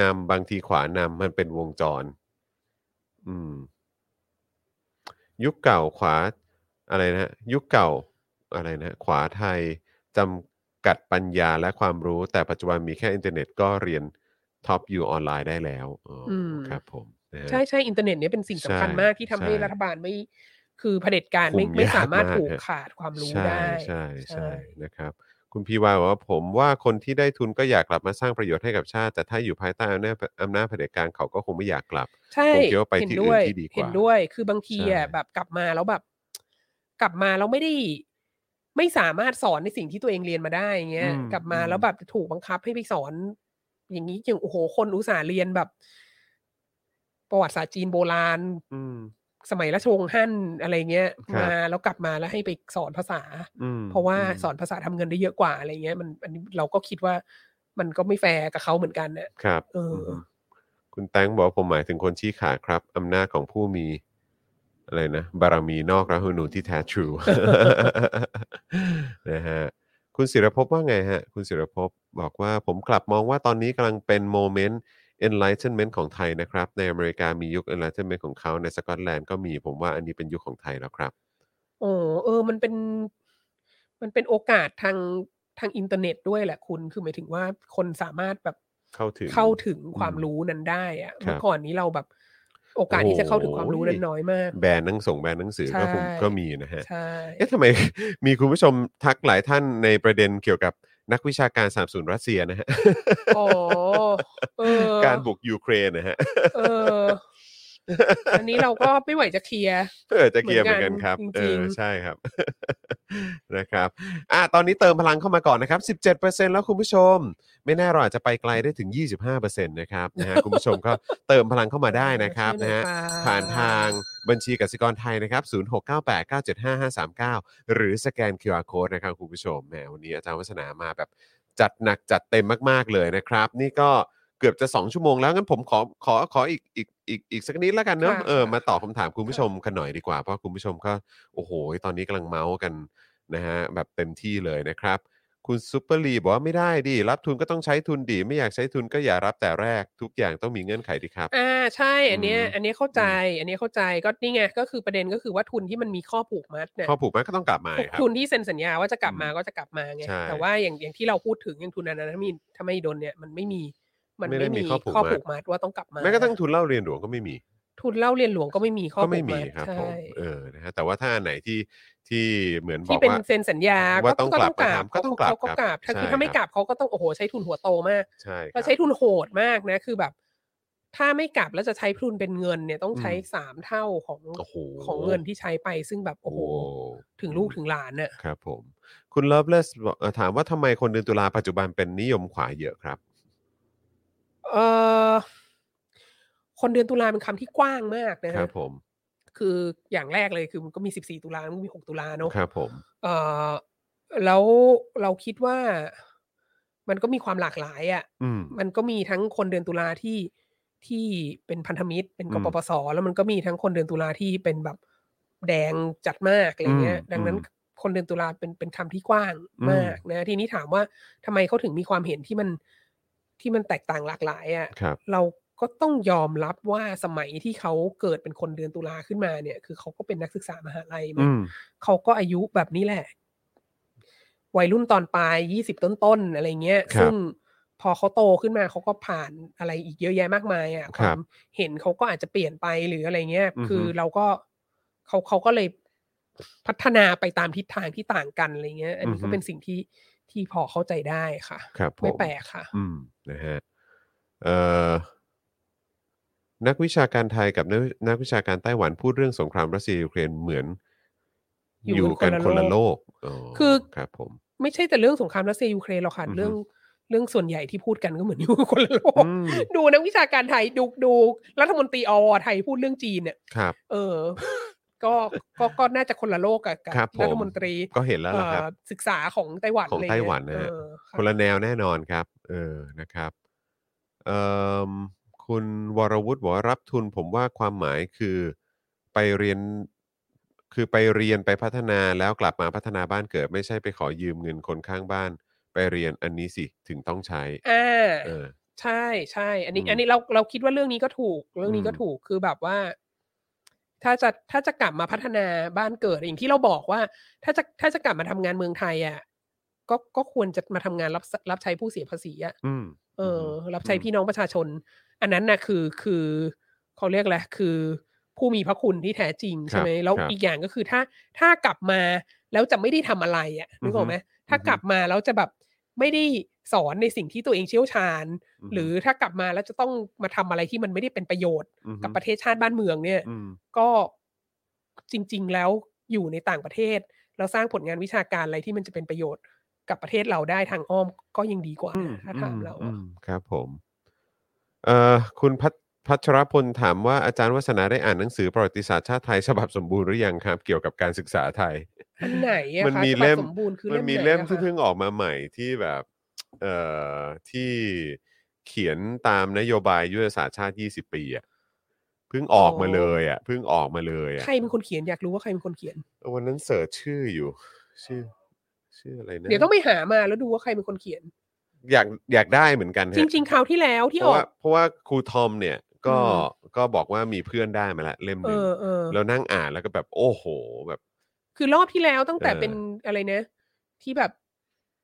[SPEAKER 1] นำบางทีขวานำมันเป็นวงจร อืม ยุคเก่าขวาอะไรนะ ยุคเก่าอะไรนะ ขวาไทยจำกัดปัญญาและความรู้ แต่ปัจจุบันมีแค่อินเทอร์เน็ตก็เรียนท็อปอยู่ออนไลน์ได้แล้วอ๋ออ
[SPEAKER 2] ม
[SPEAKER 1] ครับ ผมนะฮะ
[SPEAKER 2] ใช่ใช่อินเทอร์เน็ตเนี่ยเป็นสิ่งสำคัญ
[SPEAKER 1] ใช่
[SPEAKER 2] มากที่ทำให้
[SPEAKER 1] ใช่
[SPEAKER 2] รัฐบาลไม่ คือเผด็จการไม่
[SPEAKER 1] คุม
[SPEAKER 2] ไม่
[SPEAKER 1] ยาก
[SPEAKER 2] สามารถ
[SPEAKER 1] มาก
[SPEAKER 2] ผูก
[SPEAKER 1] ฮะ
[SPEAKER 2] ขาดความรู้
[SPEAKER 1] ใช่
[SPEAKER 2] ได้
[SPEAKER 1] ใช่
[SPEAKER 2] ใช่
[SPEAKER 1] ใช่นะครับ คุณพีวาบอกว่าผมว่าคนที่ได้ทุนก็อยากกลับมาสร้างประโยชน์ให้กับชาติ แต่ถ้าอยู่ภายใต้อำนาจอำนาจเผด็จการเขาก็คงไม่อยากกลับ
[SPEAKER 2] ใช่
[SPEAKER 1] ผมคิดว่าไป
[SPEAKER 2] เห็น
[SPEAKER 1] ที่
[SPEAKER 2] ด้วย
[SPEAKER 1] อื่นที่ดีกว่า
[SPEAKER 2] เห็นด้วย คือบางทีอ่ะ
[SPEAKER 1] ใช่
[SPEAKER 2] แบบกลับมาแล้วแบบ กลับมาแล้วไม่ได้ ไม่สามารถสอนในสิ่งที่ตัวเองเรียนมาได้อย่างเงี้ย
[SPEAKER 1] อืม
[SPEAKER 2] กลับมา
[SPEAKER 1] อืม
[SPEAKER 2] แล้วแบบถูกบังคับให้ไปสอน อย่างนี้อย่างโอ้โหคนอุตส่าห์เรียนแบบ ประวัติศาสตร์จีนโบราณ
[SPEAKER 1] อืม
[SPEAKER 2] สมัยราชวงศ์ฮั่นอะไรเงี้ย
[SPEAKER 1] ครับ
[SPEAKER 2] มาแล้วกลับมาแล้วให้ไปสอนภาษา
[SPEAKER 1] อืม
[SPEAKER 2] เพราะว่า
[SPEAKER 1] อืม
[SPEAKER 2] สอนภาษาทำเงินได้เยอะกว่าอะไรเงี้ยมันอันนี้เราก็คิดว่ามันก็ไม่แฟร์กับเขาเหมือนกันเนี่ย
[SPEAKER 1] ครับ
[SPEAKER 2] เอออ
[SPEAKER 1] มคุณแตงบอกว่าผมหมายถึงคนชี้ขาดครับ อำนาจของผู้มี อะไรนะ บารมีนอกรัฐธรรมนูญที่แท้ทรู นะฮะคุณศิรภพว่าไงฮะ คุณศิรภพบอกว่าผมกลับมองว่าตอนนี้กำลังเป็นโมเมนต์ enlightenment ของไทยนะครับ ในอเมริกามียุค enlightenment ของเขาในสกอตแลนด์ก็มีผมว่าอันนี้เป็นยุคของไทยแล้วครับ
[SPEAKER 2] โอ้เออ มันเป็น มันเป็นโอกาสทางทางอินเทอร์เน็ตด้วยแหละคุณ คือหมายถึงว่าคนสามารถแบบ
[SPEAKER 1] เข้าถึง
[SPEAKER 2] เข้าถึงความ
[SPEAKER 1] อืม
[SPEAKER 2] รู้นั้นได้อะ
[SPEAKER 1] ครับ
[SPEAKER 2] เมื่อก่อนนี้เราแบบ โอกาสที่จะเข้าถึงความรู้นั้น
[SPEAKER 1] โอ้ย
[SPEAKER 2] น้อยมาก
[SPEAKER 1] แบรนด์หนังส่งแบรนด์หนังสือก็คง
[SPEAKER 2] ใช่
[SPEAKER 1] ก็มีนะฮะ
[SPEAKER 2] ใช่
[SPEAKER 1] เอ๊ะทำไม มีคุณผู้ชมทักหลายท่านในประเด็นเกี่ยวกับนักวิชาการสามสูนรัสเซียนะฮะ
[SPEAKER 2] อ๋อเออ
[SPEAKER 1] การบุกยูเครนนะฮะ
[SPEAKER 2] เออ อันนี้เราก็ไม่ไหวจะเคลียร์
[SPEAKER 1] เออจะเกียร์เหมือนกันครับ
[SPEAKER 2] เหมือน
[SPEAKER 1] เอ
[SPEAKER 2] กันจริ
[SPEAKER 1] อง
[SPEAKER 2] ๆ
[SPEAKER 1] ใช่ครับ นะครับอ่ะตอนนี้เติมพลังเข้ามาก่อนนะครับ 17%แล้วคุณผู้ชม ไม่แน่เราอาจจะไปไกลได้ถึง 25%นะครับนะฮะคุณผู้ชมก็เติมพลังเข้ามาได้นะครับนะฮะ ผ่านทางบัญชีกสิกรไทยนะครับ 0698975539 หรือสแกน QR Code นะครับคุณผู้ชม แหมวันนี้อาจารย์วัฒนามาแบบจัดหนักจัดเต็มมาก ๆ เลยนะครับ นี่ก็เกือบจะ 2 ชั่วโมงแล้ว งั้นผมขอขอขออีกอีกอีกอีกสักนิดแล้วกันเนอะ
[SPEAKER 2] ค่ะ
[SPEAKER 1] เออมาตอบคำถามคุณผู้ชมกันหน่อยดีกว่า เพราะคุณผู้ชมก็ โอ้โห ตอนนี้กำลังเมาส์กันนะฮะแบบเต็มที่เลยนะครับ คุณซุปเปอร์ลีบอกว่าไม่ได้ดิรับทุนก็ต้องใช้ทุนดิไม่อยากใช้ทุนก็อย่ารับแต่แรกทุกอย่างต้องมีเงื่อนไขดีครับ
[SPEAKER 2] ่าใช่อันเนี้ย
[SPEAKER 1] อืม
[SPEAKER 2] อันเนี้ยเข้าใจ อันเนี้ยเข้าใจก็นี่ไงก็คือประเด็นก็คือว่าทุนที่มันมีข้อผูกมัดเนี่ย
[SPEAKER 1] ข้อผูกมัดก็ต้องกลับมา
[SPEAKER 2] ทุน
[SPEAKER 1] ครับ
[SPEAKER 2] ทุนที่เซ็นสัญญาว่าจะกลับมา
[SPEAKER 1] อืม
[SPEAKER 2] ก็จะกลับมาไง
[SPEAKER 1] ใช่
[SPEAKER 2] แต่ว่าอย่างอย่างที่เราพูดถึงอย่างทุนอนันทมินถ้าไม่โดนเนี่ยมันไม่มีมัน
[SPEAKER 1] ไม่ได้
[SPEAKER 2] ไม่
[SPEAKER 1] มี
[SPEAKER 2] มี
[SPEAKER 1] ข้อผูก
[SPEAKER 2] ข้อ
[SPEAKER 1] มัด
[SPEAKER 2] ผูกมัดว่าต้องกลับมา
[SPEAKER 1] แม้กระทั่งทุนเล่าเรียนหลวงก็ไม่มี
[SPEAKER 2] ทุนเล่าเรียนหลวงก็ไม่มีข้อ
[SPEAKER 1] ก็
[SPEAKER 2] ผูก
[SPEAKER 1] ไม่มี
[SPEAKER 2] ด
[SPEAKER 1] ครับ
[SPEAKER 2] ใช่
[SPEAKER 1] ผมเออนะฮะแต่ว่าถ้าอันไหนที่ที่เหมือนบอ
[SPEAKER 2] ที่
[SPEAKER 1] ก
[SPEAKER 2] เป็น
[SPEAKER 1] ว่า
[SPEAKER 2] เซ็นสัญญา
[SPEAKER 1] ว่าต้อง
[SPEAKER 2] ก็
[SPEAKER 1] กลับมาทำก็ต้องกลับ
[SPEAKER 2] เขาก็กลับ
[SPEAKER 1] ครับ
[SPEAKER 2] ถ้าคือ
[SPEAKER 1] ใช่
[SPEAKER 2] ถ้าไม่
[SPEAKER 1] ครับ
[SPEAKER 2] กลับเขาก็ต้องโอ้โหใช้ทุนหัวโตมาก
[SPEAKER 1] ใช่ค
[SPEAKER 2] ก็
[SPEAKER 1] รับ
[SPEAKER 2] ใช้ทุนโหดมากนะคือแบบ ถ้าไม่กลับแล้วจะใช้ทุนเป็นเงินเนี่ยต้องใช้
[SPEAKER 1] อืม
[SPEAKER 2] สามเท่าของ
[SPEAKER 1] โอ้โห
[SPEAKER 2] ของเงินที่ใช้ไปซึ่งแบบโอ้โหถึงลูกถึงหลานเนี่ย
[SPEAKER 1] ครับผม คุณเลิฟเลสถามว่าทำไมคนเดือนตุลาปัจจุบันเป็นนิยมขวาเยอะครับ
[SPEAKER 2] เออคนเดือนตุลาเป็นคำที่กว้างมากนะ
[SPEAKER 1] ค
[SPEAKER 2] ฮะ
[SPEAKER 1] รับผม
[SPEAKER 2] คืออย่างแรกเลยคือมันก็มี 14 ตุลามันก็มี 6 ตุลาเนอะ
[SPEAKER 1] ครับผม
[SPEAKER 2] เออแล้วเราคิดว่ามันก็มีความหลากหลายอะ่ะ
[SPEAKER 1] อืม
[SPEAKER 2] มันก็มีทั้งคนเดือนตุลาที่ที่เป็นพันธมิตร เป็น
[SPEAKER 1] อื
[SPEAKER 2] ก
[SPEAKER 1] ม
[SPEAKER 2] ปปส แล้วมันก็มีทั้งคนเดือนตุลาที่เป็นแบบแดงจัดมากอะไรเงี้ย
[SPEAKER 1] อืม
[SPEAKER 2] ดังนั้น
[SPEAKER 1] อืม
[SPEAKER 2] คนเดือนตุลาเป็นเป็นคำที่กว้าง
[SPEAKER 1] อืม
[SPEAKER 2] มากนะ ทีนี้ถามว่าทำไมเขาถึงมีความเห็นที่มันที่มันแตกต่างหลากหลายอ่ะ
[SPEAKER 1] ครับ
[SPEAKER 2] เราก็ต้องยอมรับว่าสมัยที่เขาเกิดเป็นคนเดือนตุลาขึ้นมาเนี่ย คือเขาก็เป็นนักศึกษามหาลัยมา
[SPEAKER 1] อืม
[SPEAKER 2] เขาก็อายุแบบนี้แหละ วัยรุ่นตอนปลายยี่สิบต้นๆอะไรเงี้ย
[SPEAKER 1] ครับ
[SPEAKER 2] ซึ่งพอเขาโตขึ้นมาเขาก็ผ่านอะไรอีกเยอะแยะมากมาย
[SPEAKER 1] ค
[SPEAKER 2] อะ่ะ
[SPEAKER 1] รับ
[SPEAKER 2] ความเห็นเขาก็อาจจะเปลี่ยนไปหรืออะไรเงี้ย
[SPEAKER 1] อือฮึ
[SPEAKER 2] คือเราก็เขาเขาก็เลยพัฒนาไปตามทิศทางที่ต่างกันอะไรเงี้ย อันนี้ก็เป็นสิ่งที่ที่พอเข้าใจได้ค่ะ
[SPEAKER 1] ครับผม
[SPEAKER 2] ไม่แปลกค่ะ
[SPEAKER 1] อืมนะฮะเอ่อนักวิชาการไทยกับนักนักวิชาการไต้หวันพูดเรื่องสงครามรัสเซียยูเครนเหมือน
[SPEAKER 2] อยู่
[SPEAKER 1] อยู่
[SPEAKER 2] กั
[SPEAKER 1] กัน
[SPEAKER 2] น
[SPEAKER 1] ค
[SPEAKER 2] คน น
[SPEAKER 1] ละ
[SPEAKER 2] ละ
[SPEAKER 1] โล
[SPEAKER 2] โล
[SPEAKER 1] ก
[SPEAKER 2] ก
[SPEAKER 1] อ๋อ
[SPEAKER 2] คือ
[SPEAKER 1] ครับผม
[SPEAKER 2] ไม่ใช่แต่เรื่องสงครามรัสเซียยูเครนหรอกค่ะ
[SPEAKER 1] อือฮึ
[SPEAKER 2] เรื่องเรื่องส่วนใหญ่ที่พูดกันก็เหมือนอยู่ คนละโลก
[SPEAKER 1] อืม
[SPEAKER 2] ดูนักวิชาการไทยดูดูรัฐมนตรีอวไทยพูดเรื่องจีนเนี่ย
[SPEAKER 1] ครับ
[SPEAKER 2] เออ ก็ก็ก็น่าจะคนละโลกกับกับ
[SPEAKER 1] ครับผม
[SPEAKER 2] รัฐมนตรี
[SPEAKER 1] ก็เห็นแล้วล่ะครับ
[SPEAKER 2] เอ่อศึกษาของไต้หวั
[SPEAKER 1] ของ
[SPEAKER 2] นะร
[SPEAKER 1] ไต้
[SPEAKER 2] เย
[SPEAKER 1] หวันนะฮะ
[SPEAKER 2] เออ
[SPEAKER 1] คนละแนวแน่นอนครับ เออนะครับเอิ่มคุณวรวุฒิบอกว่ารับทุนผมว่าความหมายคือไปเรียน คือไปเรียนไปพัฒนาแล้วกลับมาพัฒนาบ้านเกิด ไม่ใช่ไปขอยืมเงินคนข้างบ้าน ไปเรียนอันนี้สิถึงต้องใช้
[SPEAKER 2] อ่า
[SPEAKER 1] เออ
[SPEAKER 2] ใช่ใช่อันนี้
[SPEAKER 1] อืม
[SPEAKER 2] อันนี้เราเราคิดว่าเรื่องนี้ก็ถูก เรื่องนี้ก็
[SPEAKER 1] อืม
[SPEAKER 2] ถูกคือแบบว่า ถ้าจะถ้าจะกลับมาพัฒนาบ้านเกิดอย่างที่เราบอกว่า ถ้าจะถ้าจะกลับมาทำงานเมืองไทยอ่ะก็ก็ควรจะมาทำงานรับรับใช้ผู้เสียภาษีอ่ะ
[SPEAKER 1] อืม
[SPEAKER 2] เออ
[SPEAKER 1] อ
[SPEAKER 2] อ
[SPEAKER 1] ฮึ
[SPEAKER 2] รับใช้
[SPEAKER 1] อืม
[SPEAKER 2] พี่น้องประชาชน อันนั้นน่ะคือคือเขาเรียกแหละไรคือ ผู้มีพระคุณที่แท้จริงใช่ไหมแล้วอีกอย่างก็คือถ้าถ้ากลับมาแล้วจะไม่ได้ทำอะไรอ่ะนึกออกไหมถ้ากลับมาแล้วจะแบบไม่ได้สอนในสิ่งที่ตัวเองเชี่ยวชาญ
[SPEAKER 1] ม
[SPEAKER 2] หรือถ้ากลับมาแล้วจะต้องมาทำอะไรที่มันไม่ได้เป็นประโยชน์
[SPEAKER 1] ม
[SPEAKER 2] กับประเทศชาติบ้านเมืองเนี่ย
[SPEAKER 1] อืม
[SPEAKER 2] ก็จริง ๆ แล้วอยู่ในต่างประเทศ แล้วสร้างผลงานวิชาการอะไรที่มันจะเป็นประโยชน์กับประเทศเราได้ทางอ้อมก็ยังดีกว่านะถ้าถามเรา
[SPEAKER 1] อื
[SPEAKER 2] อะ
[SPEAKER 1] มครับผม เอ่อคุณพัท พัชรพลถามว่าอาจารย์วัฒนาได้อ่านหนังสือประวัติศาสตร์ชาติไทย ฉบับสมบูรณ์หรือยังครับ เกี่ยวกับการศึกษาไทย
[SPEAKER 2] อันไหนอะ
[SPEAKER 1] มัน
[SPEAKER 2] คะ
[SPEAKER 1] มี
[SPEAKER 2] ฉบับ
[SPEAKER 1] เล่ม
[SPEAKER 2] สมบูรณ์คือ
[SPEAKER 1] มั
[SPEAKER 2] เล่
[SPEAKER 1] น
[SPEAKER 2] ม
[SPEAKER 1] มี
[SPEAKER 2] ไห
[SPEAKER 1] เล่ม
[SPEAKER 2] อะ
[SPEAKER 1] ที่
[SPEAKER 2] คะ
[SPEAKER 1] เพิ่งออกมาใหม่ที่แบบเอ่อที่เขียนตามนโยบายยุทธศาสตร์ชาติ 20 ปีอ่ะเพิ่งออกมา
[SPEAKER 2] อ๋อ
[SPEAKER 1] เลยอ่ะเพิ่งออกมาเลยอ่ะ
[SPEAKER 2] ใครเป็นคนเขียนอยากรู้ว่าใครเป็นคนเขียน
[SPEAKER 1] วันนั้นเสิร์ชชื่ออยู่ ชื่อ ชื่ออะไรนะ
[SPEAKER 2] เดี๋ยวต้องไปหามาแล้วดูว่าใครเป็นคนเขียน
[SPEAKER 1] อยากอยากได้เหมือนกัน
[SPEAKER 2] จ
[SPEAKER 1] ฮะ
[SPEAKER 2] ริง ๆ คราวที่แล้วที่
[SPEAKER 1] เพ
[SPEAKER 2] อ
[SPEAKER 1] ราะ
[SPEAKER 2] อ
[SPEAKER 1] ว่าก เพราะว่าครูทอมเนี่ยก็
[SPEAKER 2] อื
[SPEAKER 1] ก็บอกว่ามีเพื่อนได้มาละเล่มห
[SPEAKER 2] เอ
[SPEAKER 1] นึ่ง
[SPEAKER 2] อเออ
[SPEAKER 1] แล้วนั่งอ่านแล้วก็แบบโอ้โหแบบ
[SPEAKER 2] คือรอบที่แล้วตั้งแต่
[SPEAKER 1] เออ
[SPEAKER 2] เป็นอะไรนะ ที่แบบ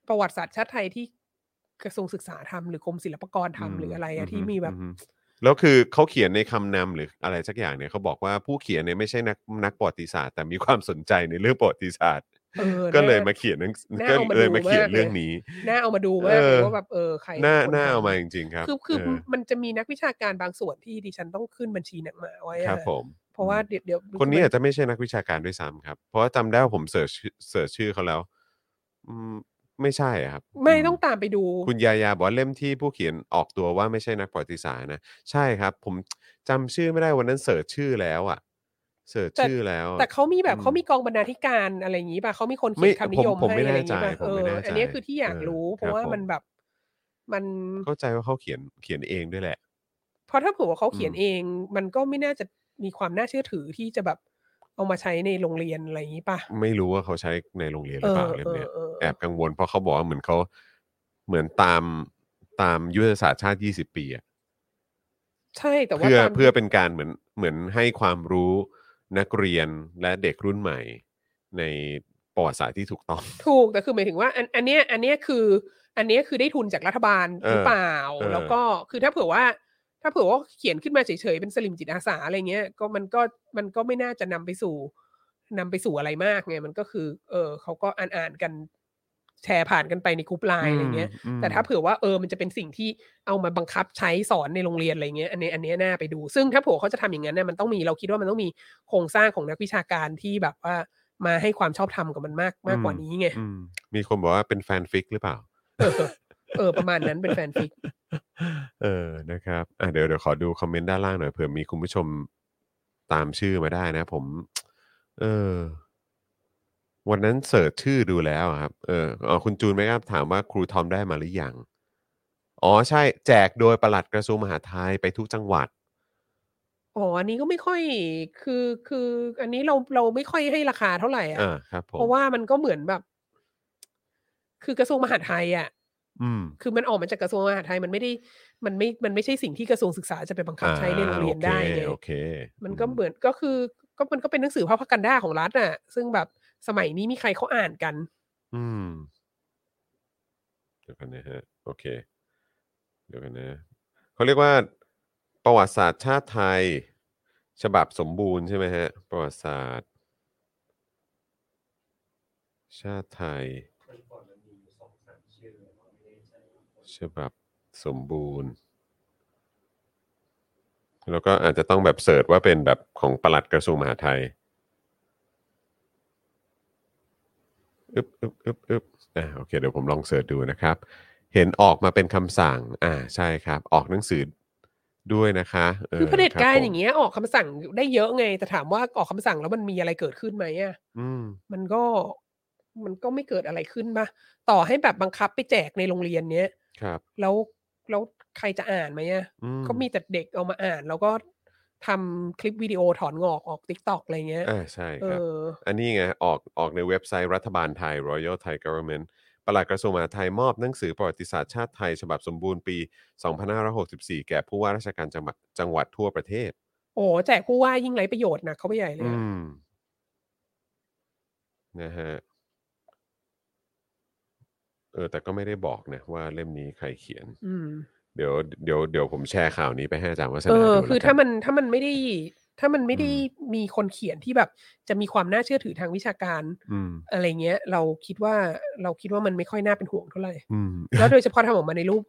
[SPEAKER 2] ประวัติศาสตร์ชาติไทยที่กระทรวงศึกษาทำหรือกรมศิลปากรทำหรืออะไรอะที่มีแบบ
[SPEAKER 1] อืมแล้วคือเขาเขียนในคำนำหรืออะไรสักอย่างเนี่ยเขาบอกว่าผู้เขียนเนี่ยไม่ใช่นักนักประวัติศาสตร์แต่มีความสนใจในเรื่องประวัติศาสตร์
[SPEAKER 2] เออ
[SPEAKER 1] ก็เลย
[SPEAKER 2] น่
[SPEAKER 1] มาเขียนหนังสือ
[SPEAKER 2] น่า
[SPEAKER 1] ก็
[SPEAKER 2] เอามา
[SPEAKER 1] เลย
[SPEAKER 2] ดู
[SPEAKER 1] มาเขียน
[SPEAKER 2] มากเลย
[SPEAKER 1] เรื่องนี้
[SPEAKER 2] น่าเอามาดูมาก
[SPEAKER 1] เอ
[SPEAKER 2] เล
[SPEAKER 1] อ
[SPEAKER 2] ยว่าแบบเออใคร
[SPEAKER 1] น่า
[SPEAKER 2] เป็ค
[SPEAKER 1] น่า
[SPEAKER 2] ทำ
[SPEAKER 1] เอามาจริงๆครับ
[SPEAKER 2] คือคือ
[SPEAKER 1] เ
[SPEAKER 2] มันจะมีนักวิชาการบางส่วนที่ดิฉันต้องขึ้นบัญชีหนังหมาไว้อะ
[SPEAKER 1] ครับผม
[SPEAKER 2] เพราะว่าเดี๋ยวเดี๋ยว
[SPEAKER 1] คนนี้อาจจะไม่ใช่นักวิชาการด้วยซ้ำครับ เพราะว่าจำได้ว่าผมเสิร์ชเสิร์ชชื่อเขาแล้วอืมไม่ใช่อะครับ
[SPEAKER 2] ไม่
[SPEAKER 1] ม
[SPEAKER 2] ต้องตามไปดู
[SPEAKER 1] คุณยายาบอกว่าเล่มที่ผู้เขียนออกตัวว่าไม่ใช่นักประวัติศาสตร์นะ ใช่ครับ ผมจำชื่อไม่ได้วันนั้นเสิร์ชชื่อแล้วอะเสิร์ชชื่อแล้วอะ
[SPEAKER 2] แต่เขามีแบ
[SPEAKER 1] อื
[SPEAKER 2] บ
[SPEAKER 1] ม
[SPEAKER 2] เขามีกองบรรณาธิการอะไรอย่างนี้ป่ะเขามีคน
[SPEAKER 1] ไม่
[SPEAKER 2] เขียนคำนิยม
[SPEAKER 1] ผมผม
[SPEAKER 2] ให้
[SPEAKER 1] ไม่
[SPEAKER 2] อะไรอย่าง
[SPEAKER 1] แน่
[SPEAKER 2] นี้
[SPEAKER 1] ใจผม
[SPEAKER 2] ป่ะเอ
[SPEAKER 1] ไม่
[SPEAKER 2] อ
[SPEAKER 1] แน่ใจ
[SPEAKER 2] อันนี้คือที่อยาก
[SPEAKER 1] เออ
[SPEAKER 2] รู้ เพ
[SPEAKER 1] ครั
[SPEAKER 2] ราะ
[SPEAKER 1] บ
[SPEAKER 2] ว่า
[SPEAKER 1] ผม
[SPEAKER 2] มันแบบมัน
[SPEAKER 1] เข้าใจว่าเขาเขียนเขียนเองด้วยแหละ
[SPEAKER 2] เพราะถ้าผมว่าเขาเขียน
[SPEAKER 1] อืม
[SPEAKER 2] เอง มันก็ไม่น่าจะมีความน่าเชื่อถือที่จะแบบเอามาใช้ในโรงเรียนอะไรอย่างนี้ป่ะ
[SPEAKER 1] ไม่รู้ว่าเขาใช้ในโรงเรียนห
[SPEAKER 2] เอ
[SPEAKER 1] รือเป
[SPEAKER 2] อ
[SPEAKER 1] ล่าเล่ม
[SPEAKER 2] เอ
[SPEAKER 1] เนี้
[SPEAKER 2] อย เออ
[SPEAKER 1] แอบกังวลเพราะเขาบอกว่าเหมือนเขาเหมือนตามตามยุทธศาสตร์ชาติ 20 ปีอะ
[SPEAKER 2] ใช่แต่ว่า
[SPEAKER 1] เพื่อ
[SPEAKER 2] ตาม
[SPEAKER 1] เพื่อเป็นการเหมือนเหมือนให้ความรู้นักเรียนและเด็กรุ่นใหม่ ในประวัติศาสตร์ที่ถูกต้อง
[SPEAKER 2] ถูกแต่คือหมายถึงว่า อันอันเนี้ยอันเนี้ยคือ อันเนี้ยคือได้ทุนจากรัฐบาล
[SPEAKER 1] เออ
[SPEAKER 2] หรือเปล่า
[SPEAKER 1] เออ
[SPEAKER 2] แล้วก็คือถ้าเผื่อว่า ถ้าเผื่อว่าเขียนขึ้นมาเฉยๆเป็นสลิมจิตอาสาอะไรเงี้ยก็มันก็มันก็ไม่น่าจะนำไปสู่นำไปสู่อะไรมากไงมันก็คือ เออเขาก็อ่านอ่านๆกันแชร์ผ่านกันไปในกลุ่มไลน์อะไรเงี้ย
[SPEAKER 1] อืม
[SPEAKER 2] แต่ถ้าเผื่อว่าเออมันจะเป็นสิ่งที่เอามาบังคับใช้สอนในโรงเรียนอะไรเงี้ยอันเนี้ยอันเนี้ยน่าไปดู ซึ่งถ้าเผื่อเขาจะทำอย่างนั้นเนี่ยมันต้องมีเราคิดว่ามันต้องมีโครงสร้างของนักวิชาการที่แบบว่ามาให้ความชอบธรรมกับมันมากมากกว่านี้ไง
[SPEAKER 1] อืมมีคนบอกว่าเป็นแฟนฟิกหรือเปล่า
[SPEAKER 2] เออเออ ประมาณนั้นเป็นแฟนฟิก
[SPEAKER 1] เออ นะครับอ่ะเดี๋ยวเดี๋ยวขอดูคอมเมนต์ด้านล่างหน่อยเผื่อมีคุณผู้ชมตามชื่อมาได้นะผม เออ วันนั้นเสิร์ชชื่อดูแล้วอะครับ เอออ๋อคุณจูนไหมครับถามว่าครูทอมได้มาหรือยัง อ๋อใช่ แจกโดยปลัดกระทรวงมหาดไทยไปทุกจังหวัด
[SPEAKER 2] อ๋ออันนี้ก็ไม่ค่อยคือคือ อันนี้เราเราไม่ค่อยให้ราคาเท่าไหร่อ่ะ
[SPEAKER 1] อ่าครับผม
[SPEAKER 2] เพราะว่ามันก็เหมือนแบบ คือกระทรวงมหาดไทยอ่ะ
[SPEAKER 1] อืม
[SPEAKER 2] คือมันออกมาจากกระทรวงมหาดไทยมันไม่ได้มันไม่มันไม่ใช่สิ่งที่กระทรวงศึกษาจะไปบังคับใช้ในโรงเรียนได้ไง
[SPEAKER 1] อ่าโอเคโอเค
[SPEAKER 2] มันก็เหมือนก็คือก็มันก็เป็นหนังสือพาพกันด้าของรัฐน่ะ ซึ่งแบบสมัยนี้มีใครเขาอ่านกัน
[SPEAKER 1] อืมเดี๋ยวกันนะฮะ โอเค เดี๋ยวกันนะเขาเรียกว่าประวัติศาสตร์ชาติไทย ฉบับสมบูรณ์ใช่ไหมฮะ ประวัติศาสตร์ ชาติไทย ฉบับสมบูรณ์ แล้วก็อาจจะต้องแบบเสิร์ชว่าเป็นแบบของปลัดกระทรวงมหาดไทย อึบอึบอึบอึบอ่าโอเคเดี๋ยวผมลองเสิร์ชดูนะครับ เห็นออกมาเป็นคำสั่ง อ่าใช่ครับ ออกหนังสือด้วยนะคะ
[SPEAKER 2] คือเผด็จการอย่าง
[SPEAKER 1] นี้
[SPEAKER 2] เงี้ยออกคำสั่งได้เยอะไง แต่ถามว่าออกคำสั่งแล้วมันมีอะไรเกิดขึ้นไหมอ่ะ
[SPEAKER 1] อืม
[SPEAKER 2] มันก็มันก็ไม่เกิดอะไรขึ้นปะต่อให้แบบบังคับไปแจกในโรงเรียนเนี้ย
[SPEAKER 1] ครับ
[SPEAKER 2] แล้วแล้วใครจะอ่านไหมอ่ะ
[SPEAKER 1] อื
[SPEAKER 2] ก็มีแต่เด็กเอามาอ่าน แล้วก็ทำคลิปวิดีโอถอนงอกออกติ๊กต็อกอะไรเงี้ย
[SPEAKER 1] อ่าใช่
[SPEAKER 2] เอ
[SPEAKER 1] ครับ
[SPEAKER 2] อ
[SPEAKER 1] อันนี้ไง ออกออกในเว็บไซต์รัฐบาลไทย Royal Thai Government ปลัดกระทรวงมหาดไทยมอบหนังสือประวัติศาสตร์ชาติไทย ฉบับสมบูรณ์ปี 2564 แก่ผู้ว่าราชการจังหวัดจังหวัดทั่วประเทศ
[SPEAKER 2] โอ้แจกผู้ว่ายิ่งไรประโยชน์หนะเขาไปใหญ่เลย
[SPEAKER 1] อื
[SPEAKER 2] อะ
[SPEAKER 1] ม นะฮะ เออ แต่ก็ไม่ได้บอกนะ ว่าเล่มนี้ใครเขียน
[SPEAKER 2] อืม
[SPEAKER 1] เดี๋ยวเดี๋ยวเดี๋ยวผมแชร์ข่าวนี้ไปให้อาจารย์วัฒนา
[SPEAKER 2] เอ
[SPEAKER 1] ดู
[SPEAKER 2] อ
[SPEAKER 1] แล้ว
[SPEAKER 2] คือ
[SPEAKER 1] กัน
[SPEAKER 2] ถ้ามันถ้ามันไม่ได้ ถ้ามันไม่ได้
[SPEAKER 1] อื
[SPEAKER 2] มีคนเขียนที่แบบ จะมีความน่าเชื่อถือทางวิชาการ
[SPEAKER 1] อืม
[SPEAKER 2] อะไรเงี้ย เราคิดว่าเราคิดว่ามันไม่ค่อยน่าเป็นห่วงเท่าไหร่
[SPEAKER 1] อืม
[SPEAKER 2] แล้วโดยเฉพาะทำออกมาในรูป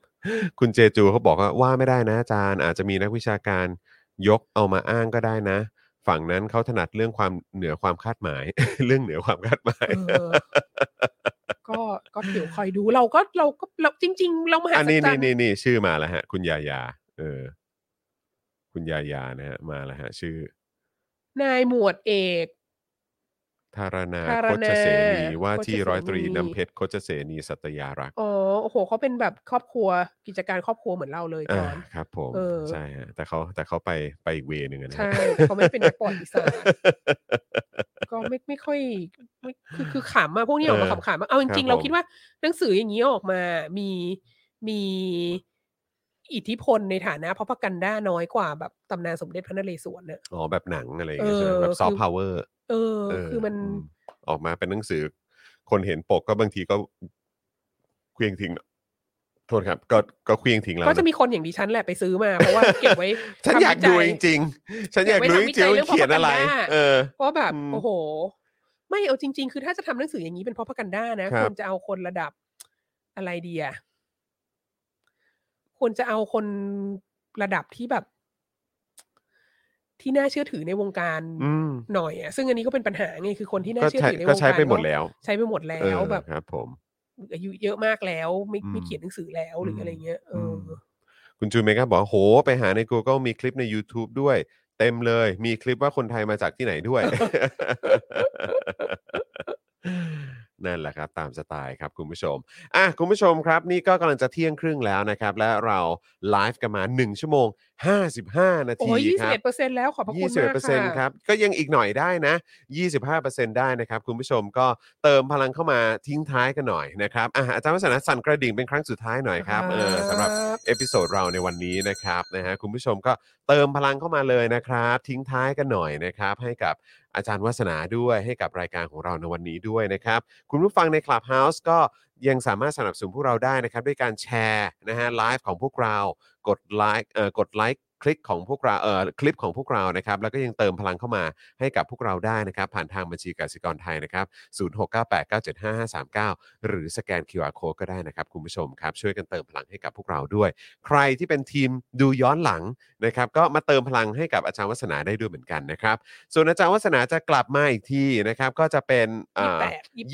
[SPEAKER 1] คุณเจจูเขาบอกว่าว่าไม่ได้นะอาจารย์อาจจะมีนักวิชาการยกเอามาอ้างก็ได้นะ ฝั่งนั้นเขาถนัดเรื่องความเหนือความคาดหมาย เรื่องเหนือความคาดห มาย
[SPEAKER 2] เออ ก็ก็เดี๋ยวคอยดูเราก็เราก็เราจริง ๆ เรามหา
[SPEAKER 1] อันนี้
[SPEAKER 2] สัจจั
[SPEAKER 1] นี่นี่นี่ชื่อมาแล้วฮะ คุณยายาเออ คุณยายานะฮะมาแล้วฮะ ชื่อน
[SPEAKER 2] ายหมวดเอก
[SPEAKER 1] ธารณา
[SPEAKER 2] ธาร
[SPEAKER 1] โค
[SPEAKER 2] ณา
[SPEAKER 1] ชเสนีว่าที่
[SPEAKER 2] โคชเสนี
[SPEAKER 1] ร้อยตรีน้ำเพชรโคชเสนีสัตยารักษ์
[SPEAKER 2] อ๋อโอ้โหเขาเป็นแบบครอบครัวกิจการครอบครัวเหมือนเราเลยจ
[SPEAKER 1] อ่า
[SPEAKER 2] อน
[SPEAKER 1] ครับผม
[SPEAKER 2] เออ
[SPEAKER 1] ใช่ฮะแต่เขาแต่เขาไปไปอีกเวนึงอะนะฮะ
[SPEAKER 2] ใช่แต่เขาไม่เป็นนักประวัติศาสตร์ ก็ไม่ไม่ค่อยไม่คือคือขำมาพวกนี้
[SPEAKER 1] เออ
[SPEAKER 2] ออกมาขำๆอะเอาจ
[SPEAKER 1] ครั
[SPEAKER 2] ริ
[SPEAKER 1] บ
[SPEAKER 2] งๆ เรา
[SPEAKER 1] ผม
[SPEAKER 2] คิดว่าหนังสืออย่างนี้ออกมามีมีอิทธิพลในฐานะพระพักันด้าน้อยกว่าแบบตำนานสมเด็จพระนเรศวรเนี่ย
[SPEAKER 1] อ๋อแบบหนังอะไรอย่างเงี้ยใช่ไหม
[SPEAKER 2] เออ
[SPEAKER 1] แบบซอฟ
[SPEAKER 2] คื
[SPEAKER 1] ต์
[SPEAKER 2] อ
[SPEAKER 1] พาวเวอร์
[SPEAKER 2] เออ คือมัน
[SPEAKER 1] ออกมาเป็นหนังสือ คนเห็นปกก็บางทีก็เคลียงทิ้งโทษครับ ก็ก็เคลียงทิ้งแล้ว
[SPEAKER 2] ก็
[SPEAKER 1] น
[SPEAKER 2] จะมีคนอย่างดิฉันแหละไปซื้อมา เพราะว่าเก็บไว้
[SPEAKER 1] ฉัน
[SPEAKER 2] ทำ
[SPEAKER 1] อยากดู
[SPEAKER 2] วิจัย
[SPEAKER 1] จริงๆ ฉันอยาก
[SPEAKER 2] เก็บ
[SPEAKER 1] ดู
[SPEAKER 2] ไว้
[SPEAKER 1] จริ
[SPEAKER 2] ทำวิจั
[SPEAKER 1] ง
[SPEAKER 2] ย
[SPEAKER 1] ๆ
[SPEAKER 2] เรื่
[SPEAKER 1] ว่า
[SPEAKER 2] อง
[SPEAKER 1] เขียนอะไร
[SPEAKER 2] propaganda
[SPEAKER 1] เออ
[SPEAKER 2] เพราะแบบ
[SPEAKER 1] อืม
[SPEAKER 2] โอ้โห ไม่เอาจริง ๆ คือถ้าจะทำหนังสืออย่างนี้เป็นพอพกันด้านะครับ ควรจะเอาคนระดับอะไรดีอะควรจะเอาคนระดับที่แบบ ที่น่าเชื่อถือในวงการ
[SPEAKER 1] อืม
[SPEAKER 2] หน่อยอะซึ่งอันนี้ก็เป็นปัญหาไงคือคนที่น่า
[SPEAKER 1] ก็
[SPEAKER 2] เชื่อ
[SPEAKER 1] ใช้
[SPEAKER 2] ถือในวงการ
[SPEAKER 1] ก็ใช้ไปหมด
[SPEAKER 2] เนอะ
[SPEAKER 1] แล้ว
[SPEAKER 2] ใช้ไปหมดแล้
[SPEAKER 1] เออ
[SPEAKER 2] วแบบ
[SPEAKER 1] ครับ ผม
[SPEAKER 2] อายุเยอะมากแล้ว ไม่ไม่
[SPEAKER 1] อืม
[SPEAKER 2] เขียนหนังสือแล้วหรืออะไรเงี้ยเออ
[SPEAKER 1] ม
[SPEAKER 2] อ
[SPEAKER 1] คุณจูนเมกาบอกว่าโห ไปหาใน Google มีคลิปใน YouTube ด้วย เต็มเลย มีคลิปว่าคนไทยมาจากที่ไหนด้วย นั่นแหละครับ ตามสไตล์ครับคุณผู้ชม อ่ะคุณผู้ชมครับ นี่ก็กำลังจะเที่ยงครึ่งแล้วนะครับ และเราไลฟ์กันมา 1 ชั่วโมง 55 นาที
[SPEAKER 2] โอ้ยยี่
[SPEAKER 1] ค
[SPEAKER 2] สิ
[SPEAKER 1] รั
[SPEAKER 2] บ
[SPEAKER 1] บ
[SPEAKER 2] เอ็ดเปอร์เซ็นแล้วขอบพระคุณมากค่ะ
[SPEAKER 1] 21%ครับ ก็ยังอีกหน่อยได้นะ 25%ได้นะครับ คุณผู้ชมก็เติมพลังเข้ามาทิ้งท้ายกันหน่อยนะครับอ่ะอาจารย์วัฒนาสั่นกระดิ่งเป็นครั้งสุดท้ายหน่อยครับเออสำหรับ เอพิโซดเราในวันนี้นะครับนะฮะคุณผู้ชมก็เติมพลังเข้ามาเลยนะครับ ทิ้งท้ายกันหน่อยนะครับ ให้กับอาจารย์วัฒนาด้วยให้กับรายการของเราในวันนี้ด้วยนะครับ คุณผู้ฟังใน Clubhouse ก็ยังสามารถสนับสนุนพวกเราได้นะครับ ด้วยการแชร์นะฮะไลฟ์ของพวกเรา กดไลค์เอ่อกดไลค์คลิกของพวกเราเอ่อคลิปของพวกเรานะครับ แล้วก็ยังเติมพลังเข้ามาให้กับพวกเราได้นะครับ ผ่านทางบัญชีกสิกรไทยนะครับ 0698975539 หรือสแกน QR Code ก็ได้นะครับ คุณผู้ชมครับ ช่วยกันเติมพลังให้กับพวกเราด้วย ใครที่เป็นทีมดูย้อนหลังนะครับ ก็มาเติมพลังให้กับอาจารย์วัฒนาได้ด้วยเหมือนกันนะครับ ส่วนอาจารย์วัฒนาจะกลับมาอีกทีนะครับ ก็จะเป็นเอ่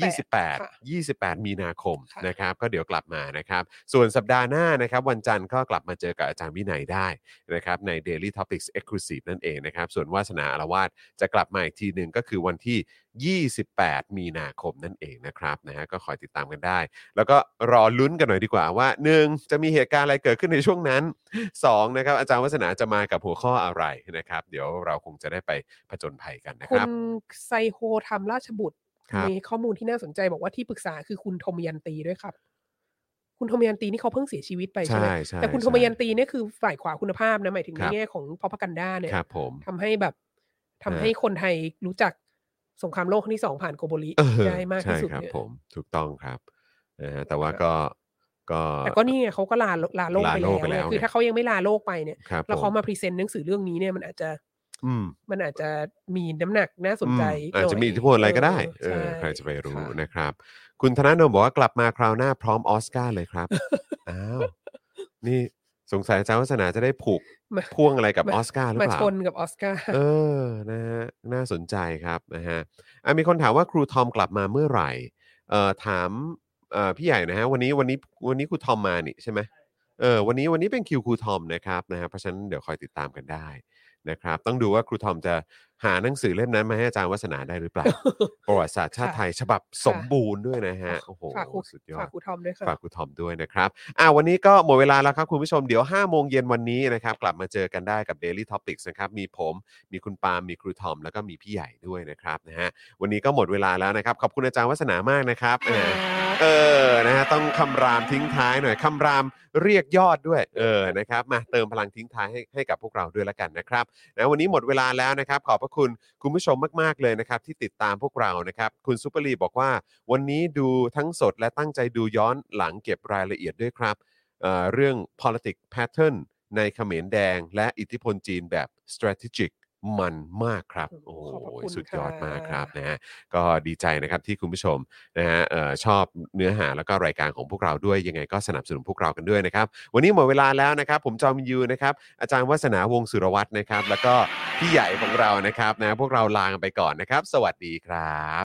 [SPEAKER 2] ยี่สิบ
[SPEAKER 1] อ
[SPEAKER 2] แปดยี่สิบแปด
[SPEAKER 1] 28 28 มีนาคม
[SPEAKER 2] ค่ะ
[SPEAKER 1] นะครับ ก็เดี๋ยวกลับมานะครับ ส่วนสัปดาห์หน้านะครับ วันจันทร์ก็กลับมาเจอกับอาจารย์วินัยได้นะครับ ใน Daily Topics Exclusive นั่นเองนะครับ ส่วนวาสนาอารวาสจะกลับมาอีกทีหนึ่งก็คือวันที่ 28 มีนาคมนั่นเองนะครับนะฮะก็คอยติดตามกันได้ แล้วก็รอลุ้นกันหน่อยดีกว่าว่า 1. จะมีเหตุการณ์อะไรเกิดขึ้นในช่วงนั้น 2. นะครับอาจารย์วัฒนาจะมากับหัวข้ออะไรนะครับ เดี๋ยวเราคงจะได้ไปผจญภัยกันนะค
[SPEAKER 2] คุ
[SPEAKER 1] รับ
[SPEAKER 2] ณไซโฮทำราชบุตร
[SPEAKER 1] ครับ
[SPEAKER 2] มีข้อมูลที่น่าสนใจบอกว่าที่ปรึกษาคือคุณทมยันตีด้วยครับ คุณทมยันตีนี่เขาเพิ่งเสียชีวิตไปใช่ไหม
[SPEAKER 1] ใช่
[SPEAKER 2] แต่คุณท
[SPEAKER 1] ใช่
[SPEAKER 2] มยันตีเนี่ยคือฝ่ายขวาคุณภาพนะหมายถึง
[SPEAKER 1] ค
[SPEAKER 2] ใน
[SPEAKER 1] รับ
[SPEAKER 2] แง่ของพอพกันด้าเนี่ย
[SPEAKER 1] ครับผม
[SPEAKER 2] ทำให้แบบทำให้คนไทยรู้จักสงครามโลกครั้งที่สองผ่านโกโบริ
[SPEAKER 1] เออ
[SPEAKER 2] ได้มากที่สุด
[SPEAKER 1] ใช่ครับ
[SPEAKER 2] เนี่ย
[SPEAKER 1] ผมถูกต้องครับนะฮะแต่ว่า
[SPEAKER 2] ครับ
[SPEAKER 1] ก็ก็
[SPEAKER 2] แต่ก็นี่ไงเขาก็ลาลาโลก
[SPEAKER 1] ลา
[SPEAKER 2] ไป
[SPEAKER 1] โลกไป
[SPEAKER 2] แล้
[SPEAKER 1] แล้ว ว
[SPEAKER 2] คือถ้าเขายังไม่ลาโลกไปเนี่ย
[SPEAKER 1] ครับ
[SPEAKER 2] แล้วเขา
[SPEAKER 1] ผ
[SPEAKER 2] มาพรีเซนต์หนังสือเรื่องนี้เนี่ยมันอาจจะ
[SPEAKER 1] อืม
[SPEAKER 2] มันอาจจะมีน้ำหนักน่าสนใจ
[SPEAKER 1] อืมอาจจะมี
[SPEAKER 2] หน่ย
[SPEAKER 1] อิทธิพลอะไรก็ได้เอ
[SPEAKER 2] เอ
[SPEAKER 1] อ
[SPEAKER 2] อช่
[SPEAKER 1] ใครจะไปรู้
[SPEAKER 2] ค่ะ
[SPEAKER 1] นะครับ คุณธนาโนมบอกว่ากลับมาคราวหน้าพร้อมออสการ์เลย ครับ อ้าว นี่สงสัยอาจารย์วัฒนาจะได้ผูก
[SPEAKER 2] มา
[SPEAKER 1] พ่วงอะไรกับออสการ์หรือ
[SPEAKER 2] มา
[SPEAKER 1] เปล่า
[SPEAKER 2] ชนกับออสการ์
[SPEAKER 1] เออ นะฮะ น่าสนใจครับนะฮะอ่ะมีคนถามว่าครูทอมกลับมาเมื่อไหร่ เอ่อ ถาม เอ่อ พี่ใหญ่นะฮะ วันนี้ วันนี้ วันนี้ครูทอมมานี่ใช่ไหมเออ วันนี้ วันนี้เป็นคิวครูทอมนะครับนะฮะ เพราะฉะนั้นเดี๋ยวคอยติดตามกันได้นะครับ ต้องดูว่าครูทอมจะหาหนังสือเล่มนั้นมาให้อาจารย์วัฒนาได้หรือเปล่า ประวัติศาสตร์ชาติไทยฉบับสมบูรณ์ด้วยนะ ฮะ โอ้โห
[SPEAKER 2] ฝากครู
[SPEAKER 1] สุดยอ
[SPEAKER 2] ฝาก
[SPEAKER 1] ด
[SPEAKER 2] ครูทอมด้วยค่ะ
[SPEAKER 1] ฝากครูทอมด้วยนะครับ อ่าวันนี้ก็หมดเวลาแล้วครับคุณผู้ชม เดี๋ยว 5 โมงเย็นวันนี้นะครับ กลับมาเจอกันได้กับ Daily Topics นะครับ มีผม มีคุณปาล์มมีครูทอม แล้วก็มีพี่ใหญ่ด้วยนะครับนะฮะ วันนี้ก็หมดเวลาแล้วนะครับ ขอบคุณอาจารย์วัฒนามากนะครับอ่าเออ นะฮะ ต้องคำรามทิ้งท้ายหน่อย คำรามเรียกยอดด้วย เออ นะครับ มาเติมพลังทิ้งท้ายให้ให้กับพวกเราด้วยละกันนะครับ นะวันนี้หมดเวลาแล้วนะครับ ขอบพระคุณคุณผู้ชมมาก ๆ เลยนะครับ ที่ติดตามพวกเรานะครับ คุณซุปเปอร์ลีบอกว่า วันนี้ดูทั้งสดและตั้งใจดูย้อนหลังเก็บรายละเอียดด้วยครับเอ่อเรื่อง politic pattern ในเขมรแดง และอิทธิพลจีนแบบ strategic มันมากครับ โอ้โห
[SPEAKER 2] ขอบพระคุณ
[SPEAKER 1] สุดยอด
[SPEAKER 2] ค่ะ
[SPEAKER 1] มากครับนะฮะก็ดีใจนะครับที่คุณผู้ชมนะฮะเอ่อชอบเนื้อหาแล้วก็รายการของพวกเราด้วยยังไงก็สนับสนุนพวกเรากันด้วยนะครับ วันนี้หมดเวลาแล้วนะครับ ผมจอมยูนะครับ อาจารย์วัฒนาวงศ์สุรวัตรนะครับ แล้วก็พี่ใหญ่ของเรานะครับนะพวกเราลากันไปก่อนนะครับ สวัสดีครับ